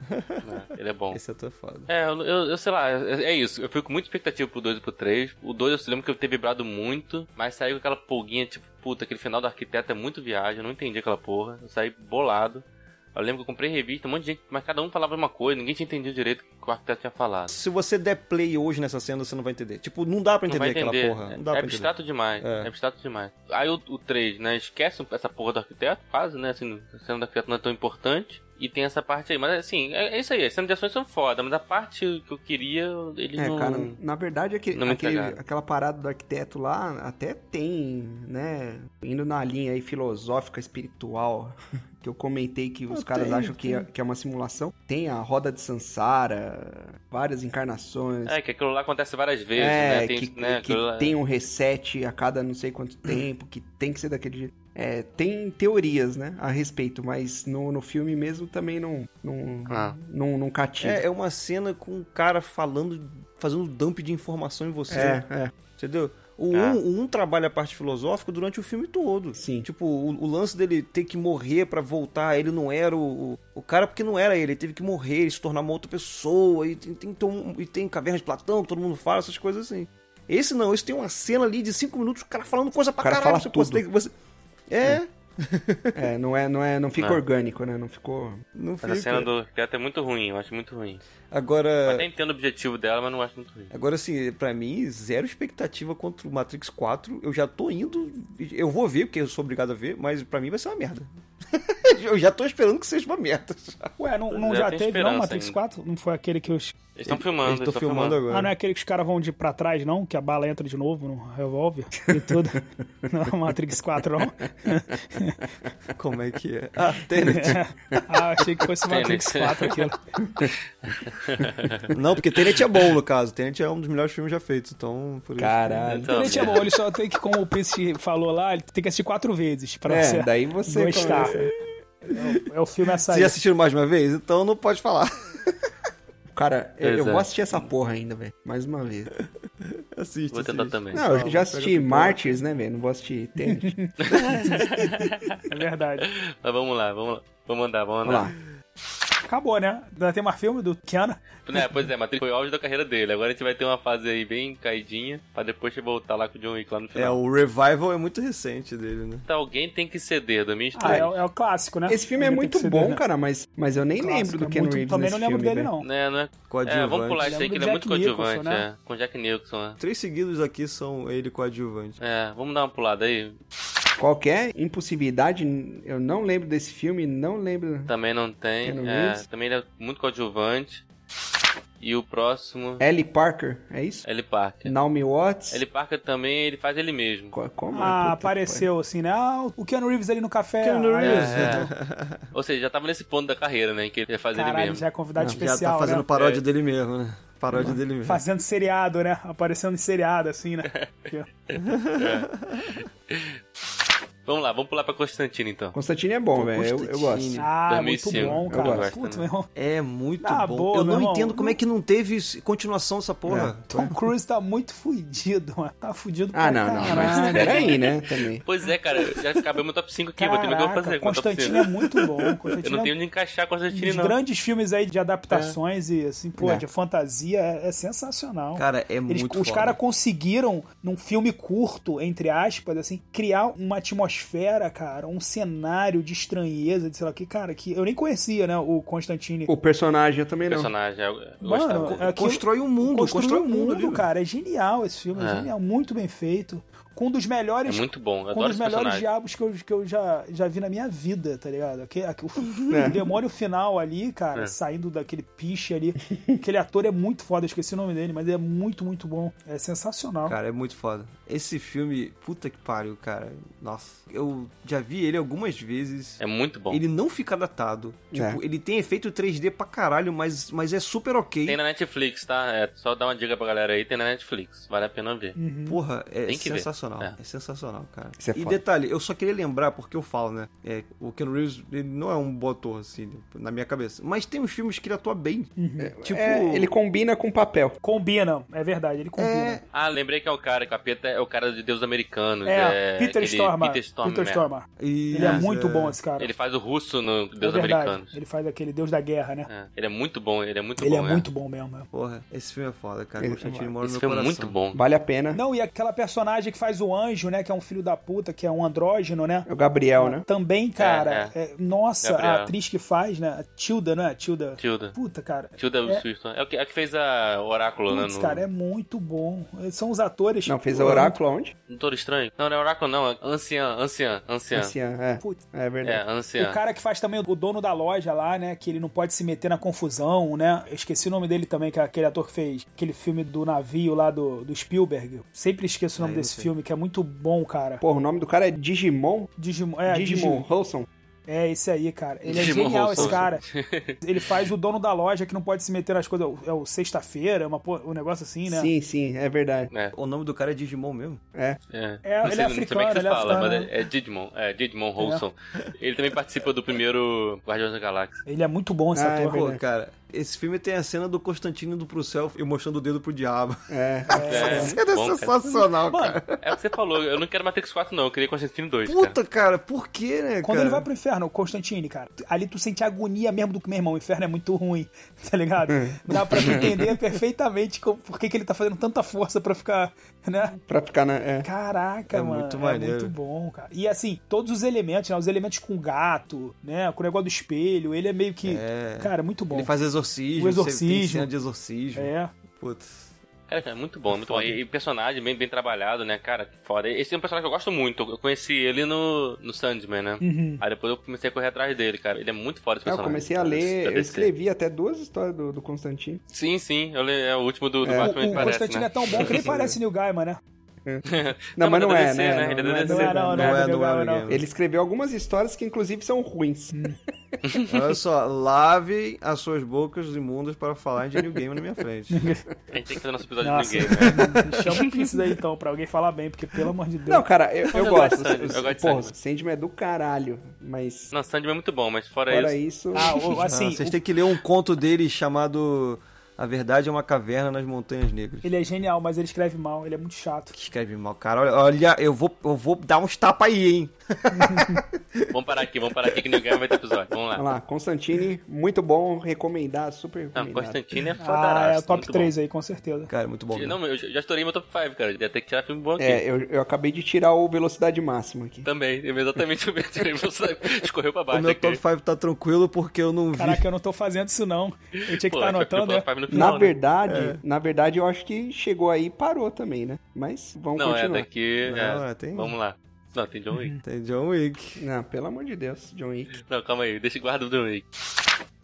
[SPEAKER 4] foda.
[SPEAKER 1] né? Ele é bom.
[SPEAKER 4] Esse ator é foda.
[SPEAKER 1] É, eu, eu, eu sei lá, é, é isso. Eu fui com muita expectativa pro 2 e pro 3. O 2 eu se lembro que eu ter vibrado muito, mas saí com aquela polguinha, tipo, puta, aquele final do arquiteto é muito viagem, eu não entendi aquela porra. Eu saí bolado. Eu lembro que eu comprei revista, um monte de gente, mas cada um falava uma coisa, ninguém tinha entendido direito o que o arquiteto tinha falado.
[SPEAKER 4] Se você der play hoje nessa cena, você não vai entender. Tipo, não dá pra
[SPEAKER 1] Não
[SPEAKER 4] entender
[SPEAKER 1] vai
[SPEAKER 4] aquela
[SPEAKER 1] entender.
[SPEAKER 4] porra. Não dá
[SPEAKER 1] é
[SPEAKER 4] pra entender.
[SPEAKER 1] abstrato demais.
[SPEAKER 4] É.
[SPEAKER 1] É. abstrato demais. Aí o, o 3, né? Esquece essa porra do arquiteto, quase, né? Assim, a cena do arquiteto não é tão importante. E tem essa parte aí. Mas assim, é, é isso aí. As cenas de ações são foda, mas a parte que eu queria, ele
[SPEAKER 2] É,
[SPEAKER 1] não.
[SPEAKER 2] cara, na verdade, aquele,
[SPEAKER 1] não me
[SPEAKER 2] aquele-
[SPEAKER 1] pegaram.
[SPEAKER 2] aquela parada do arquiteto lá até tem, né? Indo na linha aí filosófica, espiritual, que eu comentei que os
[SPEAKER 4] Ah,
[SPEAKER 2] caras
[SPEAKER 4] tem,
[SPEAKER 2] acham que é, que é uma simulação. Tem a roda de Sansara, várias encarnações.
[SPEAKER 1] É, que aquilo lá acontece várias vezes,
[SPEAKER 2] É,
[SPEAKER 1] né? Tem,
[SPEAKER 2] que,
[SPEAKER 1] isso, né?
[SPEAKER 2] que
[SPEAKER 1] aquilo lá-
[SPEAKER 2] tem um reset a cada não sei quanto tempo, que tem que ser daquele jeito. É, tem teorias, né, a respeito, mas no, no filme mesmo também não, não,
[SPEAKER 1] Ah.
[SPEAKER 2] não, não cativa.
[SPEAKER 4] É, é uma cena com um cara falando, fazendo dump de informação em você.
[SPEAKER 2] É, é,
[SPEAKER 4] Entendeu? O
[SPEAKER 1] É.
[SPEAKER 4] um, o um trabalha a parte filosófica durante o filme todo.
[SPEAKER 2] Sim.
[SPEAKER 4] Tipo, o, o lance dele ter que morrer pra voltar, ele não era o, o- o cara porque não era ele, ele teve que morrer, ele se tornar uma outra pessoa, e tem, tem, tom- e tem caverna de Platão, que todo mundo fala, essas coisas assim. Esse não, esse tem uma cena ali de cinco minutos, o cara falando coisa pra
[SPEAKER 2] O cara
[SPEAKER 4] caralho.
[SPEAKER 2] fala
[SPEAKER 4] você
[SPEAKER 2] tudo.
[SPEAKER 4] pode ter que- você- É,
[SPEAKER 2] É, não é, não é, não fica
[SPEAKER 1] Não.
[SPEAKER 2] orgânico, né? Não ficou.
[SPEAKER 4] Não
[SPEAKER 1] Mas a cena
[SPEAKER 4] fica.
[SPEAKER 1] do gato é muito ruim, eu acho muito ruim. Eu
[SPEAKER 4] Agora,
[SPEAKER 1] até entendo o objetivo dela, mas não acho muito ruim.
[SPEAKER 4] agora assim, pra mim, zero expectativa contra o Matrix 4. Eu já tô indo. Eu vou ver, porque eu sou obrigado a ver, mas pra mim vai ser uma merda. eu já tô esperando que seja uma merda. já.
[SPEAKER 3] Ué, não, não
[SPEAKER 1] Eu
[SPEAKER 3] já
[SPEAKER 1] tenho
[SPEAKER 3] teve não
[SPEAKER 1] esperança né?
[SPEAKER 3] Matrix
[SPEAKER 1] ainda.
[SPEAKER 3] 4? Não foi aquele que os...
[SPEAKER 1] Eles estão filmando,
[SPEAKER 4] Eu
[SPEAKER 1] eles
[SPEAKER 4] tô
[SPEAKER 1] estão
[SPEAKER 4] filmando
[SPEAKER 1] filmando.
[SPEAKER 4] agora.
[SPEAKER 3] Ah, não é aquele que os caras vão de pra trás, não? Que a bala entra de novo no revólver e tudo. Não é Matrix 4, não?
[SPEAKER 4] Como é que é? Ah, Tenet.
[SPEAKER 3] ah, achei que fosse
[SPEAKER 1] Tenet.
[SPEAKER 3] Matrix 4 aquilo.
[SPEAKER 4] Não, porque Tenet é bom, no caso. Tenet é um dos melhores filmes já feitos, então... Por isso-
[SPEAKER 2] Caralho.
[SPEAKER 1] Então,
[SPEAKER 3] Tenet é bom, ele só tem que, como o Prince falou lá, ele tem que assistir quatro vezes pra
[SPEAKER 2] É,
[SPEAKER 3] você
[SPEAKER 2] daí você
[SPEAKER 3] gostar.
[SPEAKER 2] começa.
[SPEAKER 3] É o- É o filme a
[SPEAKER 4] Vocês já
[SPEAKER 3] sair.
[SPEAKER 4] assistiram mais de uma vez? Então não pode falar.
[SPEAKER 2] Cara, eu, eu
[SPEAKER 1] Exato.
[SPEAKER 2] vou assistir essa porra ainda, velho. Mais uma vez.
[SPEAKER 4] Assiste,
[SPEAKER 1] Vou tentar
[SPEAKER 4] assiste.
[SPEAKER 1] também.
[SPEAKER 2] Não, eu
[SPEAKER 4] Então,
[SPEAKER 2] já
[SPEAKER 4] pega
[SPEAKER 2] assisti
[SPEAKER 4] a pipoca.
[SPEAKER 2] Martyrs, né, velho? Não vou assistir Tenet.
[SPEAKER 3] É verdade.
[SPEAKER 1] Mas vamos lá, vamos lá. Vamos andar, vamos
[SPEAKER 2] Vamos
[SPEAKER 1] andar.
[SPEAKER 2] lá.
[SPEAKER 3] Acabou, né? Ainda tem mais filme do Keanu?
[SPEAKER 1] Né, pois é, Matrix foi o auge da carreira dele. Agora a gente vai ter uma fase aí bem caidinha, pra depois voltar lá com o John Wick lá no
[SPEAKER 4] É,
[SPEAKER 1] final.
[SPEAKER 4] o Revival é muito recente dele, né?
[SPEAKER 1] Então, Alguém tem que ceder, 2003.
[SPEAKER 3] Ah, é, o- é o clássico, né?
[SPEAKER 2] Esse filme é
[SPEAKER 3] Ele tem
[SPEAKER 2] muito
[SPEAKER 3] que ser
[SPEAKER 2] bom,
[SPEAKER 3] dele, né? cara.
[SPEAKER 2] cara, mas, mas eu nem lembro do
[SPEAKER 3] Clássico,
[SPEAKER 2] Ken
[SPEAKER 3] é muito-
[SPEAKER 2] Reeves
[SPEAKER 3] Também
[SPEAKER 2] nesse
[SPEAKER 3] não lembro
[SPEAKER 2] filme,
[SPEAKER 3] dele,
[SPEAKER 2] velho.
[SPEAKER 3] não.
[SPEAKER 1] Né, não é...
[SPEAKER 4] Coadjuvante.
[SPEAKER 1] é, vamos pular isso aí, que
[SPEAKER 3] Lembro
[SPEAKER 1] ele é
[SPEAKER 3] do
[SPEAKER 1] muito
[SPEAKER 3] Jack
[SPEAKER 1] coadjuvante,
[SPEAKER 3] Nicholson, né?
[SPEAKER 1] é. Com Jack Nicholson, né?
[SPEAKER 4] Três seguidos aqui são ele coadjuvante.
[SPEAKER 1] É, vamos dar uma pulada aí.
[SPEAKER 2] Qualquer impulsividade, eu não lembro desse filme, não lembro.
[SPEAKER 1] Também não tem.
[SPEAKER 2] Keanu
[SPEAKER 1] é,
[SPEAKER 2] Reeves.
[SPEAKER 1] também ele é muito coadjuvante. E o próximo...
[SPEAKER 2] Ellie Parker, é isso?
[SPEAKER 1] Ellie Parker.
[SPEAKER 2] Naomi Watts?
[SPEAKER 1] Ellie Parker também, ele faz ele mesmo.
[SPEAKER 2] Co- Como? Puta
[SPEAKER 3] Ah,
[SPEAKER 2] que pariu.
[SPEAKER 3] apareceu assim, né? Ah, o Keanu Reeves ali no café.
[SPEAKER 4] Keanu
[SPEAKER 3] Ah,
[SPEAKER 4] Reeves.
[SPEAKER 1] Ou seja, já tava nesse ponto da carreira, né? Que ele ia fazer ele
[SPEAKER 3] Caralho,
[SPEAKER 1] mesmo.
[SPEAKER 3] já é convidado
[SPEAKER 4] já
[SPEAKER 3] especial,
[SPEAKER 4] tá fazendo
[SPEAKER 3] né?
[SPEAKER 4] paródia
[SPEAKER 1] É.
[SPEAKER 4] dele mesmo, né? Paródia dele mesmo.
[SPEAKER 3] Fazendo seriado, né? Aparecendo em seriado, assim, né?
[SPEAKER 1] Vamos lá, vamos pular pra Constantino então.
[SPEAKER 2] Constantine é bom, velho. Eu, eu gosto.
[SPEAKER 4] Constantine.
[SPEAKER 3] Ah, muito
[SPEAKER 1] 2005,
[SPEAKER 3] bom,
[SPEAKER 1] eu
[SPEAKER 3] cara.
[SPEAKER 1] gosto
[SPEAKER 3] Puta, meu
[SPEAKER 1] também.
[SPEAKER 3] irmão.
[SPEAKER 4] É muito
[SPEAKER 3] Na
[SPEAKER 4] bom.
[SPEAKER 3] Tá boa,
[SPEAKER 4] eu
[SPEAKER 3] meu
[SPEAKER 4] não
[SPEAKER 3] irmão.
[SPEAKER 4] entendo como é que não teve s- continuação essa porra.
[SPEAKER 3] Tom Cruise tá muito fudido, mano. Tá fudido pra
[SPEAKER 2] Ah, não, não. Mas
[SPEAKER 3] caralho.
[SPEAKER 2] peraí, né? Também.
[SPEAKER 1] Pois é, cara, já acabei meu top 5 aqui, vou ter que ver o que eu vou fazer
[SPEAKER 3] Caraca,
[SPEAKER 1] com o top 5.
[SPEAKER 3] Constantino é muito bom.
[SPEAKER 1] Eu
[SPEAKER 3] Constantino
[SPEAKER 1] não
[SPEAKER 3] é
[SPEAKER 1] tenho onde encaixar
[SPEAKER 3] um
[SPEAKER 1] Constantino,
[SPEAKER 3] dos
[SPEAKER 1] não.
[SPEAKER 3] grandes filmes aí de adaptações e assim, pô,
[SPEAKER 2] É.
[SPEAKER 3] de fantasia é, é sensacional.
[SPEAKER 4] Cara, é
[SPEAKER 3] Eles-
[SPEAKER 4] muito
[SPEAKER 3] os
[SPEAKER 4] foda.
[SPEAKER 3] caras conseguiram, num filme curto, entre aspas, assim, criar uma atmosfera, cara, um cenário de estranheza, de sei lá o que, cara, que eu nem conhecia, né, o Constantine.
[SPEAKER 2] O personagem eu também não.
[SPEAKER 1] Personagem, eu É eu
[SPEAKER 3] né? Mano, é
[SPEAKER 1] gostava.
[SPEAKER 3] aquilo-
[SPEAKER 4] Constrói um mundo,
[SPEAKER 3] construiu
[SPEAKER 4] constrói um
[SPEAKER 3] um
[SPEAKER 4] mundo, viu?
[SPEAKER 3] cara, é genial esse filme, é
[SPEAKER 1] É.
[SPEAKER 3] genial, muito bem feito, com um dos
[SPEAKER 1] É
[SPEAKER 3] melhores
[SPEAKER 1] muito bom, eu
[SPEAKER 3] com um
[SPEAKER 1] adoro
[SPEAKER 3] dos
[SPEAKER 1] esse
[SPEAKER 3] melhores
[SPEAKER 1] personagem.
[SPEAKER 3] diabos que eu, que eu já, já vi na minha vida, tá ligado? Aque- aque- o, o demônio final ali, cara,
[SPEAKER 1] É.
[SPEAKER 3] saindo daquele piche ali. Aquele ator é muito foda, eu esqueci o nome dele, mas ele é muito, muito bom. É sensacional.
[SPEAKER 4] Cara, é muito foda. Esse filme, puta que pariu, cara. Nossa, eu já vi ele algumas vezes.
[SPEAKER 1] É muito bom.
[SPEAKER 4] Ele não fica datado. Tipo,
[SPEAKER 2] É.
[SPEAKER 4] ele tem efeito 3D pra caralho, mas, mas é super ok.
[SPEAKER 1] Tem na Netflix, tá? É, só dar uma dica pra galera aí, tem na Netflix. Vale a pena ver.
[SPEAKER 4] Porra, é
[SPEAKER 1] Tem que ver.
[SPEAKER 4] sensacional.
[SPEAKER 1] É.
[SPEAKER 4] É. sensacional, cara.
[SPEAKER 2] Isso é
[SPEAKER 4] e
[SPEAKER 2] foda.
[SPEAKER 4] detalhe, eu só queria lembrar, porque eu falo, né? É, o Ken Reeves ele não é um bom ator, assim, né, na minha cabeça. Mas tem uns filmes que ele atua bem. Tipo.
[SPEAKER 2] É, ele combina com o papel.
[SPEAKER 3] Combina, é verdade, ele combina.
[SPEAKER 4] É,
[SPEAKER 1] Ah, lembrei que é o cara, o capeta é o cara de Deus Americanos. É,
[SPEAKER 3] Peter
[SPEAKER 1] aquele
[SPEAKER 3] Stormar.
[SPEAKER 1] Peter Stormar. né?
[SPEAKER 3] Stormar.
[SPEAKER 4] e-
[SPEAKER 3] Ele é muito bom, esse cara.
[SPEAKER 1] Ele faz o russo no
[SPEAKER 3] É
[SPEAKER 1] Deus
[SPEAKER 3] verdade,
[SPEAKER 1] Americanos.
[SPEAKER 3] Ele faz aquele Deus da Guerra, né?
[SPEAKER 1] É, Ele é muito bom, ele é muito
[SPEAKER 3] ele
[SPEAKER 1] bom.
[SPEAKER 3] é muito bom mesmo. é.
[SPEAKER 4] Porra, esse filme é foda, cara.
[SPEAKER 2] Ele-
[SPEAKER 4] Constantino mora no
[SPEAKER 1] Esse
[SPEAKER 4] meu
[SPEAKER 1] filme é
[SPEAKER 4] coração.
[SPEAKER 1] muito bom.
[SPEAKER 2] Vale a pena.
[SPEAKER 3] Não, e aquela personagem que faz o anjo, né? Que é um filho da puta, que é um andrógeno, né?
[SPEAKER 2] É o Gabriel,
[SPEAKER 3] Ela
[SPEAKER 2] né?
[SPEAKER 3] Também, cara.
[SPEAKER 1] É,
[SPEAKER 3] é- nossa,
[SPEAKER 1] Gabriel.
[SPEAKER 3] a atriz que faz, né? A Tilda, né? A Tilda.
[SPEAKER 1] Tilda.
[SPEAKER 3] Puta, cara.
[SPEAKER 1] Tilda
[SPEAKER 3] É.
[SPEAKER 1] Swifton. É o que, é o que fez a Oráculo, né?
[SPEAKER 3] Putz,
[SPEAKER 1] No...
[SPEAKER 3] cara, é muito bom. São os atores.
[SPEAKER 2] Não, fez a Oráculo aonde?
[SPEAKER 1] no Doutor Estranho. Não, não é Oráculo, não. É Anciã, Anciã, Anciã.
[SPEAKER 2] Anciã, é.
[SPEAKER 3] Putz.
[SPEAKER 2] É
[SPEAKER 1] É,
[SPEAKER 2] verdade.
[SPEAKER 1] Anciã.
[SPEAKER 3] né? O cara que faz também o dono da loja lá, né? Que ele não pode se meter na confusão, né? Eu esqueci o nome dele também, que é aquele ator que fez aquele filme do navio lá do, do Spielberg. Sempre esqueço o nome
[SPEAKER 4] Aí eu
[SPEAKER 3] desse
[SPEAKER 4] sei.
[SPEAKER 3] filme, que é muito bom, cara.
[SPEAKER 2] Porra, o nome do cara é Digimon?
[SPEAKER 3] Digimon. É,
[SPEAKER 2] Digimon Holson?
[SPEAKER 3] É, esse aí, cara. Ele
[SPEAKER 1] Digimon
[SPEAKER 3] é genial,
[SPEAKER 1] Rousseau.
[SPEAKER 3] esse cara. Ele faz o dono da loja que não pode se meter nas coisas. É o sexta-feira, é uma por- um negócio assim, né?
[SPEAKER 2] Sim, sim, é verdade.
[SPEAKER 1] É,
[SPEAKER 4] O nome do cara é Digimon mesmo?
[SPEAKER 2] É.
[SPEAKER 1] é.
[SPEAKER 3] É,
[SPEAKER 1] não
[SPEAKER 3] ele
[SPEAKER 1] sei,
[SPEAKER 3] é
[SPEAKER 1] não sei como é
[SPEAKER 3] africano,
[SPEAKER 1] que você
[SPEAKER 3] ele é
[SPEAKER 1] fala, mas
[SPEAKER 3] africano.
[SPEAKER 1] é, é Digimon, é Digimon Holson. Ele também participa do primeiro Guardiões da Galáxia.
[SPEAKER 3] Ele é muito bom esse
[SPEAKER 2] Ah, é
[SPEAKER 3] ator.
[SPEAKER 2] verdade.
[SPEAKER 4] Pô, cara, Esse filme tem a cena do Constantino indo pro céu e mostrando o dedo pro diabo.
[SPEAKER 2] É.
[SPEAKER 1] É,
[SPEAKER 4] Essa
[SPEAKER 1] muito
[SPEAKER 4] cena é
[SPEAKER 1] bom, cara.
[SPEAKER 4] sensacional,
[SPEAKER 3] Mano,
[SPEAKER 4] cara.
[SPEAKER 1] É o que você falou, eu não quero Matrix 4, não, eu queria Constantino 2. Cara.
[SPEAKER 4] Puta, cara, por que, né,
[SPEAKER 3] Quando
[SPEAKER 4] cara?
[SPEAKER 3] ele vai pro inferno, Constantine, cara, ali tu sente a agonia mesmo do que, meu irmão, o inferno é muito ruim, tá ligado?
[SPEAKER 4] É.
[SPEAKER 3] Dá pra tu entender perfeitamente como- por que, que ele tá fazendo tanta força pra ficar, né?
[SPEAKER 2] Pra ficar na. É.
[SPEAKER 3] Caraca,
[SPEAKER 4] É
[SPEAKER 3] mano.
[SPEAKER 4] muito
[SPEAKER 3] É
[SPEAKER 4] maneiro.
[SPEAKER 3] muito bom, cara. E assim, todos os elementos, né? Os elementos com o gato, né? Com o negócio do espelho, ele é meio que.
[SPEAKER 4] É.
[SPEAKER 3] Cara, muito bom.
[SPEAKER 4] Ele faz exorcismo,
[SPEAKER 3] O
[SPEAKER 4] exorcismo.
[SPEAKER 3] exorcismo.
[SPEAKER 4] Tem cena de exorcismo.
[SPEAKER 3] É.
[SPEAKER 4] Putz.
[SPEAKER 1] É, Cara, cara, muito bom, muito bom. E, e personagem bem, bem trabalhado, né, cara? que Foda. Esse é um personagem que eu gosto muito. Eu conheci ele no, no Sandman, né? Aí depois eu comecei a correr atrás dele, cara. Ele é muito foda esse
[SPEAKER 2] Ah, Eu
[SPEAKER 1] personagem.
[SPEAKER 2] comecei a
[SPEAKER 1] Da-
[SPEAKER 2] ler,
[SPEAKER 1] da
[SPEAKER 2] eu
[SPEAKER 1] DC.
[SPEAKER 2] escrevi até duas histórias do, do Constantino.
[SPEAKER 1] Sim, sim. Eu le... É o último do, do
[SPEAKER 3] O,
[SPEAKER 1] Batman,
[SPEAKER 3] o
[SPEAKER 1] ele parece,
[SPEAKER 3] Constantine
[SPEAKER 1] né?
[SPEAKER 3] é tão bom que ele parece Neil Gaiman, né?
[SPEAKER 2] Não, mas
[SPEAKER 1] mas
[SPEAKER 2] não
[SPEAKER 1] é
[SPEAKER 2] é,
[SPEAKER 1] DC, né?
[SPEAKER 2] né?
[SPEAKER 1] Ele é
[SPEAKER 2] Não,
[SPEAKER 1] DC,
[SPEAKER 2] não é,
[SPEAKER 1] né?
[SPEAKER 2] não é,
[SPEAKER 4] Não é,
[SPEAKER 3] do
[SPEAKER 4] não é,
[SPEAKER 3] Neil Gaiman,
[SPEAKER 4] não é.
[SPEAKER 3] não.
[SPEAKER 2] Ele escreveu algumas histórias que, inclusive, são ruins.
[SPEAKER 3] Hum.
[SPEAKER 4] Olha só, lavem as suas bocas imundas para falar de New Game na minha frente.
[SPEAKER 1] A gente tem que fazer nosso episódio
[SPEAKER 3] Nossa.
[SPEAKER 1] de ninguém, né?
[SPEAKER 3] Chama o Pix aí então, pra alguém falar bem, porque pelo amor de Deus.
[SPEAKER 2] Não, cara, eu, eu
[SPEAKER 1] eu
[SPEAKER 2] gosto.
[SPEAKER 1] gosto de Sandman, eu gosto de
[SPEAKER 2] Porra,
[SPEAKER 1] Sandman.
[SPEAKER 2] Sandman é do caralho. Mas,
[SPEAKER 1] Não, Sandman é muito bom, mas fora,
[SPEAKER 2] fora
[SPEAKER 1] isso...
[SPEAKER 2] isso.
[SPEAKER 3] Ah, o-
[SPEAKER 4] Ah,
[SPEAKER 3] assim,
[SPEAKER 4] vocês
[SPEAKER 3] o-
[SPEAKER 4] têm que ler um conto dele chamado A Verdade é uma Caverna nas Montanhas Negras.
[SPEAKER 3] ele é genial, mas ele escreve mal, ele é muito chato.
[SPEAKER 4] Que escreve mal, cara. Olha, olha, eu vou, eu vou dar uns tapas aí, hein?
[SPEAKER 1] Vamos parar aqui, vamos parar aqui que ninguém vai ter episódio. Vamos lá.
[SPEAKER 2] Vamos lá, Constantine, muito bom, recomendar, super
[SPEAKER 1] Não,
[SPEAKER 2] recomendado.
[SPEAKER 1] Constantino é
[SPEAKER 3] Ah,
[SPEAKER 1] fodaraço.
[SPEAKER 3] é o top
[SPEAKER 1] muito
[SPEAKER 3] 3 aí, com certeza.
[SPEAKER 4] Cara, muito é bom.
[SPEAKER 1] Bom. Não, eu já já estourei meu top 5, cara. Ia ter que tirar filme bom aqui.
[SPEAKER 2] É, eu, eu acabei de tirar o velocidade máxima aqui.
[SPEAKER 1] Também, eu exatamente o mesmo. Escorreu pra
[SPEAKER 4] o
[SPEAKER 1] baixo
[SPEAKER 4] meu
[SPEAKER 1] aqui.
[SPEAKER 4] top 5 tá tranquilo porque eu não vi.
[SPEAKER 3] Caraca, eu não tô fazendo isso não. Eu tinha que
[SPEAKER 1] Pô,
[SPEAKER 3] estar
[SPEAKER 1] a gente vai
[SPEAKER 3] anotando,
[SPEAKER 1] pro
[SPEAKER 3] né?
[SPEAKER 1] top five no
[SPEAKER 2] Na
[SPEAKER 1] final, né?
[SPEAKER 2] verdade, na verdade, eu acho que chegou aí e parou também, né? Mas vamos
[SPEAKER 1] Não, é
[SPEAKER 2] continuar.
[SPEAKER 1] daqui.
[SPEAKER 4] Não,
[SPEAKER 1] é,
[SPEAKER 4] é, tem-
[SPEAKER 1] Vamos lá. Não, tem John Wick.
[SPEAKER 4] Tem John Wick.
[SPEAKER 2] Não, pelo amor de Deus, John Wick.
[SPEAKER 1] Não, calma aí, deixa guarda o John Wick.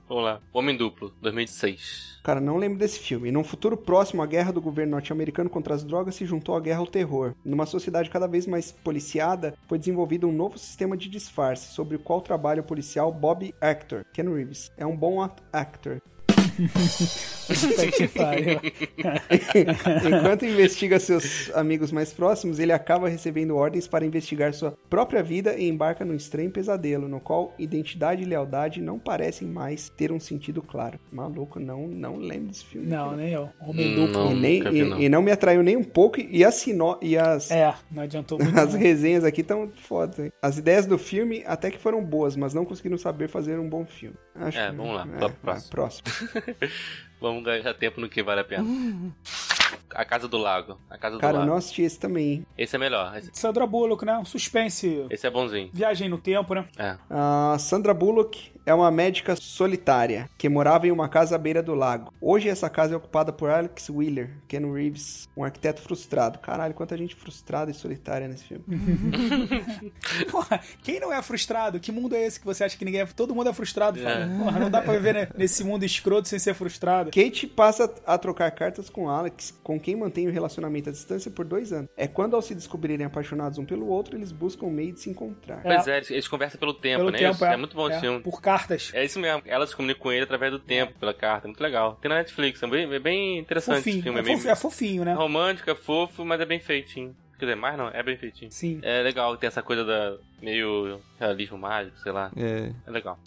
[SPEAKER 1] Vamos lá. Homem Duplo, 2006.
[SPEAKER 2] Cara, não lembro desse filme. Num futuro próximo, a guerra do governo norte-americano contra as drogas se juntou à guerra ao terror. Numa sociedade cada vez mais policiada, foi desenvolvido um novo sistema de disfarce, sobre o qual trabalha o policial Bob Actor. Ken Reeves é um bom act- actor.
[SPEAKER 3] Puta que pariu.
[SPEAKER 2] Enquanto investiga seus amigos mais próximos, ele acaba recebendo ordens para investigar sua própria vida e embarca num estranho pesadelo, no qual identidade e lealdade não parecem mais ter um sentido claro. Maluco, não, não lembro desse filme.
[SPEAKER 3] Não, né? nem eu. Homem
[SPEAKER 1] Hum,
[SPEAKER 3] duplo.
[SPEAKER 2] E,
[SPEAKER 1] não.
[SPEAKER 2] nem-
[SPEAKER 1] nunca vi,
[SPEAKER 2] e-
[SPEAKER 1] não.
[SPEAKER 2] e não me atraiu nem um pouco, e, as sino- e as,
[SPEAKER 3] É, não adiantou muito.
[SPEAKER 2] as
[SPEAKER 3] não.
[SPEAKER 2] resenhas aqui estão foda. hein? As ideias do filme até que foram boas, mas não conseguiram saber fazer um bom filme. Acho
[SPEAKER 1] É,
[SPEAKER 2] que-
[SPEAKER 1] vamos lá,
[SPEAKER 2] é,
[SPEAKER 1] pra
[SPEAKER 2] é,
[SPEAKER 1] próxima.
[SPEAKER 2] próximo.
[SPEAKER 1] Vamos ganhar tempo no que vale a pena. A Casa do Lago. A Casa do
[SPEAKER 2] Cara, eu
[SPEAKER 1] Lago.
[SPEAKER 2] não assisti esse também, hein?
[SPEAKER 1] Esse é melhor. Esse,
[SPEAKER 3] Sandra Bullock, né? Um suspense.
[SPEAKER 1] esse é bonzinho.
[SPEAKER 3] Viagem no tempo, né?
[SPEAKER 1] É.
[SPEAKER 2] A Sandra Bullock é uma médica solitária que morava em uma casa à beira do lago. Hoje essa casa é ocupada por Alex Wheeler, Ken Reeves, um arquiteto frustrado. Caralho, quanta gente frustrada e solitária nesse filme.
[SPEAKER 3] Hum. Porra, quem não é frustrado? Que mundo é esse que você acha que ninguém é? Todo mundo é frustrado. fala. Porra, não dá pra viver né, nesse mundo escroto sem ser frustrado.
[SPEAKER 2] Kate passa a trocar cartas com Alex, com quem mantém o relacionamento à distância por dois anos. É quando, ao se descobrirem apaixonados um pelo outro, eles buscam um meio de se encontrar.
[SPEAKER 1] Pois é, eles, eles conversam pelo tempo,
[SPEAKER 3] Pelo
[SPEAKER 1] né?
[SPEAKER 3] tempo,
[SPEAKER 1] isso, é. muito bom esse filme.
[SPEAKER 3] Por cartas.
[SPEAKER 1] É isso mesmo, ela se comunica com ele através do tempo, pela carta, é muito legal. Tem na Netflix, é bem, é bem interessante esse
[SPEAKER 3] fofinho.
[SPEAKER 1] filme.
[SPEAKER 3] É,
[SPEAKER 1] É, bem
[SPEAKER 3] fofi- é fofinho, né?
[SPEAKER 1] romântico, é fofo, mas é bem feitinho. Quer dizer, mais não, é bem feitinho.
[SPEAKER 3] Sim.
[SPEAKER 1] É legal, tem essa coisa da meio realismo mágico, sei lá.
[SPEAKER 4] É.
[SPEAKER 1] É legal.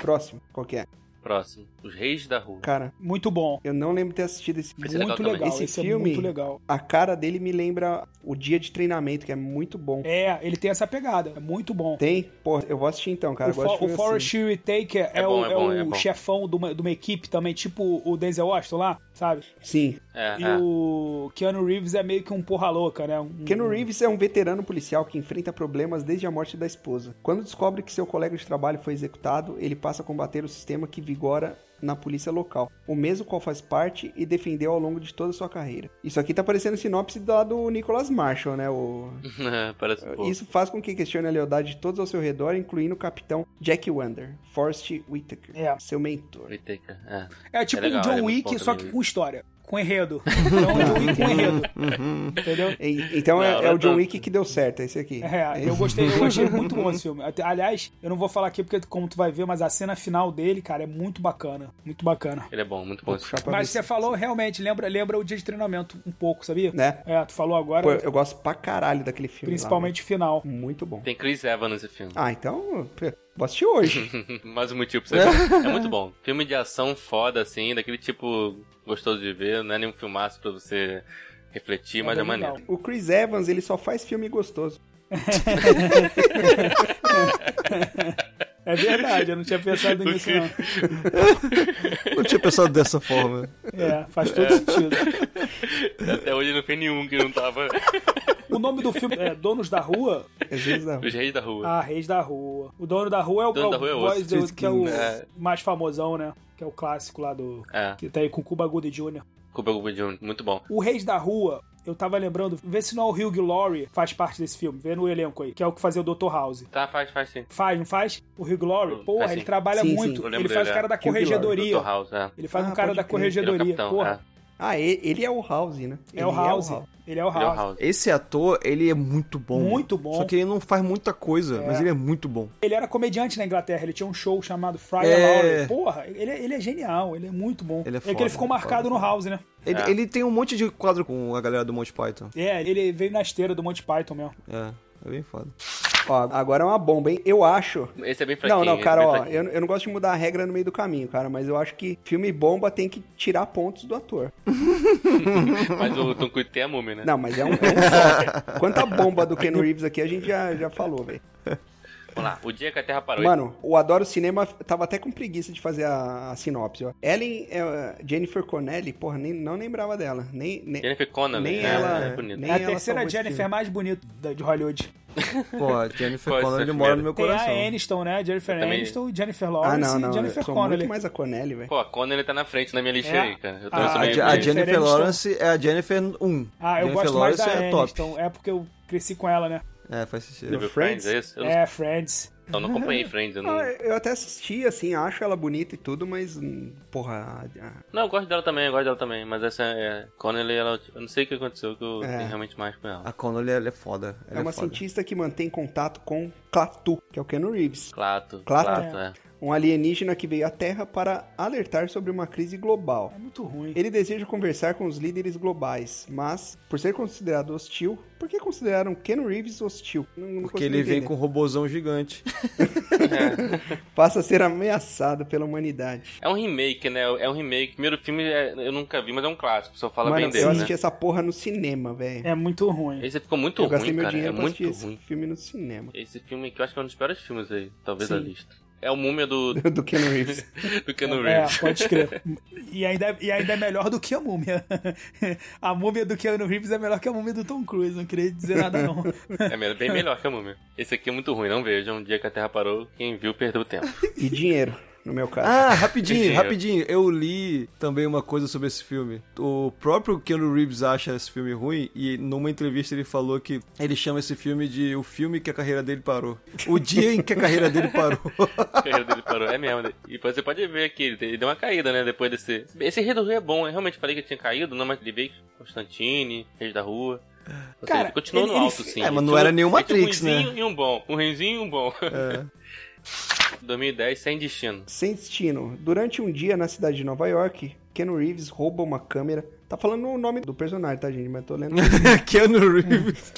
[SPEAKER 2] Próximo, qual que é?
[SPEAKER 1] Próximo. Os Reis da Rua.
[SPEAKER 2] Cara,
[SPEAKER 3] Muito bom.
[SPEAKER 2] eu não lembro de ter assistido esse filme.
[SPEAKER 1] Esse é legal
[SPEAKER 3] muito
[SPEAKER 1] também.
[SPEAKER 3] legal.
[SPEAKER 2] Esse
[SPEAKER 3] Esse,
[SPEAKER 2] filme-
[SPEAKER 3] é muito legal.
[SPEAKER 2] A cara dele me lembra o dia de treinamento, que é muito bom.
[SPEAKER 3] É, ele tem essa pegada. É muito bom.
[SPEAKER 2] Tem? Pô, eu vou assistir então, cara.
[SPEAKER 3] o,
[SPEAKER 2] eu gosto de
[SPEAKER 3] Fo o
[SPEAKER 2] filme assim.
[SPEAKER 3] Forrest Whitaker é,
[SPEAKER 1] É bom,
[SPEAKER 3] o,
[SPEAKER 1] é
[SPEAKER 3] é
[SPEAKER 1] bom,
[SPEAKER 3] o
[SPEAKER 1] é bom.
[SPEAKER 3] chefão de uma, de uma equipe também, tipo o Denzel Washington lá, sabe?
[SPEAKER 2] Sim,
[SPEAKER 1] É,
[SPEAKER 3] E
[SPEAKER 1] é.
[SPEAKER 3] o Keanu Reeves é meio que um porra louca, né? Um,
[SPEAKER 2] Keanu Reeves é um veterano policial que enfrenta problemas desde a morte da esposa. Quando descobre que seu colega de trabalho foi executado, ele passa a combater o sistema que vigora na polícia local, o mesmo qual faz parte e defendeu ao longo de toda a sua carreira. Isso aqui tá parecendo sinopse da do Nicholas Marshall, né? O...
[SPEAKER 1] Parece um pouco.
[SPEAKER 2] Isso faz com que questione a lealdade de todos ao seu redor, incluindo o capitão Jack Wander, Forrest Whitaker,
[SPEAKER 3] É.
[SPEAKER 2] seu mentor.
[SPEAKER 1] Whittaker, é.
[SPEAKER 3] É tipo
[SPEAKER 1] É legal,
[SPEAKER 3] um
[SPEAKER 1] ele é
[SPEAKER 3] John
[SPEAKER 1] muito
[SPEAKER 3] Wick,
[SPEAKER 1] bom
[SPEAKER 3] só
[SPEAKER 1] também.
[SPEAKER 3] que com história. Com enredo. É um John Wick com enredo.
[SPEAKER 4] Uhum.
[SPEAKER 3] Entendeu?
[SPEAKER 2] E- então é,
[SPEAKER 1] Não,
[SPEAKER 2] é
[SPEAKER 1] não
[SPEAKER 2] o
[SPEAKER 1] é
[SPEAKER 2] John
[SPEAKER 1] tanto.
[SPEAKER 2] Wick que deu certo, é esse aqui.
[SPEAKER 3] É, eu gostei, eu achei muito bom esse filme. Até- Aliás, eu não vou falar aqui porque, como tu vai ver, mas a cena final dele, cara, é muito bacana. Muito bacana.
[SPEAKER 1] Ele é bom, muito bom.
[SPEAKER 2] Vou puxar Tipo, pra
[SPEAKER 3] Mas
[SPEAKER 2] você.
[SPEAKER 3] você falou realmente, lembra, lembra o dia de treinamento um pouco, sabia?
[SPEAKER 2] Né?
[SPEAKER 3] É, tu falou agora,
[SPEAKER 2] Pô, eu gosto pra caralho daquele filme. lá,
[SPEAKER 3] principalmente o final.
[SPEAKER 2] velho. Muito bom.
[SPEAKER 1] Tem Chris Evans nesse filme.
[SPEAKER 2] Ah, então. Vou assistir hoje.
[SPEAKER 1] Mais um motivo pra você ver. É muito bom. Filme de ação foda, assim, daquele tipo gostoso de ver. Não é nenhum filmaço pra você refletir, mas é
[SPEAKER 3] bem legal.
[SPEAKER 1] maneiro.
[SPEAKER 2] o Chris Evans, ele só faz filme gostoso.
[SPEAKER 3] É verdade, eu não tinha pensado nisso, não.
[SPEAKER 4] Não tinha pensado dessa forma.
[SPEAKER 3] É, faz todo sentido.
[SPEAKER 1] Até hoje não fez nenhum que não tava.
[SPEAKER 3] O nome do filme é Donos da Rua?
[SPEAKER 2] Às vezes não.
[SPEAKER 1] Os Reis da Rua.
[SPEAKER 3] Ah, Reis da Rua. O Dono da Rua é o,
[SPEAKER 1] Dono
[SPEAKER 3] é o
[SPEAKER 1] da Rua é
[SPEAKER 3] Boys
[SPEAKER 1] outro.
[SPEAKER 3] do- que é o
[SPEAKER 1] É.
[SPEAKER 3] mais famosão, né? Que é o clássico lá do...
[SPEAKER 1] É,
[SPEAKER 3] Que tá aí com o Cuba Gooding Jr.
[SPEAKER 1] Cuba Cuba Jr., muito bom.
[SPEAKER 3] O Reis da Rua, eu tava lembrando, vê se não é o Hugh Laurie faz parte desse filme, vê no elenco aí, que é o que fazia o Dr. House.
[SPEAKER 1] Tá, faz, faz sim.
[SPEAKER 3] Faz, não faz? O Hugh Laurie,
[SPEAKER 1] Hum,
[SPEAKER 3] porra,
[SPEAKER 1] faz
[SPEAKER 3] ele
[SPEAKER 1] sim.
[SPEAKER 3] trabalha
[SPEAKER 2] Sim,
[SPEAKER 3] muito.
[SPEAKER 2] sim.
[SPEAKER 1] Eu lembro
[SPEAKER 3] Ele faz
[SPEAKER 1] dele,
[SPEAKER 3] o
[SPEAKER 1] é.
[SPEAKER 3] cara da
[SPEAKER 2] Hugh Laurie,
[SPEAKER 3] corregedoria.
[SPEAKER 1] Dr. House, é.
[SPEAKER 3] Ele faz
[SPEAKER 2] Ah,
[SPEAKER 3] um cara
[SPEAKER 2] pode
[SPEAKER 3] da
[SPEAKER 2] crer.
[SPEAKER 1] Ele é o
[SPEAKER 3] corregedoria.
[SPEAKER 1] capitão,
[SPEAKER 3] porra,
[SPEAKER 1] é.
[SPEAKER 2] Ah, e- ele é o House, né?
[SPEAKER 3] é. o
[SPEAKER 2] Ele
[SPEAKER 3] House. Ele é o
[SPEAKER 1] Ele é o
[SPEAKER 3] House.
[SPEAKER 1] House.
[SPEAKER 4] Esse ator, ele é muito bom.
[SPEAKER 3] Muito bom.
[SPEAKER 4] Só que ele não faz muita coisa, mas ele é muito bom.
[SPEAKER 3] Ele era comediante na Inglaterra, ele tinha um show chamado Friday
[SPEAKER 4] É.
[SPEAKER 3] Laurie. Porra, ele, é- ele é genial, ele é muito bom.
[SPEAKER 4] Ele é
[SPEAKER 3] que
[SPEAKER 4] foda,
[SPEAKER 3] ele ficou
[SPEAKER 4] foda.
[SPEAKER 3] marcado no House, né?
[SPEAKER 4] Ele,
[SPEAKER 1] É.
[SPEAKER 4] ele tem um monte de quadro com a galera do Monty Python.
[SPEAKER 3] É, ele veio na esteira do Monty Python mesmo.
[SPEAKER 4] É, é bem foda.
[SPEAKER 2] Ó, agora é uma bomba, hein? Eu acho.
[SPEAKER 1] Esse é bem fraquinho.
[SPEAKER 2] Não, não,
[SPEAKER 1] esse é
[SPEAKER 2] cara,
[SPEAKER 1] bem
[SPEAKER 2] ó,
[SPEAKER 1] fraquinho.
[SPEAKER 2] eu, eu não gosto de mudar a regra no meio do caminho, cara, mas eu acho que filme bomba tem que tirar pontos do ator.
[SPEAKER 1] Mas o Tom Cruise tem a múmia, né?
[SPEAKER 2] Não, mas é um, é um só. Quanta bomba do Ken Reeves aqui a gente já, já falou, velho.
[SPEAKER 1] Vamos lá. O dia que a Terra parou.
[SPEAKER 2] Mano, o Adoro Cinema tava até com preguiça de fazer a, a sinopse, ó. Ellen, é, Jennifer Connelly, porra, nem, não lembrava dela. Nem, nem-
[SPEAKER 1] Jennifer Connelly.
[SPEAKER 2] nem
[SPEAKER 1] né?
[SPEAKER 2] ela-
[SPEAKER 1] É bonito.
[SPEAKER 2] nem-
[SPEAKER 3] É a
[SPEAKER 2] ela
[SPEAKER 3] terceira
[SPEAKER 2] salvou esse
[SPEAKER 3] Jennifer
[SPEAKER 2] filme.
[SPEAKER 3] mais bonita da- de Hollywood.
[SPEAKER 4] Pô, a Jennifer
[SPEAKER 1] Qual é
[SPEAKER 4] Connelly
[SPEAKER 1] essa
[SPEAKER 4] mora
[SPEAKER 1] primeira?
[SPEAKER 4] no meu
[SPEAKER 3] Tem
[SPEAKER 4] coração.
[SPEAKER 3] a Aniston, né? Jennifer
[SPEAKER 1] Eu também-
[SPEAKER 3] Aniston, Jennifer
[SPEAKER 2] Ah,
[SPEAKER 3] Lawrence
[SPEAKER 2] não,
[SPEAKER 3] e
[SPEAKER 2] não.
[SPEAKER 3] Jennifer
[SPEAKER 2] eu sou
[SPEAKER 3] Connelly.
[SPEAKER 2] muito mais a Connelly, velho.
[SPEAKER 1] Pô, a Connelly tá na frente na minha lista
[SPEAKER 3] É.
[SPEAKER 1] aí, cara. Eu tô
[SPEAKER 3] Ah,
[SPEAKER 1] sou
[SPEAKER 4] A,
[SPEAKER 1] meio-
[SPEAKER 4] Je- a
[SPEAKER 1] meio-
[SPEAKER 3] Jennifer
[SPEAKER 4] Jennifer
[SPEAKER 3] Aniston.
[SPEAKER 4] Lawrence é a Jennifer 1.
[SPEAKER 3] Ah, eu
[SPEAKER 4] Jennifer
[SPEAKER 3] gosto mais
[SPEAKER 4] Lawrence
[SPEAKER 3] da
[SPEAKER 4] é top.
[SPEAKER 3] Aniston. É porque eu cresci com ela, né?
[SPEAKER 4] É, faz
[SPEAKER 1] Você
[SPEAKER 4] sentido.
[SPEAKER 1] viu
[SPEAKER 2] Friends?
[SPEAKER 1] Friends, é isso? Eu não,
[SPEAKER 3] É, Friends.
[SPEAKER 1] eu não acompanhei Friends. Eu não...
[SPEAKER 2] Ah, eu até assisti, assim, acho ela bonita e tudo, mas, hum, porra, a-
[SPEAKER 1] não, eu gosto dela também, eu gosto dela também. Mas essa é. Connelly, ela. Eu não sei o que aconteceu, que eu
[SPEAKER 2] É.
[SPEAKER 1] tenho realmente mais com ela.
[SPEAKER 4] A Connelly, ela é foda. Ela
[SPEAKER 2] é uma
[SPEAKER 4] foda.
[SPEAKER 2] cientista que mantém contato com Klaatu, que é o Ken Reeves,
[SPEAKER 1] Clato.
[SPEAKER 2] Claro.
[SPEAKER 1] Clato, é.
[SPEAKER 2] um alienígena que veio à Terra para alertar sobre uma crise global.
[SPEAKER 3] É muito ruim.
[SPEAKER 2] Ele deseja conversar com os líderes globais, mas, por ser considerado hostil, por que consideraram Ken Reeves hostil? Não- não
[SPEAKER 4] Porque
[SPEAKER 2] consigo
[SPEAKER 4] ele vem
[SPEAKER 2] entender.
[SPEAKER 4] com um robozão gigante.
[SPEAKER 2] Passa a ser ameaçado pela humanidade.
[SPEAKER 1] É um remake, né? É um remake. Primeiro filme é- eu nunca vi, mas é um clássico. Só fala
[SPEAKER 2] Mano,
[SPEAKER 1] bem
[SPEAKER 2] eu
[SPEAKER 1] dele, né?
[SPEAKER 2] assisti essa porra no cinema, velho.
[SPEAKER 3] É muito ruim.
[SPEAKER 1] Esse ficou muito
[SPEAKER 2] eu gastei
[SPEAKER 1] ruim,
[SPEAKER 2] meu
[SPEAKER 1] cara. É
[SPEAKER 2] dinheiro pra
[SPEAKER 1] muito
[SPEAKER 2] assistir
[SPEAKER 1] ruim.
[SPEAKER 2] esse filme no cinema.
[SPEAKER 1] Esse filme que eu acho que é um dos piores filmes aí, talvez
[SPEAKER 3] Sim.
[SPEAKER 1] da lista. É o múmia do, do
[SPEAKER 2] Do Ken Reeves.
[SPEAKER 1] Keanu
[SPEAKER 3] É,
[SPEAKER 1] Reeves.
[SPEAKER 3] pode escrever. E ainda, e ainda é melhor do que a múmia. A múmia do Keanu Reeves é melhor que a múmia do Tom Cruise, não queria dizer nada não.
[SPEAKER 1] É, me- bem melhor que a múmia. Esse aqui é muito ruim, não veja. Um dia que a Terra parou, quem viu perdeu o tempo.
[SPEAKER 2] e dinheiro, no meu caso.
[SPEAKER 4] Ah, rapidinho,
[SPEAKER 1] Dinheiro.
[SPEAKER 4] rapidinho. Eu li também uma coisa sobre esse filme. O próprio Keanu Reeves acha esse filme ruim e numa entrevista ele falou que ele chama esse filme de o filme que a carreira dele parou. O dia em que a carreira dele parou.
[SPEAKER 1] A carreira dele parou. É mesmo. né? E você pode ver que ele te- ele deu uma caída, né? Depois desse. Esse Rei do Rio é bom. Eu realmente falei que tinha caído, não, mas ele veio Constantine, Rei da Rua. Ou
[SPEAKER 3] Cara,
[SPEAKER 1] seja, ele continuou
[SPEAKER 3] ele-
[SPEAKER 1] no
[SPEAKER 3] ele
[SPEAKER 1] alto,
[SPEAKER 3] fe-
[SPEAKER 1] sim.
[SPEAKER 4] É, mas
[SPEAKER 1] Ele
[SPEAKER 4] não era
[SPEAKER 1] tinha-
[SPEAKER 4] nem o
[SPEAKER 1] ele tinha
[SPEAKER 4] Matrix,
[SPEAKER 1] um
[SPEAKER 4] né?
[SPEAKER 1] ruinzinho e um bom. Um ruimzinho e um bom.
[SPEAKER 4] É.
[SPEAKER 1] 2010, Sem Destino.
[SPEAKER 2] Sem destino. Durante um dia na cidade de Nova York, Ken Reeves rouba uma câmera. Tá falando o nome do personagem, tá, gente? Mas tô lendo.
[SPEAKER 4] Keanu Reeves.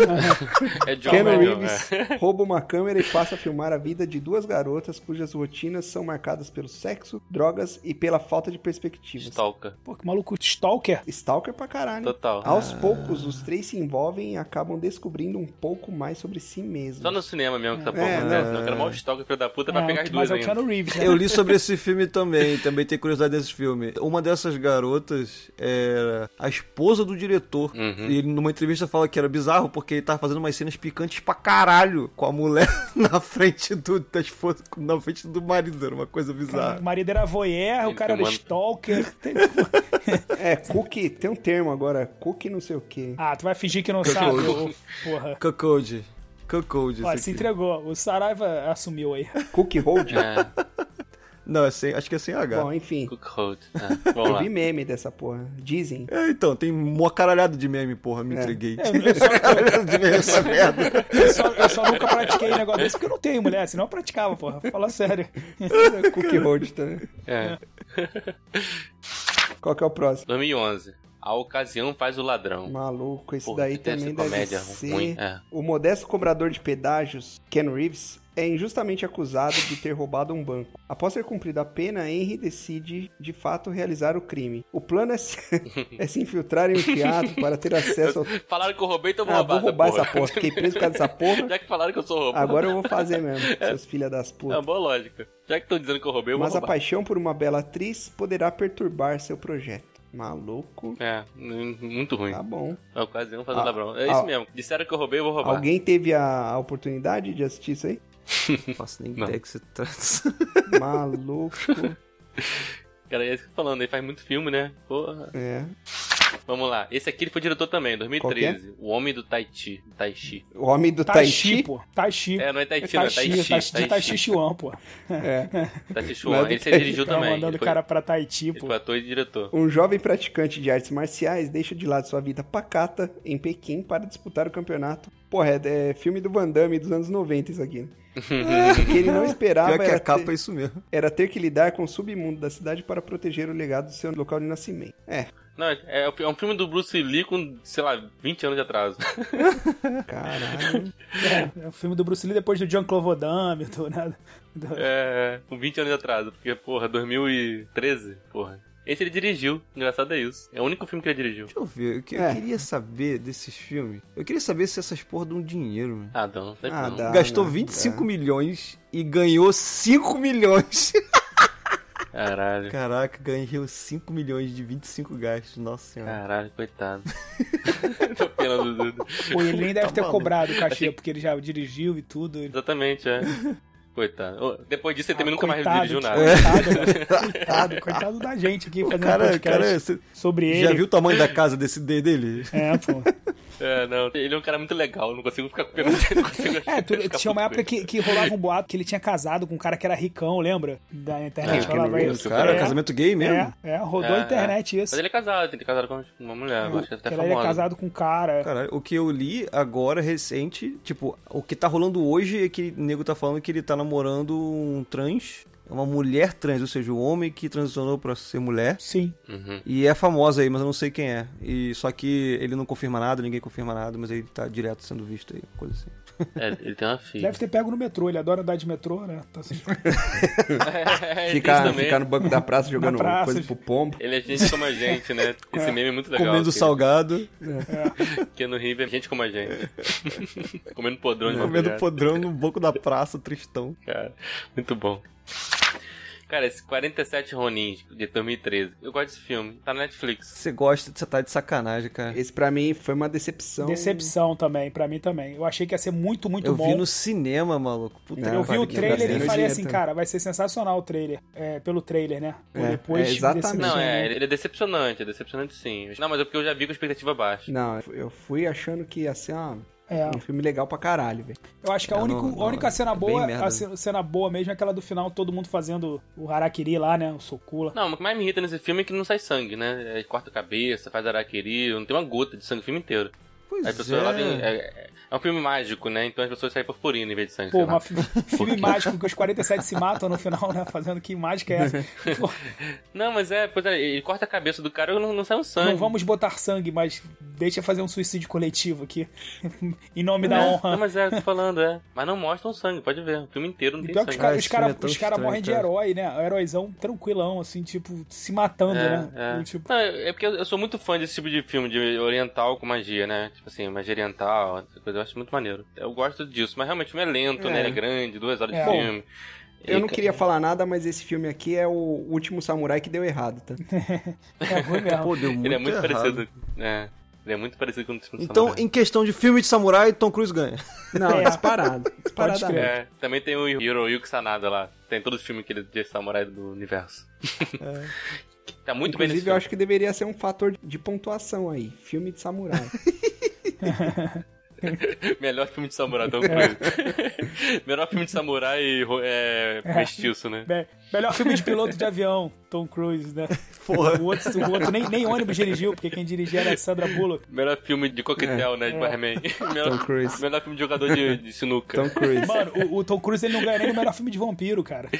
[SPEAKER 1] É John
[SPEAKER 2] Ken
[SPEAKER 1] Mello,
[SPEAKER 2] Reeves
[SPEAKER 1] é.
[SPEAKER 2] rouba uma câmera e passa a filmar a vida de duas garotas cujas rotinas são marcadas pelo sexo, drogas e pela falta de perspectivas.
[SPEAKER 1] é. Stalker.
[SPEAKER 3] Pô, que maluco stalker.
[SPEAKER 2] Stalker pra caralho.
[SPEAKER 1] Total.
[SPEAKER 2] Aos poucos, os três se envolvem e acabam descobrindo um pouco mais sobre si mesmos.
[SPEAKER 1] Só no cinema mesmo que essa porra
[SPEAKER 2] É,
[SPEAKER 1] acontece.
[SPEAKER 4] não.
[SPEAKER 1] Não, eu quero mal stalker, filho da puta,
[SPEAKER 3] Ah,
[SPEAKER 1] pra pegar as duas
[SPEAKER 3] mas é o
[SPEAKER 1] ainda.
[SPEAKER 3] Keanu Reeves, né?
[SPEAKER 4] Eu li sobre esse filme também, também tem curiosidade desse filme. Uma dessas garotas era a esposa do diretor. E ele numa entrevista fala que era bizarro porque ele tava fazendo umas cenas picantes pra caralho com a mulher na frente do da esposa, na frente do marido, era uma coisa
[SPEAKER 3] O
[SPEAKER 4] bizarra.
[SPEAKER 3] marido era voyeur, o
[SPEAKER 1] Ele
[SPEAKER 3] cara era
[SPEAKER 1] filmando.
[SPEAKER 3] stalker. Tem-
[SPEAKER 2] É, cookie, tem um termo agora, cookie não sei o quê.
[SPEAKER 3] Ah, tu vai fingir que não sabe, ô, porra.
[SPEAKER 4] Cuckold. Cuckold,
[SPEAKER 3] Ó,
[SPEAKER 4] esse
[SPEAKER 3] se
[SPEAKER 4] aqui.
[SPEAKER 3] entregou. O Saraiva assumiu aí.
[SPEAKER 2] Cookie hold?
[SPEAKER 1] É,
[SPEAKER 4] Não, é sem, acho que é sem H.
[SPEAKER 2] Bom, enfim,
[SPEAKER 1] Cook Hold. É, vamos
[SPEAKER 2] eu
[SPEAKER 1] lá.
[SPEAKER 2] vi meme dessa porra. Dizem.
[SPEAKER 4] É, então, tem uma caralhada de meme, porra, me entreguei.
[SPEAKER 3] Eu, eu só,
[SPEAKER 4] Caralhada de meme, essa merda.
[SPEAKER 3] eu só- eu só nunca pratiquei um negócio desse porque eu não tenho mulher, senão eu praticava, porra. Fala sério.
[SPEAKER 2] Cookie hold também.
[SPEAKER 1] É.
[SPEAKER 2] Qual que é o próximo?
[SPEAKER 1] 2011. A ocasião faz o ladrão.
[SPEAKER 2] Maluco, esse
[SPEAKER 1] Pô,
[SPEAKER 2] daí
[SPEAKER 1] deve
[SPEAKER 2] também
[SPEAKER 1] ser
[SPEAKER 2] deve
[SPEAKER 1] comédia
[SPEAKER 2] ser...
[SPEAKER 1] ruim, é.
[SPEAKER 2] O modesto cobrador de pedágios, Ken Reeves, é injustamente acusado de ter roubado um banco. Após ter cumprido a pena, Henry decide de fato realizar o crime. O plano é se, é se infiltrar em um teatro para ter acesso ao.
[SPEAKER 1] Falaram que eu roubei, então vou
[SPEAKER 2] Ah, vou
[SPEAKER 1] roubar,
[SPEAKER 2] roubar
[SPEAKER 1] essa
[SPEAKER 2] essa porra. Fiquei preso por causa dessa porra.
[SPEAKER 1] Já que falaram que eu sou roubo.
[SPEAKER 2] Agora eu vou fazer mesmo, seus filha das
[SPEAKER 1] É uma
[SPEAKER 2] putas.
[SPEAKER 1] boa lógica. Já que estão dizendo que eu roubei, eu vou
[SPEAKER 2] Mas a
[SPEAKER 1] roubar.
[SPEAKER 2] paixão por uma bela atriz poderá perturbar seu projeto. Maluco.
[SPEAKER 1] É, hum, muito ruim.
[SPEAKER 2] Tá bom.
[SPEAKER 1] É quase um fazendo
[SPEAKER 2] Ah,
[SPEAKER 1] a bronca. É isso
[SPEAKER 2] ah.
[SPEAKER 1] mesmo. Disseram que eu roubei, eu vou roubar.
[SPEAKER 2] Alguém teve a a oportunidade de assistir isso aí?
[SPEAKER 4] Não faço nem
[SPEAKER 1] Não.
[SPEAKER 4] ideia que você tá- trata.
[SPEAKER 2] Maluco.
[SPEAKER 1] Cara, é isso que eu tô falando, ele faz muito filme, né? Porra.
[SPEAKER 2] É.
[SPEAKER 1] Vamos lá. Esse aqui ele foi diretor também, 2013. O Homem do Taiti. Taichi.
[SPEAKER 2] O homem
[SPEAKER 4] Tá
[SPEAKER 2] do
[SPEAKER 3] Taichi,
[SPEAKER 2] Taiti.
[SPEAKER 3] pô. Taichi.
[SPEAKER 1] É, não é Taiti, não é
[SPEAKER 3] Taichi, Taichi, de
[SPEAKER 1] Taichi.
[SPEAKER 3] Taichi
[SPEAKER 1] Taichi.
[SPEAKER 3] Chuan, pô.
[SPEAKER 1] Taichi
[SPEAKER 2] Não é
[SPEAKER 1] Chuan.
[SPEAKER 2] do
[SPEAKER 1] Ele se
[SPEAKER 2] Taiti.
[SPEAKER 1] dirigiu
[SPEAKER 3] Tava
[SPEAKER 1] também.
[SPEAKER 3] mandando
[SPEAKER 1] Ele
[SPEAKER 3] o
[SPEAKER 1] foi,
[SPEAKER 3] cara pra Taiti,
[SPEAKER 1] ele
[SPEAKER 3] pô.
[SPEAKER 1] foi ator e diretor.
[SPEAKER 2] Um jovem praticante de artes marciais deixa de lado sua vida pacata em Pequim para disputar o campeonato. Porra, é, é filme do Van Damme dos anos 90 isso aqui. né? que ele não esperava
[SPEAKER 4] Pior que
[SPEAKER 2] era,
[SPEAKER 4] a capa é
[SPEAKER 2] ter,
[SPEAKER 4] isso mesmo.
[SPEAKER 2] era ter que lidar com o submundo da cidade para proteger o legado do seu local de nascimento. É,
[SPEAKER 1] Não, é, é um filme do Bruce Lee com, sei lá, 20 anos de atraso.
[SPEAKER 2] caralho.
[SPEAKER 3] É, é o filme do Bruce Lee depois do John Clovodame, do nada. do-
[SPEAKER 1] É, com 20 anos de atraso, porque, porra, 2013, porra. Esse ele dirigiu, engraçado é isso. É o único filme que ele dirigiu.
[SPEAKER 4] Deixa eu ver. Eu, que- eu
[SPEAKER 2] É.
[SPEAKER 4] queria saber desses filmes. Eu queria saber se essas porra dão dinheiro, mano.
[SPEAKER 1] Ah, não, não sei
[SPEAKER 2] Ah,
[SPEAKER 1] não.
[SPEAKER 2] dá.
[SPEAKER 4] Gastou
[SPEAKER 2] não,
[SPEAKER 4] 25
[SPEAKER 2] dá.
[SPEAKER 4] milhões e ganhou 5 milhões.
[SPEAKER 1] Caralho,
[SPEAKER 4] Caraca, ganhou 5 milhões de 25 gastos. Nossa
[SPEAKER 3] É.
[SPEAKER 4] senhora.
[SPEAKER 1] caralho, coitado. Tô pena do Dudu.
[SPEAKER 3] Pô, ele nem deve ter
[SPEAKER 4] maluco.
[SPEAKER 3] cobrado o
[SPEAKER 1] É
[SPEAKER 3] cachê, porque ele já dirigiu e tudo. Ele...
[SPEAKER 1] Exatamente, é. Coitado. Ô, Depois disso, ele também
[SPEAKER 3] Ah,
[SPEAKER 1] nunca mais
[SPEAKER 3] coitado,
[SPEAKER 1] dirigiu
[SPEAKER 3] que
[SPEAKER 1] nada.
[SPEAKER 3] Coitado, coitado, coitado da gente aqui
[SPEAKER 4] O
[SPEAKER 3] fazendo
[SPEAKER 4] cara,
[SPEAKER 3] um podcast
[SPEAKER 4] cara, você
[SPEAKER 3] sobre ele.
[SPEAKER 4] já viu o tamanho da casa desse D dele?
[SPEAKER 3] É, pô.
[SPEAKER 1] É, não, ele é um cara muito legal, não consigo ficar com pena dele. não consigo
[SPEAKER 3] É, tu,
[SPEAKER 1] ficar
[SPEAKER 3] tinha uma
[SPEAKER 1] puto com
[SPEAKER 3] época que, que rolava um boato que ele tinha casado com um cara que era ricão, lembra? Da internet.
[SPEAKER 1] Ah,
[SPEAKER 3] Falava
[SPEAKER 1] Keanu Reeves,
[SPEAKER 3] isso.
[SPEAKER 4] Cara,
[SPEAKER 3] é,
[SPEAKER 4] casamento gay mesmo.
[SPEAKER 3] É, é, rodou
[SPEAKER 1] ele.
[SPEAKER 3] a
[SPEAKER 1] É,
[SPEAKER 3] internet
[SPEAKER 1] é.
[SPEAKER 3] isso.
[SPEAKER 1] Mas ele é casado, ele é casado com uma mulher, eu acho que é até
[SPEAKER 3] Que ela
[SPEAKER 1] famosa.
[SPEAKER 3] é casado com um cara.
[SPEAKER 4] Caralho, o que eu li agora, recente, tipo, o que tá rolando hoje é que o nego tá falando que ele tá namorando um trans, uma mulher trans, ou seja, um homem que transicionou pra ser mulher.
[SPEAKER 3] Sim.
[SPEAKER 1] Uhum.
[SPEAKER 4] E é famosa aí, mas eu não sei quem é. E só que ele não confirma nada, ninguém confirma nada, mas ele tá direto sendo visto aí, coisa assim.
[SPEAKER 1] É, ele tem uma filha.
[SPEAKER 3] Deve ter pego no metrô, ele adora andar de metrô, né? Tá assim.
[SPEAKER 1] É, tem isso
[SPEAKER 2] Ficar,
[SPEAKER 1] também.
[SPEAKER 2] ficar no banco da praça jogando
[SPEAKER 3] praça,
[SPEAKER 2] coisa pro pombo.
[SPEAKER 1] Ele é gente como a gente, né? Esse meme é muito legal.
[SPEAKER 4] Comendo
[SPEAKER 1] assim.
[SPEAKER 4] salgado,
[SPEAKER 1] Porque no River é gente como a gente. Comendo podrão de
[SPEAKER 4] comendo
[SPEAKER 1] madrugada.
[SPEAKER 4] podrão no banco da praça, tristão.
[SPEAKER 1] Cara, muito bom. Cara, esse 47 Ronins de 2013. Eu gosto desse filme. Tá na Netflix.
[SPEAKER 4] Você gosta, você tá de sacanagem, cara.
[SPEAKER 2] Esse pra mim foi uma decepção.
[SPEAKER 3] Decepção também, pra mim também. Eu achei que ia ser muito, muito
[SPEAKER 4] eu
[SPEAKER 3] bom.
[SPEAKER 4] vi no cinema, maluco. Puta
[SPEAKER 2] Não,
[SPEAKER 4] que
[SPEAKER 3] Eu vi
[SPEAKER 4] pariu,
[SPEAKER 3] o
[SPEAKER 4] que
[SPEAKER 3] trailer
[SPEAKER 4] merda.
[SPEAKER 3] e
[SPEAKER 2] Brasil.
[SPEAKER 3] falei assim,
[SPEAKER 2] Nojento.
[SPEAKER 3] cara, vai ser sensacional o trailer. É, pelo trailer, né? Pô,
[SPEAKER 2] É,
[SPEAKER 3] depois
[SPEAKER 2] é, exatamente.
[SPEAKER 1] Não,
[SPEAKER 3] decepcionou.
[SPEAKER 1] é, ele é decepcionante, é decepcionante sim. Não, mas é porque eu já vi com expectativa baixa.
[SPEAKER 2] Não, eu fui achando que ia ser uma-
[SPEAKER 3] É.
[SPEAKER 2] um filme legal pra caralho, velho.
[SPEAKER 3] Eu acho que a,
[SPEAKER 4] Eu
[SPEAKER 3] único-
[SPEAKER 4] não- não,
[SPEAKER 3] a única cena
[SPEAKER 4] é bem
[SPEAKER 3] boa,
[SPEAKER 4] merda.
[SPEAKER 3] a ce- cena boa mesmo é aquela do final, todo mundo fazendo o harakiri lá, né? O socula.
[SPEAKER 1] Não, mas o que mais me irrita nesse filme é que não sai sangue, né? É, corta a cabeça, faz araqueri, não tem uma gota de sangue o filme inteiro.
[SPEAKER 4] Pois
[SPEAKER 1] Aí a pessoa
[SPEAKER 4] é.
[SPEAKER 1] lá tem. É, é- é um filme mágico, né? Então as pessoas saem purpurina em vez de sangue.
[SPEAKER 3] Pô,
[SPEAKER 1] sei lá.
[SPEAKER 3] uma fi- filme mágico que os 47 se matam no final, né? Fazendo que mágica é essa? Pô,
[SPEAKER 1] Não, mas é, pois é, ele corta a cabeça do cara e não, não sai um sangue.
[SPEAKER 3] não vamos botar sangue, mas deixa fazer um suicídio coletivo aqui. em nome da honra.
[SPEAKER 1] Não, mas é, eu tô falando, é. Mas não mostram sangue, pode ver. O filme inteiro não
[SPEAKER 3] E
[SPEAKER 1] tem
[SPEAKER 3] pior que
[SPEAKER 1] sangue.
[SPEAKER 3] Então, os caras
[SPEAKER 4] Ah,
[SPEAKER 3] os
[SPEAKER 4] esse
[SPEAKER 3] cara,
[SPEAKER 4] filme é tão
[SPEAKER 3] os cara
[SPEAKER 4] estranho,
[SPEAKER 3] morrem de
[SPEAKER 4] cara.
[SPEAKER 3] herói, né? O heróizão tranquilão, assim, tipo, se matando, né?
[SPEAKER 1] É, é.
[SPEAKER 3] E, tipo,
[SPEAKER 1] Não, é porque eu eu sou muito fã desse tipo de filme, de oriental com magia, né? Tipo assim, magia oriental, essa coisa, eu acho muito maneiro. Eu gosto disso, mas realmente o filme é lento, né? Ele é grande, duas horas
[SPEAKER 3] É.
[SPEAKER 1] de filme. é
[SPEAKER 2] Eu
[SPEAKER 1] E-
[SPEAKER 2] não queria falar nada, mas esse filme aqui é o último samurai que deu errado, tá?
[SPEAKER 3] é ruim mesmo.
[SPEAKER 4] Pô, deu muito
[SPEAKER 1] Ele é muito
[SPEAKER 4] errado.
[SPEAKER 1] parecido. É, ele é muito parecido com o Tsuno
[SPEAKER 4] Então,
[SPEAKER 1] Samurai.
[SPEAKER 4] em questão de filme de samurai, Tom Cruise ganha.
[SPEAKER 2] Não,
[SPEAKER 3] É.
[SPEAKER 2] disparado.
[SPEAKER 3] Pode crer.
[SPEAKER 2] Disparado.
[SPEAKER 1] É, também tem o Hiroyuki Sanada lá. Tem todos os filmes que ele de samurai do universo. tá muito bem nesse
[SPEAKER 2] Inclusive, eu
[SPEAKER 1] filme.
[SPEAKER 2] acho que deveria ser um fator de pontuação aí. Filme de samurai.
[SPEAKER 1] Melhor filme de samurai, Tom
[SPEAKER 2] É.
[SPEAKER 1] Cruise. Melhor filme de samurai e é, mestiço, né?
[SPEAKER 3] Be- melhor filme de piloto de avião, Tom Cruise, né?
[SPEAKER 4] Porra.
[SPEAKER 3] O outro, o outro nem, nem ônibus dirigiu, porque quem dirigia era a Sandra Bullock.
[SPEAKER 1] Melhor filme de coquetel, né? De barman. melhor,
[SPEAKER 2] É. Tom Cruise.
[SPEAKER 1] melhor filme de jogador de, de sinuca.
[SPEAKER 2] Tom Cruise.
[SPEAKER 3] Mano, o, o Tom Cruise ele não ganha nem no melhor filme de vampiro, cara.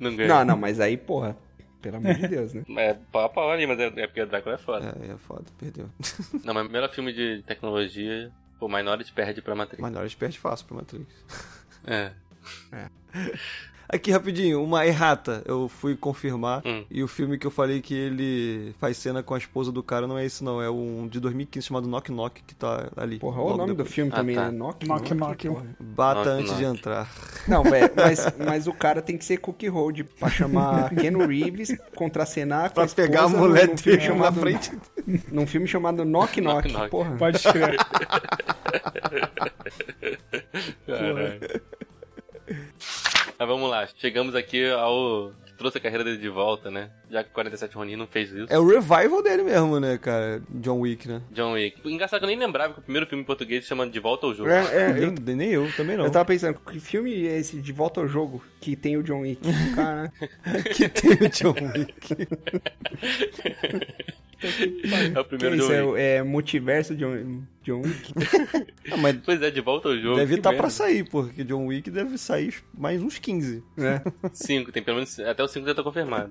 [SPEAKER 1] Não
[SPEAKER 2] Não,
[SPEAKER 1] ganha.
[SPEAKER 2] não, mas aí, porra. Pelo amor de Deus, né?
[SPEAKER 1] É pau a pau ali, mas é, é porque Drácula é foda.
[SPEAKER 4] É, é foda, perdeu.
[SPEAKER 2] É.
[SPEAKER 1] Não, mas melhor filme de tecnologia, pô, Minority perde pra Matrix.
[SPEAKER 4] Mas na hora perde fácil pra Matrix.
[SPEAKER 1] É.
[SPEAKER 4] Aqui, rapidinho, uma errata. Eu fui confirmar.
[SPEAKER 1] Hum.
[SPEAKER 4] E o filme que eu falei que ele faz cena com a esposa do cara não é esse, não. É um de 2015 chamado Knock Knock, que tá ali.
[SPEAKER 2] Porra, olha o
[SPEAKER 4] logo
[SPEAKER 2] nome do
[SPEAKER 4] depois.
[SPEAKER 2] filme
[SPEAKER 1] Ah,
[SPEAKER 2] também,
[SPEAKER 1] tá.
[SPEAKER 2] né? Knock
[SPEAKER 3] Knock Knock.
[SPEAKER 2] porra.
[SPEAKER 4] Bata
[SPEAKER 1] Knock
[SPEAKER 4] antes de
[SPEAKER 1] Knock.
[SPEAKER 4] entrar.
[SPEAKER 2] Não, velho, mas, mas o cara tem que ser cookie road pra chamar Ken Reeves, contracenar com
[SPEAKER 4] Pra
[SPEAKER 2] a esposa é
[SPEAKER 4] pegar a
[SPEAKER 2] num-
[SPEAKER 4] mulher
[SPEAKER 2] num filme
[SPEAKER 4] dele na
[SPEAKER 2] chamado-
[SPEAKER 4] frente.
[SPEAKER 2] Num filme chamado Knock Knock,
[SPEAKER 1] Knock Knock.
[SPEAKER 2] porra.
[SPEAKER 3] Pode escrever.
[SPEAKER 1] Caralho. É. Mas vamos lá, chegamos aqui ao. que Trouxe a carreira dele de volta, né? Já que o 47 Ronin não fez isso.
[SPEAKER 4] É o revival dele mesmo, né, cara? John Wick, né?
[SPEAKER 1] John Wick. Engraçado que eu nem lembrava que o primeiro filme em português se chama De Volta ao Jogo.
[SPEAKER 2] É, é, eu,
[SPEAKER 4] Nem, nem eu, também não.
[SPEAKER 2] eu tava pensando, que filme é esse de volta ao jogo que tem o John Wick? Cara,
[SPEAKER 4] que tem o John Wick.
[SPEAKER 1] É o
[SPEAKER 2] que
[SPEAKER 1] primeiro
[SPEAKER 2] isso?
[SPEAKER 1] John
[SPEAKER 2] É,
[SPEAKER 1] Wick.
[SPEAKER 2] o- é multiverso John, John Wick?
[SPEAKER 4] Ah, mas
[SPEAKER 1] Pois é, De Volta ao Jogo.
[SPEAKER 4] deve
[SPEAKER 1] que
[SPEAKER 4] estar
[SPEAKER 1] merda.
[SPEAKER 4] pra sair, porque John Wick deve sair mais uns 15.
[SPEAKER 2] né?
[SPEAKER 1] Cinco, tem pelo menos. Até o cinco já tá confirmado.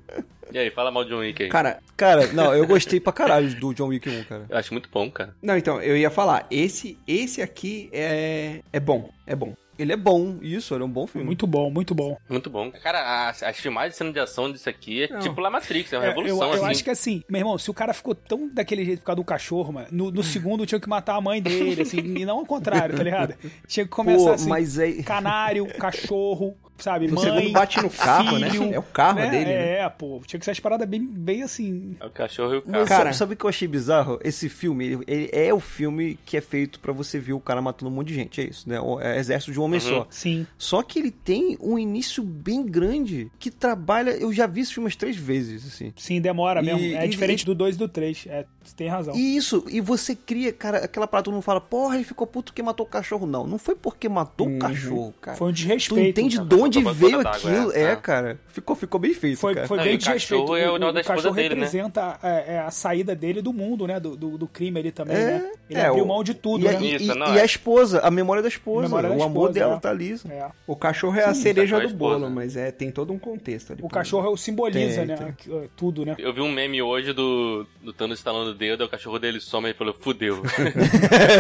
[SPEAKER 1] E aí, fala mal de John Wick aí.
[SPEAKER 2] Cara,
[SPEAKER 4] Cara, não, eu gostei pra caralho do John Wick 1, cara.
[SPEAKER 1] Eu acho muito bom, cara.
[SPEAKER 2] não, então, eu ia falar, esse, esse aqui é, é bom, é bom.
[SPEAKER 4] Ele é bom, isso, ele é um bom filme.
[SPEAKER 3] Muito bom, muito bom.
[SPEAKER 1] Muito bom. Cara, a- as, filmagens de cena de ação disso aqui é
[SPEAKER 2] Não.
[SPEAKER 1] tipo La Matrix, é uma
[SPEAKER 3] É,
[SPEAKER 1] revolução,
[SPEAKER 3] eu, eu
[SPEAKER 1] assim.
[SPEAKER 3] acho que assim, meu irmão, se o cara ficou tão daquele jeito por causa do cachorro, mano, no, no segundo tinha que matar a mãe dele, assim, e não ao contrário, tá ligado? Tinha que começar
[SPEAKER 4] Pô,
[SPEAKER 3] assim,
[SPEAKER 4] mas é.
[SPEAKER 3] canário, cachorro, sabe,
[SPEAKER 2] No
[SPEAKER 3] mãe,
[SPEAKER 2] segundo bate no carro, né?
[SPEAKER 3] filho,
[SPEAKER 2] É o carro dele, né?
[SPEAKER 3] É, pô, tinha que ser as paradas bem, bem assim...
[SPEAKER 1] É o cachorro e o
[SPEAKER 4] Mas
[SPEAKER 1] carro.
[SPEAKER 2] Cara-
[SPEAKER 4] sabe, sabe o que eu achei bizarro? Esse filme, ele, ele é o filme que é feito pra você ver o cara matando um monte de gente, é isso, né? O- É exército de um
[SPEAKER 1] Uhum.
[SPEAKER 4] homem só.
[SPEAKER 3] Sim.
[SPEAKER 4] Só que ele tem um início bem grande que trabalha. Eu já vi esse filme umas três vezes, assim.
[SPEAKER 3] Sim, demora
[SPEAKER 4] E-
[SPEAKER 3] mesmo. é
[SPEAKER 4] e-
[SPEAKER 3] diferente
[SPEAKER 4] e-
[SPEAKER 3] do 2 e do 3. É, você tem razão.
[SPEAKER 4] E isso, e você cria, cara, aquela parada, todo mundo fala, porra, ele ficou puto que matou o cachorro. Não, não foi porque matou o cachorro, cara.
[SPEAKER 3] Foi um
[SPEAKER 4] Tu
[SPEAKER 3] desrespeito.
[SPEAKER 4] entende
[SPEAKER 1] cara.
[SPEAKER 4] de onde
[SPEAKER 1] Botou
[SPEAKER 4] veio
[SPEAKER 1] d'água,
[SPEAKER 4] aquilo?
[SPEAKER 1] é,
[SPEAKER 4] É,
[SPEAKER 1] é.
[SPEAKER 4] cara. Ficou, ficou bem feito,
[SPEAKER 3] Foi,
[SPEAKER 4] cara.
[SPEAKER 3] foi
[SPEAKER 1] Não, e
[SPEAKER 3] bem
[SPEAKER 1] o cachorro
[SPEAKER 3] desrespeito.
[SPEAKER 1] é o nó da esposa
[SPEAKER 3] cachorro
[SPEAKER 1] dele, né?
[SPEAKER 3] representa é, é, a saída dele do mundo, né? Do, do, do crime ali também,
[SPEAKER 4] É,
[SPEAKER 3] né? Ele
[SPEAKER 2] é,
[SPEAKER 3] abriu
[SPEAKER 2] o-
[SPEAKER 3] mão de tudo,
[SPEAKER 4] E, a-
[SPEAKER 3] né?
[SPEAKER 4] e-
[SPEAKER 1] Isso,
[SPEAKER 4] e-
[SPEAKER 1] não
[SPEAKER 4] e
[SPEAKER 1] é.
[SPEAKER 4] a esposa, a memória da esposa.
[SPEAKER 3] Memória da
[SPEAKER 4] o amor
[SPEAKER 3] esposa,
[SPEAKER 4] dela
[SPEAKER 3] é.
[SPEAKER 4] tá ali. isso.
[SPEAKER 3] É.
[SPEAKER 2] O cachorro é a cereja
[SPEAKER 1] cachorro é
[SPEAKER 2] do
[SPEAKER 1] a
[SPEAKER 2] bolo,
[SPEAKER 1] esposa.
[SPEAKER 2] mas é, tem todo um contexto ali.
[SPEAKER 3] O cachorro é o simboliza,
[SPEAKER 4] Tem,
[SPEAKER 3] né?
[SPEAKER 4] tem.
[SPEAKER 3] que, é, Tudo, né?
[SPEAKER 1] Eu vi um meme hoje do, do Thanos estalando o dedo, aí o cachorro dele soma e falou, fudeu.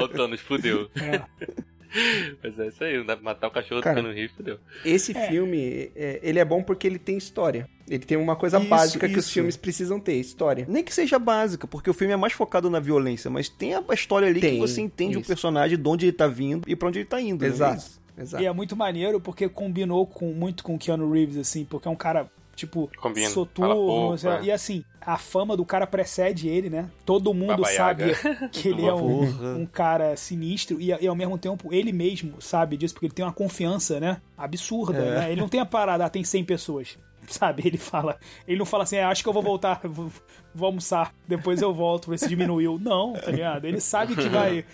[SPEAKER 1] um o Thanos, fudeu.
[SPEAKER 3] É.
[SPEAKER 1] Mas é isso aí, não dá pra matar o cachorro
[SPEAKER 2] Cara.
[SPEAKER 1] do Rio, fudeu.
[SPEAKER 2] Esse
[SPEAKER 3] É.
[SPEAKER 2] filme, é, ele é bom porque ele tem história. Ele tem uma coisa
[SPEAKER 4] Isso,
[SPEAKER 2] básica que os
[SPEAKER 4] isso.
[SPEAKER 2] filmes precisam ter, história.
[SPEAKER 4] Nem que seja básica, porque o filme é mais focado na violência, mas tem a história ali
[SPEAKER 2] Tem,
[SPEAKER 4] que você entende o
[SPEAKER 2] isso.
[SPEAKER 4] personagem, de onde ele tá vindo e pra onde ele tá indo. né?
[SPEAKER 2] Exato.
[SPEAKER 4] Isso.
[SPEAKER 2] Exato.
[SPEAKER 3] E é muito maneiro porque combinou com, muito com o Keanu Reeves, assim, porque é um cara, tipo,
[SPEAKER 1] Combina,
[SPEAKER 3] soturno.
[SPEAKER 1] fala pouco,
[SPEAKER 3] sei lá.
[SPEAKER 1] é.
[SPEAKER 3] E assim, a fama do cara precede ele, né? Todo mundo
[SPEAKER 1] Baba
[SPEAKER 3] sabe
[SPEAKER 1] Yaga.
[SPEAKER 3] que ele é
[SPEAKER 4] Porra.
[SPEAKER 3] um, um cara sinistro e, e, ao mesmo tempo ele mesmo sabe disso, porque ele tem uma confiança, né? Absurda, né? Ele não tem a parada, ah, tem 100 pessoas. Sabe, ele fala. Ele não fala assim, ah, acho que eu vou voltar, vou, vou almoçar, depois eu volto, ver se diminuiu. Não, tá ligado? Ele sabe que vai.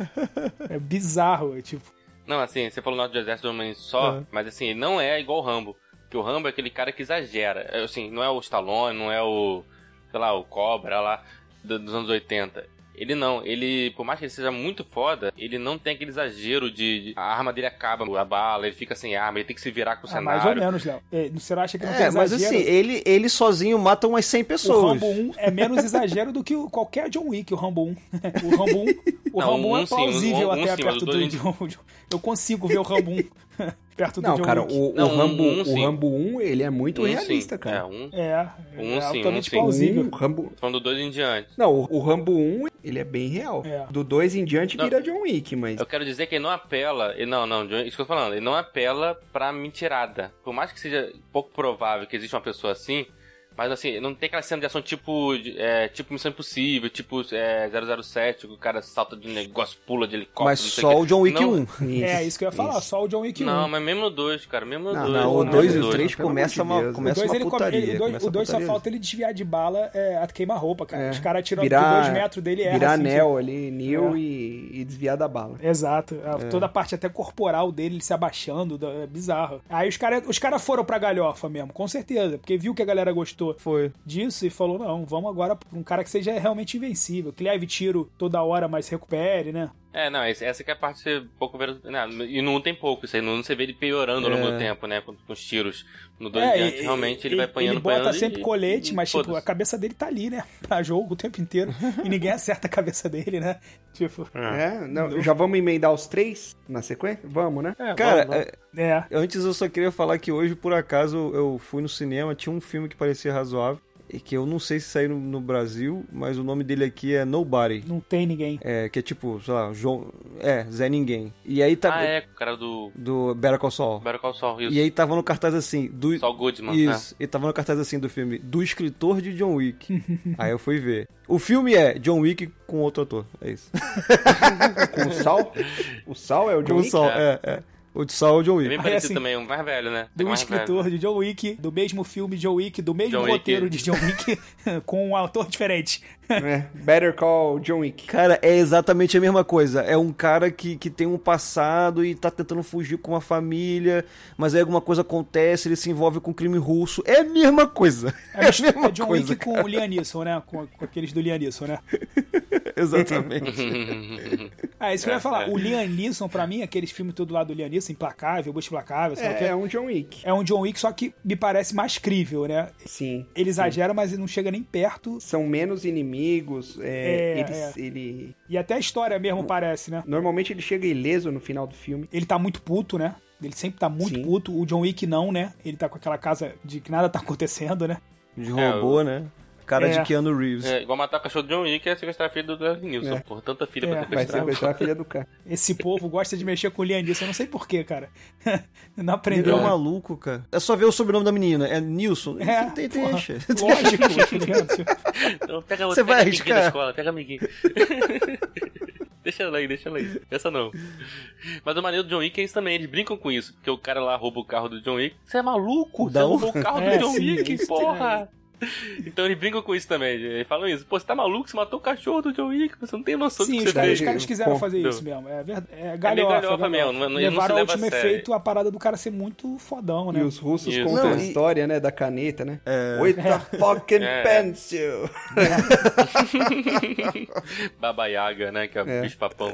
[SPEAKER 3] É bizarro, é tipo.
[SPEAKER 1] Não, assim, você falou nota de exército de um homem só, mas assim, ele não é igual o Rambo. Porque o Rambo é aquele cara que exagera. É, Assim, não é o Stallone, não é o. sei lá, o Cobra lá do- dos anos 80. Ele não, ele, por mais que ele seja muito foda, ele não tem aquele exagero de, de- a arma dele acaba, a bala, ele fica sem arma, ele tem que se virar com o
[SPEAKER 3] Ah, mais ou
[SPEAKER 1] cenário.
[SPEAKER 3] menos, Léo. É, você não acha que não tem
[SPEAKER 4] É, mas
[SPEAKER 3] exagero?
[SPEAKER 4] assim, ele, ele sozinho mata umas 100
[SPEAKER 3] o
[SPEAKER 4] pessoas.
[SPEAKER 3] Rambo 1 é menos exagero do que o- qualquer John Wick, o Rambo 1. O Rambo 1, o
[SPEAKER 1] Não,
[SPEAKER 3] Rambo 1
[SPEAKER 1] um
[SPEAKER 3] é
[SPEAKER 1] sim,
[SPEAKER 3] plausível
[SPEAKER 1] um- um
[SPEAKER 3] até
[SPEAKER 1] sim, mas
[SPEAKER 3] perto
[SPEAKER 1] o
[SPEAKER 3] do
[SPEAKER 1] dois-
[SPEAKER 3] John Wick. Eu consigo ver o Rambo 1 perto do
[SPEAKER 2] Não,
[SPEAKER 3] John
[SPEAKER 2] cara,
[SPEAKER 3] Wick.
[SPEAKER 2] o, o
[SPEAKER 1] Não, um-
[SPEAKER 2] Rambo,
[SPEAKER 1] um
[SPEAKER 2] o
[SPEAKER 1] sim.
[SPEAKER 2] Rambo 1, ele é muito
[SPEAKER 1] Um, sim.
[SPEAKER 2] realista, cara.
[SPEAKER 1] É, um.
[SPEAKER 3] É,
[SPEAKER 1] um sim,
[SPEAKER 3] é
[SPEAKER 1] um
[SPEAKER 3] altamente
[SPEAKER 1] sim.
[SPEAKER 3] plausível.
[SPEAKER 2] O Rambo...
[SPEAKER 1] Tô falando do dois em diante.
[SPEAKER 2] Não, o, o Rambo 1, ele é bem real.
[SPEAKER 3] É.
[SPEAKER 2] Do 2 em diante
[SPEAKER 1] Não.
[SPEAKER 2] vira John Wick, mas...
[SPEAKER 1] Eu quero dizer que ele não apela. Ele, não, não, John- isso que eu tô falando. Ele não apela pra mentirada. Por mais que seja pouco provável que exista uma pessoa assim. Mas assim, não tem aquela cena de ação tipo, de- é, tipo Missão Impossível, tipo é, 007, que o cara salta de um negócio, pula de helicóptero.
[SPEAKER 4] Mas
[SPEAKER 1] não sei
[SPEAKER 4] só
[SPEAKER 1] quê.
[SPEAKER 4] o John Wick
[SPEAKER 1] não,
[SPEAKER 4] 1.
[SPEAKER 3] É, isso que eu ia falar, só o John Wick 1.
[SPEAKER 1] Não, mas mesmo no 2, cara, mesmo no
[SPEAKER 2] Não,
[SPEAKER 1] 2.
[SPEAKER 2] não,
[SPEAKER 4] Não, o
[SPEAKER 2] Não,
[SPEAKER 4] 2 e
[SPEAKER 2] não,
[SPEAKER 4] o 3
[SPEAKER 2] pelo amor
[SPEAKER 4] começa
[SPEAKER 2] de
[SPEAKER 4] uma,
[SPEAKER 2] Deus.
[SPEAKER 3] O
[SPEAKER 4] começa
[SPEAKER 3] dois,
[SPEAKER 4] uma
[SPEAKER 3] ele come- ele-
[SPEAKER 4] putaria.
[SPEAKER 3] o dois-
[SPEAKER 4] começa
[SPEAKER 3] o
[SPEAKER 4] uma
[SPEAKER 3] 2 só
[SPEAKER 4] putaria.
[SPEAKER 3] falta ele desviar de bala é, a queima-roupa, cara.
[SPEAKER 2] É.
[SPEAKER 3] Os caras tirando
[SPEAKER 2] Virar-
[SPEAKER 3] de 2 metros dele é
[SPEAKER 2] Virar
[SPEAKER 3] assim,
[SPEAKER 2] anel ali, Neil
[SPEAKER 3] É.
[SPEAKER 2] e, e desviar da bala.
[SPEAKER 3] Exato. A- Toda a parte até corporal dele, ele se abaixando, da- é bizarro. Aí os caras os cara foram pra galhofa mesmo, com certeza, porque viu que a galera gostou
[SPEAKER 4] Foi.
[SPEAKER 3] disso e falou, não, vamos agora pra um cara que seja realmente invencível, que leve tiro toda hora, mas recupere, né?
[SPEAKER 1] É, não, esse- essa que é a parte que você pouco vê. não, E não tem pouco, isso aí não você vê ele piorando ao longo do tempo, né? Com, com os tiros. No 2
[SPEAKER 3] É,
[SPEAKER 1] em diante,
[SPEAKER 3] e-
[SPEAKER 1] realmente ele
[SPEAKER 3] e-
[SPEAKER 1] vai apanhando
[SPEAKER 3] Ele bota
[SPEAKER 1] apanhando e-
[SPEAKER 3] sempre colete,
[SPEAKER 1] e-
[SPEAKER 3] mas, tipo,
[SPEAKER 1] foda-se.
[SPEAKER 3] a cabeça dele tá ali, né? Pra jogo o tempo inteiro. e ninguém acerta a cabeça dele, né? Tipo,
[SPEAKER 2] É, não, já vamos emendar os três na sequência? Vamos, né?
[SPEAKER 4] Cara, é-
[SPEAKER 3] é.
[SPEAKER 4] Antes eu só queria falar que hoje, por acaso, eu fui no cinema, tinha um filme que parecia razoável, e que eu não sei se saiu no, no Brasil, mas o nome dele aqui é Nobody.
[SPEAKER 3] Não tem ninguém.
[SPEAKER 4] É, que é tipo, sei lá, João. É, Zé Ninguém. E aí tá.
[SPEAKER 1] Ah, é, o cara do
[SPEAKER 4] Do Better Call Saul.
[SPEAKER 1] Better Call Saul, isso.
[SPEAKER 4] E aí tava no cartaz assim. Do...
[SPEAKER 1] Saul Goodman, né?
[SPEAKER 4] Isso. E tava no cartaz assim do filme. Do escritor de John Wick. aí eu fui ver. O filme é John Wick com outro ator. É isso.
[SPEAKER 2] Com o Sal? O Sal é o John
[SPEAKER 4] com o
[SPEAKER 2] Wick?
[SPEAKER 4] Saul. É, é. O de Saul é o John
[SPEAKER 1] É
[SPEAKER 4] Wick.
[SPEAKER 1] bem
[SPEAKER 3] Aí,
[SPEAKER 1] parecido
[SPEAKER 3] assim,
[SPEAKER 1] também, um mais velho, né?
[SPEAKER 3] Do
[SPEAKER 1] mais
[SPEAKER 3] escritor de John Wick, do mesmo filme de John Wick, do mesmo
[SPEAKER 1] John Wick.
[SPEAKER 3] roteiro de John Wick, com um autor diferente.
[SPEAKER 2] É, Better Call John Wick.
[SPEAKER 4] Cara, é exatamente a mesma coisa. É um cara que, que tem um passado e tá tentando fugir com a família, mas aí alguma coisa acontece, ele se envolve com crime russo. É a mesma coisa. É,
[SPEAKER 3] É,
[SPEAKER 4] a mesma
[SPEAKER 3] John
[SPEAKER 4] coisa.
[SPEAKER 3] Wick com o Liam Neeson, né? Com, com aqueles do Liam Neeson, né?
[SPEAKER 4] Exatamente.
[SPEAKER 3] Ah, isso que eu ia falar.
[SPEAKER 1] é.
[SPEAKER 3] O Liam Neeson, pra mim, aqueles filmes todo lá do Liam Neeson, Implacável, Busca Implacável, sei lá o
[SPEAKER 2] É,
[SPEAKER 3] quê.
[SPEAKER 2] é um John Wick.
[SPEAKER 3] É um John Wick, só que me parece mais crível, né?
[SPEAKER 2] Sim.
[SPEAKER 3] Ele exagera, mas ele não chega nem perto.
[SPEAKER 2] São menos inimigos. é,
[SPEAKER 3] É,
[SPEAKER 2] ele,
[SPEAKER 3] é.
[SPEAKER 2] ele-
[SPEAKER 3] E até a história mesmo parece, né?
[SPEAKER 2] Normalmente ele chega ileso no final do filme.
[SPEAKER 3] Ele tá muito puto, né? Ele sempre tá muito
[SPEAKER 2] Sim.
[SPEAKER 3] puto. O John Wick não, né? Ele tá com aquela casa de que nada tá acontecendo, né?
[SPEAKER 4] De robô, né? Cara
[SPEAKER 3] É.
[SPEAKER 4] de Keanu Reeves.
[SPEAKER 1] É, igual matar o cachorro do John Wick é sequestrar a filha do Leslie Nilson,
[SPEAKER 2] É.
[SPEAKER 1] porra. Tanta filha
[SPEAKER 3] É,
[SPEAKER 1] pra
[SPEAKER 2] Vai
[SPEAKER 1] sequestrar.
[SPEAKER 2] sequestrar a filha do cara.
[SPEAKER 3] Esse povo gosta de mexer com o Liam Neeson. Eu não sei porquê, cara. Não
[SPEAKER 4] Ele é
[SPEAKER 3] aprendeu
[SPEAKER 4] um
[SPEAKER 3] uma...
[SPEAKER 4] maluco, cara. É só ver o sobrenome da menina. É Nilson.
[SPEAKER 3] É,
[SPEAKER 4] Tem-
[SPEAKER 3] porra.
[SPEAKER 4] Deixa.
[SPEAKER 3] Lógico, tá ligado?
[SPEAKER 1] Então pega
[SPEAKER 4] Você
[SPEAKER 1] outra, pega a amiguinha da
[SPEAKER 4] vai arriscar?
[SPEAKER 1] escola, pega a amiguinha. deixa ela aí, deixa ela aí. Essa não. Mas o maneiro do John Wick é isso também, eles brincam com isso. Porque o cara lá rouba o carro do John Wick. Você é maluco? Você
[SPEAKER 4] Não.
[SPEAKER 1] roubou o carro do
[SPEAKER 3] É,
[SPEAKER 1] John
[SPEAKER 3] sim,
[SPEAKER 1] Wick,
[SPEAKER 3] isso é.
[SPEAKER 1] porra! Então eles brincam com isso também, eles falam isso. Pô, você tá maluco? Você matou o cachorro do John Wick, você não tem noção
[SPEAKER 3] Sim,
[SPEAKER 1] do que
[SPEAKER 3] os
[SPEAKER 1] você
[SPEAKER 3] caras,
[SPEAKER 1] fez.
[SPEAKER 3] os caras quiseram
[SPEAKER 2] Pô,
[SPEAKER 3] fazer
[SPEAKER 1] não.
[SPEAKER 3] isso mesmo. É, verdade, é galhofa.
[SPEAKER 1] meio galhofa
[SPEAKER 3] galhofa.
[SPEAKER 1] mesmo, não- não- ele não
[SPEAKER 3] Levaram
[SPEAKER 1] se
[SPEAKER 3] ao
[SPEAKER 1] leva a
[SPEAKER 3] último
[SPEAKER 1] sério.
[SPEAKER 3] efeito a parada do cara ser muito fodão, né?
[SPEAKER 2] E os russos
[SPEAKER 1] Isso.
[SPEAKER 2] contam
[SPEAKER 4] Não,
[SPEAKER 2] a
[SPEAKER 4] e-
[SPEAKER 2] história, né, da caneta, né? É. With the fucking
[SPEAKER 1] É.
[SPEAKER 2] pencil.
[SPEAKER 1] Baba Yaga, né? Que é o
[SPEAKER 2] É.
[SPEAKER 1] bicho papão.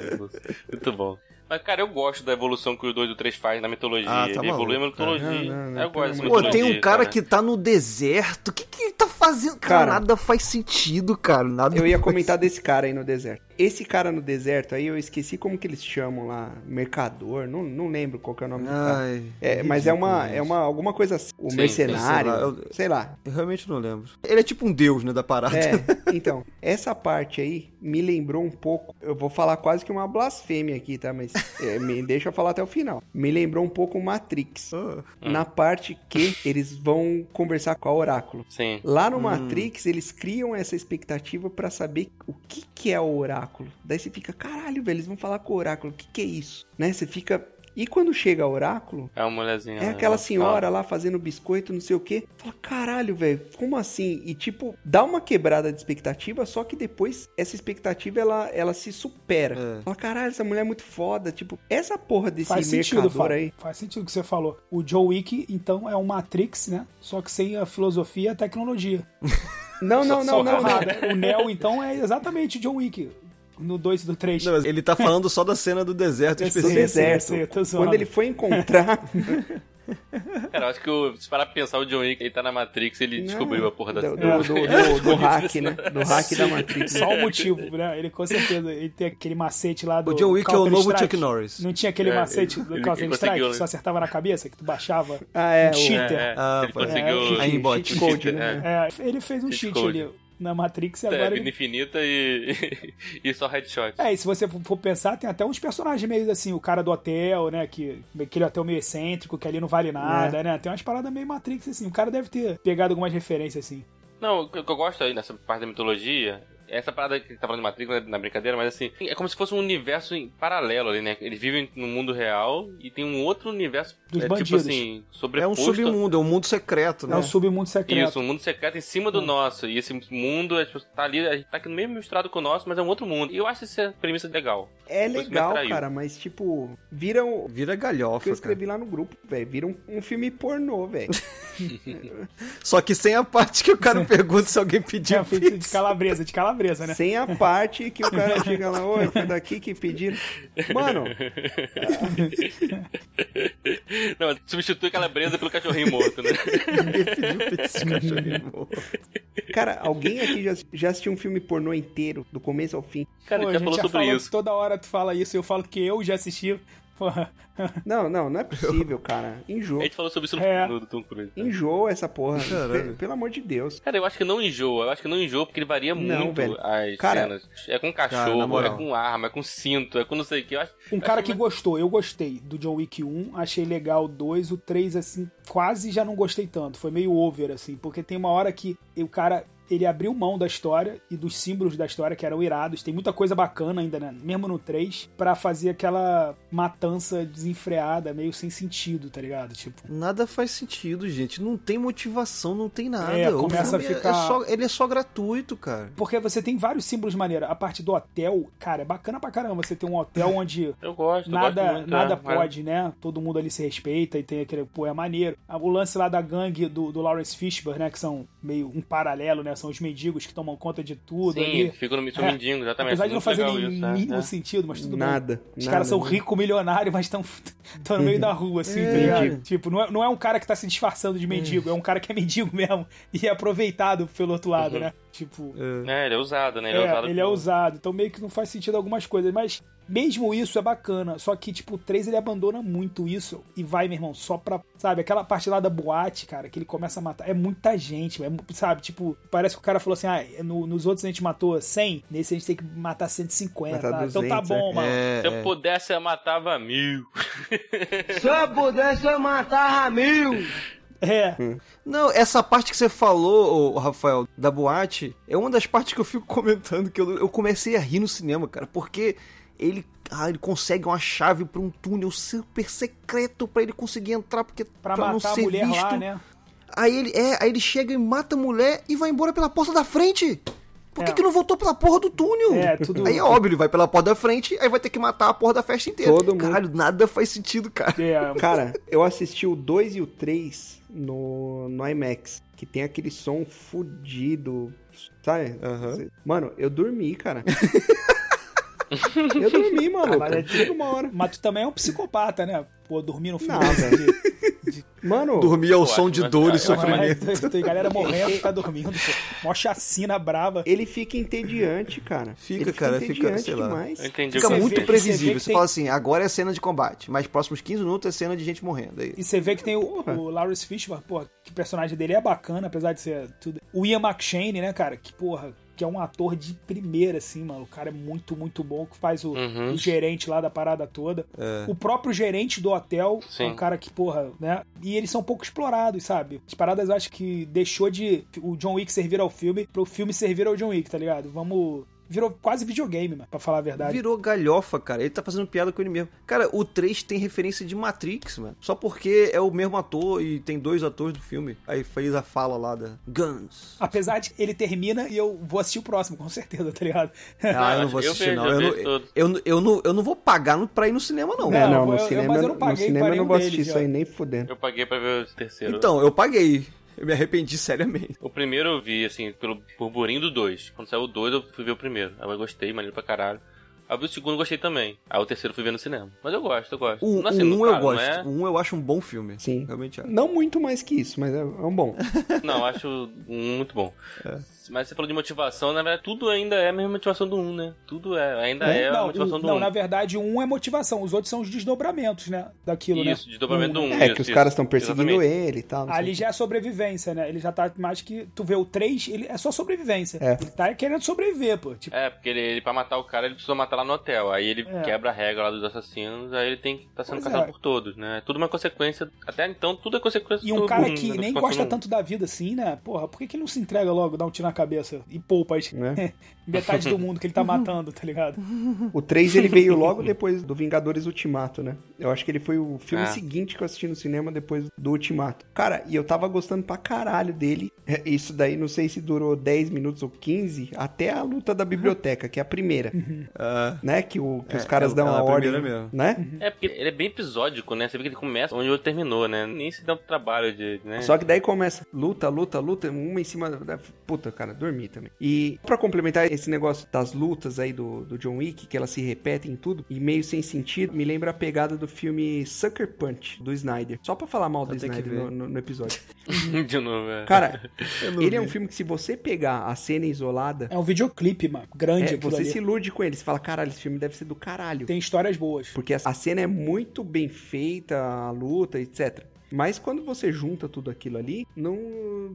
[SPEAKER 1] Muito bom. Mas, cara, eu gosto da evolução que os dois e o três fazem na mitologia.
[SPEAKER 4] Ah, tá
[SPEAKER 1] Ele evolui a
[SPEAKER 4] maluco, cara.
[SPEAKER 1] mitologia.
[SPEAKER 2] Não, não, não,
[SPEAKER 1] eu gosto dessa
[SPEAKER 2] pelo amor
[SPEAKER 4] Pô,
[SPEAKER 1] mitologia.
[SPEAKER 2] de
[SPEAKER 4] tem um cara
[SPEAKER 1] né?
[SPEAKER 4] que tá no deserto. O que, que ele tá fazendo? Cara,
[SPEAKER 2] Cara,
[SPEAKER 4] nada faz sentido, cara. Nada
[SPEAKER 2] Eu ia
[SPEAKER 4] faz-
[SPEAKER 2] comentar desse cara aí no deserto. Esse cara no deserto aí, eu esqueci como que eles chamam lá. Mercador, não, não lembro qual que é o nome
[SPEAKER 4] Ah,
[SPEAKER 2] do cara.
[SPEAKER 4] Ai,
[SPEAKER 2] É, mas é
[SPEAKER 4] ridículo
[SPEAKER 2] uma,
[SPEAKER 4] isso.
[SPEAKER 2] é uma alguma coisa assim. O
[SPEAKER 1] Sim,
[SPEAKER 2] mercenário,
[SPEAKER 4] sei lá, eu-
[SPEAKER 2] sei lá.
[SPEAKER 4] Eu realmente não lembro. Ele é tipo um deus, né, da parada.
[SPEAKER 2] É, então, essa parte aí me lembrou um pouco. Eu vou falar quase que uma blasfêmia aqui, tá? Mas é, me deixa eu falar até o final. Me lembrou um pouco o Matrix.
[SPEAKER 4] Ah.
[SPEAKER 2] Na parte que eles vão conversar com a Oráculo.
[SPEAKER 1] Sim.
[SPEAKER 2] Lá no Matrix, eles criam essa expectativa pra saber o que, que é o oráculo. Daí você fica, caralho, velho, eles vão falar com o oráculo, o que, que é isso? Né? Você fica. E quando chega o oráculo,
[SPEAKER 1] É uma mulherzinha.
[SPEAKER 2] é
[SPEAKER 1] né?
[SPEAKER 2] aquela senhora lá fazendo biscoito, não sei o quê. Fala, caralho, velho, como assim? E tipo, dá uma quebrada de expectativa, só que depois essa expectativa ela, ela se supera.
[SPEAKER 4] É.
[SPEAKER 2] Fala, caralho, essa mulher é muito foda. Tipo, essa porra desse
[SPEAKER 3] Faz sentido,
[SPEAKER 2] mercador
[SPEAKER 3] Fábio.
[SPEAKER 2] aí.
[SPEAKER 3] Faz sentido o que você falou. O Joe Wick, então, é um Matrix, né? Só que sem a filosofia e a tecnologia.
[SPEAKER 2] Não,
[SPEAKER 1] Só- só
[SPEAKER 2] não, não, não, não.
[SPEAKER 1] porrada.
[SPEAKER 3] O Neo, então, é exatamente o John Wick. No 2 e do 3.
[SPEAKER 4] Não, mas ele tá falando só da cena do deserto tipo assim,
[SPEAKER 3] Eu sei,
[SPEAKER 2] Do
[SPEAKER 4] específico.
[SPEAKER 3] eu sei, eu
[SPEAKER 2] deserto.
[SPEAKER 3] sei, eu tô zoando.
[SPEAKER 2] Quando ele foi encontrar.
[SPEAKER 1] Cara, eu acho que o- se parar pra pensar, o John Wick, ele tá na Matrix, ele
[SPEAKER 2] Não,
[SPEAKER 1] descobriu a porra da
[SPEAKER 2] do, do,
[SPEAKER 1] da-
[SPEAKER 2] do- do- do hack, né? Do hack da Matrix.
[SPEAKER 3] Só o motivo, né? Ele com certeza ele tem aquele macete lá do.
[SPEAKER 4] O John Wick é o
[SPEAKER 3] Counter
[SPEAKER 4] novo
[SPEAKER 3] Strike.
[SPEAKER 4] Chuck Norris.
[SPEAKER 3] Não tinha aquele
[SPEAKER 1] É,
[SPEAKER 3] macete
[SPEAKER 1] ele-
[SPEAKER 3] do
[SPEAKER 1] ele
[SPEAKER 3] Counter Strike
[SPEAKER 1] conseguiu,
[SPEAKER 3] que só
[SPEAKER 1] né?
[SPEAKER 3] acertava na cabeça, que tu baixava.
[SPEAKER 2] Ah, é.
[SPEAKER 3] Um
[SPEAKER 2] O,
[SPEAKER 3] cheat.
[SPEAKER 1] É, é.
[SPEAKER 4] Ah,
[SPEAKER 1] ele
[SPEAKER 4] pô, é.
[SPEAKER 1] conseguiu.
[SPEAKER 2] É,
[SPEAKER 4] Aí, bot.
[SPEAKER 2] cheat code, né?
[SPEAKER 3] É, ele fez um cheat
[SPEAKER 1] code.
[SPEAKER 3] ali na Matrix e
[SPEAKER 1] É,
[SPEAKER 3] agora
[SPEAKER 1] vida
[SPEAKER 3] ele.
[SPEAKER 1] infinita e, e só headshot.
[SPEAKER 3] É, e se você for pensar, tem até uns personagens meio assim, o cara do hotel, né? Que, aquele hotel meio excêntrico, que ali não vale
[SPEAKER 4] É.
[SPEAKER 3] nada, né? Tem umas paradas meio Matrix, assim. O cara deve ter pegado algumas referências, assim.
[SPEAKER 1] Não, o que o que eu gosto aí nessa parte da mitologia, essa parada que tá falando de Matrix né, na brincadeira, mas assim, é como se fosse um universo em paralelo ali, né? Eles vivem no mundo real e tem um outro universo,
[SPEAKER 3] Dos
[SPEAKER 1] é, tipo
[SPEAKER 3] bandidos.
[SPEAKER 1] assim,
[SPEAKER 4] É um
[SPEAKER 1] sobreposto.
[SPEAKER 4] submundo, é um mundo secreto,
[SPEAKER 3] É
[SPEAKER 4] né?
[SPEAKER 3] um submundo secreto.
[SPEAKER 1] Isso, um mundo secreto em cima do nosso. E esse mundo, a gente tá ali, a gente tá aqui meio misturado com o nosso, mas é um outro mundo. E eu acho essa premissa legal.
[SPEAKER 2] É
[SPEAKER 1] Depois me
[SPEAKER 2] legal,
[SPEAKER 1] atraiu.
[SPEAKER 2] cara, mas tipo, vira o
[SPEAKER 4] Vira
[SPEAKER 2] o que eu
[SPEAKER 4] galhofa, cara.
[SPEAKER 2] escrevi lá no grupo, velho. Vira um, um filme pornô, velho.
[SPEAKER 4] Só que sem a parte que o cara pergunta se alguém pediu
[SPEAKER 3] Tinha feito
[SPEAKER 4] pizza.
[SPEAKER 3] de calabresa, de pobreza, né?
[SPEAKER 2] Sem a parte que o cara chega lá, oi, foi daqui que pediram. Mano,
[SPEAKER 1] Não, substitui a calabresa pelo cachorrinho morto, né?
[SPEAKER 4] Ninguém pediu pizza de cachorrinho morto.
[SPEAKER 2] cara, alguém aqui já, já assistiu um filme pornô inteiro, do começo ao fim?
[SPEAKER 1] Cara,
[SPEAKER 3] Pô,
[SPEAKER 1] a gente já falou sobre
[SPEAKER 3] falou-
[SPEAKER 1] isso.
[SPEAKER 3] Toda hora tu fala isso, eu falo que eu já assisti. Porra.
[SPEAKER 2] Não, não, não é possível, cara.
[SPEAKER 1] A
[SPEAKER 2] Enjoa.
[SPEAKER 1] gente falou sobre isso no,
[SPEAKER 3] É.
[SPEAKER 1] no do Tom Cruise. né?
[SPEAKER 2] Enjoa essa porra.
[SPEAKER 4] Caralho.
[SPEAKER 2] Pe- Pelo amor de Deus.
[SPEAKER 1] Cara, eu acho que não enjoa, eu acho que não enjoa porque ele varia
[SPEAKER 2] Não,
[SPEAKER 1] muito
[SPEAKER 2] velho.
[SPEAKER 1] as
[SPEAKER 2] Cara-
[SPEAKER 1] cenas. É com
[SPEAKER 4] Cara, na
[SPEAKER 1] cachorro,
[SPEAKER 4] moral.
[SPEAKER 1] é com arma, é com cinto, é com não sei o que. Eu acho,
[SPEAKER 3] Um cara
[SPEAKER 1] acho
[SPEAKER 3] que gostou, eu gostei do John Wick 1, achei legal o 2, o 3, assim, quase já não gostei tanto. Foi meio over, assim, porque tem uma hora que o cara. Ele abriu mão da história e dos símbolos da história que eram irados. Tem muita coisa bacana ainda, né? Mesmo no 3, pra fazer aquela matança desenfreada, meio sem sentido, tá ligado? Tipo.
[SPEAKER 4] Nada faz sentido, gente. Não tem motivação, não tem nada.
[SPEAKER 3] É,
[SPEAKER 4] O
[SPEAKER 3] começa a
[SPEAKER 4] filme é-
[SPEAKER 3] ficar-
[SPEAKER 4] é só- ele é só gratuito, cara.
[SPEAKER 3] Porque você tem vários símbolos maneiros. A parte do hotel, cara, é bacana pra caramba. Você tem um hotel onde
[SPEAKER 1] Eu gosto, eu
[SPEAKER 3] nada,
[SPEAKER 1] gosto muito,
[SPEAKER 3] nada
[SPEAKER 1] né?
[SPEAKER 3] pode, né? Todo mundo ali se respeita e tem aquele, pô, é maneiro. O lance lá da gangue do, do Lawrence Fishburne, né? Que são meio um paralelo, né? São os mendigos que tomam conta de tudo
[SPEAKER 1] Sim,
[SPEAKER 3] ali.
[SPEAKER 1] fica no Mitchell
[SPEAKER 3] É.
[SPEAKER 1] Mindingo, exatamente.
[SPEAKER 3] Apesar de não
[SPEAKER 1] Muito
[SPEAKER 3] fazer
[SPEAKER 1] legal
[SPEAKER 3] nem
[SPEAKER 1] isso, né?
[SPEAKER 3] mínimo
[SPEAKER 1] É.
[SPEAKER 3] sentido, mas tudo bem.
[SPEAKER 2] Nada.
[SPEAKER 3] Os
[SPEAKER 2] nada.
[SPEAKER 3] caras são rico milionário, mas estão tão no meio da rua, assim, tá ligado? Tipo, não é, não é um cara que tá se disfarçando de mendigo, é um cara que é mendigo mesmo e é aproveitado pelo outro lado,
[SPEAKER 1] Uhum.
[SPEAKER 3] né? Tipo,
[SPEAKER 1] É, ele é usado, né? Ele é,
[SPEAKER 3] é,
[SPEAKER 1] usado.
[SPEAKER 3] ele é
[SPEAKER 1] por-
[SPEAKER 3] usado. Então meio que não faz sentido algumas coisas, mas mesmo isso é bacana. Só que, tipo, o 3 ele abandona muito isso e vai, meu irmão, só pra, sabe, aquela parte lá da boate, cara, que ele começa a matar. É muita gente, é mu- sabe? Tipo, parece que o cara falou assim, ah, no- nos outros a gente matou 100, nesse a gente tem que matar 150.
[SPEAKER 2] Matar
[SPEAKER 3] Ah, então tá
[SPEAKER 2] 200,
[SPEAKER 3] bom,
[SPEAKER 2] é.
[SPEAKER 3] mano.
[SPEAKER 4] É,
[SPEAKER 1] Se eu pudesse, eu matava mil.
[SPEAKER 3] É.
[SPEAKER 4] Não, essa parte que você falou, ô, Rafael, da boate, é uma das partes que eu fico comentando, que eu, eu comecei a rir no cinema, cara, porque ele, ah, ele consegue uma chave pra um túnel super secreto pra ele conseguir entrar, porque
[SPEAKER 3] Pra,
[SPEAKER 4] pra não
[SPEAKER 3] matar a
[SPEAKER 4] ser
[SPEAKER 3] mulher
[SPEAKER 4] visto.
[SPEAKER 3] lá, né?
[SPEAKER 4] Aí ele, é, aí ele chega e mata a mulher e vai embora pela porta da frente. Por que,
[SPEAKER 3] É.
[SPEAKER 4] que não voltou pela porra do túnel?
[SPEAKER 3] É, tudo-
[SPEAKER 4] Aí é óbvio, ele vai pela porta da frente, aí vai ter que matar a porra da festa inteira.
[SPEAKER 2] Todo mundo.
[SPEAKER 4] Caralho, nada faz sentido, cara.
[SPEAKER 3] É,
[SPEAKER 2] Cara, eu assisti o 2 e o 3 no, no IMAX, que tem aquele som fudido, sabe?
[SPEAKER 4] Aham.
[SPEAKER 2] Mano, eu dormi, cara. eu dormi, maluco.
[SPEAKER 3] mas é
[SPEAKER 2] Tudo uma hora.
[SPEAKER 3] mas tu também é um psicopata, né? Pô, dormir no filme.
[SPEAKER 2] Não, velho.
[SPEAKER 3] de-
[SPEAKER 2] Mano,
[SPEAKER 4] Dormir ao
[SPEAKER 1] Pô,
[SPEAKER 4] som
[SPEAKER 1] acho
[SPEAKER 4] de
[SPEAKER 1] mais
[SPEAKER 4] dor e
[SPEAKER 1] legal.
[SPEAKER 3] Caralho,
[SPEAKER 4] sofrimento.
[SPEAKER 3] tem- Tem galera morrendo, fica dormindo, pô. Mó chacina brava.
[SPEAKER 2] ele fica entediante, cara.
[SPEAKER 4] Fica,
[SPEAKER 2] ele
[SPEAKER 4] cara, fica,
[SPEAKER 2] entediante
[SPEAKER 4] sei lá. É
[SPEAKER 2] demais.
[SPEAKER 1] Eu entendi.
[SPEAKER 4] Fica
[SPEAKER 1] o que você
[SPEAKER 4] muito
[SPEAKER 1] fez.
[SPEAKER 3] você vê
[SPEAKER 4] previsível.
[SPEAKER 3] que
[SPEAKER 4] Você
[SPEAKER 3] tem-
[SPEAKER 4] fala assim, agora é cena de combate, mas próximos 15 minutos é cena de gente morrendo. Aí.
[SPEAKER 3] E você vê que tem o, o Lawrence Fishburne, porra, que o personagem dele é bacana, apesar de ser tudo. O Ian McShane, né, cara, que porra, que é um ator de primeira, assim, mano. O cara é muito, muito bom, que faz o,
[SPEAKER 1] Uhum.
[SPEAKER 3] o gerente lá da parada toda. O próprio gerente do hotel
[SPEAKER 1] Sim.
[SPEAKER 3] é um cara que, porra, né? E eles são pouco explorados, sabe? As paradas eu acho que deixou de o John Wick servir ao filme, pro filme servir ao John Wick, tá ligado? Vamos. Virou quase videogame, mano, pra falar a verdade.
[SPEAKER 4] Virou galhofa, cara. Ele tá fazendo piada com ele mesmo. Cara, o 3 tem referência de Matrix, mano. Só porque é o mesmo ator e tem dois atores do filme. Aí fez a fala lá da Guns.
[SPEAKER 3] Apesar de ele termina e eu vou assistir o próximo, com certeza, tá ligado?
[SPEAKER 4] Ah, eu
[SPEAKER 1] eu
[SPEAKER 4] não vou
[SPEAKER 1] vejo,
[SPEAKER 4] assistir,
[SPEAKER 1] eu
[SPEAKER 4] não. Eu não,
[SPEAKER 1] vejo
[SPEAKER 4] eu,
[SPEAKER 1] todos.
[SPEAKER 4] eu, não, eu não vou pagar no- pra ir no cinema, não.
[SPEAKER 2] É,
[SPEAKER 3] Não,
[SPEAKER 2] não,
[SPEAKER 3] eu-
[SPEAKER 2] no
[SPEAKER 3] eu-
[SPEAKER 2] cinema
[SPEAKER 3] mas eu
[SPEAKER 2] eu
[SPEAKER 3] não
[SPEAKER 2] não,
[SPEAKER 3] paguei
[SPEAKER 2] no cinema
[SPEAKER 3] pra
[SPEAKER 2] eu não
[SPEAKER 3] nenhum
[SPEAKER 2] vou assistir
[SPEAKER 3] deles,
[SPEAKER 2] isso aí
[SPEAKER 3] ó.
[SPEAKER 2] nem fudendo.
[SPEAKER 1] Eu paguei pra ver o terceiro.
[SPEAKER 4] Então, eu paguei. Eu me arrependi seriamente.
[SPEAKER 1] O primeiro eu vi, assim, pelo burburinho do dois. Quando saiu o dois, eu fui ver o primeiro. Aí eu gostei, maneiro pra caralho. Aí eu vi o segundo, gostei também. Aí o terceiro eu fui ver no cinema. Mas eu gosto, eu gosto.
[SPEAKER 4] O,
[SPEAKER 1] Não, assim,
[SPEAKER 4] o
[SPEAKER 1] não-
[SPEAKER 4] um eu
[SPEAKER 1] claro,
[SPEAKER 4] gosto.
[SPEAKER 1] Não,
[SPEAKER 4] O um eu acho um bom filme.
[SPEAKER 2] Sim.
[SPEAKER 4] Realmente é. acho.
[SPEAKER 2] Não muito mais que isso, mas é é um bom.
[SPEAKER 1] é... não acho um muito bom. Mas você falou de motivação, na verdade, tudo ainda é a mesma motivação do um, né? Tudo é, ainda é, a motivação
[SPEAKER 3] o-
[SPEAKER 1] do
[SPEAKER 3] não,
[SPEAKER 1] um.
[SPEAKER 3] na verdade, um é motivação, os outros são os desdobramentos, né? Daquilo, né?
[SPEAKER 1] Isso, desdobramento do um.
[SPEAKER 2] É,
[SPEAKER 1] isso,
[SPEAKER 2] que os
[SPEAKER 1] isso.
[SPEAKER 2] caras estão perseguindo
[SPEAKER 1] Exatamente.
[SPEAKER 2] ele e tal. não sei
[SPEAKER 3] Ali
[SPEAKER 2] o quê.
[SPEAKER 3] já é sobrevivência, né? Ele já tá mais que. Tu vê o 3, ele é só sobrevivência.
[SPEAKER 2] É.
[SPEAKER 3] Ele tá querendo sobreviver, pô. Tipo,
[SPEAKER 1] É, porque ele, ele, pra matar o cara, ele precisa matar lá no hotel. Aí ele
[SPEAKER 3] É.
[SPEAKER 1] quebra a regra lá dos assassinos, aí ele tem que tá sendo
[SPEAKER 3] Pois
[SPEAKER 1] caçado
[SPEAKER 3] é.
[SPEAKER 1] por todos, né? É tudo uma consequência. Até então, tudo é consequência
[SPEAKER 3] e
[SPEAKER 1] do
[SPEAKER 3] um cara
[SPEAKER 1] mundo, né?
[SPEAKER 3] que
[SPEAKER 1] Do
[SPEAKER 3] nem
[SPEAKER 1] quanto
[SPEAKER 3] gosta
[SPEAKER 1] não-
[SPEAKER 3] tanto da vida assim, né? Porra, por que, que ele não se entrega logo, dá um tiro na cabeça e poupa as-
[SPEAKER 2] Né?
[SPEAKER 3] metade do mundo que ele tá matando, tá ligado?
[SPEAKER 2] O 3 ele veio logo depois do Vingadores Ultimato, né? Eu acho que ele foi o filme
[SPEAKER 1] Ah.
[SPEAKER 2] seguinte que eu assisti no cinema depois do Ultimato. Cara, e eu tava gostando pra caralho dele. É, Isso daí não sei se durou 10 minutos ou 15, até a luta da biblioteca, que é a primeira.
[SPEAKER 4] Ah, É.
[SPEAKER 2] né? Que, o, que os
[SPEAKER 4] É,
[SPEAKER 2] caras
[SPEAKER 4] é,
[SPEAKER 2] dão
[SPEAKER 4] é a
[SPEAKER 2] a ordem,
[SPEAKER 4] primeira mesmo.
[SPEAKER 2] né?
[SPEAKER 1] É, porque ele é bem episódico, né? Você vê que ele começa onde o outro terminou, né? Nem se dá um trabalho de. Né?
[SPEAKER 2] Só que daí começa luta, luta, luta, uma em cima da. Puta, cara, dormi também. E pra complementar esse negócio das lutas aí do, do John Wick, que elas se repetem em tudo, e meio sem sentido, me lembra a pegada do filme Sucker Punch, do Snyder. Só pra falar mal do
[SPEAKER 4] Vou ter que
[SPEAKER 2] Snyder no,
[SPEAKER 4] ver.
[SPEAKER 2] no- no episódio.
[SPEAKER 1] de novo, é.
[SPEAKER 2] Cara,
[SPEAKER 4] Eu não
[SPEAKER 2] ele é
[SPEAKER 4] vi.
[SPEAKER 2] um filme que se você pegar a cena isolada,
[SPEAKER 3] É um videoclipe, mano. Grande
[SPEAKER 2] é,
[SPEAKER 3] aquilo
[SPEAKER 2] você
[SPEAKER 3] ali.
[SPEAKER 2] se ilude com ele. Você fala, caralho, esse filme deve ser do caralho.
[SPEAKER 3] Tem histórias boas.
[SPEAKER 2] Porque a a cena é muito bem feita, a luta, etc. Mas quando você junta tudo aquilo ali, não,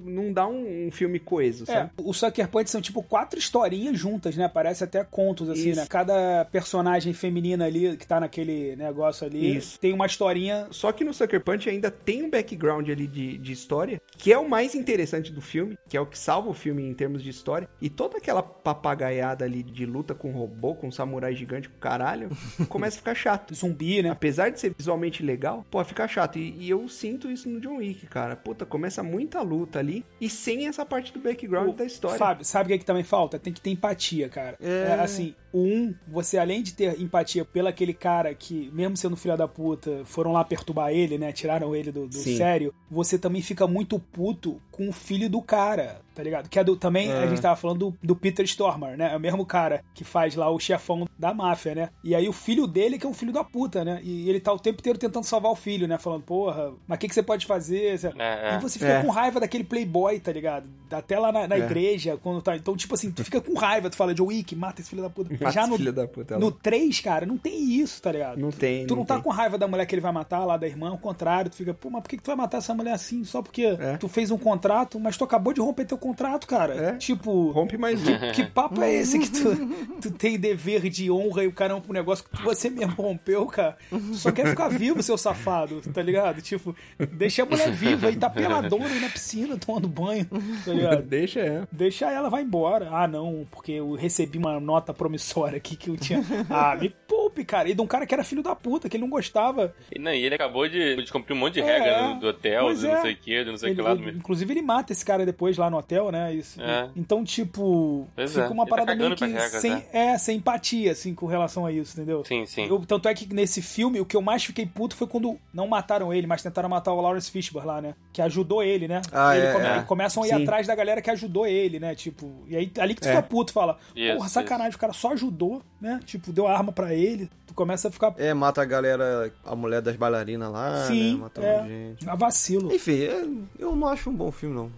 [SPEAKER 2] não dá um, um filme coeso,
[SPEAKER 3] É,
[SPEAKER 2] sabe?
[SPEAKER 3] o Sucker Punch são tipo quatro historinhas juntas, né? Parece até contos, assim,
[SPEAKER 2] Isso.
[SPEAKER 3] né? Cada personagem feminina ali que tá naquele negócio ali
[SPEAKER 2] Isso.
[SPEAKER 3] tem uma historinha.
[SPEAKER 2] Só que no Sucker Punch ainda tem um background ali de, de história, que é o mais interessante do filme, que é o que salva o filme em termos de história. E toda aquela papagaiada ali de luta com robô, com samurai gigante, com caralho, começa a ficar chato.
[SPEAKER 3] Zumbi, né?
[SPEAKER 2] Apesar de ser visualmente legal, pô, fica chato. E, e eu sinto isso no John Wick, cara. Puta, começa muita luta ali e sem essa parte do background
[SPEAKER 3] O
[SPEAKER 2] da história.
[SPEAKER 3] Fábio, sabe o que, é que também falta? Tem que ter empatia, cara.
[SPEAKER 4] É.
[SPEAKER 3] É, assim, o um, você além de ter empatia pelo aquele cara que, mesmo sendo filho da puta, foram lá perturbar ele, né? Tiraram ele do, do
[SPEAKER 2] Sim.
[SPEAKER 3] sério, você também fica muito puto com o filho do cara, tá ligado? Que é do, também
[SPEAKER 4] É.
[SPEAKER 3] a gente tava falando do, do Peter Stormer, né? É o mesmo cara que faz lá o chefão da máfia, né? E aí o filho dele que é um filho da puta, né? E ele tá o tempo inteiro tentando salvar o filho, né? Falando, porra, mas o que, que você pode fazer? Você-
[SPEAKER 1] É, é.
[SPEAKER 3] E você fica
[SPEAKER 2] É.
[SPEAKER 3] com raiva daquele playboy, tá ligado? Até lá na, na
[SPEAKER 2] É.
[SPEAKER 3] igreja, quando tá. Então, tipo assim, tu fica com raiva, tu fala, John Wick, mata esse filho da puta.
[SPEAKER 2] Mas
[SPEAKER 3] Já no,
[SPEAKER 2] filho Ah, da puta,
[SPEAKER 3] no
[SPEAKER 2] ela-
[SPEAKER 3] 3, cara, não tem isso, tá ligado?
[SPEAKER 2] não tem.
[SPEAKER 3] Tu não tá
[SPEAKER 2] tem.
[SPEAKER 3] com raiva da mulher que ele vai matar lá, da irmã, ao contrário, tu fica, pô, mas por que, que tu vai matar essa mulher assim? Só porque
[SPEAKER 2] É.
[SPEAKER 3] tu fez um contrato, mas tu acabou de romper teu contrato, cara.
[SPEAKER 2] É.
[SPEAKER 3] Tipo,
[SPEAKER 2] Rompe mais um.
[SPEAKER 3] que papo é esse que tu, tu tem dever de honra e o caramba pro negócio que você mesmo rompeu, cara? Tu só quer ficar vivo, seu safado, tá ligado? Tipo, deixa a mulher viva e tá peladona aí na piscina tomando banho, tá ligado?
[SPEAKER 2] Deixa ela.
[SPEAKER 3] Deixa ela, vai embora. Ah, não, porque eu recebi uma nota promissória aqui que eu tinha. Ah, me poupe, cara. E de um cara que era filho da puta, que ele não gostava.
[SPEAKER 1] E, não, e ele acabou de descumprir um monte de
[SPEAKER 3] É,
[SPEAKER 1] regra
[SPEAKER 3] é.
[SPEAKER 1] do, do hotel,
[SPEAKER 3] Pois
[SPEAKER 1] do
[SPEAKER 3] é.
[SPEAKER 1] não sei o que, do não sei o que
[SPEAKER 3] Ele-
[SPEAKER 1] lá. Do...
[SPEAKER 3] ele- inclusive, ele mata esse cara depois lá no hotel, né? Isso.
[SPEAKER 1] É.
[SPEAKER 3] Então, tipo,
[SPEAKER 1] Pois
[SPEAKER 3] fica
[SPEAKER 1] é.
[SPEAKER 3] uma
[SPEAKER 1] Ele tá
[SPEAKER 3] parada meio
[SPEAKER 1] cagando
[SPEAKER 3] que
[SPEAKER 1] pras regras,
[SPEAKER 3] sem,
[SPEAKER 1] né?
[SPEAKER 3] é, sem empatia, assim, com relação a isso, entendeu?
[SPEAKER 1] Sim, sim.
[SPEAKER 3] Eu- tanto é que nesse filme, o que eu mais fiquei puto foi quando não mataram ele, mas tentaram matar o Lawrence Fishburne lá, né? Que ajudou ele, né?
[SPEAKER 4] Ah,
[SPEAKER 3] ele
[SPEAKER 4] é,
[SPEAKER 3] come-
[SPEAKER 4] é.
[SPEAKER 3] começam a ir
[SPEAKER 2] Sim.
[SPEAKER 3] atrás da galera que ajudou ele, né? Tipo, e aí ali que tu
[SPEAKER 2] É.
[SPEAKER 3] fica puto, fala,
[SPEAKER 1] Isso,
[SPEAKER 3] porra, sacanagem, o cara só ajudou, né? Tipo, deu a arma pra ele, tu começa a ficar
[SPEAKER 4] É, mata a galera, a mulher das bailarinas lá,
[SPEAKER 3] Sim,
[SPEAKER 4] né? Mata um
[SPEAKER 3] é.
[SPEAKER 4] monte de gente.
[SPEAKER 3] a vacilo.
[SPEAKER 4] Enfim, é- eu não acho um bom filme, não.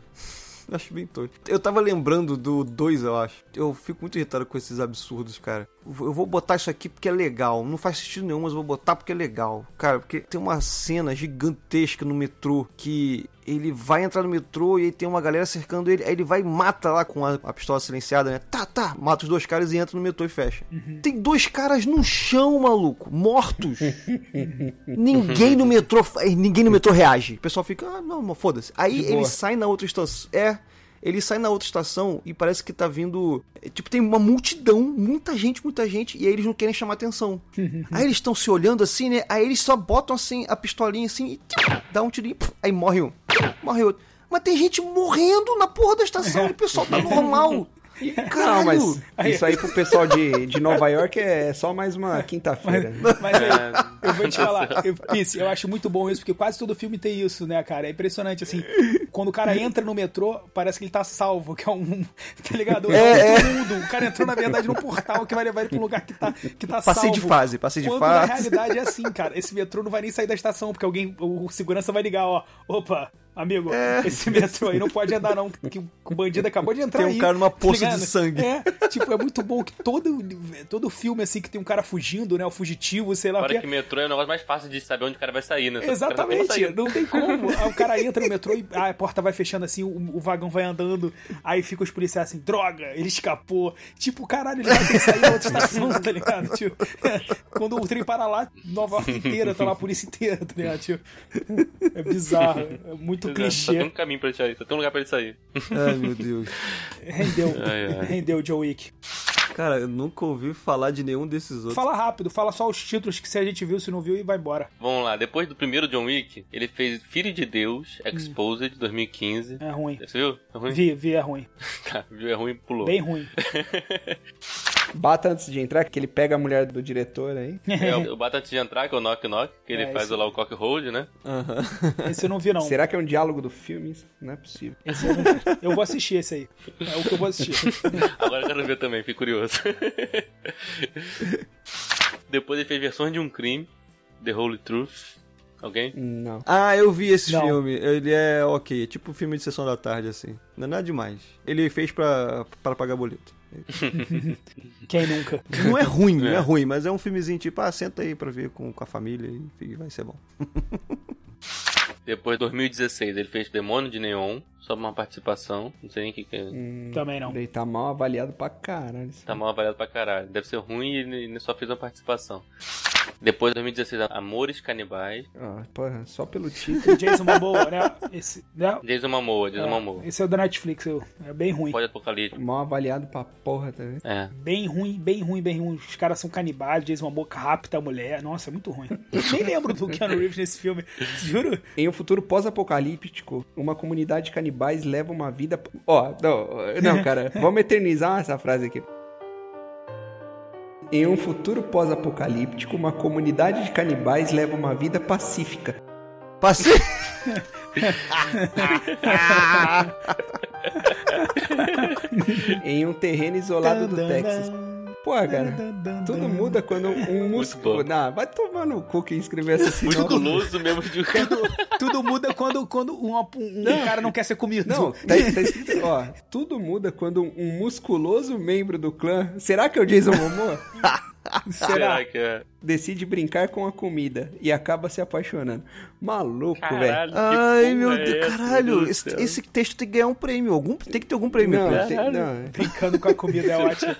[SPEAKER 4] acho bem tosco. Eu tava lembrando do 2, eu acho. Eu fico muito irritado com esses absurdos, cara. Eu vou botar isso aqui porque é legal. Não faz sentido nenhum, mas eu vou botar porque é legal. Cara, porque tem uma cena gigantesca no metrô que ele vai entrar no metrô e aí tem uma galera cercando ele. Aí ele vai e mata lá com a, a pistola silenciada, né? Tá, tá. Mata os dois caras e entra no metrô e fecha. Tem dois caras no chão, maluco. Mortos. Ninguém no metrô, ninguém no metrô reage. O pessoal fica, ah, não, mas foda-se. Aí
[SPEAKER 2] De
[SPEAKER 4] ele
[SPEAKER 2] boa.
[SPEAKER 4] sai na outra estação. É, ele sai na outra estação e parece que tá vindo, é, tipo, tem uma multidão, muita gente, muita gente, e aí eles não querem chamar atenção. aí eles estão se olhando assim, né? Aí eles só botam assim a pistolinha assim e tchim, dá um tirinho, pf, aí morre um, tchim, morre outro. Mas tem gente morrendo na porra da estação e o pessoal tá normal.
[SPEAKER 2] Não,
[SPEAKER 4] Caralho.
[SPEAKER 2] mas isso aí pro pessoal de, de Nova York é só mais uma quinta-feira.
[SPEAKER 3] Mas aí, eu vou te falar, eu, Pisse, eu acho muito bom isso, porque quase todo filme tem isso, né, cara? É impressionante, assim, quando o cara entra no metrô, parece que ele tá salvo, que é um, tá ligado? É, outro mundo. O cara entrou, na verdade, num portal que vai levar ele pra um lugar que tá, que tá
[SPEAKER 4] Passei
[SPEAKER 3] salvo.
[SPEAKER 4] de fase, passei de
[SPEAKER 3] Quando
[SPEAKER 4] fase.
[SPEAKER 3] na realidade é assim, cara. Esse metrô não vai nem sair da estação, porque alguém, o segurança vai ligar, ó. Opa, amigo, esse metrô aí não pode andar, não. Que o bandido acabou de entrar
[SPEAKER 4] É. Tem um
[SPEAKER 3] aí,
[SPEAKER 4] cara numa
[SPEAKER 3] tá
[SPEAKER 4] poça de
[SPEAKER 3] ligado?
[SPEAKER 4] sangue.
[SPEAKER 3] É, tipo, é muito bom que todo, todo filme, assim, que tem um cara fugindo, né? O fugitivo, sei lá o
[SPEAKER 1] Fora
[SPEAKER 3] que.
[SPEAKER 1] que metrô é o negócio mais fácil de saber onde o cara vai sair, né? Só que o cara não tem
[SPEAKER 3] Exatamente,
[SPEAKER 1] como sair.
[SPEAKER 3] não tem como. Aí o cara entra no metrô e ah, a porta vai fechando assim, o, o vagão vai andando, aí fica os policiais assim, droga, ele escapou. Tipo, caralho, ele vai ter que sair da outra estação, tá ligado? Tipo, quando o trem para lá, Nova York inteira, tá lá a polícia inteira, tá ligado? Tipo, é bizarro, é muito
[SPEAKER 1] Exato, Só tem um
[SPEAKER 3] clichê.
[SPEAKER 1] caminho pra ele sair, só tem um lugar pra ele sair.
[SPEAKER 4] Ai, meu Deus.
[SPEAKER 3] Rendeu,
[SPEAKER 1] Ai, ai.
[SPEAKER 3] rendeu Joe Wick.
[SPEAKER 4] Cara, eu nunca ouvi falar de nenhum desses outros.
[SPEAKER 3] Fala rápido, fala só os títulos que se a gente viu, se não viu e vai embora.
[SPEAKER 1] Vamos lá, depois do primeiro John Wick, ele fez Filho de Deus,
[SPEAKER 3] Hum.
[SPEAKER 1] Exposed, 2015.
[SPEAKER 3] É ruim.
[SPEAKER 1] Você viu? É ruim?
[SPEAKER 3] Vi, vi, é ruim.
[SPEAKER 1] Tá, viu? É ruim e pulou.
[SPEAKER 3] Bem ruim.
[SPEAKER 2] Bata antes de entrar, que ele pega a mulher do diretor aí.
[SPEAKER 1] É, o, o Bata antes de entrar, que é o Knock Knock, que ele
[SPEAKER 3] É,
[SPEAKER 1] faz
[SPEAKER 3] esse
[SPEAKER 1] lá o cock hold, né?
[SPEAKER 4] Aham.
[SPEAKER 3] Esse eu não vi, não.
[SPEAKER 2] Será que é um diálogo do filme? isso? Não é possível.
[SPEAKER 3] Esse eu, não vi. eu vou assistir esse aí. É o que eu vou assistir.
[SPEAKER 1] Agora eu quero ver também, fiquei curioso. Depois ele fez versões de um crime, The Holy Truth. Alguém?
[SPEAKER 2] Não.
[SPEAKER 4] Ah, eu vi esse
[SPEAKER 3] Não.
[SPEAKER 4] filme. Ele é ok, é tipo filme de sessão da tarde, assim. Não é nada demais. Ele fez pra, pra pagar boleto.
[SPEAKER 3] Quem nunca?
[SPEAKER 4] Não é ruim, não é ruim, mas é um filmezinho tipo, ah, senta aí pra ver com, com a família e vai ser bom.
[SPEAKER 1] Depois, 2016, ele fez Demônio de Neon, só uma participação. Não sei nem o que, que é.
[SPEAKER 3] Uhum. Também não.
[SPEAKER 2] Ele tá mal avaliado pra caralho.
[SPEAKER 1] Tá mal avaliado pra caralho. Deve ser ruim e ele ele só fez uma participação. Depois, 2016, Amores Canibais.
[SPEAKER 2] Ah, porra, só pelo título.
[SPEAKER 3] O Jason Momoa, né? Esse, né?
[SPEAKER 1] Jason Momoa, Jason Momoa.
[SPEAKER 3] esse é o da Netflix, eu. É bem ruim.
[SPEAKER 1] Pós-apocalíptico.
[SPEAKER 2] mal avaliado pra porra tá também.
[SPEAKER 1] É.
[SPEAKER 3] Bem ruim, bem ruim, bem ruim. Os caras são canibais, Jason Momoa rapta a mulher. Nossa, é muito ruim. Nem lembro do Keanu Reeves nesse filme. Juro.
[SPEAKER 2] Em um futuro pós-apocalíptico, uma comunidade de canibais leva uma vida. Ó, não, não, cara, vamos eternizar essa frase aqui. Em um futuro pós-apocalíptico, uma comunidade de canibais leva uma vida pacífica.
[SPEAKER 4] Passei!
[SPEAKER 2] Em um terreno isolado do Texas. Pô, cara, tudo muda quando um
[SPEAKER 1] bom.
[SPEAKER 2] músico. Não, vai tomar no cu quem escreveu essa
[SPEAKER 1] Muito
[SPEAKER 2] sinopse.
[SPEAKER 1] guloso mesmo de
[SPEAKER 3] Tudo, tudo muda quando, quando um, um cara não quer ser comido.
[SPEAKER 2] Não, tá, tá escrito, ó, tudo muda quando um musculoso membro do clã, será que é o Jason Momoa?
[SPEAKER 3] Será?
[SPEAKER 1] que é?
[SPEAKER 2] Decide brincar com a comida e acaba se apaixonando. Maluco, velho.
[SPEAKER 1] Caralho, que
[SPEAKER 4] Ai,
[SPEAKER 1] porra
[SPEAKER 4] meu
[SPEAKER 1] é
[SPEAKER 4] Deus,
[SPEAKER 1] essa, meu
[SPEAKER 4] caralho,
[SPEAKER 1] Deus
[SPEAKER 4] esse,
[SPEAKER 1] do céu?
[SPEAKER 4] esse texto tem que ganhar um prêmio. Algum, tem que ter algum prêmio.
[SPEAKER 2] Não,
[SPEAKER 4] né?
[SPEAKER 2] tem- não, é
[SPEAKER 3] Brincando com a comida é ótimo.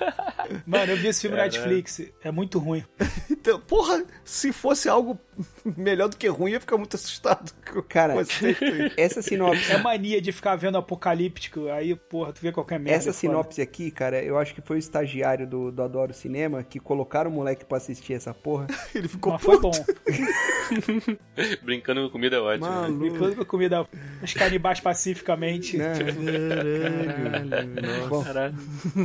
[SPEAKER 3] Mano, eu vi esse filme na Netflix. É muito ruim.
[SPEAKER 4] Então, porra, se fosse algo melhor do que ruim, eu ia ficar muito assustado. com-
[SPEAKER 2] Cara,
[SPEAKER 4] com esse texto aí.
[SPEAKER 2] essa sinopse,
[SPEAKER 3] É mania de ficar vendo apocalíptico. Aí, porra, tu vê qualquer merda.
[SPEAKER 2] essa
[SPEAKER 3] é foda.
[SPEAKER 2] sinopse aqui, cara, eu acho que foi o estagiário do, do Adoro Cinema que colocaram o moleque pra assistir essa porra.
[SPEAKER 4] ele ficou
[SPEAKER 3] Mas foi
[SPEAKER 4] puto.
[SPEAKER 3] bom.
[SPEAKER 1] Brincando com comida é ótimo. né?
[SPEAKER 2] Maluco.
[SPEAKER 3] Brincando com a comida, os canibais pacificamente.
[SPEAKER 2] né? Bom,
[SPEAKER 1] Caralho.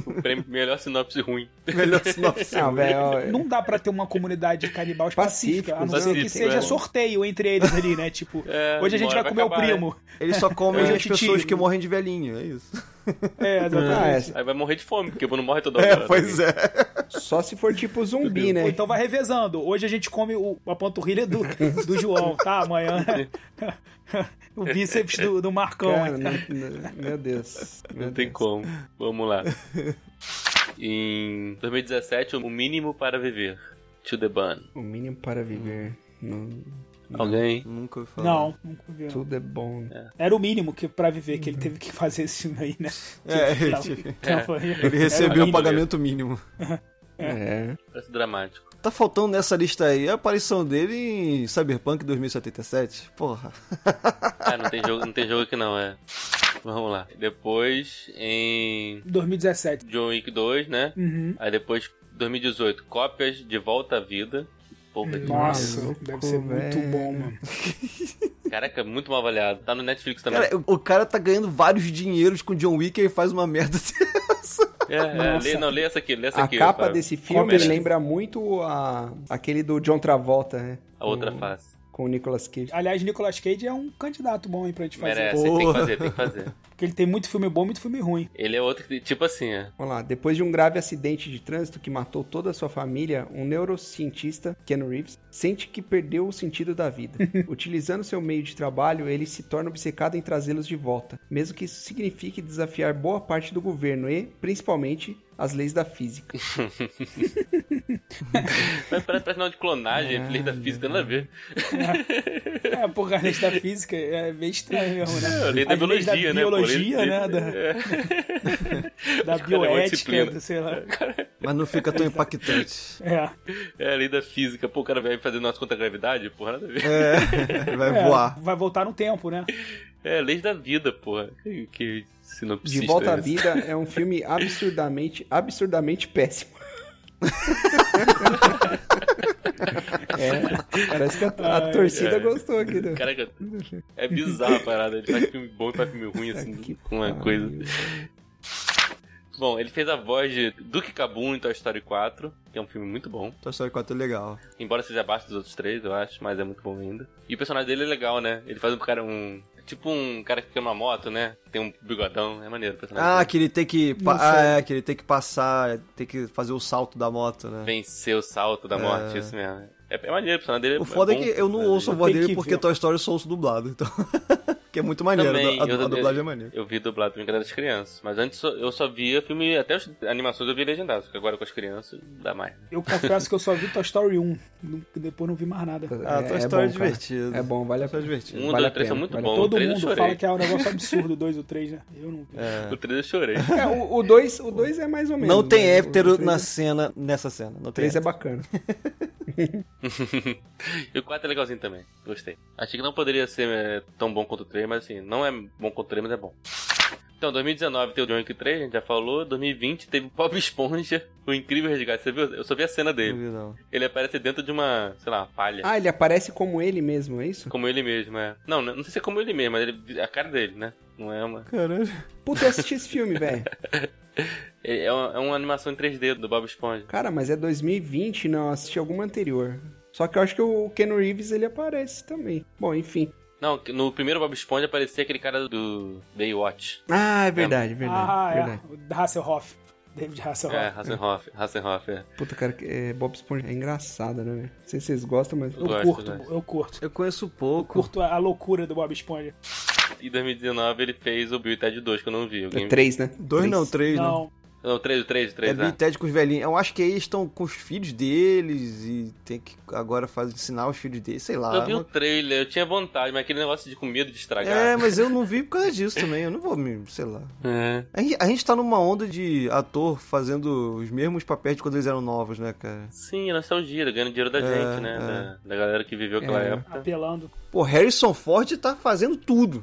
[SPEAKER 1] O prêmio- melhor sinopse ruim.
[SPEAKER 4] Melhor sinopse.
[SPEAKER 2] não, velho, ó,
[SPEAKER 3] Não dá pra ter uma comunidade de canibais pacífica, a não
[SPEAKER 2] Pacífico,
[SPEAKER 3] ser que
[SPEAKER 2] pacífico,
[SPEAKER 3] seja
[SPEAKER 1] é.
[SPEAKER 3] sorteio entre eles ali, né? Tipo,
[SPEAKER 1] É,
[SPEAKER 3] hoje a gente
[SPEAKER 1] uma
[SPEAKER 3] vai
[SPEAKER 1] hora
[SPEAKER 3] comer
[SPEAKER 1] vai
[SPEAKER 3] o
[SPEAKER 2] né?
[SPEAKER 1] acabar,
[SPEAKER 3] primo.
[SPEAKER 4] Eles só comem
[SPEAKER 3] É,
[SPEAKER 4] as
[SPEAKER 3] titio.
[SPEAKER 4] pessoas que morrem de velhinho, é isso.
[SPEAKER 3] É,
[SPEAKER 2] ah,
[SPEAKER 3] exatamente.
[SPEAKER 2] é,
[SPEAKER 1] né? Aí vai morrer de fome, porque não morre toda hora. né?
[SPEAKER 4] É, pois é.
[SPEAKER 2] só se for tipo zumbi, né?
[SPEAKER 3] Ou então vai revezando. Hoje a gente come o, a panturrilha do, do João, tá? Amanhã. o bíceps do, do Marcão.
[SPEAKER 2] Cara, não-
[SPEAKER 4] né?
[SPEAKER 2] não- meu Deus. Meu
[SPEAKER 1] Não tem
[SPEAKER 2] Deus.
[SPEAKER 1] como. Vamos lá. Em 2017, o mínimo para viver. To the ban.
[SPEAKER 2] O mínimo para viver. Não,
[SPEAKER 1] Alguém?
[SPEAKER 4] Nunca ouvi falar.
[SPEAKER 3] Não, nunca vi.
[SPEAKER 2] tudo é bom.
[SPEAKER 3] Era o mínimo que, pra viver que ele teve que fazer esse filme aí, né?
[SPEAKER 4] É,
[SPEAKER 3] Tipo,
[SPEAKER 4] ele-
[SPEAKER 3] tá- tá- foi-
[SPEAKER 4] Ele
[SPEAKER 3] era
[SPEAKER 4] recebeu o
[SPEAKER 3] mínimo.
[SPEAKER 4] pagamento mínimo.
[SPEAKER 2] É.
[SPEAKER 1] Parece dramático.
[SPEAKER 4] Tá faltando nessa lista aí a aparição dele em Cyberpunk 2077. Porra.
[SPEAKER 1] Ah, não tem jogo, não tem jogo aqui não, é. Vamos lá. Depois, em
[SPEAKER 3] 2017.
[SPEAKER 1] John Wick 2, né?
[SPEAKER 3] Uhum.
[SPEAKER 1] Aí depois, 2018, cópias de Volta à Vida. Porra, que-
[SPEAKER 3] Nossa,
[SPEAKER 2] Maluco,
[SPEAKER 3] deve ser muito
[SPEAKER 2] velho.
[SPEAKER 3] bom, mano.
[SPEAKER 1] Caraca, muito mal avaliado. Tá no Netflix também.
[SPEAKER 4] Cara, o o cara tá ganhando vários dinheiros com John Wick e ele faz uma merda dessa.
[SPEAKER 1] é, é,
[SPEAKER 3] nossa.
[SPEAKER 1] lê, não, lê essa aqui, lê essa
[SPEAKER 2] A
[SPEAKER 1] aqui.
[SPEAKER 2] capa
[SPEAKER 1] Fábio.
[SPEAKER 2] desse filme
[SPEAKER 1] Começa.
[SPEAKER 2] lembra muito a, aquele do John Travolta, né?
[SPEAKER 1] A outra
[SPEAKER 2] Com-
[SPEAKER 1] face.
[SPEAKER 2] Com o Nicolas Cage.
[SPEAKER 3] Aliás, Nicolas Cage é um candidato bom aí pra gente fazer.
[SPEAKER 1] Merece, tem que
[SPEAKER 4] Porra.
[SPEAKER 1] fazer, tem que fazer.
[SPEAKER 3] Porque ele tem muito filme bom, muito filme ruim.
[SPEAKER 1] Ele é outro que, tipo assim, é.
[SPEAKER 2] Vamos lá. Depois de um grave acidente de trânsito que matou toda a sua família, um neurocientista, Ken Reeves, sente que perdeu o sentido da vida. Utilizando seu meio de trabalho, ele se torna obcecado em trazê-los de volta, mesmo que isso signifique desafiar boa parte do governo e, principalmente, as leis da física.
[SPEAKER 1] Mas parece, parece nome de clonagem, lei da física, nada a ver.
[SPEAKER 3] É, porra, a lei da física é bem estranho mesmo, né?
[SPEAKER 1] É, lei da
[SPEAKER 3] As leis
[SPEAKER 1] biologia, né? pô,
[SPEAKER 3] biologia,
[SPEAKER 1] lei-
[SPEAKER 3] né?
[SPEAKER 1] É.
[SPEAKER 3] Da, da
[SPEAKER 1] é uma
[SPEAKER 3] bioética,
[SPEAKER 1] disciplina.
[SPEAKER 3] do, sei lá.
[SPEAKER 4] Mas não fica tão impactante.
[SPEAKER 3] É,
[SPEAKER 1] É, a lei da física. Pô, o cara vai fazer nossa contra a gravidade? Porra, nada a ver.
[SPEAKER 4] É, vai
[SPEAKER 3] é,
[SPEAKER 4] voar.
[SPEAKER 3] vai voltar no tempo, né?
[SPEAKER 1] É, leis da vida, porra. Que, que sinopsista.
[SPEAKER 2] De Volta à
[SPEAKER 1] é esse?
[SPEAKER 2] Vida é um filme absurdamente, absurdamente péssimo. é, parece que a, a
[SPEAKER 3] Ai,
[SPEAKER 2] torcida
[SPEAKER 1] é.
[SPEAKER 2] gostou aqui, né?
[SPEAKER 1] Caraca, é assim,
[SPEAKER 2] Ah,
[SPEAKER 1] bizarra a parada. Ele faz filme bom, faz filme ruim, assim,
[SPEAKER 2] Que
[SPEAKER 1] com uma
[SPEAKER 2] pariu.
[SPEAKER 1] coisa. bom. Ele fez a voz de Duke Cabum em Toy Story 4, que é um filme muito bom.
[SPEAKER 4] Toy Story 4 é legal.
[SPEAKER 1] Embora seja abaixo dos outros três, eu acho, mas é muito bom ainda. E o personagem dele é legal, né? Ele faz um cara um. Tipo um cara que fica numa moto, né? Tem um bigodão, é maneiro o personagem.
[SPEAKER 4] Ah,
[SPEAKER 1] dele.
[SPEAKER 4] que ele tem que. pa-
[SPEAKER 3] Não
[SPEAKER 4] Ah,
[SPEAKER 3] sei.
[SPEAKER 4] é, que ele tem que passar, tem que fazer o salto da moto, né?
[SPEAKER 1] Vencer o salto da morte, isso mesmo. É, é maneiro o personagem dele.
[SPEAKER 4] O foda é,
[SPEAKER 1] bom,
[SPEAKER 4] que eu não
[SPEAKER 1] né?
[SPEAKER 4] ouço a voz
[SPEAKER 3] Tem que
[SPEAKER 4] dele porque
[SPEAKER 3] ver.
[SPEAKER 4] Toy Story eu só ouço dublado, então. que é muito maneiro,
[SPEAKER 1] Também,
[SPEAKER 4] a, a-
[SPEAKER 1] eu-
[SPEAKER 4] a dublagem é maneira.
[SPEAKER 1] Eu vi dublado também quando era das crianças. Mas antes só- eu só via filme, até as animações eu via legendado, só que agora com as crianças não dá mais.
[SPEAKER 3] Eu confesso que eu só vi Toy Story 1, não- depois não vi mais nada.
[SPEAKER 4] Ah,
[SPEAKER 2] É-
[SPEAKER 4] Toy
[SPEAKER 2] é
[SPEAKER 4] Story é
[SPEAKER 2] bom, cara.
[SPEAKER 4] divertido.
[SPEAKER 2] É bom, vale a
[SPEAKER 4] Toy Story é
[SPEAKER 2] pena.
[SPEAKER 4] divertido.
[SPEAKER 1] Um,
[SPEAKER 2] Vale a
[SPEAKER 1] dois, três são
[SPEAKER 2] pena,
[SPEAKER 1] muito
[SPEAKER 2] vale a
[SPEAKER 1] bons.
[SPEAKER 3] Todo
[SPEAKER 1] três eu
[SPEAKER 3] mundo
[SPEAKER 1] chorei.
[SPEAKER 3] fala que é um negócio absurdo, o 2 ou 3, né? Eu não vi.
[SPEAKER 1] O 3 eu chorei.
[SPEAKER 2] É, o o dois o dois é mais ou menos.
[SPEAKER 4] Não tem
[SPEAKER 2] né? O- o
[SPEAKER 4] hétero
[SPEAKER 2] três
[SPEAKER 4] na
[SPEAKER 2] é-
[SPEAKER 4] cena, nessa cena. Não
[SPEAKER 2] O
[SPEAKER 4] tem
[SPEAKER 2] três é
[SPEAKER 4] hétero.
[SPEAKER 2] bacana.
[SPEAKER 1] e o 4 é legalzinho também. Gostei. Achei que não poderia ser é, tão bom quanto o 3, mas assim, não é bom quanto o 3, mas é bom. Então, 2019 teve o John Wick 3, a gente já falou. 2020 teve o Bob Esponja, o incrível resgate. Você viu? Eu só vi a cena
[SPEAKER 4] Não
[SPEAKER 1] dele.
[SPEAKER 4] vi, não.
[SPEAKER 1] Ele aparece dentro de uma, sei lá, uma palha.
[SPEAKER 2] Ah, ele aparece como ele mesmo, é isso?
[SPEAKER 1] Como ele mesmo, é. Não, não sei se é como ele mesmo, mas ele, a cara dele, né? Não é uma.
[SPEAKER 4] Caralho.
[SPEAKER 2] Puta, eu assisti esse filme, velho.
[SPEAKER 1] É, é uma, é uma animação em 3D do Bob Esponja.
[SPEAKER 2] Cara, mas é 2020, não, eu assisti alguma anterior. Só que eu acho que o Ken Reeves, ele aparece também. Bom, enfim.
[SPEAKER 1] Não, no primeiro Bob Esponja aparecia aquele cara do Baywatch.
[SPEAKER 2] Ah, é verdade, verdade,
[SPEAKER 3] ah,
[SPEAKER 2] verdade.
[SPEAKER 3] é. O Hasselhoff. David Hasselhoff.
[SPEAKER 1] É, Hasselhoff. Hasselhoff, é.
[SPEAKER 2] Puta, cara, que- é, Bob Esponja é engraçado, né, velho? Não sei se vocês gostam, mas...
[SPEAKER 3] Eu
[SPEAKER 1] Gosto,
[SPEAKER 3] curto,
[SPEAKER 1] gosto.
[SPEAKER 3] eu curto.
[SPEAKER 4] Eu conheço pouco.
[SPEAKER 3] Curto a a loucura do Bob Esponja.
[SPEAKER 1] Em 2019 ele fez o Bill e Ted 2, que eu não vi. Alguém...
[SPEAKER 2] É três, né?
[SPEAKER 4] Dois
[SPEAKER 2] Três.
[SPEAKER 4] não, três não.
[SPEAKER 3] Não,
[SPEAKER 1] Não, 3, o 3, o
[SPEAKER 4] É
[SPEAKER 1] 3,
[SPEAKER 4] Bill e
[SPEAKER 1] né?
[SPEAKER 4] Ted com os velhinhos. Eu acho que aí estão com os filhos deles e tem que agora fazer, ensinar os filhos deles, sei lá.
[SPEAKER 1] Eu vi um o
[SPEAKER 4] uma-
[SPEAKER 1] trailer, eu tinha vontade, mas aquele negócio de com medo de estragar.
[SPEAKER 4] É, mas eu não vi por causa disso também. Eu não vou me. sei lá.
[SPEAKER 1] É.
[SPEAKER 4] A gente, a gente tá numa onda de ator fazendo os mesmos papéis de quando eles eram novos, né, cara?
[SPEAKER 1] Sim, nostalgia, ganhando dinheiro da gente, né?
[SPEAKER 4] é.
[SPEAKER 1] Da, da galera que viveu aquela
[SPEAKER 2] É.
[SPEAKER 1] época.
[SPEAKER 3] apelando.
[SPEAKER 4] Pô, Harrison Ford tá fazendo tudo.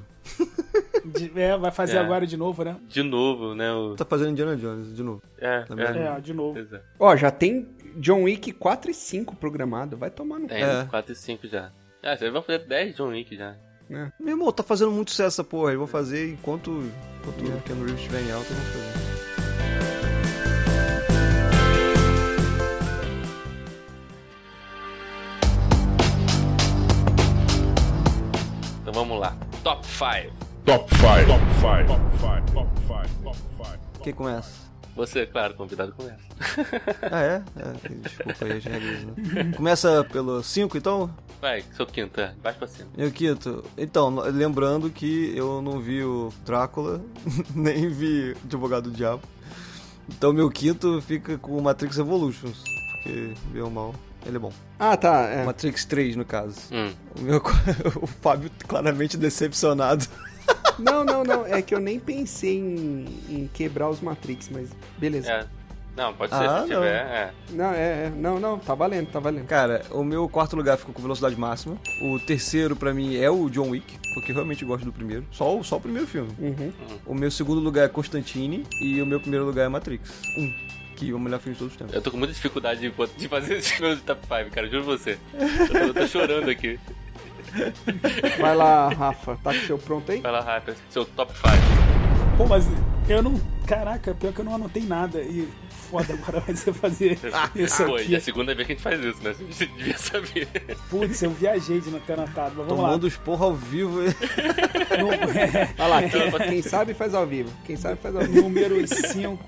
[SPEAKER 3] De- é, vai fazer
[SPEAKER 1] É.
[SPEAKER 3] agora de novo, né?
[SPEAKER 1] De novo, né? O...
[SPEAKER 4] Tá fazendo Indiana Jones de novo.
[SPEAKER 1] É,
[SPEAKER 4] Também.
[SPEAKER 1] é.
[SPEAKER 3] É, de novo.
[SPEAKER 1] Pois é.
[SPEAKER 2] Ó, já tem John Wick 4 e 5 programado. Vai tomar no...
[SPEAKER 1] Tem
[SPEAKER 4] É.
[SPEAKER 1] 4 e 5 já. Ah, vocês vão fazer 10 John Wick já.
[SPEAKER 4] Meu irmão, tá fazendo muito sucesso essa porra. Eles vão fazer enquanto, enquanto o Ken Reeves estiver em alta, eles vão fazer.
[SPEAKER 1] Então vamos lá. Top 5.
[SPEAKER 6] Top 5. Top 5. Top 5. Top 5. Top 5.
[SPEAKER 4] Quem começa?
[SPEAKER 1] Você, claro, convidado começa.
[SPEAKER 4] Ah, é? é desculpa aí, as regras. Né? Começa pelo 5, então?
[SPEAKER 1] Vai, seu quinto, é. Baixo pra cima.
[SPEAKER 4] Meu Quito, então, lembrando que eu não vi o Drácula, nem vi o Advogado do Diabo. Então meu quinto fica com o Matrix Evolutions, porque bem ou mal, ele é bom.
[SPEAKER 2] Ah, tá, é.
[SPEAKER 4] Matrix 3, no caso.
[SPEAKER 1] Hum.
[SPEAKER 4] O, meu, o Fábio claramente decepcionado.
[SPEAKER 2] Não, não, não. É que eu nem pensei em, em quebrar os Matrix, mas beleza.
[SPEAKER 1] É. Não, pode ser
[SPEAKER 4] Ah,
[SPEAKER 1] se
[SPEAKER 4] não.
[SPEAKER 1] tiver. É.
[SPEAKER 2] Não, é, é. Não, não. Tá valendo, tá valendo.
[SPEAKER 4] Cara, o meu quarto lugar ficou com velocidade máxima. O terceiro, pra mim, é o John Wick, porque eu realmente gosto do primeiro. Só, o- só o primeiro filme.
[SPEAKER 2] Uhum.
[SPEAKER 4] O meu segundo lugar é Constantine e o meu primeiro lugar é Matrix 1, que é o melhor filme de todos os tempos.
[SPEAKER 1] Eu tô com muita dificuldade de, bot- de fazer esse meu top 5, cara, juro você. Eu tô, eu tô chorando aqui.
[SPEAKER 2] Vai lá, Rafa. Tá com o seu pronto aí?
[SPEAKER 1] Vai lá, Rafa, seu top 5.
[SPEAKER 3] Pô, mas eu não. Caraca, pior que eu não anotei nada. E foda, agora vai ser fazer isso
[SPEAKER 1] Pô, e é a
[SPEAKER 3] aqui.
[SPEAKER 1] segunda vez que a gente faz isso, né? Você devia saber.
[SPEAKER 3] Putz, eu viajei de não ter anotado. Mas vamos
[SPEAKER 4] Tomando os porra ao vivo.
[SPEAKER 3] lá. No,
[SPEAKER 2] Vai lá. Quem, quem sabe faz ao vivo. Quem sabe faz ao vivo.
[SPEAKER 3] número 5.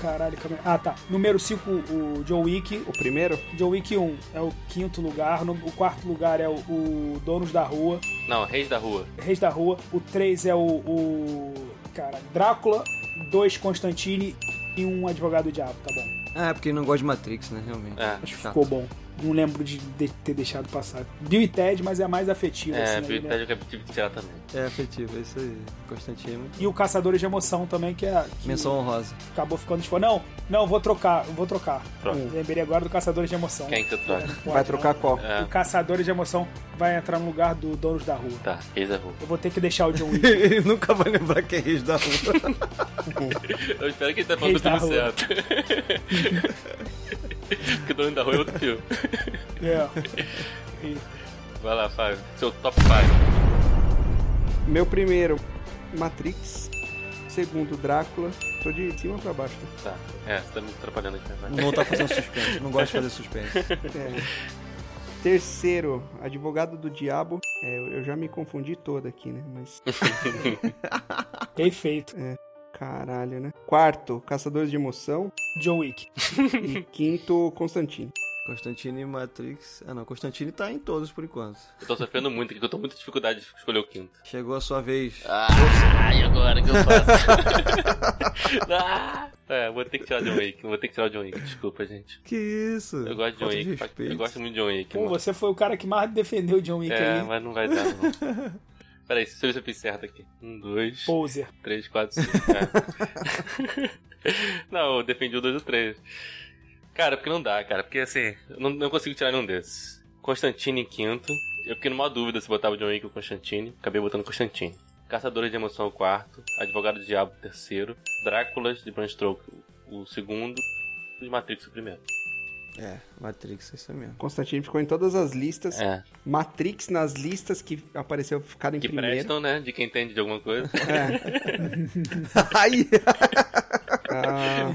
[SPEAKER 3] Caralho, calma aí. Ah, tá. Número 5, o John Wick.
[SPEAKER 2] O primeiro?
[SPEAKER 3] John Wick 1 é o quinto lugar. No- O quarto lugar é o, o Donos da Rua.
[SPEAKER 1] Não, Reis da Rua.
[SPEAKER 3] Reis da Rua. O 3 é o, o. Cara, Drácula. 2 Constantine e um Advogado do Diabo, tá bom.
[SPEAKER 4] Ah, é porque ele não gosta de Matrix, né? Realmente.
[SPEAKER 1] É.
[SPEAKER 3] Acho que
[SPEAKER 4] Tá.
[SPEAKER 3] ficou bom. Não lembro de, de ter deixado passar. Bill e Ted, mas é mais afetivo,
[SPEAKER 1] É,
[SPEAKER 3] assim,
[SPEAKER 1] Bill e
[SPEAKER 3] né?
[SPEAKER 1] Ted eu tive que tirar também.
[SPEAKER 4] É afetivo, é isso aí. Constantino.
[SPEAKER 3] E o Caçadores de Emoção também, que, é, que
[SPEAKER 4] Menção honrosa.
[SPEAKER 3] acabou ficando de fora. Não, não, vou trocar, vou trocar.
[SPEAKER 1] Troca.
[SPEAKER 3] Lembrei agora do Caçadores de Emoção.
[SPEAKER 1] Quem é que você troca?
[SPEAKER 3] Não pode,
[SPEAKER 2] Vai trocar
[SPEAKER 3] não.
[SPEAKER 2] qual?
[SPEAKER 1] É.
[SPEAKER 3] O Caçadores de Emoção vai entrar no lugar do Donos da Rua.
[SPEAKER 1] Tá, Reis da Rua.
[SPEAKER 3] Eu vou ter que deixar o John Wick.
[SPEAKER 4] ele nunca vai lembrar que é Reis da Rua.
[SPEAKER 1] Eu espero que ele tá falando
[SPEAKER 3] Reis da
[SPEAKER 1] tudo
[SPEAKER 3] Rua.
[SPEAKER 1] certo. Porque Dono da Rua é outro filme.
[SPEAKER 3] é. E-
[SPEAKER 1] Vai lá, Fábio. Seu top 5.
[SPEAKER 2] Meu primeiro, Matrix. Segundo, Drácula. Tô de cima pra baixo. Tá?
[SPEAKER 1] Tá. É, você tá me atrapalhando aqui, né?
[SPEAKER 4] Não tá fazendo suspense. Não gosto de fazer suspense.
[SPEAKER 2] É. Terceiro, Advogado do Diabo. É, eu eu já me confundi toda aqui, né? Mas
[SPEAKER 3] Perfeito.
[SPEAKER 4] É.
[SPEAKER 2] caralho, né? Quarto, Caçadores de Emoção.
[SPEAKER 3] John Wick.
[SPEAKER 2] E quinto, Constantino.
[SPEAKER 4] Constantine e Matrix. Ah, não. Constantine tá em todos por enquanto.
[SPEAKER 1] Eu tô sofrendo muito aqui, que eu tô com muita dificuldade de escolher o quinto.
[SPEAKER 4] Chegou a sua vez.
[SPEAKER 1] Ah, e agora o que eu faço? ah, é, vou ter que tirar o John Wick, vou ter que tirar o John Wick, desculpa, gente.
[SPEAKER 4] Que isso?
[SPEAKER 1] Eu gosto de John
[SPEAKER 4] Falta
[SPEAKER 1] Wick,
[SPEAKER 4] respeito.
[SPEAKER 1] eu gosto muito de John Wick.
[SPEAKER 3] Pô,
[SPEAKER 1] mano.
[SPEAKER 3] você foi o cara que mais defendeu o John Wick
[SPEAKER 1] É,
[SPEAKER 3] aí.
[SPEAKER 1] mas não vai dar, não. Peraí, se eu fiz certo aqui. Um, dois,
[SPEAKER 3] Poser.
[SPEAKER 1] três, quatro, cinco. é. não, eu defendi o dois e o três. Cara, porque não dá, cara. Porque assim, eu não, não consigo tirar nenhum desses. Constantine em quinto. Eu fiquei numa dúvida se botava o John Wick ou Constantine. Acabei botando Constantine. Caçadores de Emoção, o quarto. Advogado do Diabo, o terceiro. Dráculas de Bram Stoker, o segundo. E Matrix, o primeiro.
[SPEAKER 4] É, Matrix, é isso mesmo.
[SPEAKER 2] Constantino ficou em todas as listas.
[SPEAKER 1] É.
[SPEAKER 2] Matrix nas listas que apareceu ficaram em
[SPEAKER 1] Que
[SPEAKER 2] primeiro.
[SPEAKER 1] prestam, né? De quem entende de alguma coisa.
[SPEAKER 4] Aí!
[SPEAKER 2] Ah,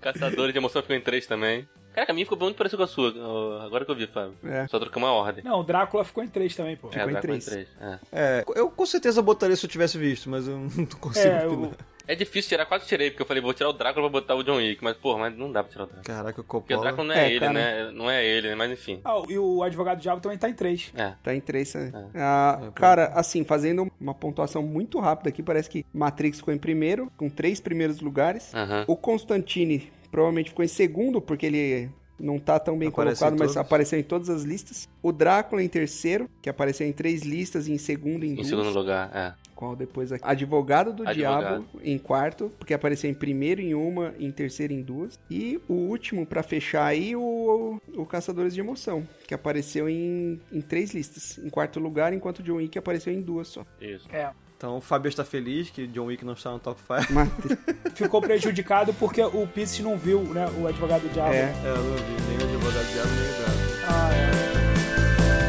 [SPEAKER 1] Caçadores de Emoção ficou em três também. Caraca, a minha ficou muito parecida com a sua. ó, Agora que eu vi, Fábio.
[SPEAKER 2] É.
[SPEAKER 1] Só trocamos uma ordem.
[SPEAKER 3] Não, o Drácula ficou em três também, pô.
[SPEAKER 1] é,
[SPEAKER 2] em
[SPEAKER 1] Drácula
[SPEAKER 2] três.
[SPEAKER 1] É.
[SPEAKER 4] É, eu com certeza botaria se eu tivesse visto, mas eu não consigo.
[SPEAKER 3] É, o-
[SPEAKER 1] É difícil tirar, quase tirei, porque eu falei, vou tirar o Drácula pra botar o John Wick, mas, pô, mas não dá pra tirar o Drácula.
[SPEAKER 4] Caraca,
[SPEAKER 1] Porque o
[SPEAKER 4] Coppola.
[SPEAKER 1] Drácula não é,
[SPEAKER 2] É,
[SPEAKER 1] ele,
[SPEAKER 2] cara.
[SPEAKER 1] né? Não é ele, né? Mas enfim.
[SPEAKER 3] Ah, e o Advogado do Diabo também tá em três.
[SPEAKER 1] É.
[SPEAKER 2] tá em três. né? Ah, cara, assim, fazendo uma pontuação muito rápida aqui, parece que Matrix ficou em primeiro, com três primeiros lugares.
[SPEAKER 1] Aham.
[SPEAKER 2] O Constantine provavelmente ficou em segundo, porque ele não tá tão bem
[SPEAKER 4] Aparece em
[SPEAKER 2] colocado, mas
[SPEAKER 4] todas.
[SPEAKER 2] apareceu em todas as listas. O Drácula em terceiro, que apareceu em três listas, e em segundo, em,
[SPEAKER 1] Em
[SPEAKER 2] duas.
[SPEAKER 1] segundo lugar, é.
[SPEAKER 2] Qual depois aqui? Advogado do
[SPEAKER 1] Advogado.
[SPEAKER 2] Diabo em quarto, porque apareceu em primeiro em uma, em terceiro em duas. E o último, pra fechar aí, o, o Caçadores de Emoção, que apareceu em, em três listas. Em quarto lugar, enquanto o John Wick apareceu em duas só.
[SPEAKER 1] Isso.
[SPEAKER 3] É.
[SPEAKER 4] Então o Fábio está feliz que John Wick não está no top 5.
[SPEAKER 2] Matri-
[SPEAKER 3] Ficou prejudicado porque o Pisces não viu, né? O Advogado do Diabo.
[SPEAKER 2] é.
[SPEAKER 4] É, eu não vi nem o advogado de Diabo, nem o Drácula.
[SPEAKER 3] Ah, é.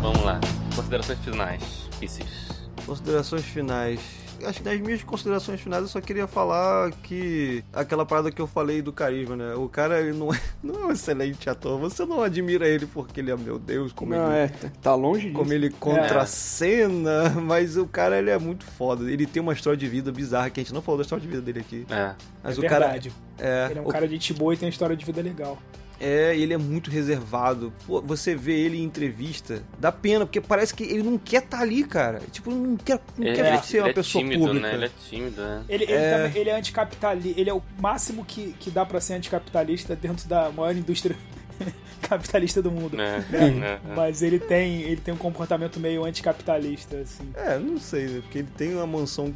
[SPEAKER 1] Vamos lá. Considerações finais. Pisces.
[SPEAKER 4] Considerações finais. Acho que das minhas considerações finais eu só queria falar que aquela parada que eu falei do carisma, né? O cara ele não, é, não é um excelente ator. Você não admira ele porque ele é, meu Deus, como
[SPEAKER 2] Não,
[SPEAKER 4] ele
[SPEAKER 2] é. Tá longe disso.
[SPEAKER 4] como ele
[SPEAKER 3] É.
[SPEAKER 4] contracena, mas o cara ele é muito foda. Ele tem uma história de vida bizarra que a gente não falou da história de vida dele aqui.
[SPEAKER 1] É.
[SPEAKER 4] Mas
[SPEAKER 3] é
[SPEAKER 4] o
[SPEAKER 3] verdade.
[SPEAKER 4] cara é,
[SPEAKER 3] Ele é um
[SPEAKER 4] o-
[SPEAKER 3] cara de gente boa e tem uma história de vida legal.
[SPEAKER 4] é, ele é muito reservado. Pô, você vê ele em entrevista, dá pena porque parece que ele não quer estar ali, cara. Tipo, ele não quer, não
[SPEAKER 1] Ele,
[SPEAKER 4] quer
[SPEAKER 1] ele-
[SPEAKER 4] ser uma
[SPEAKER 1] ele é
[SPEAKER 4] pessoa
[SPEAKER 1] tímido,
[SPEAKER 4] pública.
[SPEAKER 1] né? Ele é tímido, né?
[SPEAKER 3] Ele, ele, também- ele é anticapitalista. Ele é o máximo que, que dá pra ser anticapitalista dentro da maior indústria capitalista do mundo.
[SPEAKER 1] Né? Né?
[SPEAKER 3] Mas ele tem, ele tem um comportamento meio anticapitalista, assim.
[SPEAKER 4] É, não sei, né? Porque ele tem uma mansão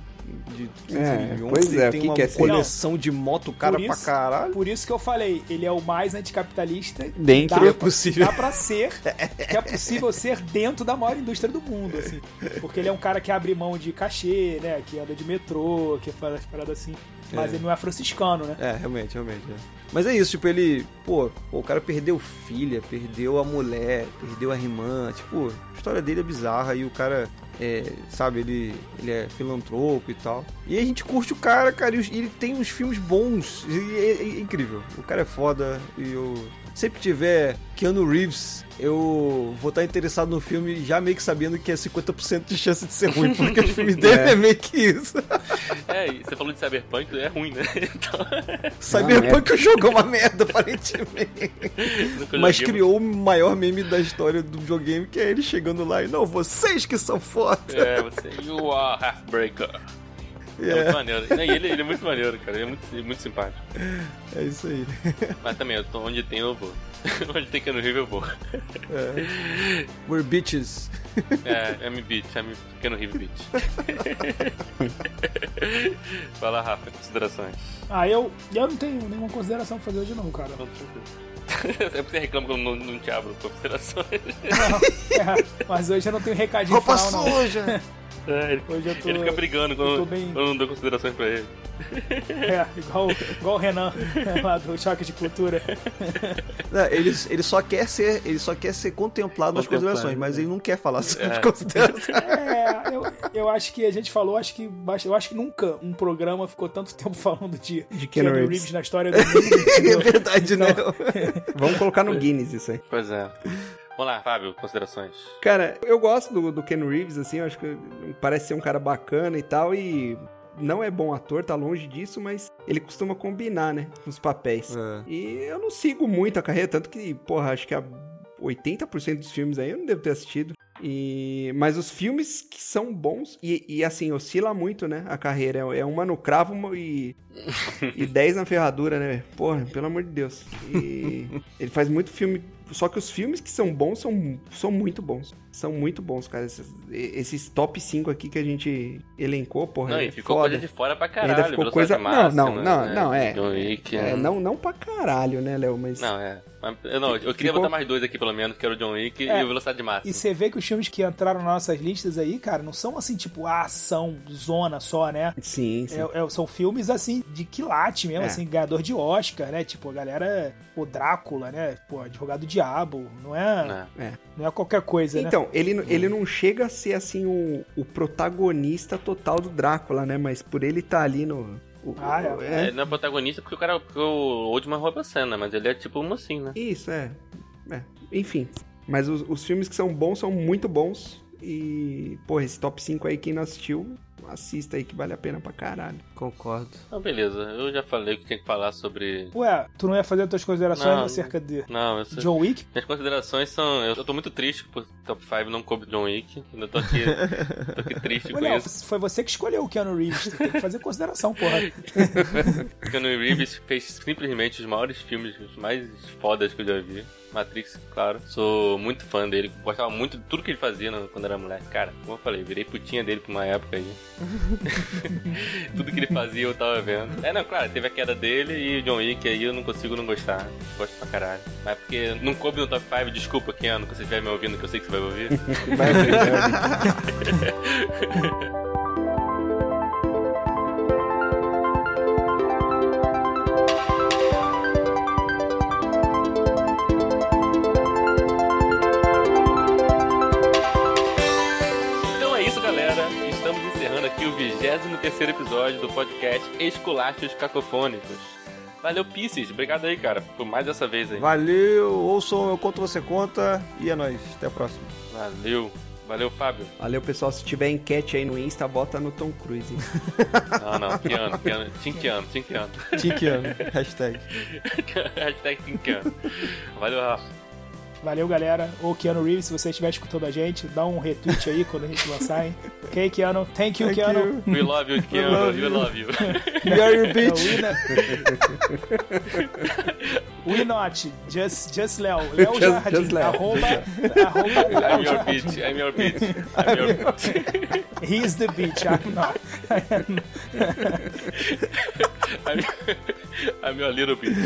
[SPEAKER 4] de 15
[SPEAKER 2] É,
[SPEAKER 4] milhões,
[SPEAKER 2] pois
[SPEAKER 4] ele
[SPEAKER 2] é, o
[SPEAKER 4] tem
[SPEAKER 2] que
[SPEAKER 4] uma
[SPEAKER 2] que é ser?
[SPEAKER 4] coleção de moto, cara,
[SPEAKER 3] Por
[SPEAKER 4] pra
[SPEAKER 3] isso-
[SPEAKER 4] caralho.
[SPEAKER 3] Por isso que eu falei, ele é o mais anticapitalista que
[SPEAKER 2] Dentro-
[SPEAKER 3] dá,
[SPEAKER 4] É possível.
[SPEAKER 3] dá pra ser, que é possível ser dentro da maior indústria do mundo, assim. Porque ele é um cara que abre mão de cachê, né? Que anda de metrô, que faz as paradas assim. Mas
[SPEAKER 4] É.
[SPEAKER 3] ele não é franciscano, né?
[SPEAKER 4] É, realmente, realmente. é. Mas é isso, tipo, ele. Pô, pô, o cara perdeu filha, perdeu a mulher, perdeu a irmã. Tipo, a história dele é bizarra e o cara, é, sabe, ele, ele é filantropo e tal. E a gente curte o cara, cara, e os- e ele tem uns filmes bons. E é, é incrível. O cara é foda e eu. Sempre que tiver Keanu Reeves, eu vou estar interessado no filme já meio que sabendo que é 50% de chance de ser ruim, porque o filme dele é meio que isso.
[SPEAKER 1] É, e você falou de cyberpunk, é ruim, né? Então,
[SPEAKER 4] Cyberpunk eu jogo é uma merda, aparentemente.
[SPEAKER 1] nunca
[SPEAKER 4] Mas
[SPEAKER 1] joguei,
[SPEAKER 4] criou o maior meme da história do videogame, que é ele chegando lá e não, vocês que são foda.
[SPEAKER 1] É, você. You are Halfbreaker. É muito maneiro. Não, e ele, ele é muito maneiro, cara. Ele é muito, ele é muito simpático.
[SPEAKER 4] É, é isso aí.
[SPEAKER 1] Mas também, eu tô- onde tem eu vou. onde tem Cano River eu vou.
[SPEAKER 4] We're bitches.
[SPEAKER 1] É, M Beach, M Cano River Beach. Vai lá, Rafa, considerações.
[SPEAKER 3] Ah, eu, eu não tenho nenhuma consideração pra fazer hoje, não, cara.
[SPEAKER 1] Então, tranquilo. É porque você reclama que eu não, não te abro com considerações.
[SPEAKER 3] É, mas hoje eu não tenho recadinho
[SPEAKER 4] Roupa
[SPEAKER 3] final, né? não.
[SPEAKER 4] suja!
[SPEAKER 1] É, ele,
[SPEAKER 3] Hoje eu tô-
[SPEAKER 1] ele fica brigando
[SPEAKER 3] eu
[SPEAKER 1] quando
[SPEAKER 3] tô
[SPEAKER 1] eu,
[SPEAKER 3] bem-
[SPEAKER 1] quando eu não dou considerações pra ele.
[SPEAKER 3] É, igual, igual o Renan, lá do Choque de Cultura.
[SPEAKER 4] Não, ele, ele só quer ser, ele só quer ser contemplado nas
[SPEAKER 1] Contemplado,
[SPEAKER 4] considerações, mas ele não quer falar sobre as considerações.
[SPEAKER 3] É, eu, eu acho que a gente falou, acho que bast- eu acho que nunca um programa ficou tanto tempo falando de,
[SPEAKER 2] De Keanu
[SPEAKER 3] Keanu
[SPEAKER 2] Reeves.
[SPEAKER 3] Reeves na história do mundo.
[SPEAKER 4] É verdade, né?
[SPEAKER 3] Então,
[SPEAKER 2] Vamos colocar no Guinness isso aí.
[SPEAKER 1] Pois é. Vamos lá, Fábio, considerações.
[SPEAKER 2] Cara, eu gosto do, do Ken Reeves, assim, eu acho que parece ser um cara bacana e tal, e não é bom ator, tá longe disso, mas ele costuma combinar, né, nos papéis.
[SPEAKER 4] É.
[SPEAKER 2] E eu não sigo muito a carreira, tanto que, porra, acho que a 80% dos filmes aí eu não devo ter assistido. E... Mas os filmes que são bons, e, e, assim, oscila muito, né, a carreira. É- É uma no cravo uma- e, e 10 na ferradura, né, velho? porra, pelo amor de Deus. E ele faz muito filme, só que os filmes que são bons são, são muito bons. São muito bons, cara. Esses, esses top 5 aqui que a gente elencou, porra,
[SPEAKER 1] Não,
[SPEAKER 2] é
[SPEAKER 1] e ficou
[SPEAKER 2] foda.
[SPEAKER 1] coisa de fora pra caralho.
[SPEAKER 2] Ainda ficou
[SPEAKER 1] velocidade
[SPEAKER 2] coisa- não, não,
[SPEAKER 1] máxima,
[SPEAKER 2] não,
[SPEAKER 1] né?
[SPEAKER 2] não, é.
[SPEAKER 1] John Wick,
[SPEAKER 2] É,
[SPEAKER 1] né?
[SPEAKER 2] não, não pra caralho, né, Léo, mas...
[SPEAKER 1] Não, é. Mas, eu, não, eu queria
[SPEAKER 2] Ficou-
[SPEAKER 1] botar mais dois aqui, pelo menos, que era o John Wick
[SPEAKER 3] É.
[SPEAKER 1] e o Velocidade Máxima.
[SPEAKER 3] E você vê que os filmes que entraram nas nossas listas aí, cara, não são assim, tipo, a ação, zona só, né?
[SPEAKER 2] Sim, sim.
[SPEAKER 3] É- é- são filmes assim, de quilate mesmo,
[SPEAKER 2] É.
[SPEAKER 3] assim, ganhador de Oscar, né? Tipo, a galera, o Drácula, né? Pô, advogado do diabo, não é, não é.
[SPEAKER 1] Né?
[SPEAKER 3] qualquer coisa, né?
[SPEAKER 2] Então, ele, ele não chega a ser assim o, o protagonista total do Drácula, né? Mas por ele tá ali no. o-
[SPEAKER 3] Ah, é.
[SPEAKER 2] o-
[SPEAKER 1] É, Ele não é protagonista porque o cara. Porque o Oldman rouba a cena, mas ele é tipo um assim, né?
[SPEAKER 2] Isso, é. É, Enfim. Mas os, os filmes que são bons são muito bons. E, porra, esse top 5 aí, quem não assistiu, assista aí que vale a pena pra caralho.
[SPEAKER 4] Concordo.
[SPEAKER 1] Então, beleza. Eu já falei o que tinha que falar sobre.
[SPEAKER 3] Ué, é, tu não ia fazer as tuas considerações
[SPEAKER 1] Não.
[SPEAKER 3] acerca de
[SPEAKER 1] Não, eu
[SPEAKER 3] John Wick?
[SPEAKER 1] Minhas considerações são. Eu tô muito triste por Top 5 não coube John Wick. Ainda tô aqui. tô aqui triste
[SPEAKER 3] Ô,
[SPEAKER 1] com
[SPEAKER 3] Léo,
[SPEAKER 1] isso.
[SPEAKER 3] foi você que escolheu o Keanu Reeves, tu tem que fazer consideração, porra.
[SPEAKER 1] Keanu Reeves fez simplesmente os maiores filmes, os mais fodas que eu já vi. Matrix, claro. Sou muito fã dele. Gostava muito de tudo que ele fazia né, quando era moleque. Cara, como eu falei, virei putinha dele por uma época aí. tudo que ele fazia eu tava vendo. É, não, claro, teve a queda dele e o John Wick aí eu não consigo não gostar. Gosto pra caralho. Mas é porque não coube no top 5, desculpa, Keanu, que você estiver me ouvindo, que eu sei que você vai ouvir. Então é isso, galera. Estamos encerrando aqui o 23 episódio do podcast Esculachos Cacofônicos. Valeu, Pisces. Obrigado aí, cara, por mais essa vez aí.
[SPEAKER 4] Valeu, ouçam, eu conto, você conta e é nóis. Até a próxima.
[SPEAKER 1] Valeu. Valeu, Fábio.
[SPEAKER 2] Valeu, pessoal. Se tiver enquete aí no Insta, bota no Tom Cruise. hein?
[SPEAKER 1] Não, não. Kiano, Kiano. Tinkiano, Tinkiano.
[SPEAKER 4] Tinkiano, hashtag.
[SPEAKER 1] Hashtag Tinkiano. Valeu, Rafa.
[SPEAKER 3] Valeu, galera. Ô, Keanu Reeves, se você estiver escutando a gente, dá um retweet aí quando a gente lançar, hein? Ok, Keanu? Thank you,
[SPEAKER 4] Thank
[SPEAKER 3] Keanu.
[SPEAKER 4] you.
[SPEAKER 1] We love you, Kiano.
[SPEAKER 4] love
[SPEAKER 1] We love you.
[SPEAKER 4] We are your
[SPEAKER 3] É,
[SPEAKER 4] bitch.
[SPEAKER 3] we, not... we not. Just, just Léo. Léo
[SPEAKER 2] Just-
[SPEAKER 3] Jardim.
[SPEAKER 2] just Léo.
[SPEAKER 3] Arroba, arroba Léo
[SPEAKER 1] I'm your
[SPEAKER 3] Jardim.
[SPEAKER 1] bitch. I'm your bitch. I'm your bitch.
[SPEAKER 3] He is the bitch. I'm not.
[SPEAKER 1] I'm, I'm your little bitch.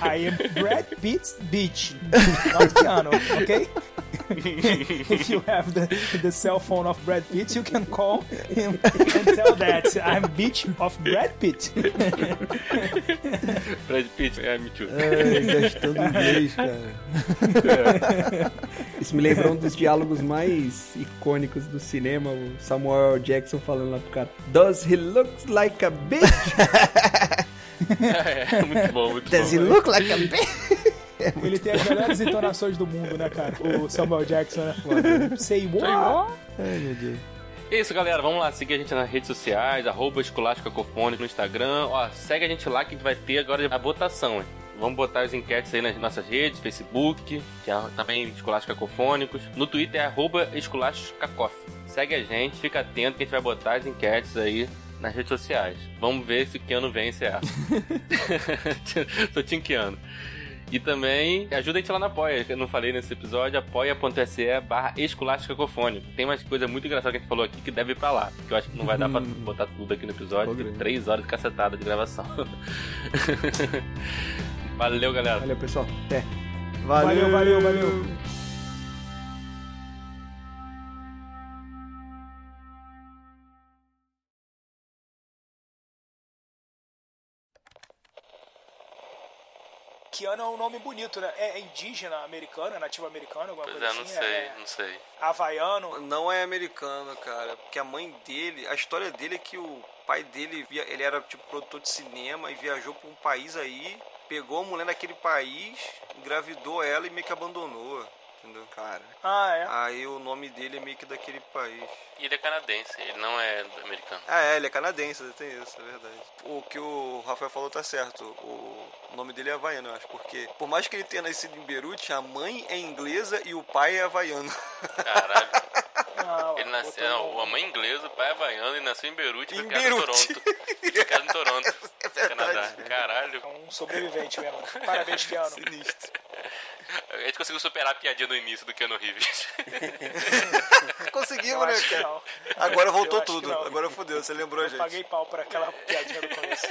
[SPEAKER 3] I am Brad Pitt's bitch. Not Keanu, ok? If you have the, the cell phone of Brad Pitt, you can call him and tell that I'm bitch of Brad Pitt.
[SPEAKER 1] Brad Pitt, I'm too.
[SPEAKER 4] Ai, É, gastando inglês, cara.
[SPEAKER 2] Isso me lembrou um dos diálogos mais icônicos do cinema, o Samuel L. Jackson falando lá pro cara. Does he look like a bitch?
[SPEAKER 1] É, muito bom, muito
[SPEAKER 4] Does he
[SPEAKER 1] bom.
[SPEAKER 4] look like a bitch?
[SPEAKER 2] É
[SPEAKER 3] Ele tem as melhores entonações do mundo, né, cara? O Samuel Jackson, né? Foda. Say what?
[SPEAKER 4] Ai, meu Deus.
[SPEAKER 1] É isso, galera. Vamos lá seguir a gente nas redes sociais, arroba Esculacho Cacofônico no Instagram. Ó, segue a gente lá que a gente vai ter agora a votação, hein? Vamos botar as enquetes aí nas nossas redes, Facebook, que é também Esculachos Cacofônicos. No Twitter é arroba Esculachos Cacof. Segue a gente, fica atento que a gente vai botar as enquetes aí nas redes sociais. Vamos ver se o Keanu vence essa. Tô te enqueando. E também ajuda a gente lá na Apoia, que eu não falei nesse episódio, apoia.se barra escolástica cacofônico. Tem umas coisas muito engraçadas que a gente falou aqui que deve ir pra lá, que eu acho que não vai dar pra botar tudo aqui no episódio,
[SPEAKER 4] Pode
[SPEAKER 1] tem
[SPEAKER 4] crer.
[SPEAKER 1] três horas de cacetada de gravação. Valeu, galera.
[SPEAKER 2] Valeu, pessoal. Até.
[SPEAKER 3] Valeu, valeu, valeu. Iraquiana é um nome bonito, né? É, é indígena americana, é nativo americano, alguma
[SPEAKER 1] Pois
[SPEAKER 3] coisa
[SPEAKER 1] é,
[SPEAKER 3] assim.
[SPEAKER 1] não sei,
[SPEAKER 3] é
[SPEAKER 1] não sei.
[SPEAKER 3] havaiano.
[SPEAKER 4] Não é americano, cara. Porque a mãe dele, a história dele é que o pai dele, via- ele era tipo produtor de cinema e viajou pra um país aí, pegou a mulher naquele país, engravidou ela e meio que abandonou, entendeu? Cara.
[SPEAKER 3] Ah, é.
[SPEAKER 4] Aí o nome dele é meio que daquele país.
[SPEAKER 1] E ele é canadense, ele não é americano.
[SPEAKER 4] Ah, é, ele é canadense, tem isso, é verdade. O que o Rafael falou tá certo. O nome dele é havaiano, eu acho, porque por mais que ele tenha nascido em Beirute, a mãe é inglesa e o pai é havaiano.
[SPEAKER 1] Caralho.
[SPEAKER 3] Ah,
[SPEAKER 1] Ele nasceu,
[SPEAKER 3] botou
[SPEAKER 1] não, a mãe é inglesa, o pai é havaiano e nasceu em Beirute e
[SPEAKER 4] Em
[SPEAKER 1] foi criado em
[SPEAKER 4] Beirute.
[SPEAKER 1] Toronto. Foi criado em Toronto.
[SPEAKER 4] É verdade.
[SPEAKER 1] Canadá. Caralho.
[SPEAKER 3] um- um sobrevivente mesmo. Parabéns, Keanu.
[SPEAKER 4] Sinistro.
[SPEAKER 1] A gente conseguiu superar a piadinha do início do Keanu Reeves.
[SPEAKER 4] Conseguimos,
[SPEAKER 3] Eu
[SPEAKER 4] né,
[SPEAKER 3] acho que
[SPEAKER 4] cara?
[SPEAKER 3] não.
[SPEAKER 4] Agora voltou
[SPEAKER 3] Eu acho que
[SPEAKER 4] tudo.
[SPEAKER 3] não.
[SPEAKER 4] Agora fodeu, você lembrou,
[SPEAKER 3] Eu
[SPEAKER 4] gente.
[SPEAKER 3] paguei pau pra aquela piadinha do começo.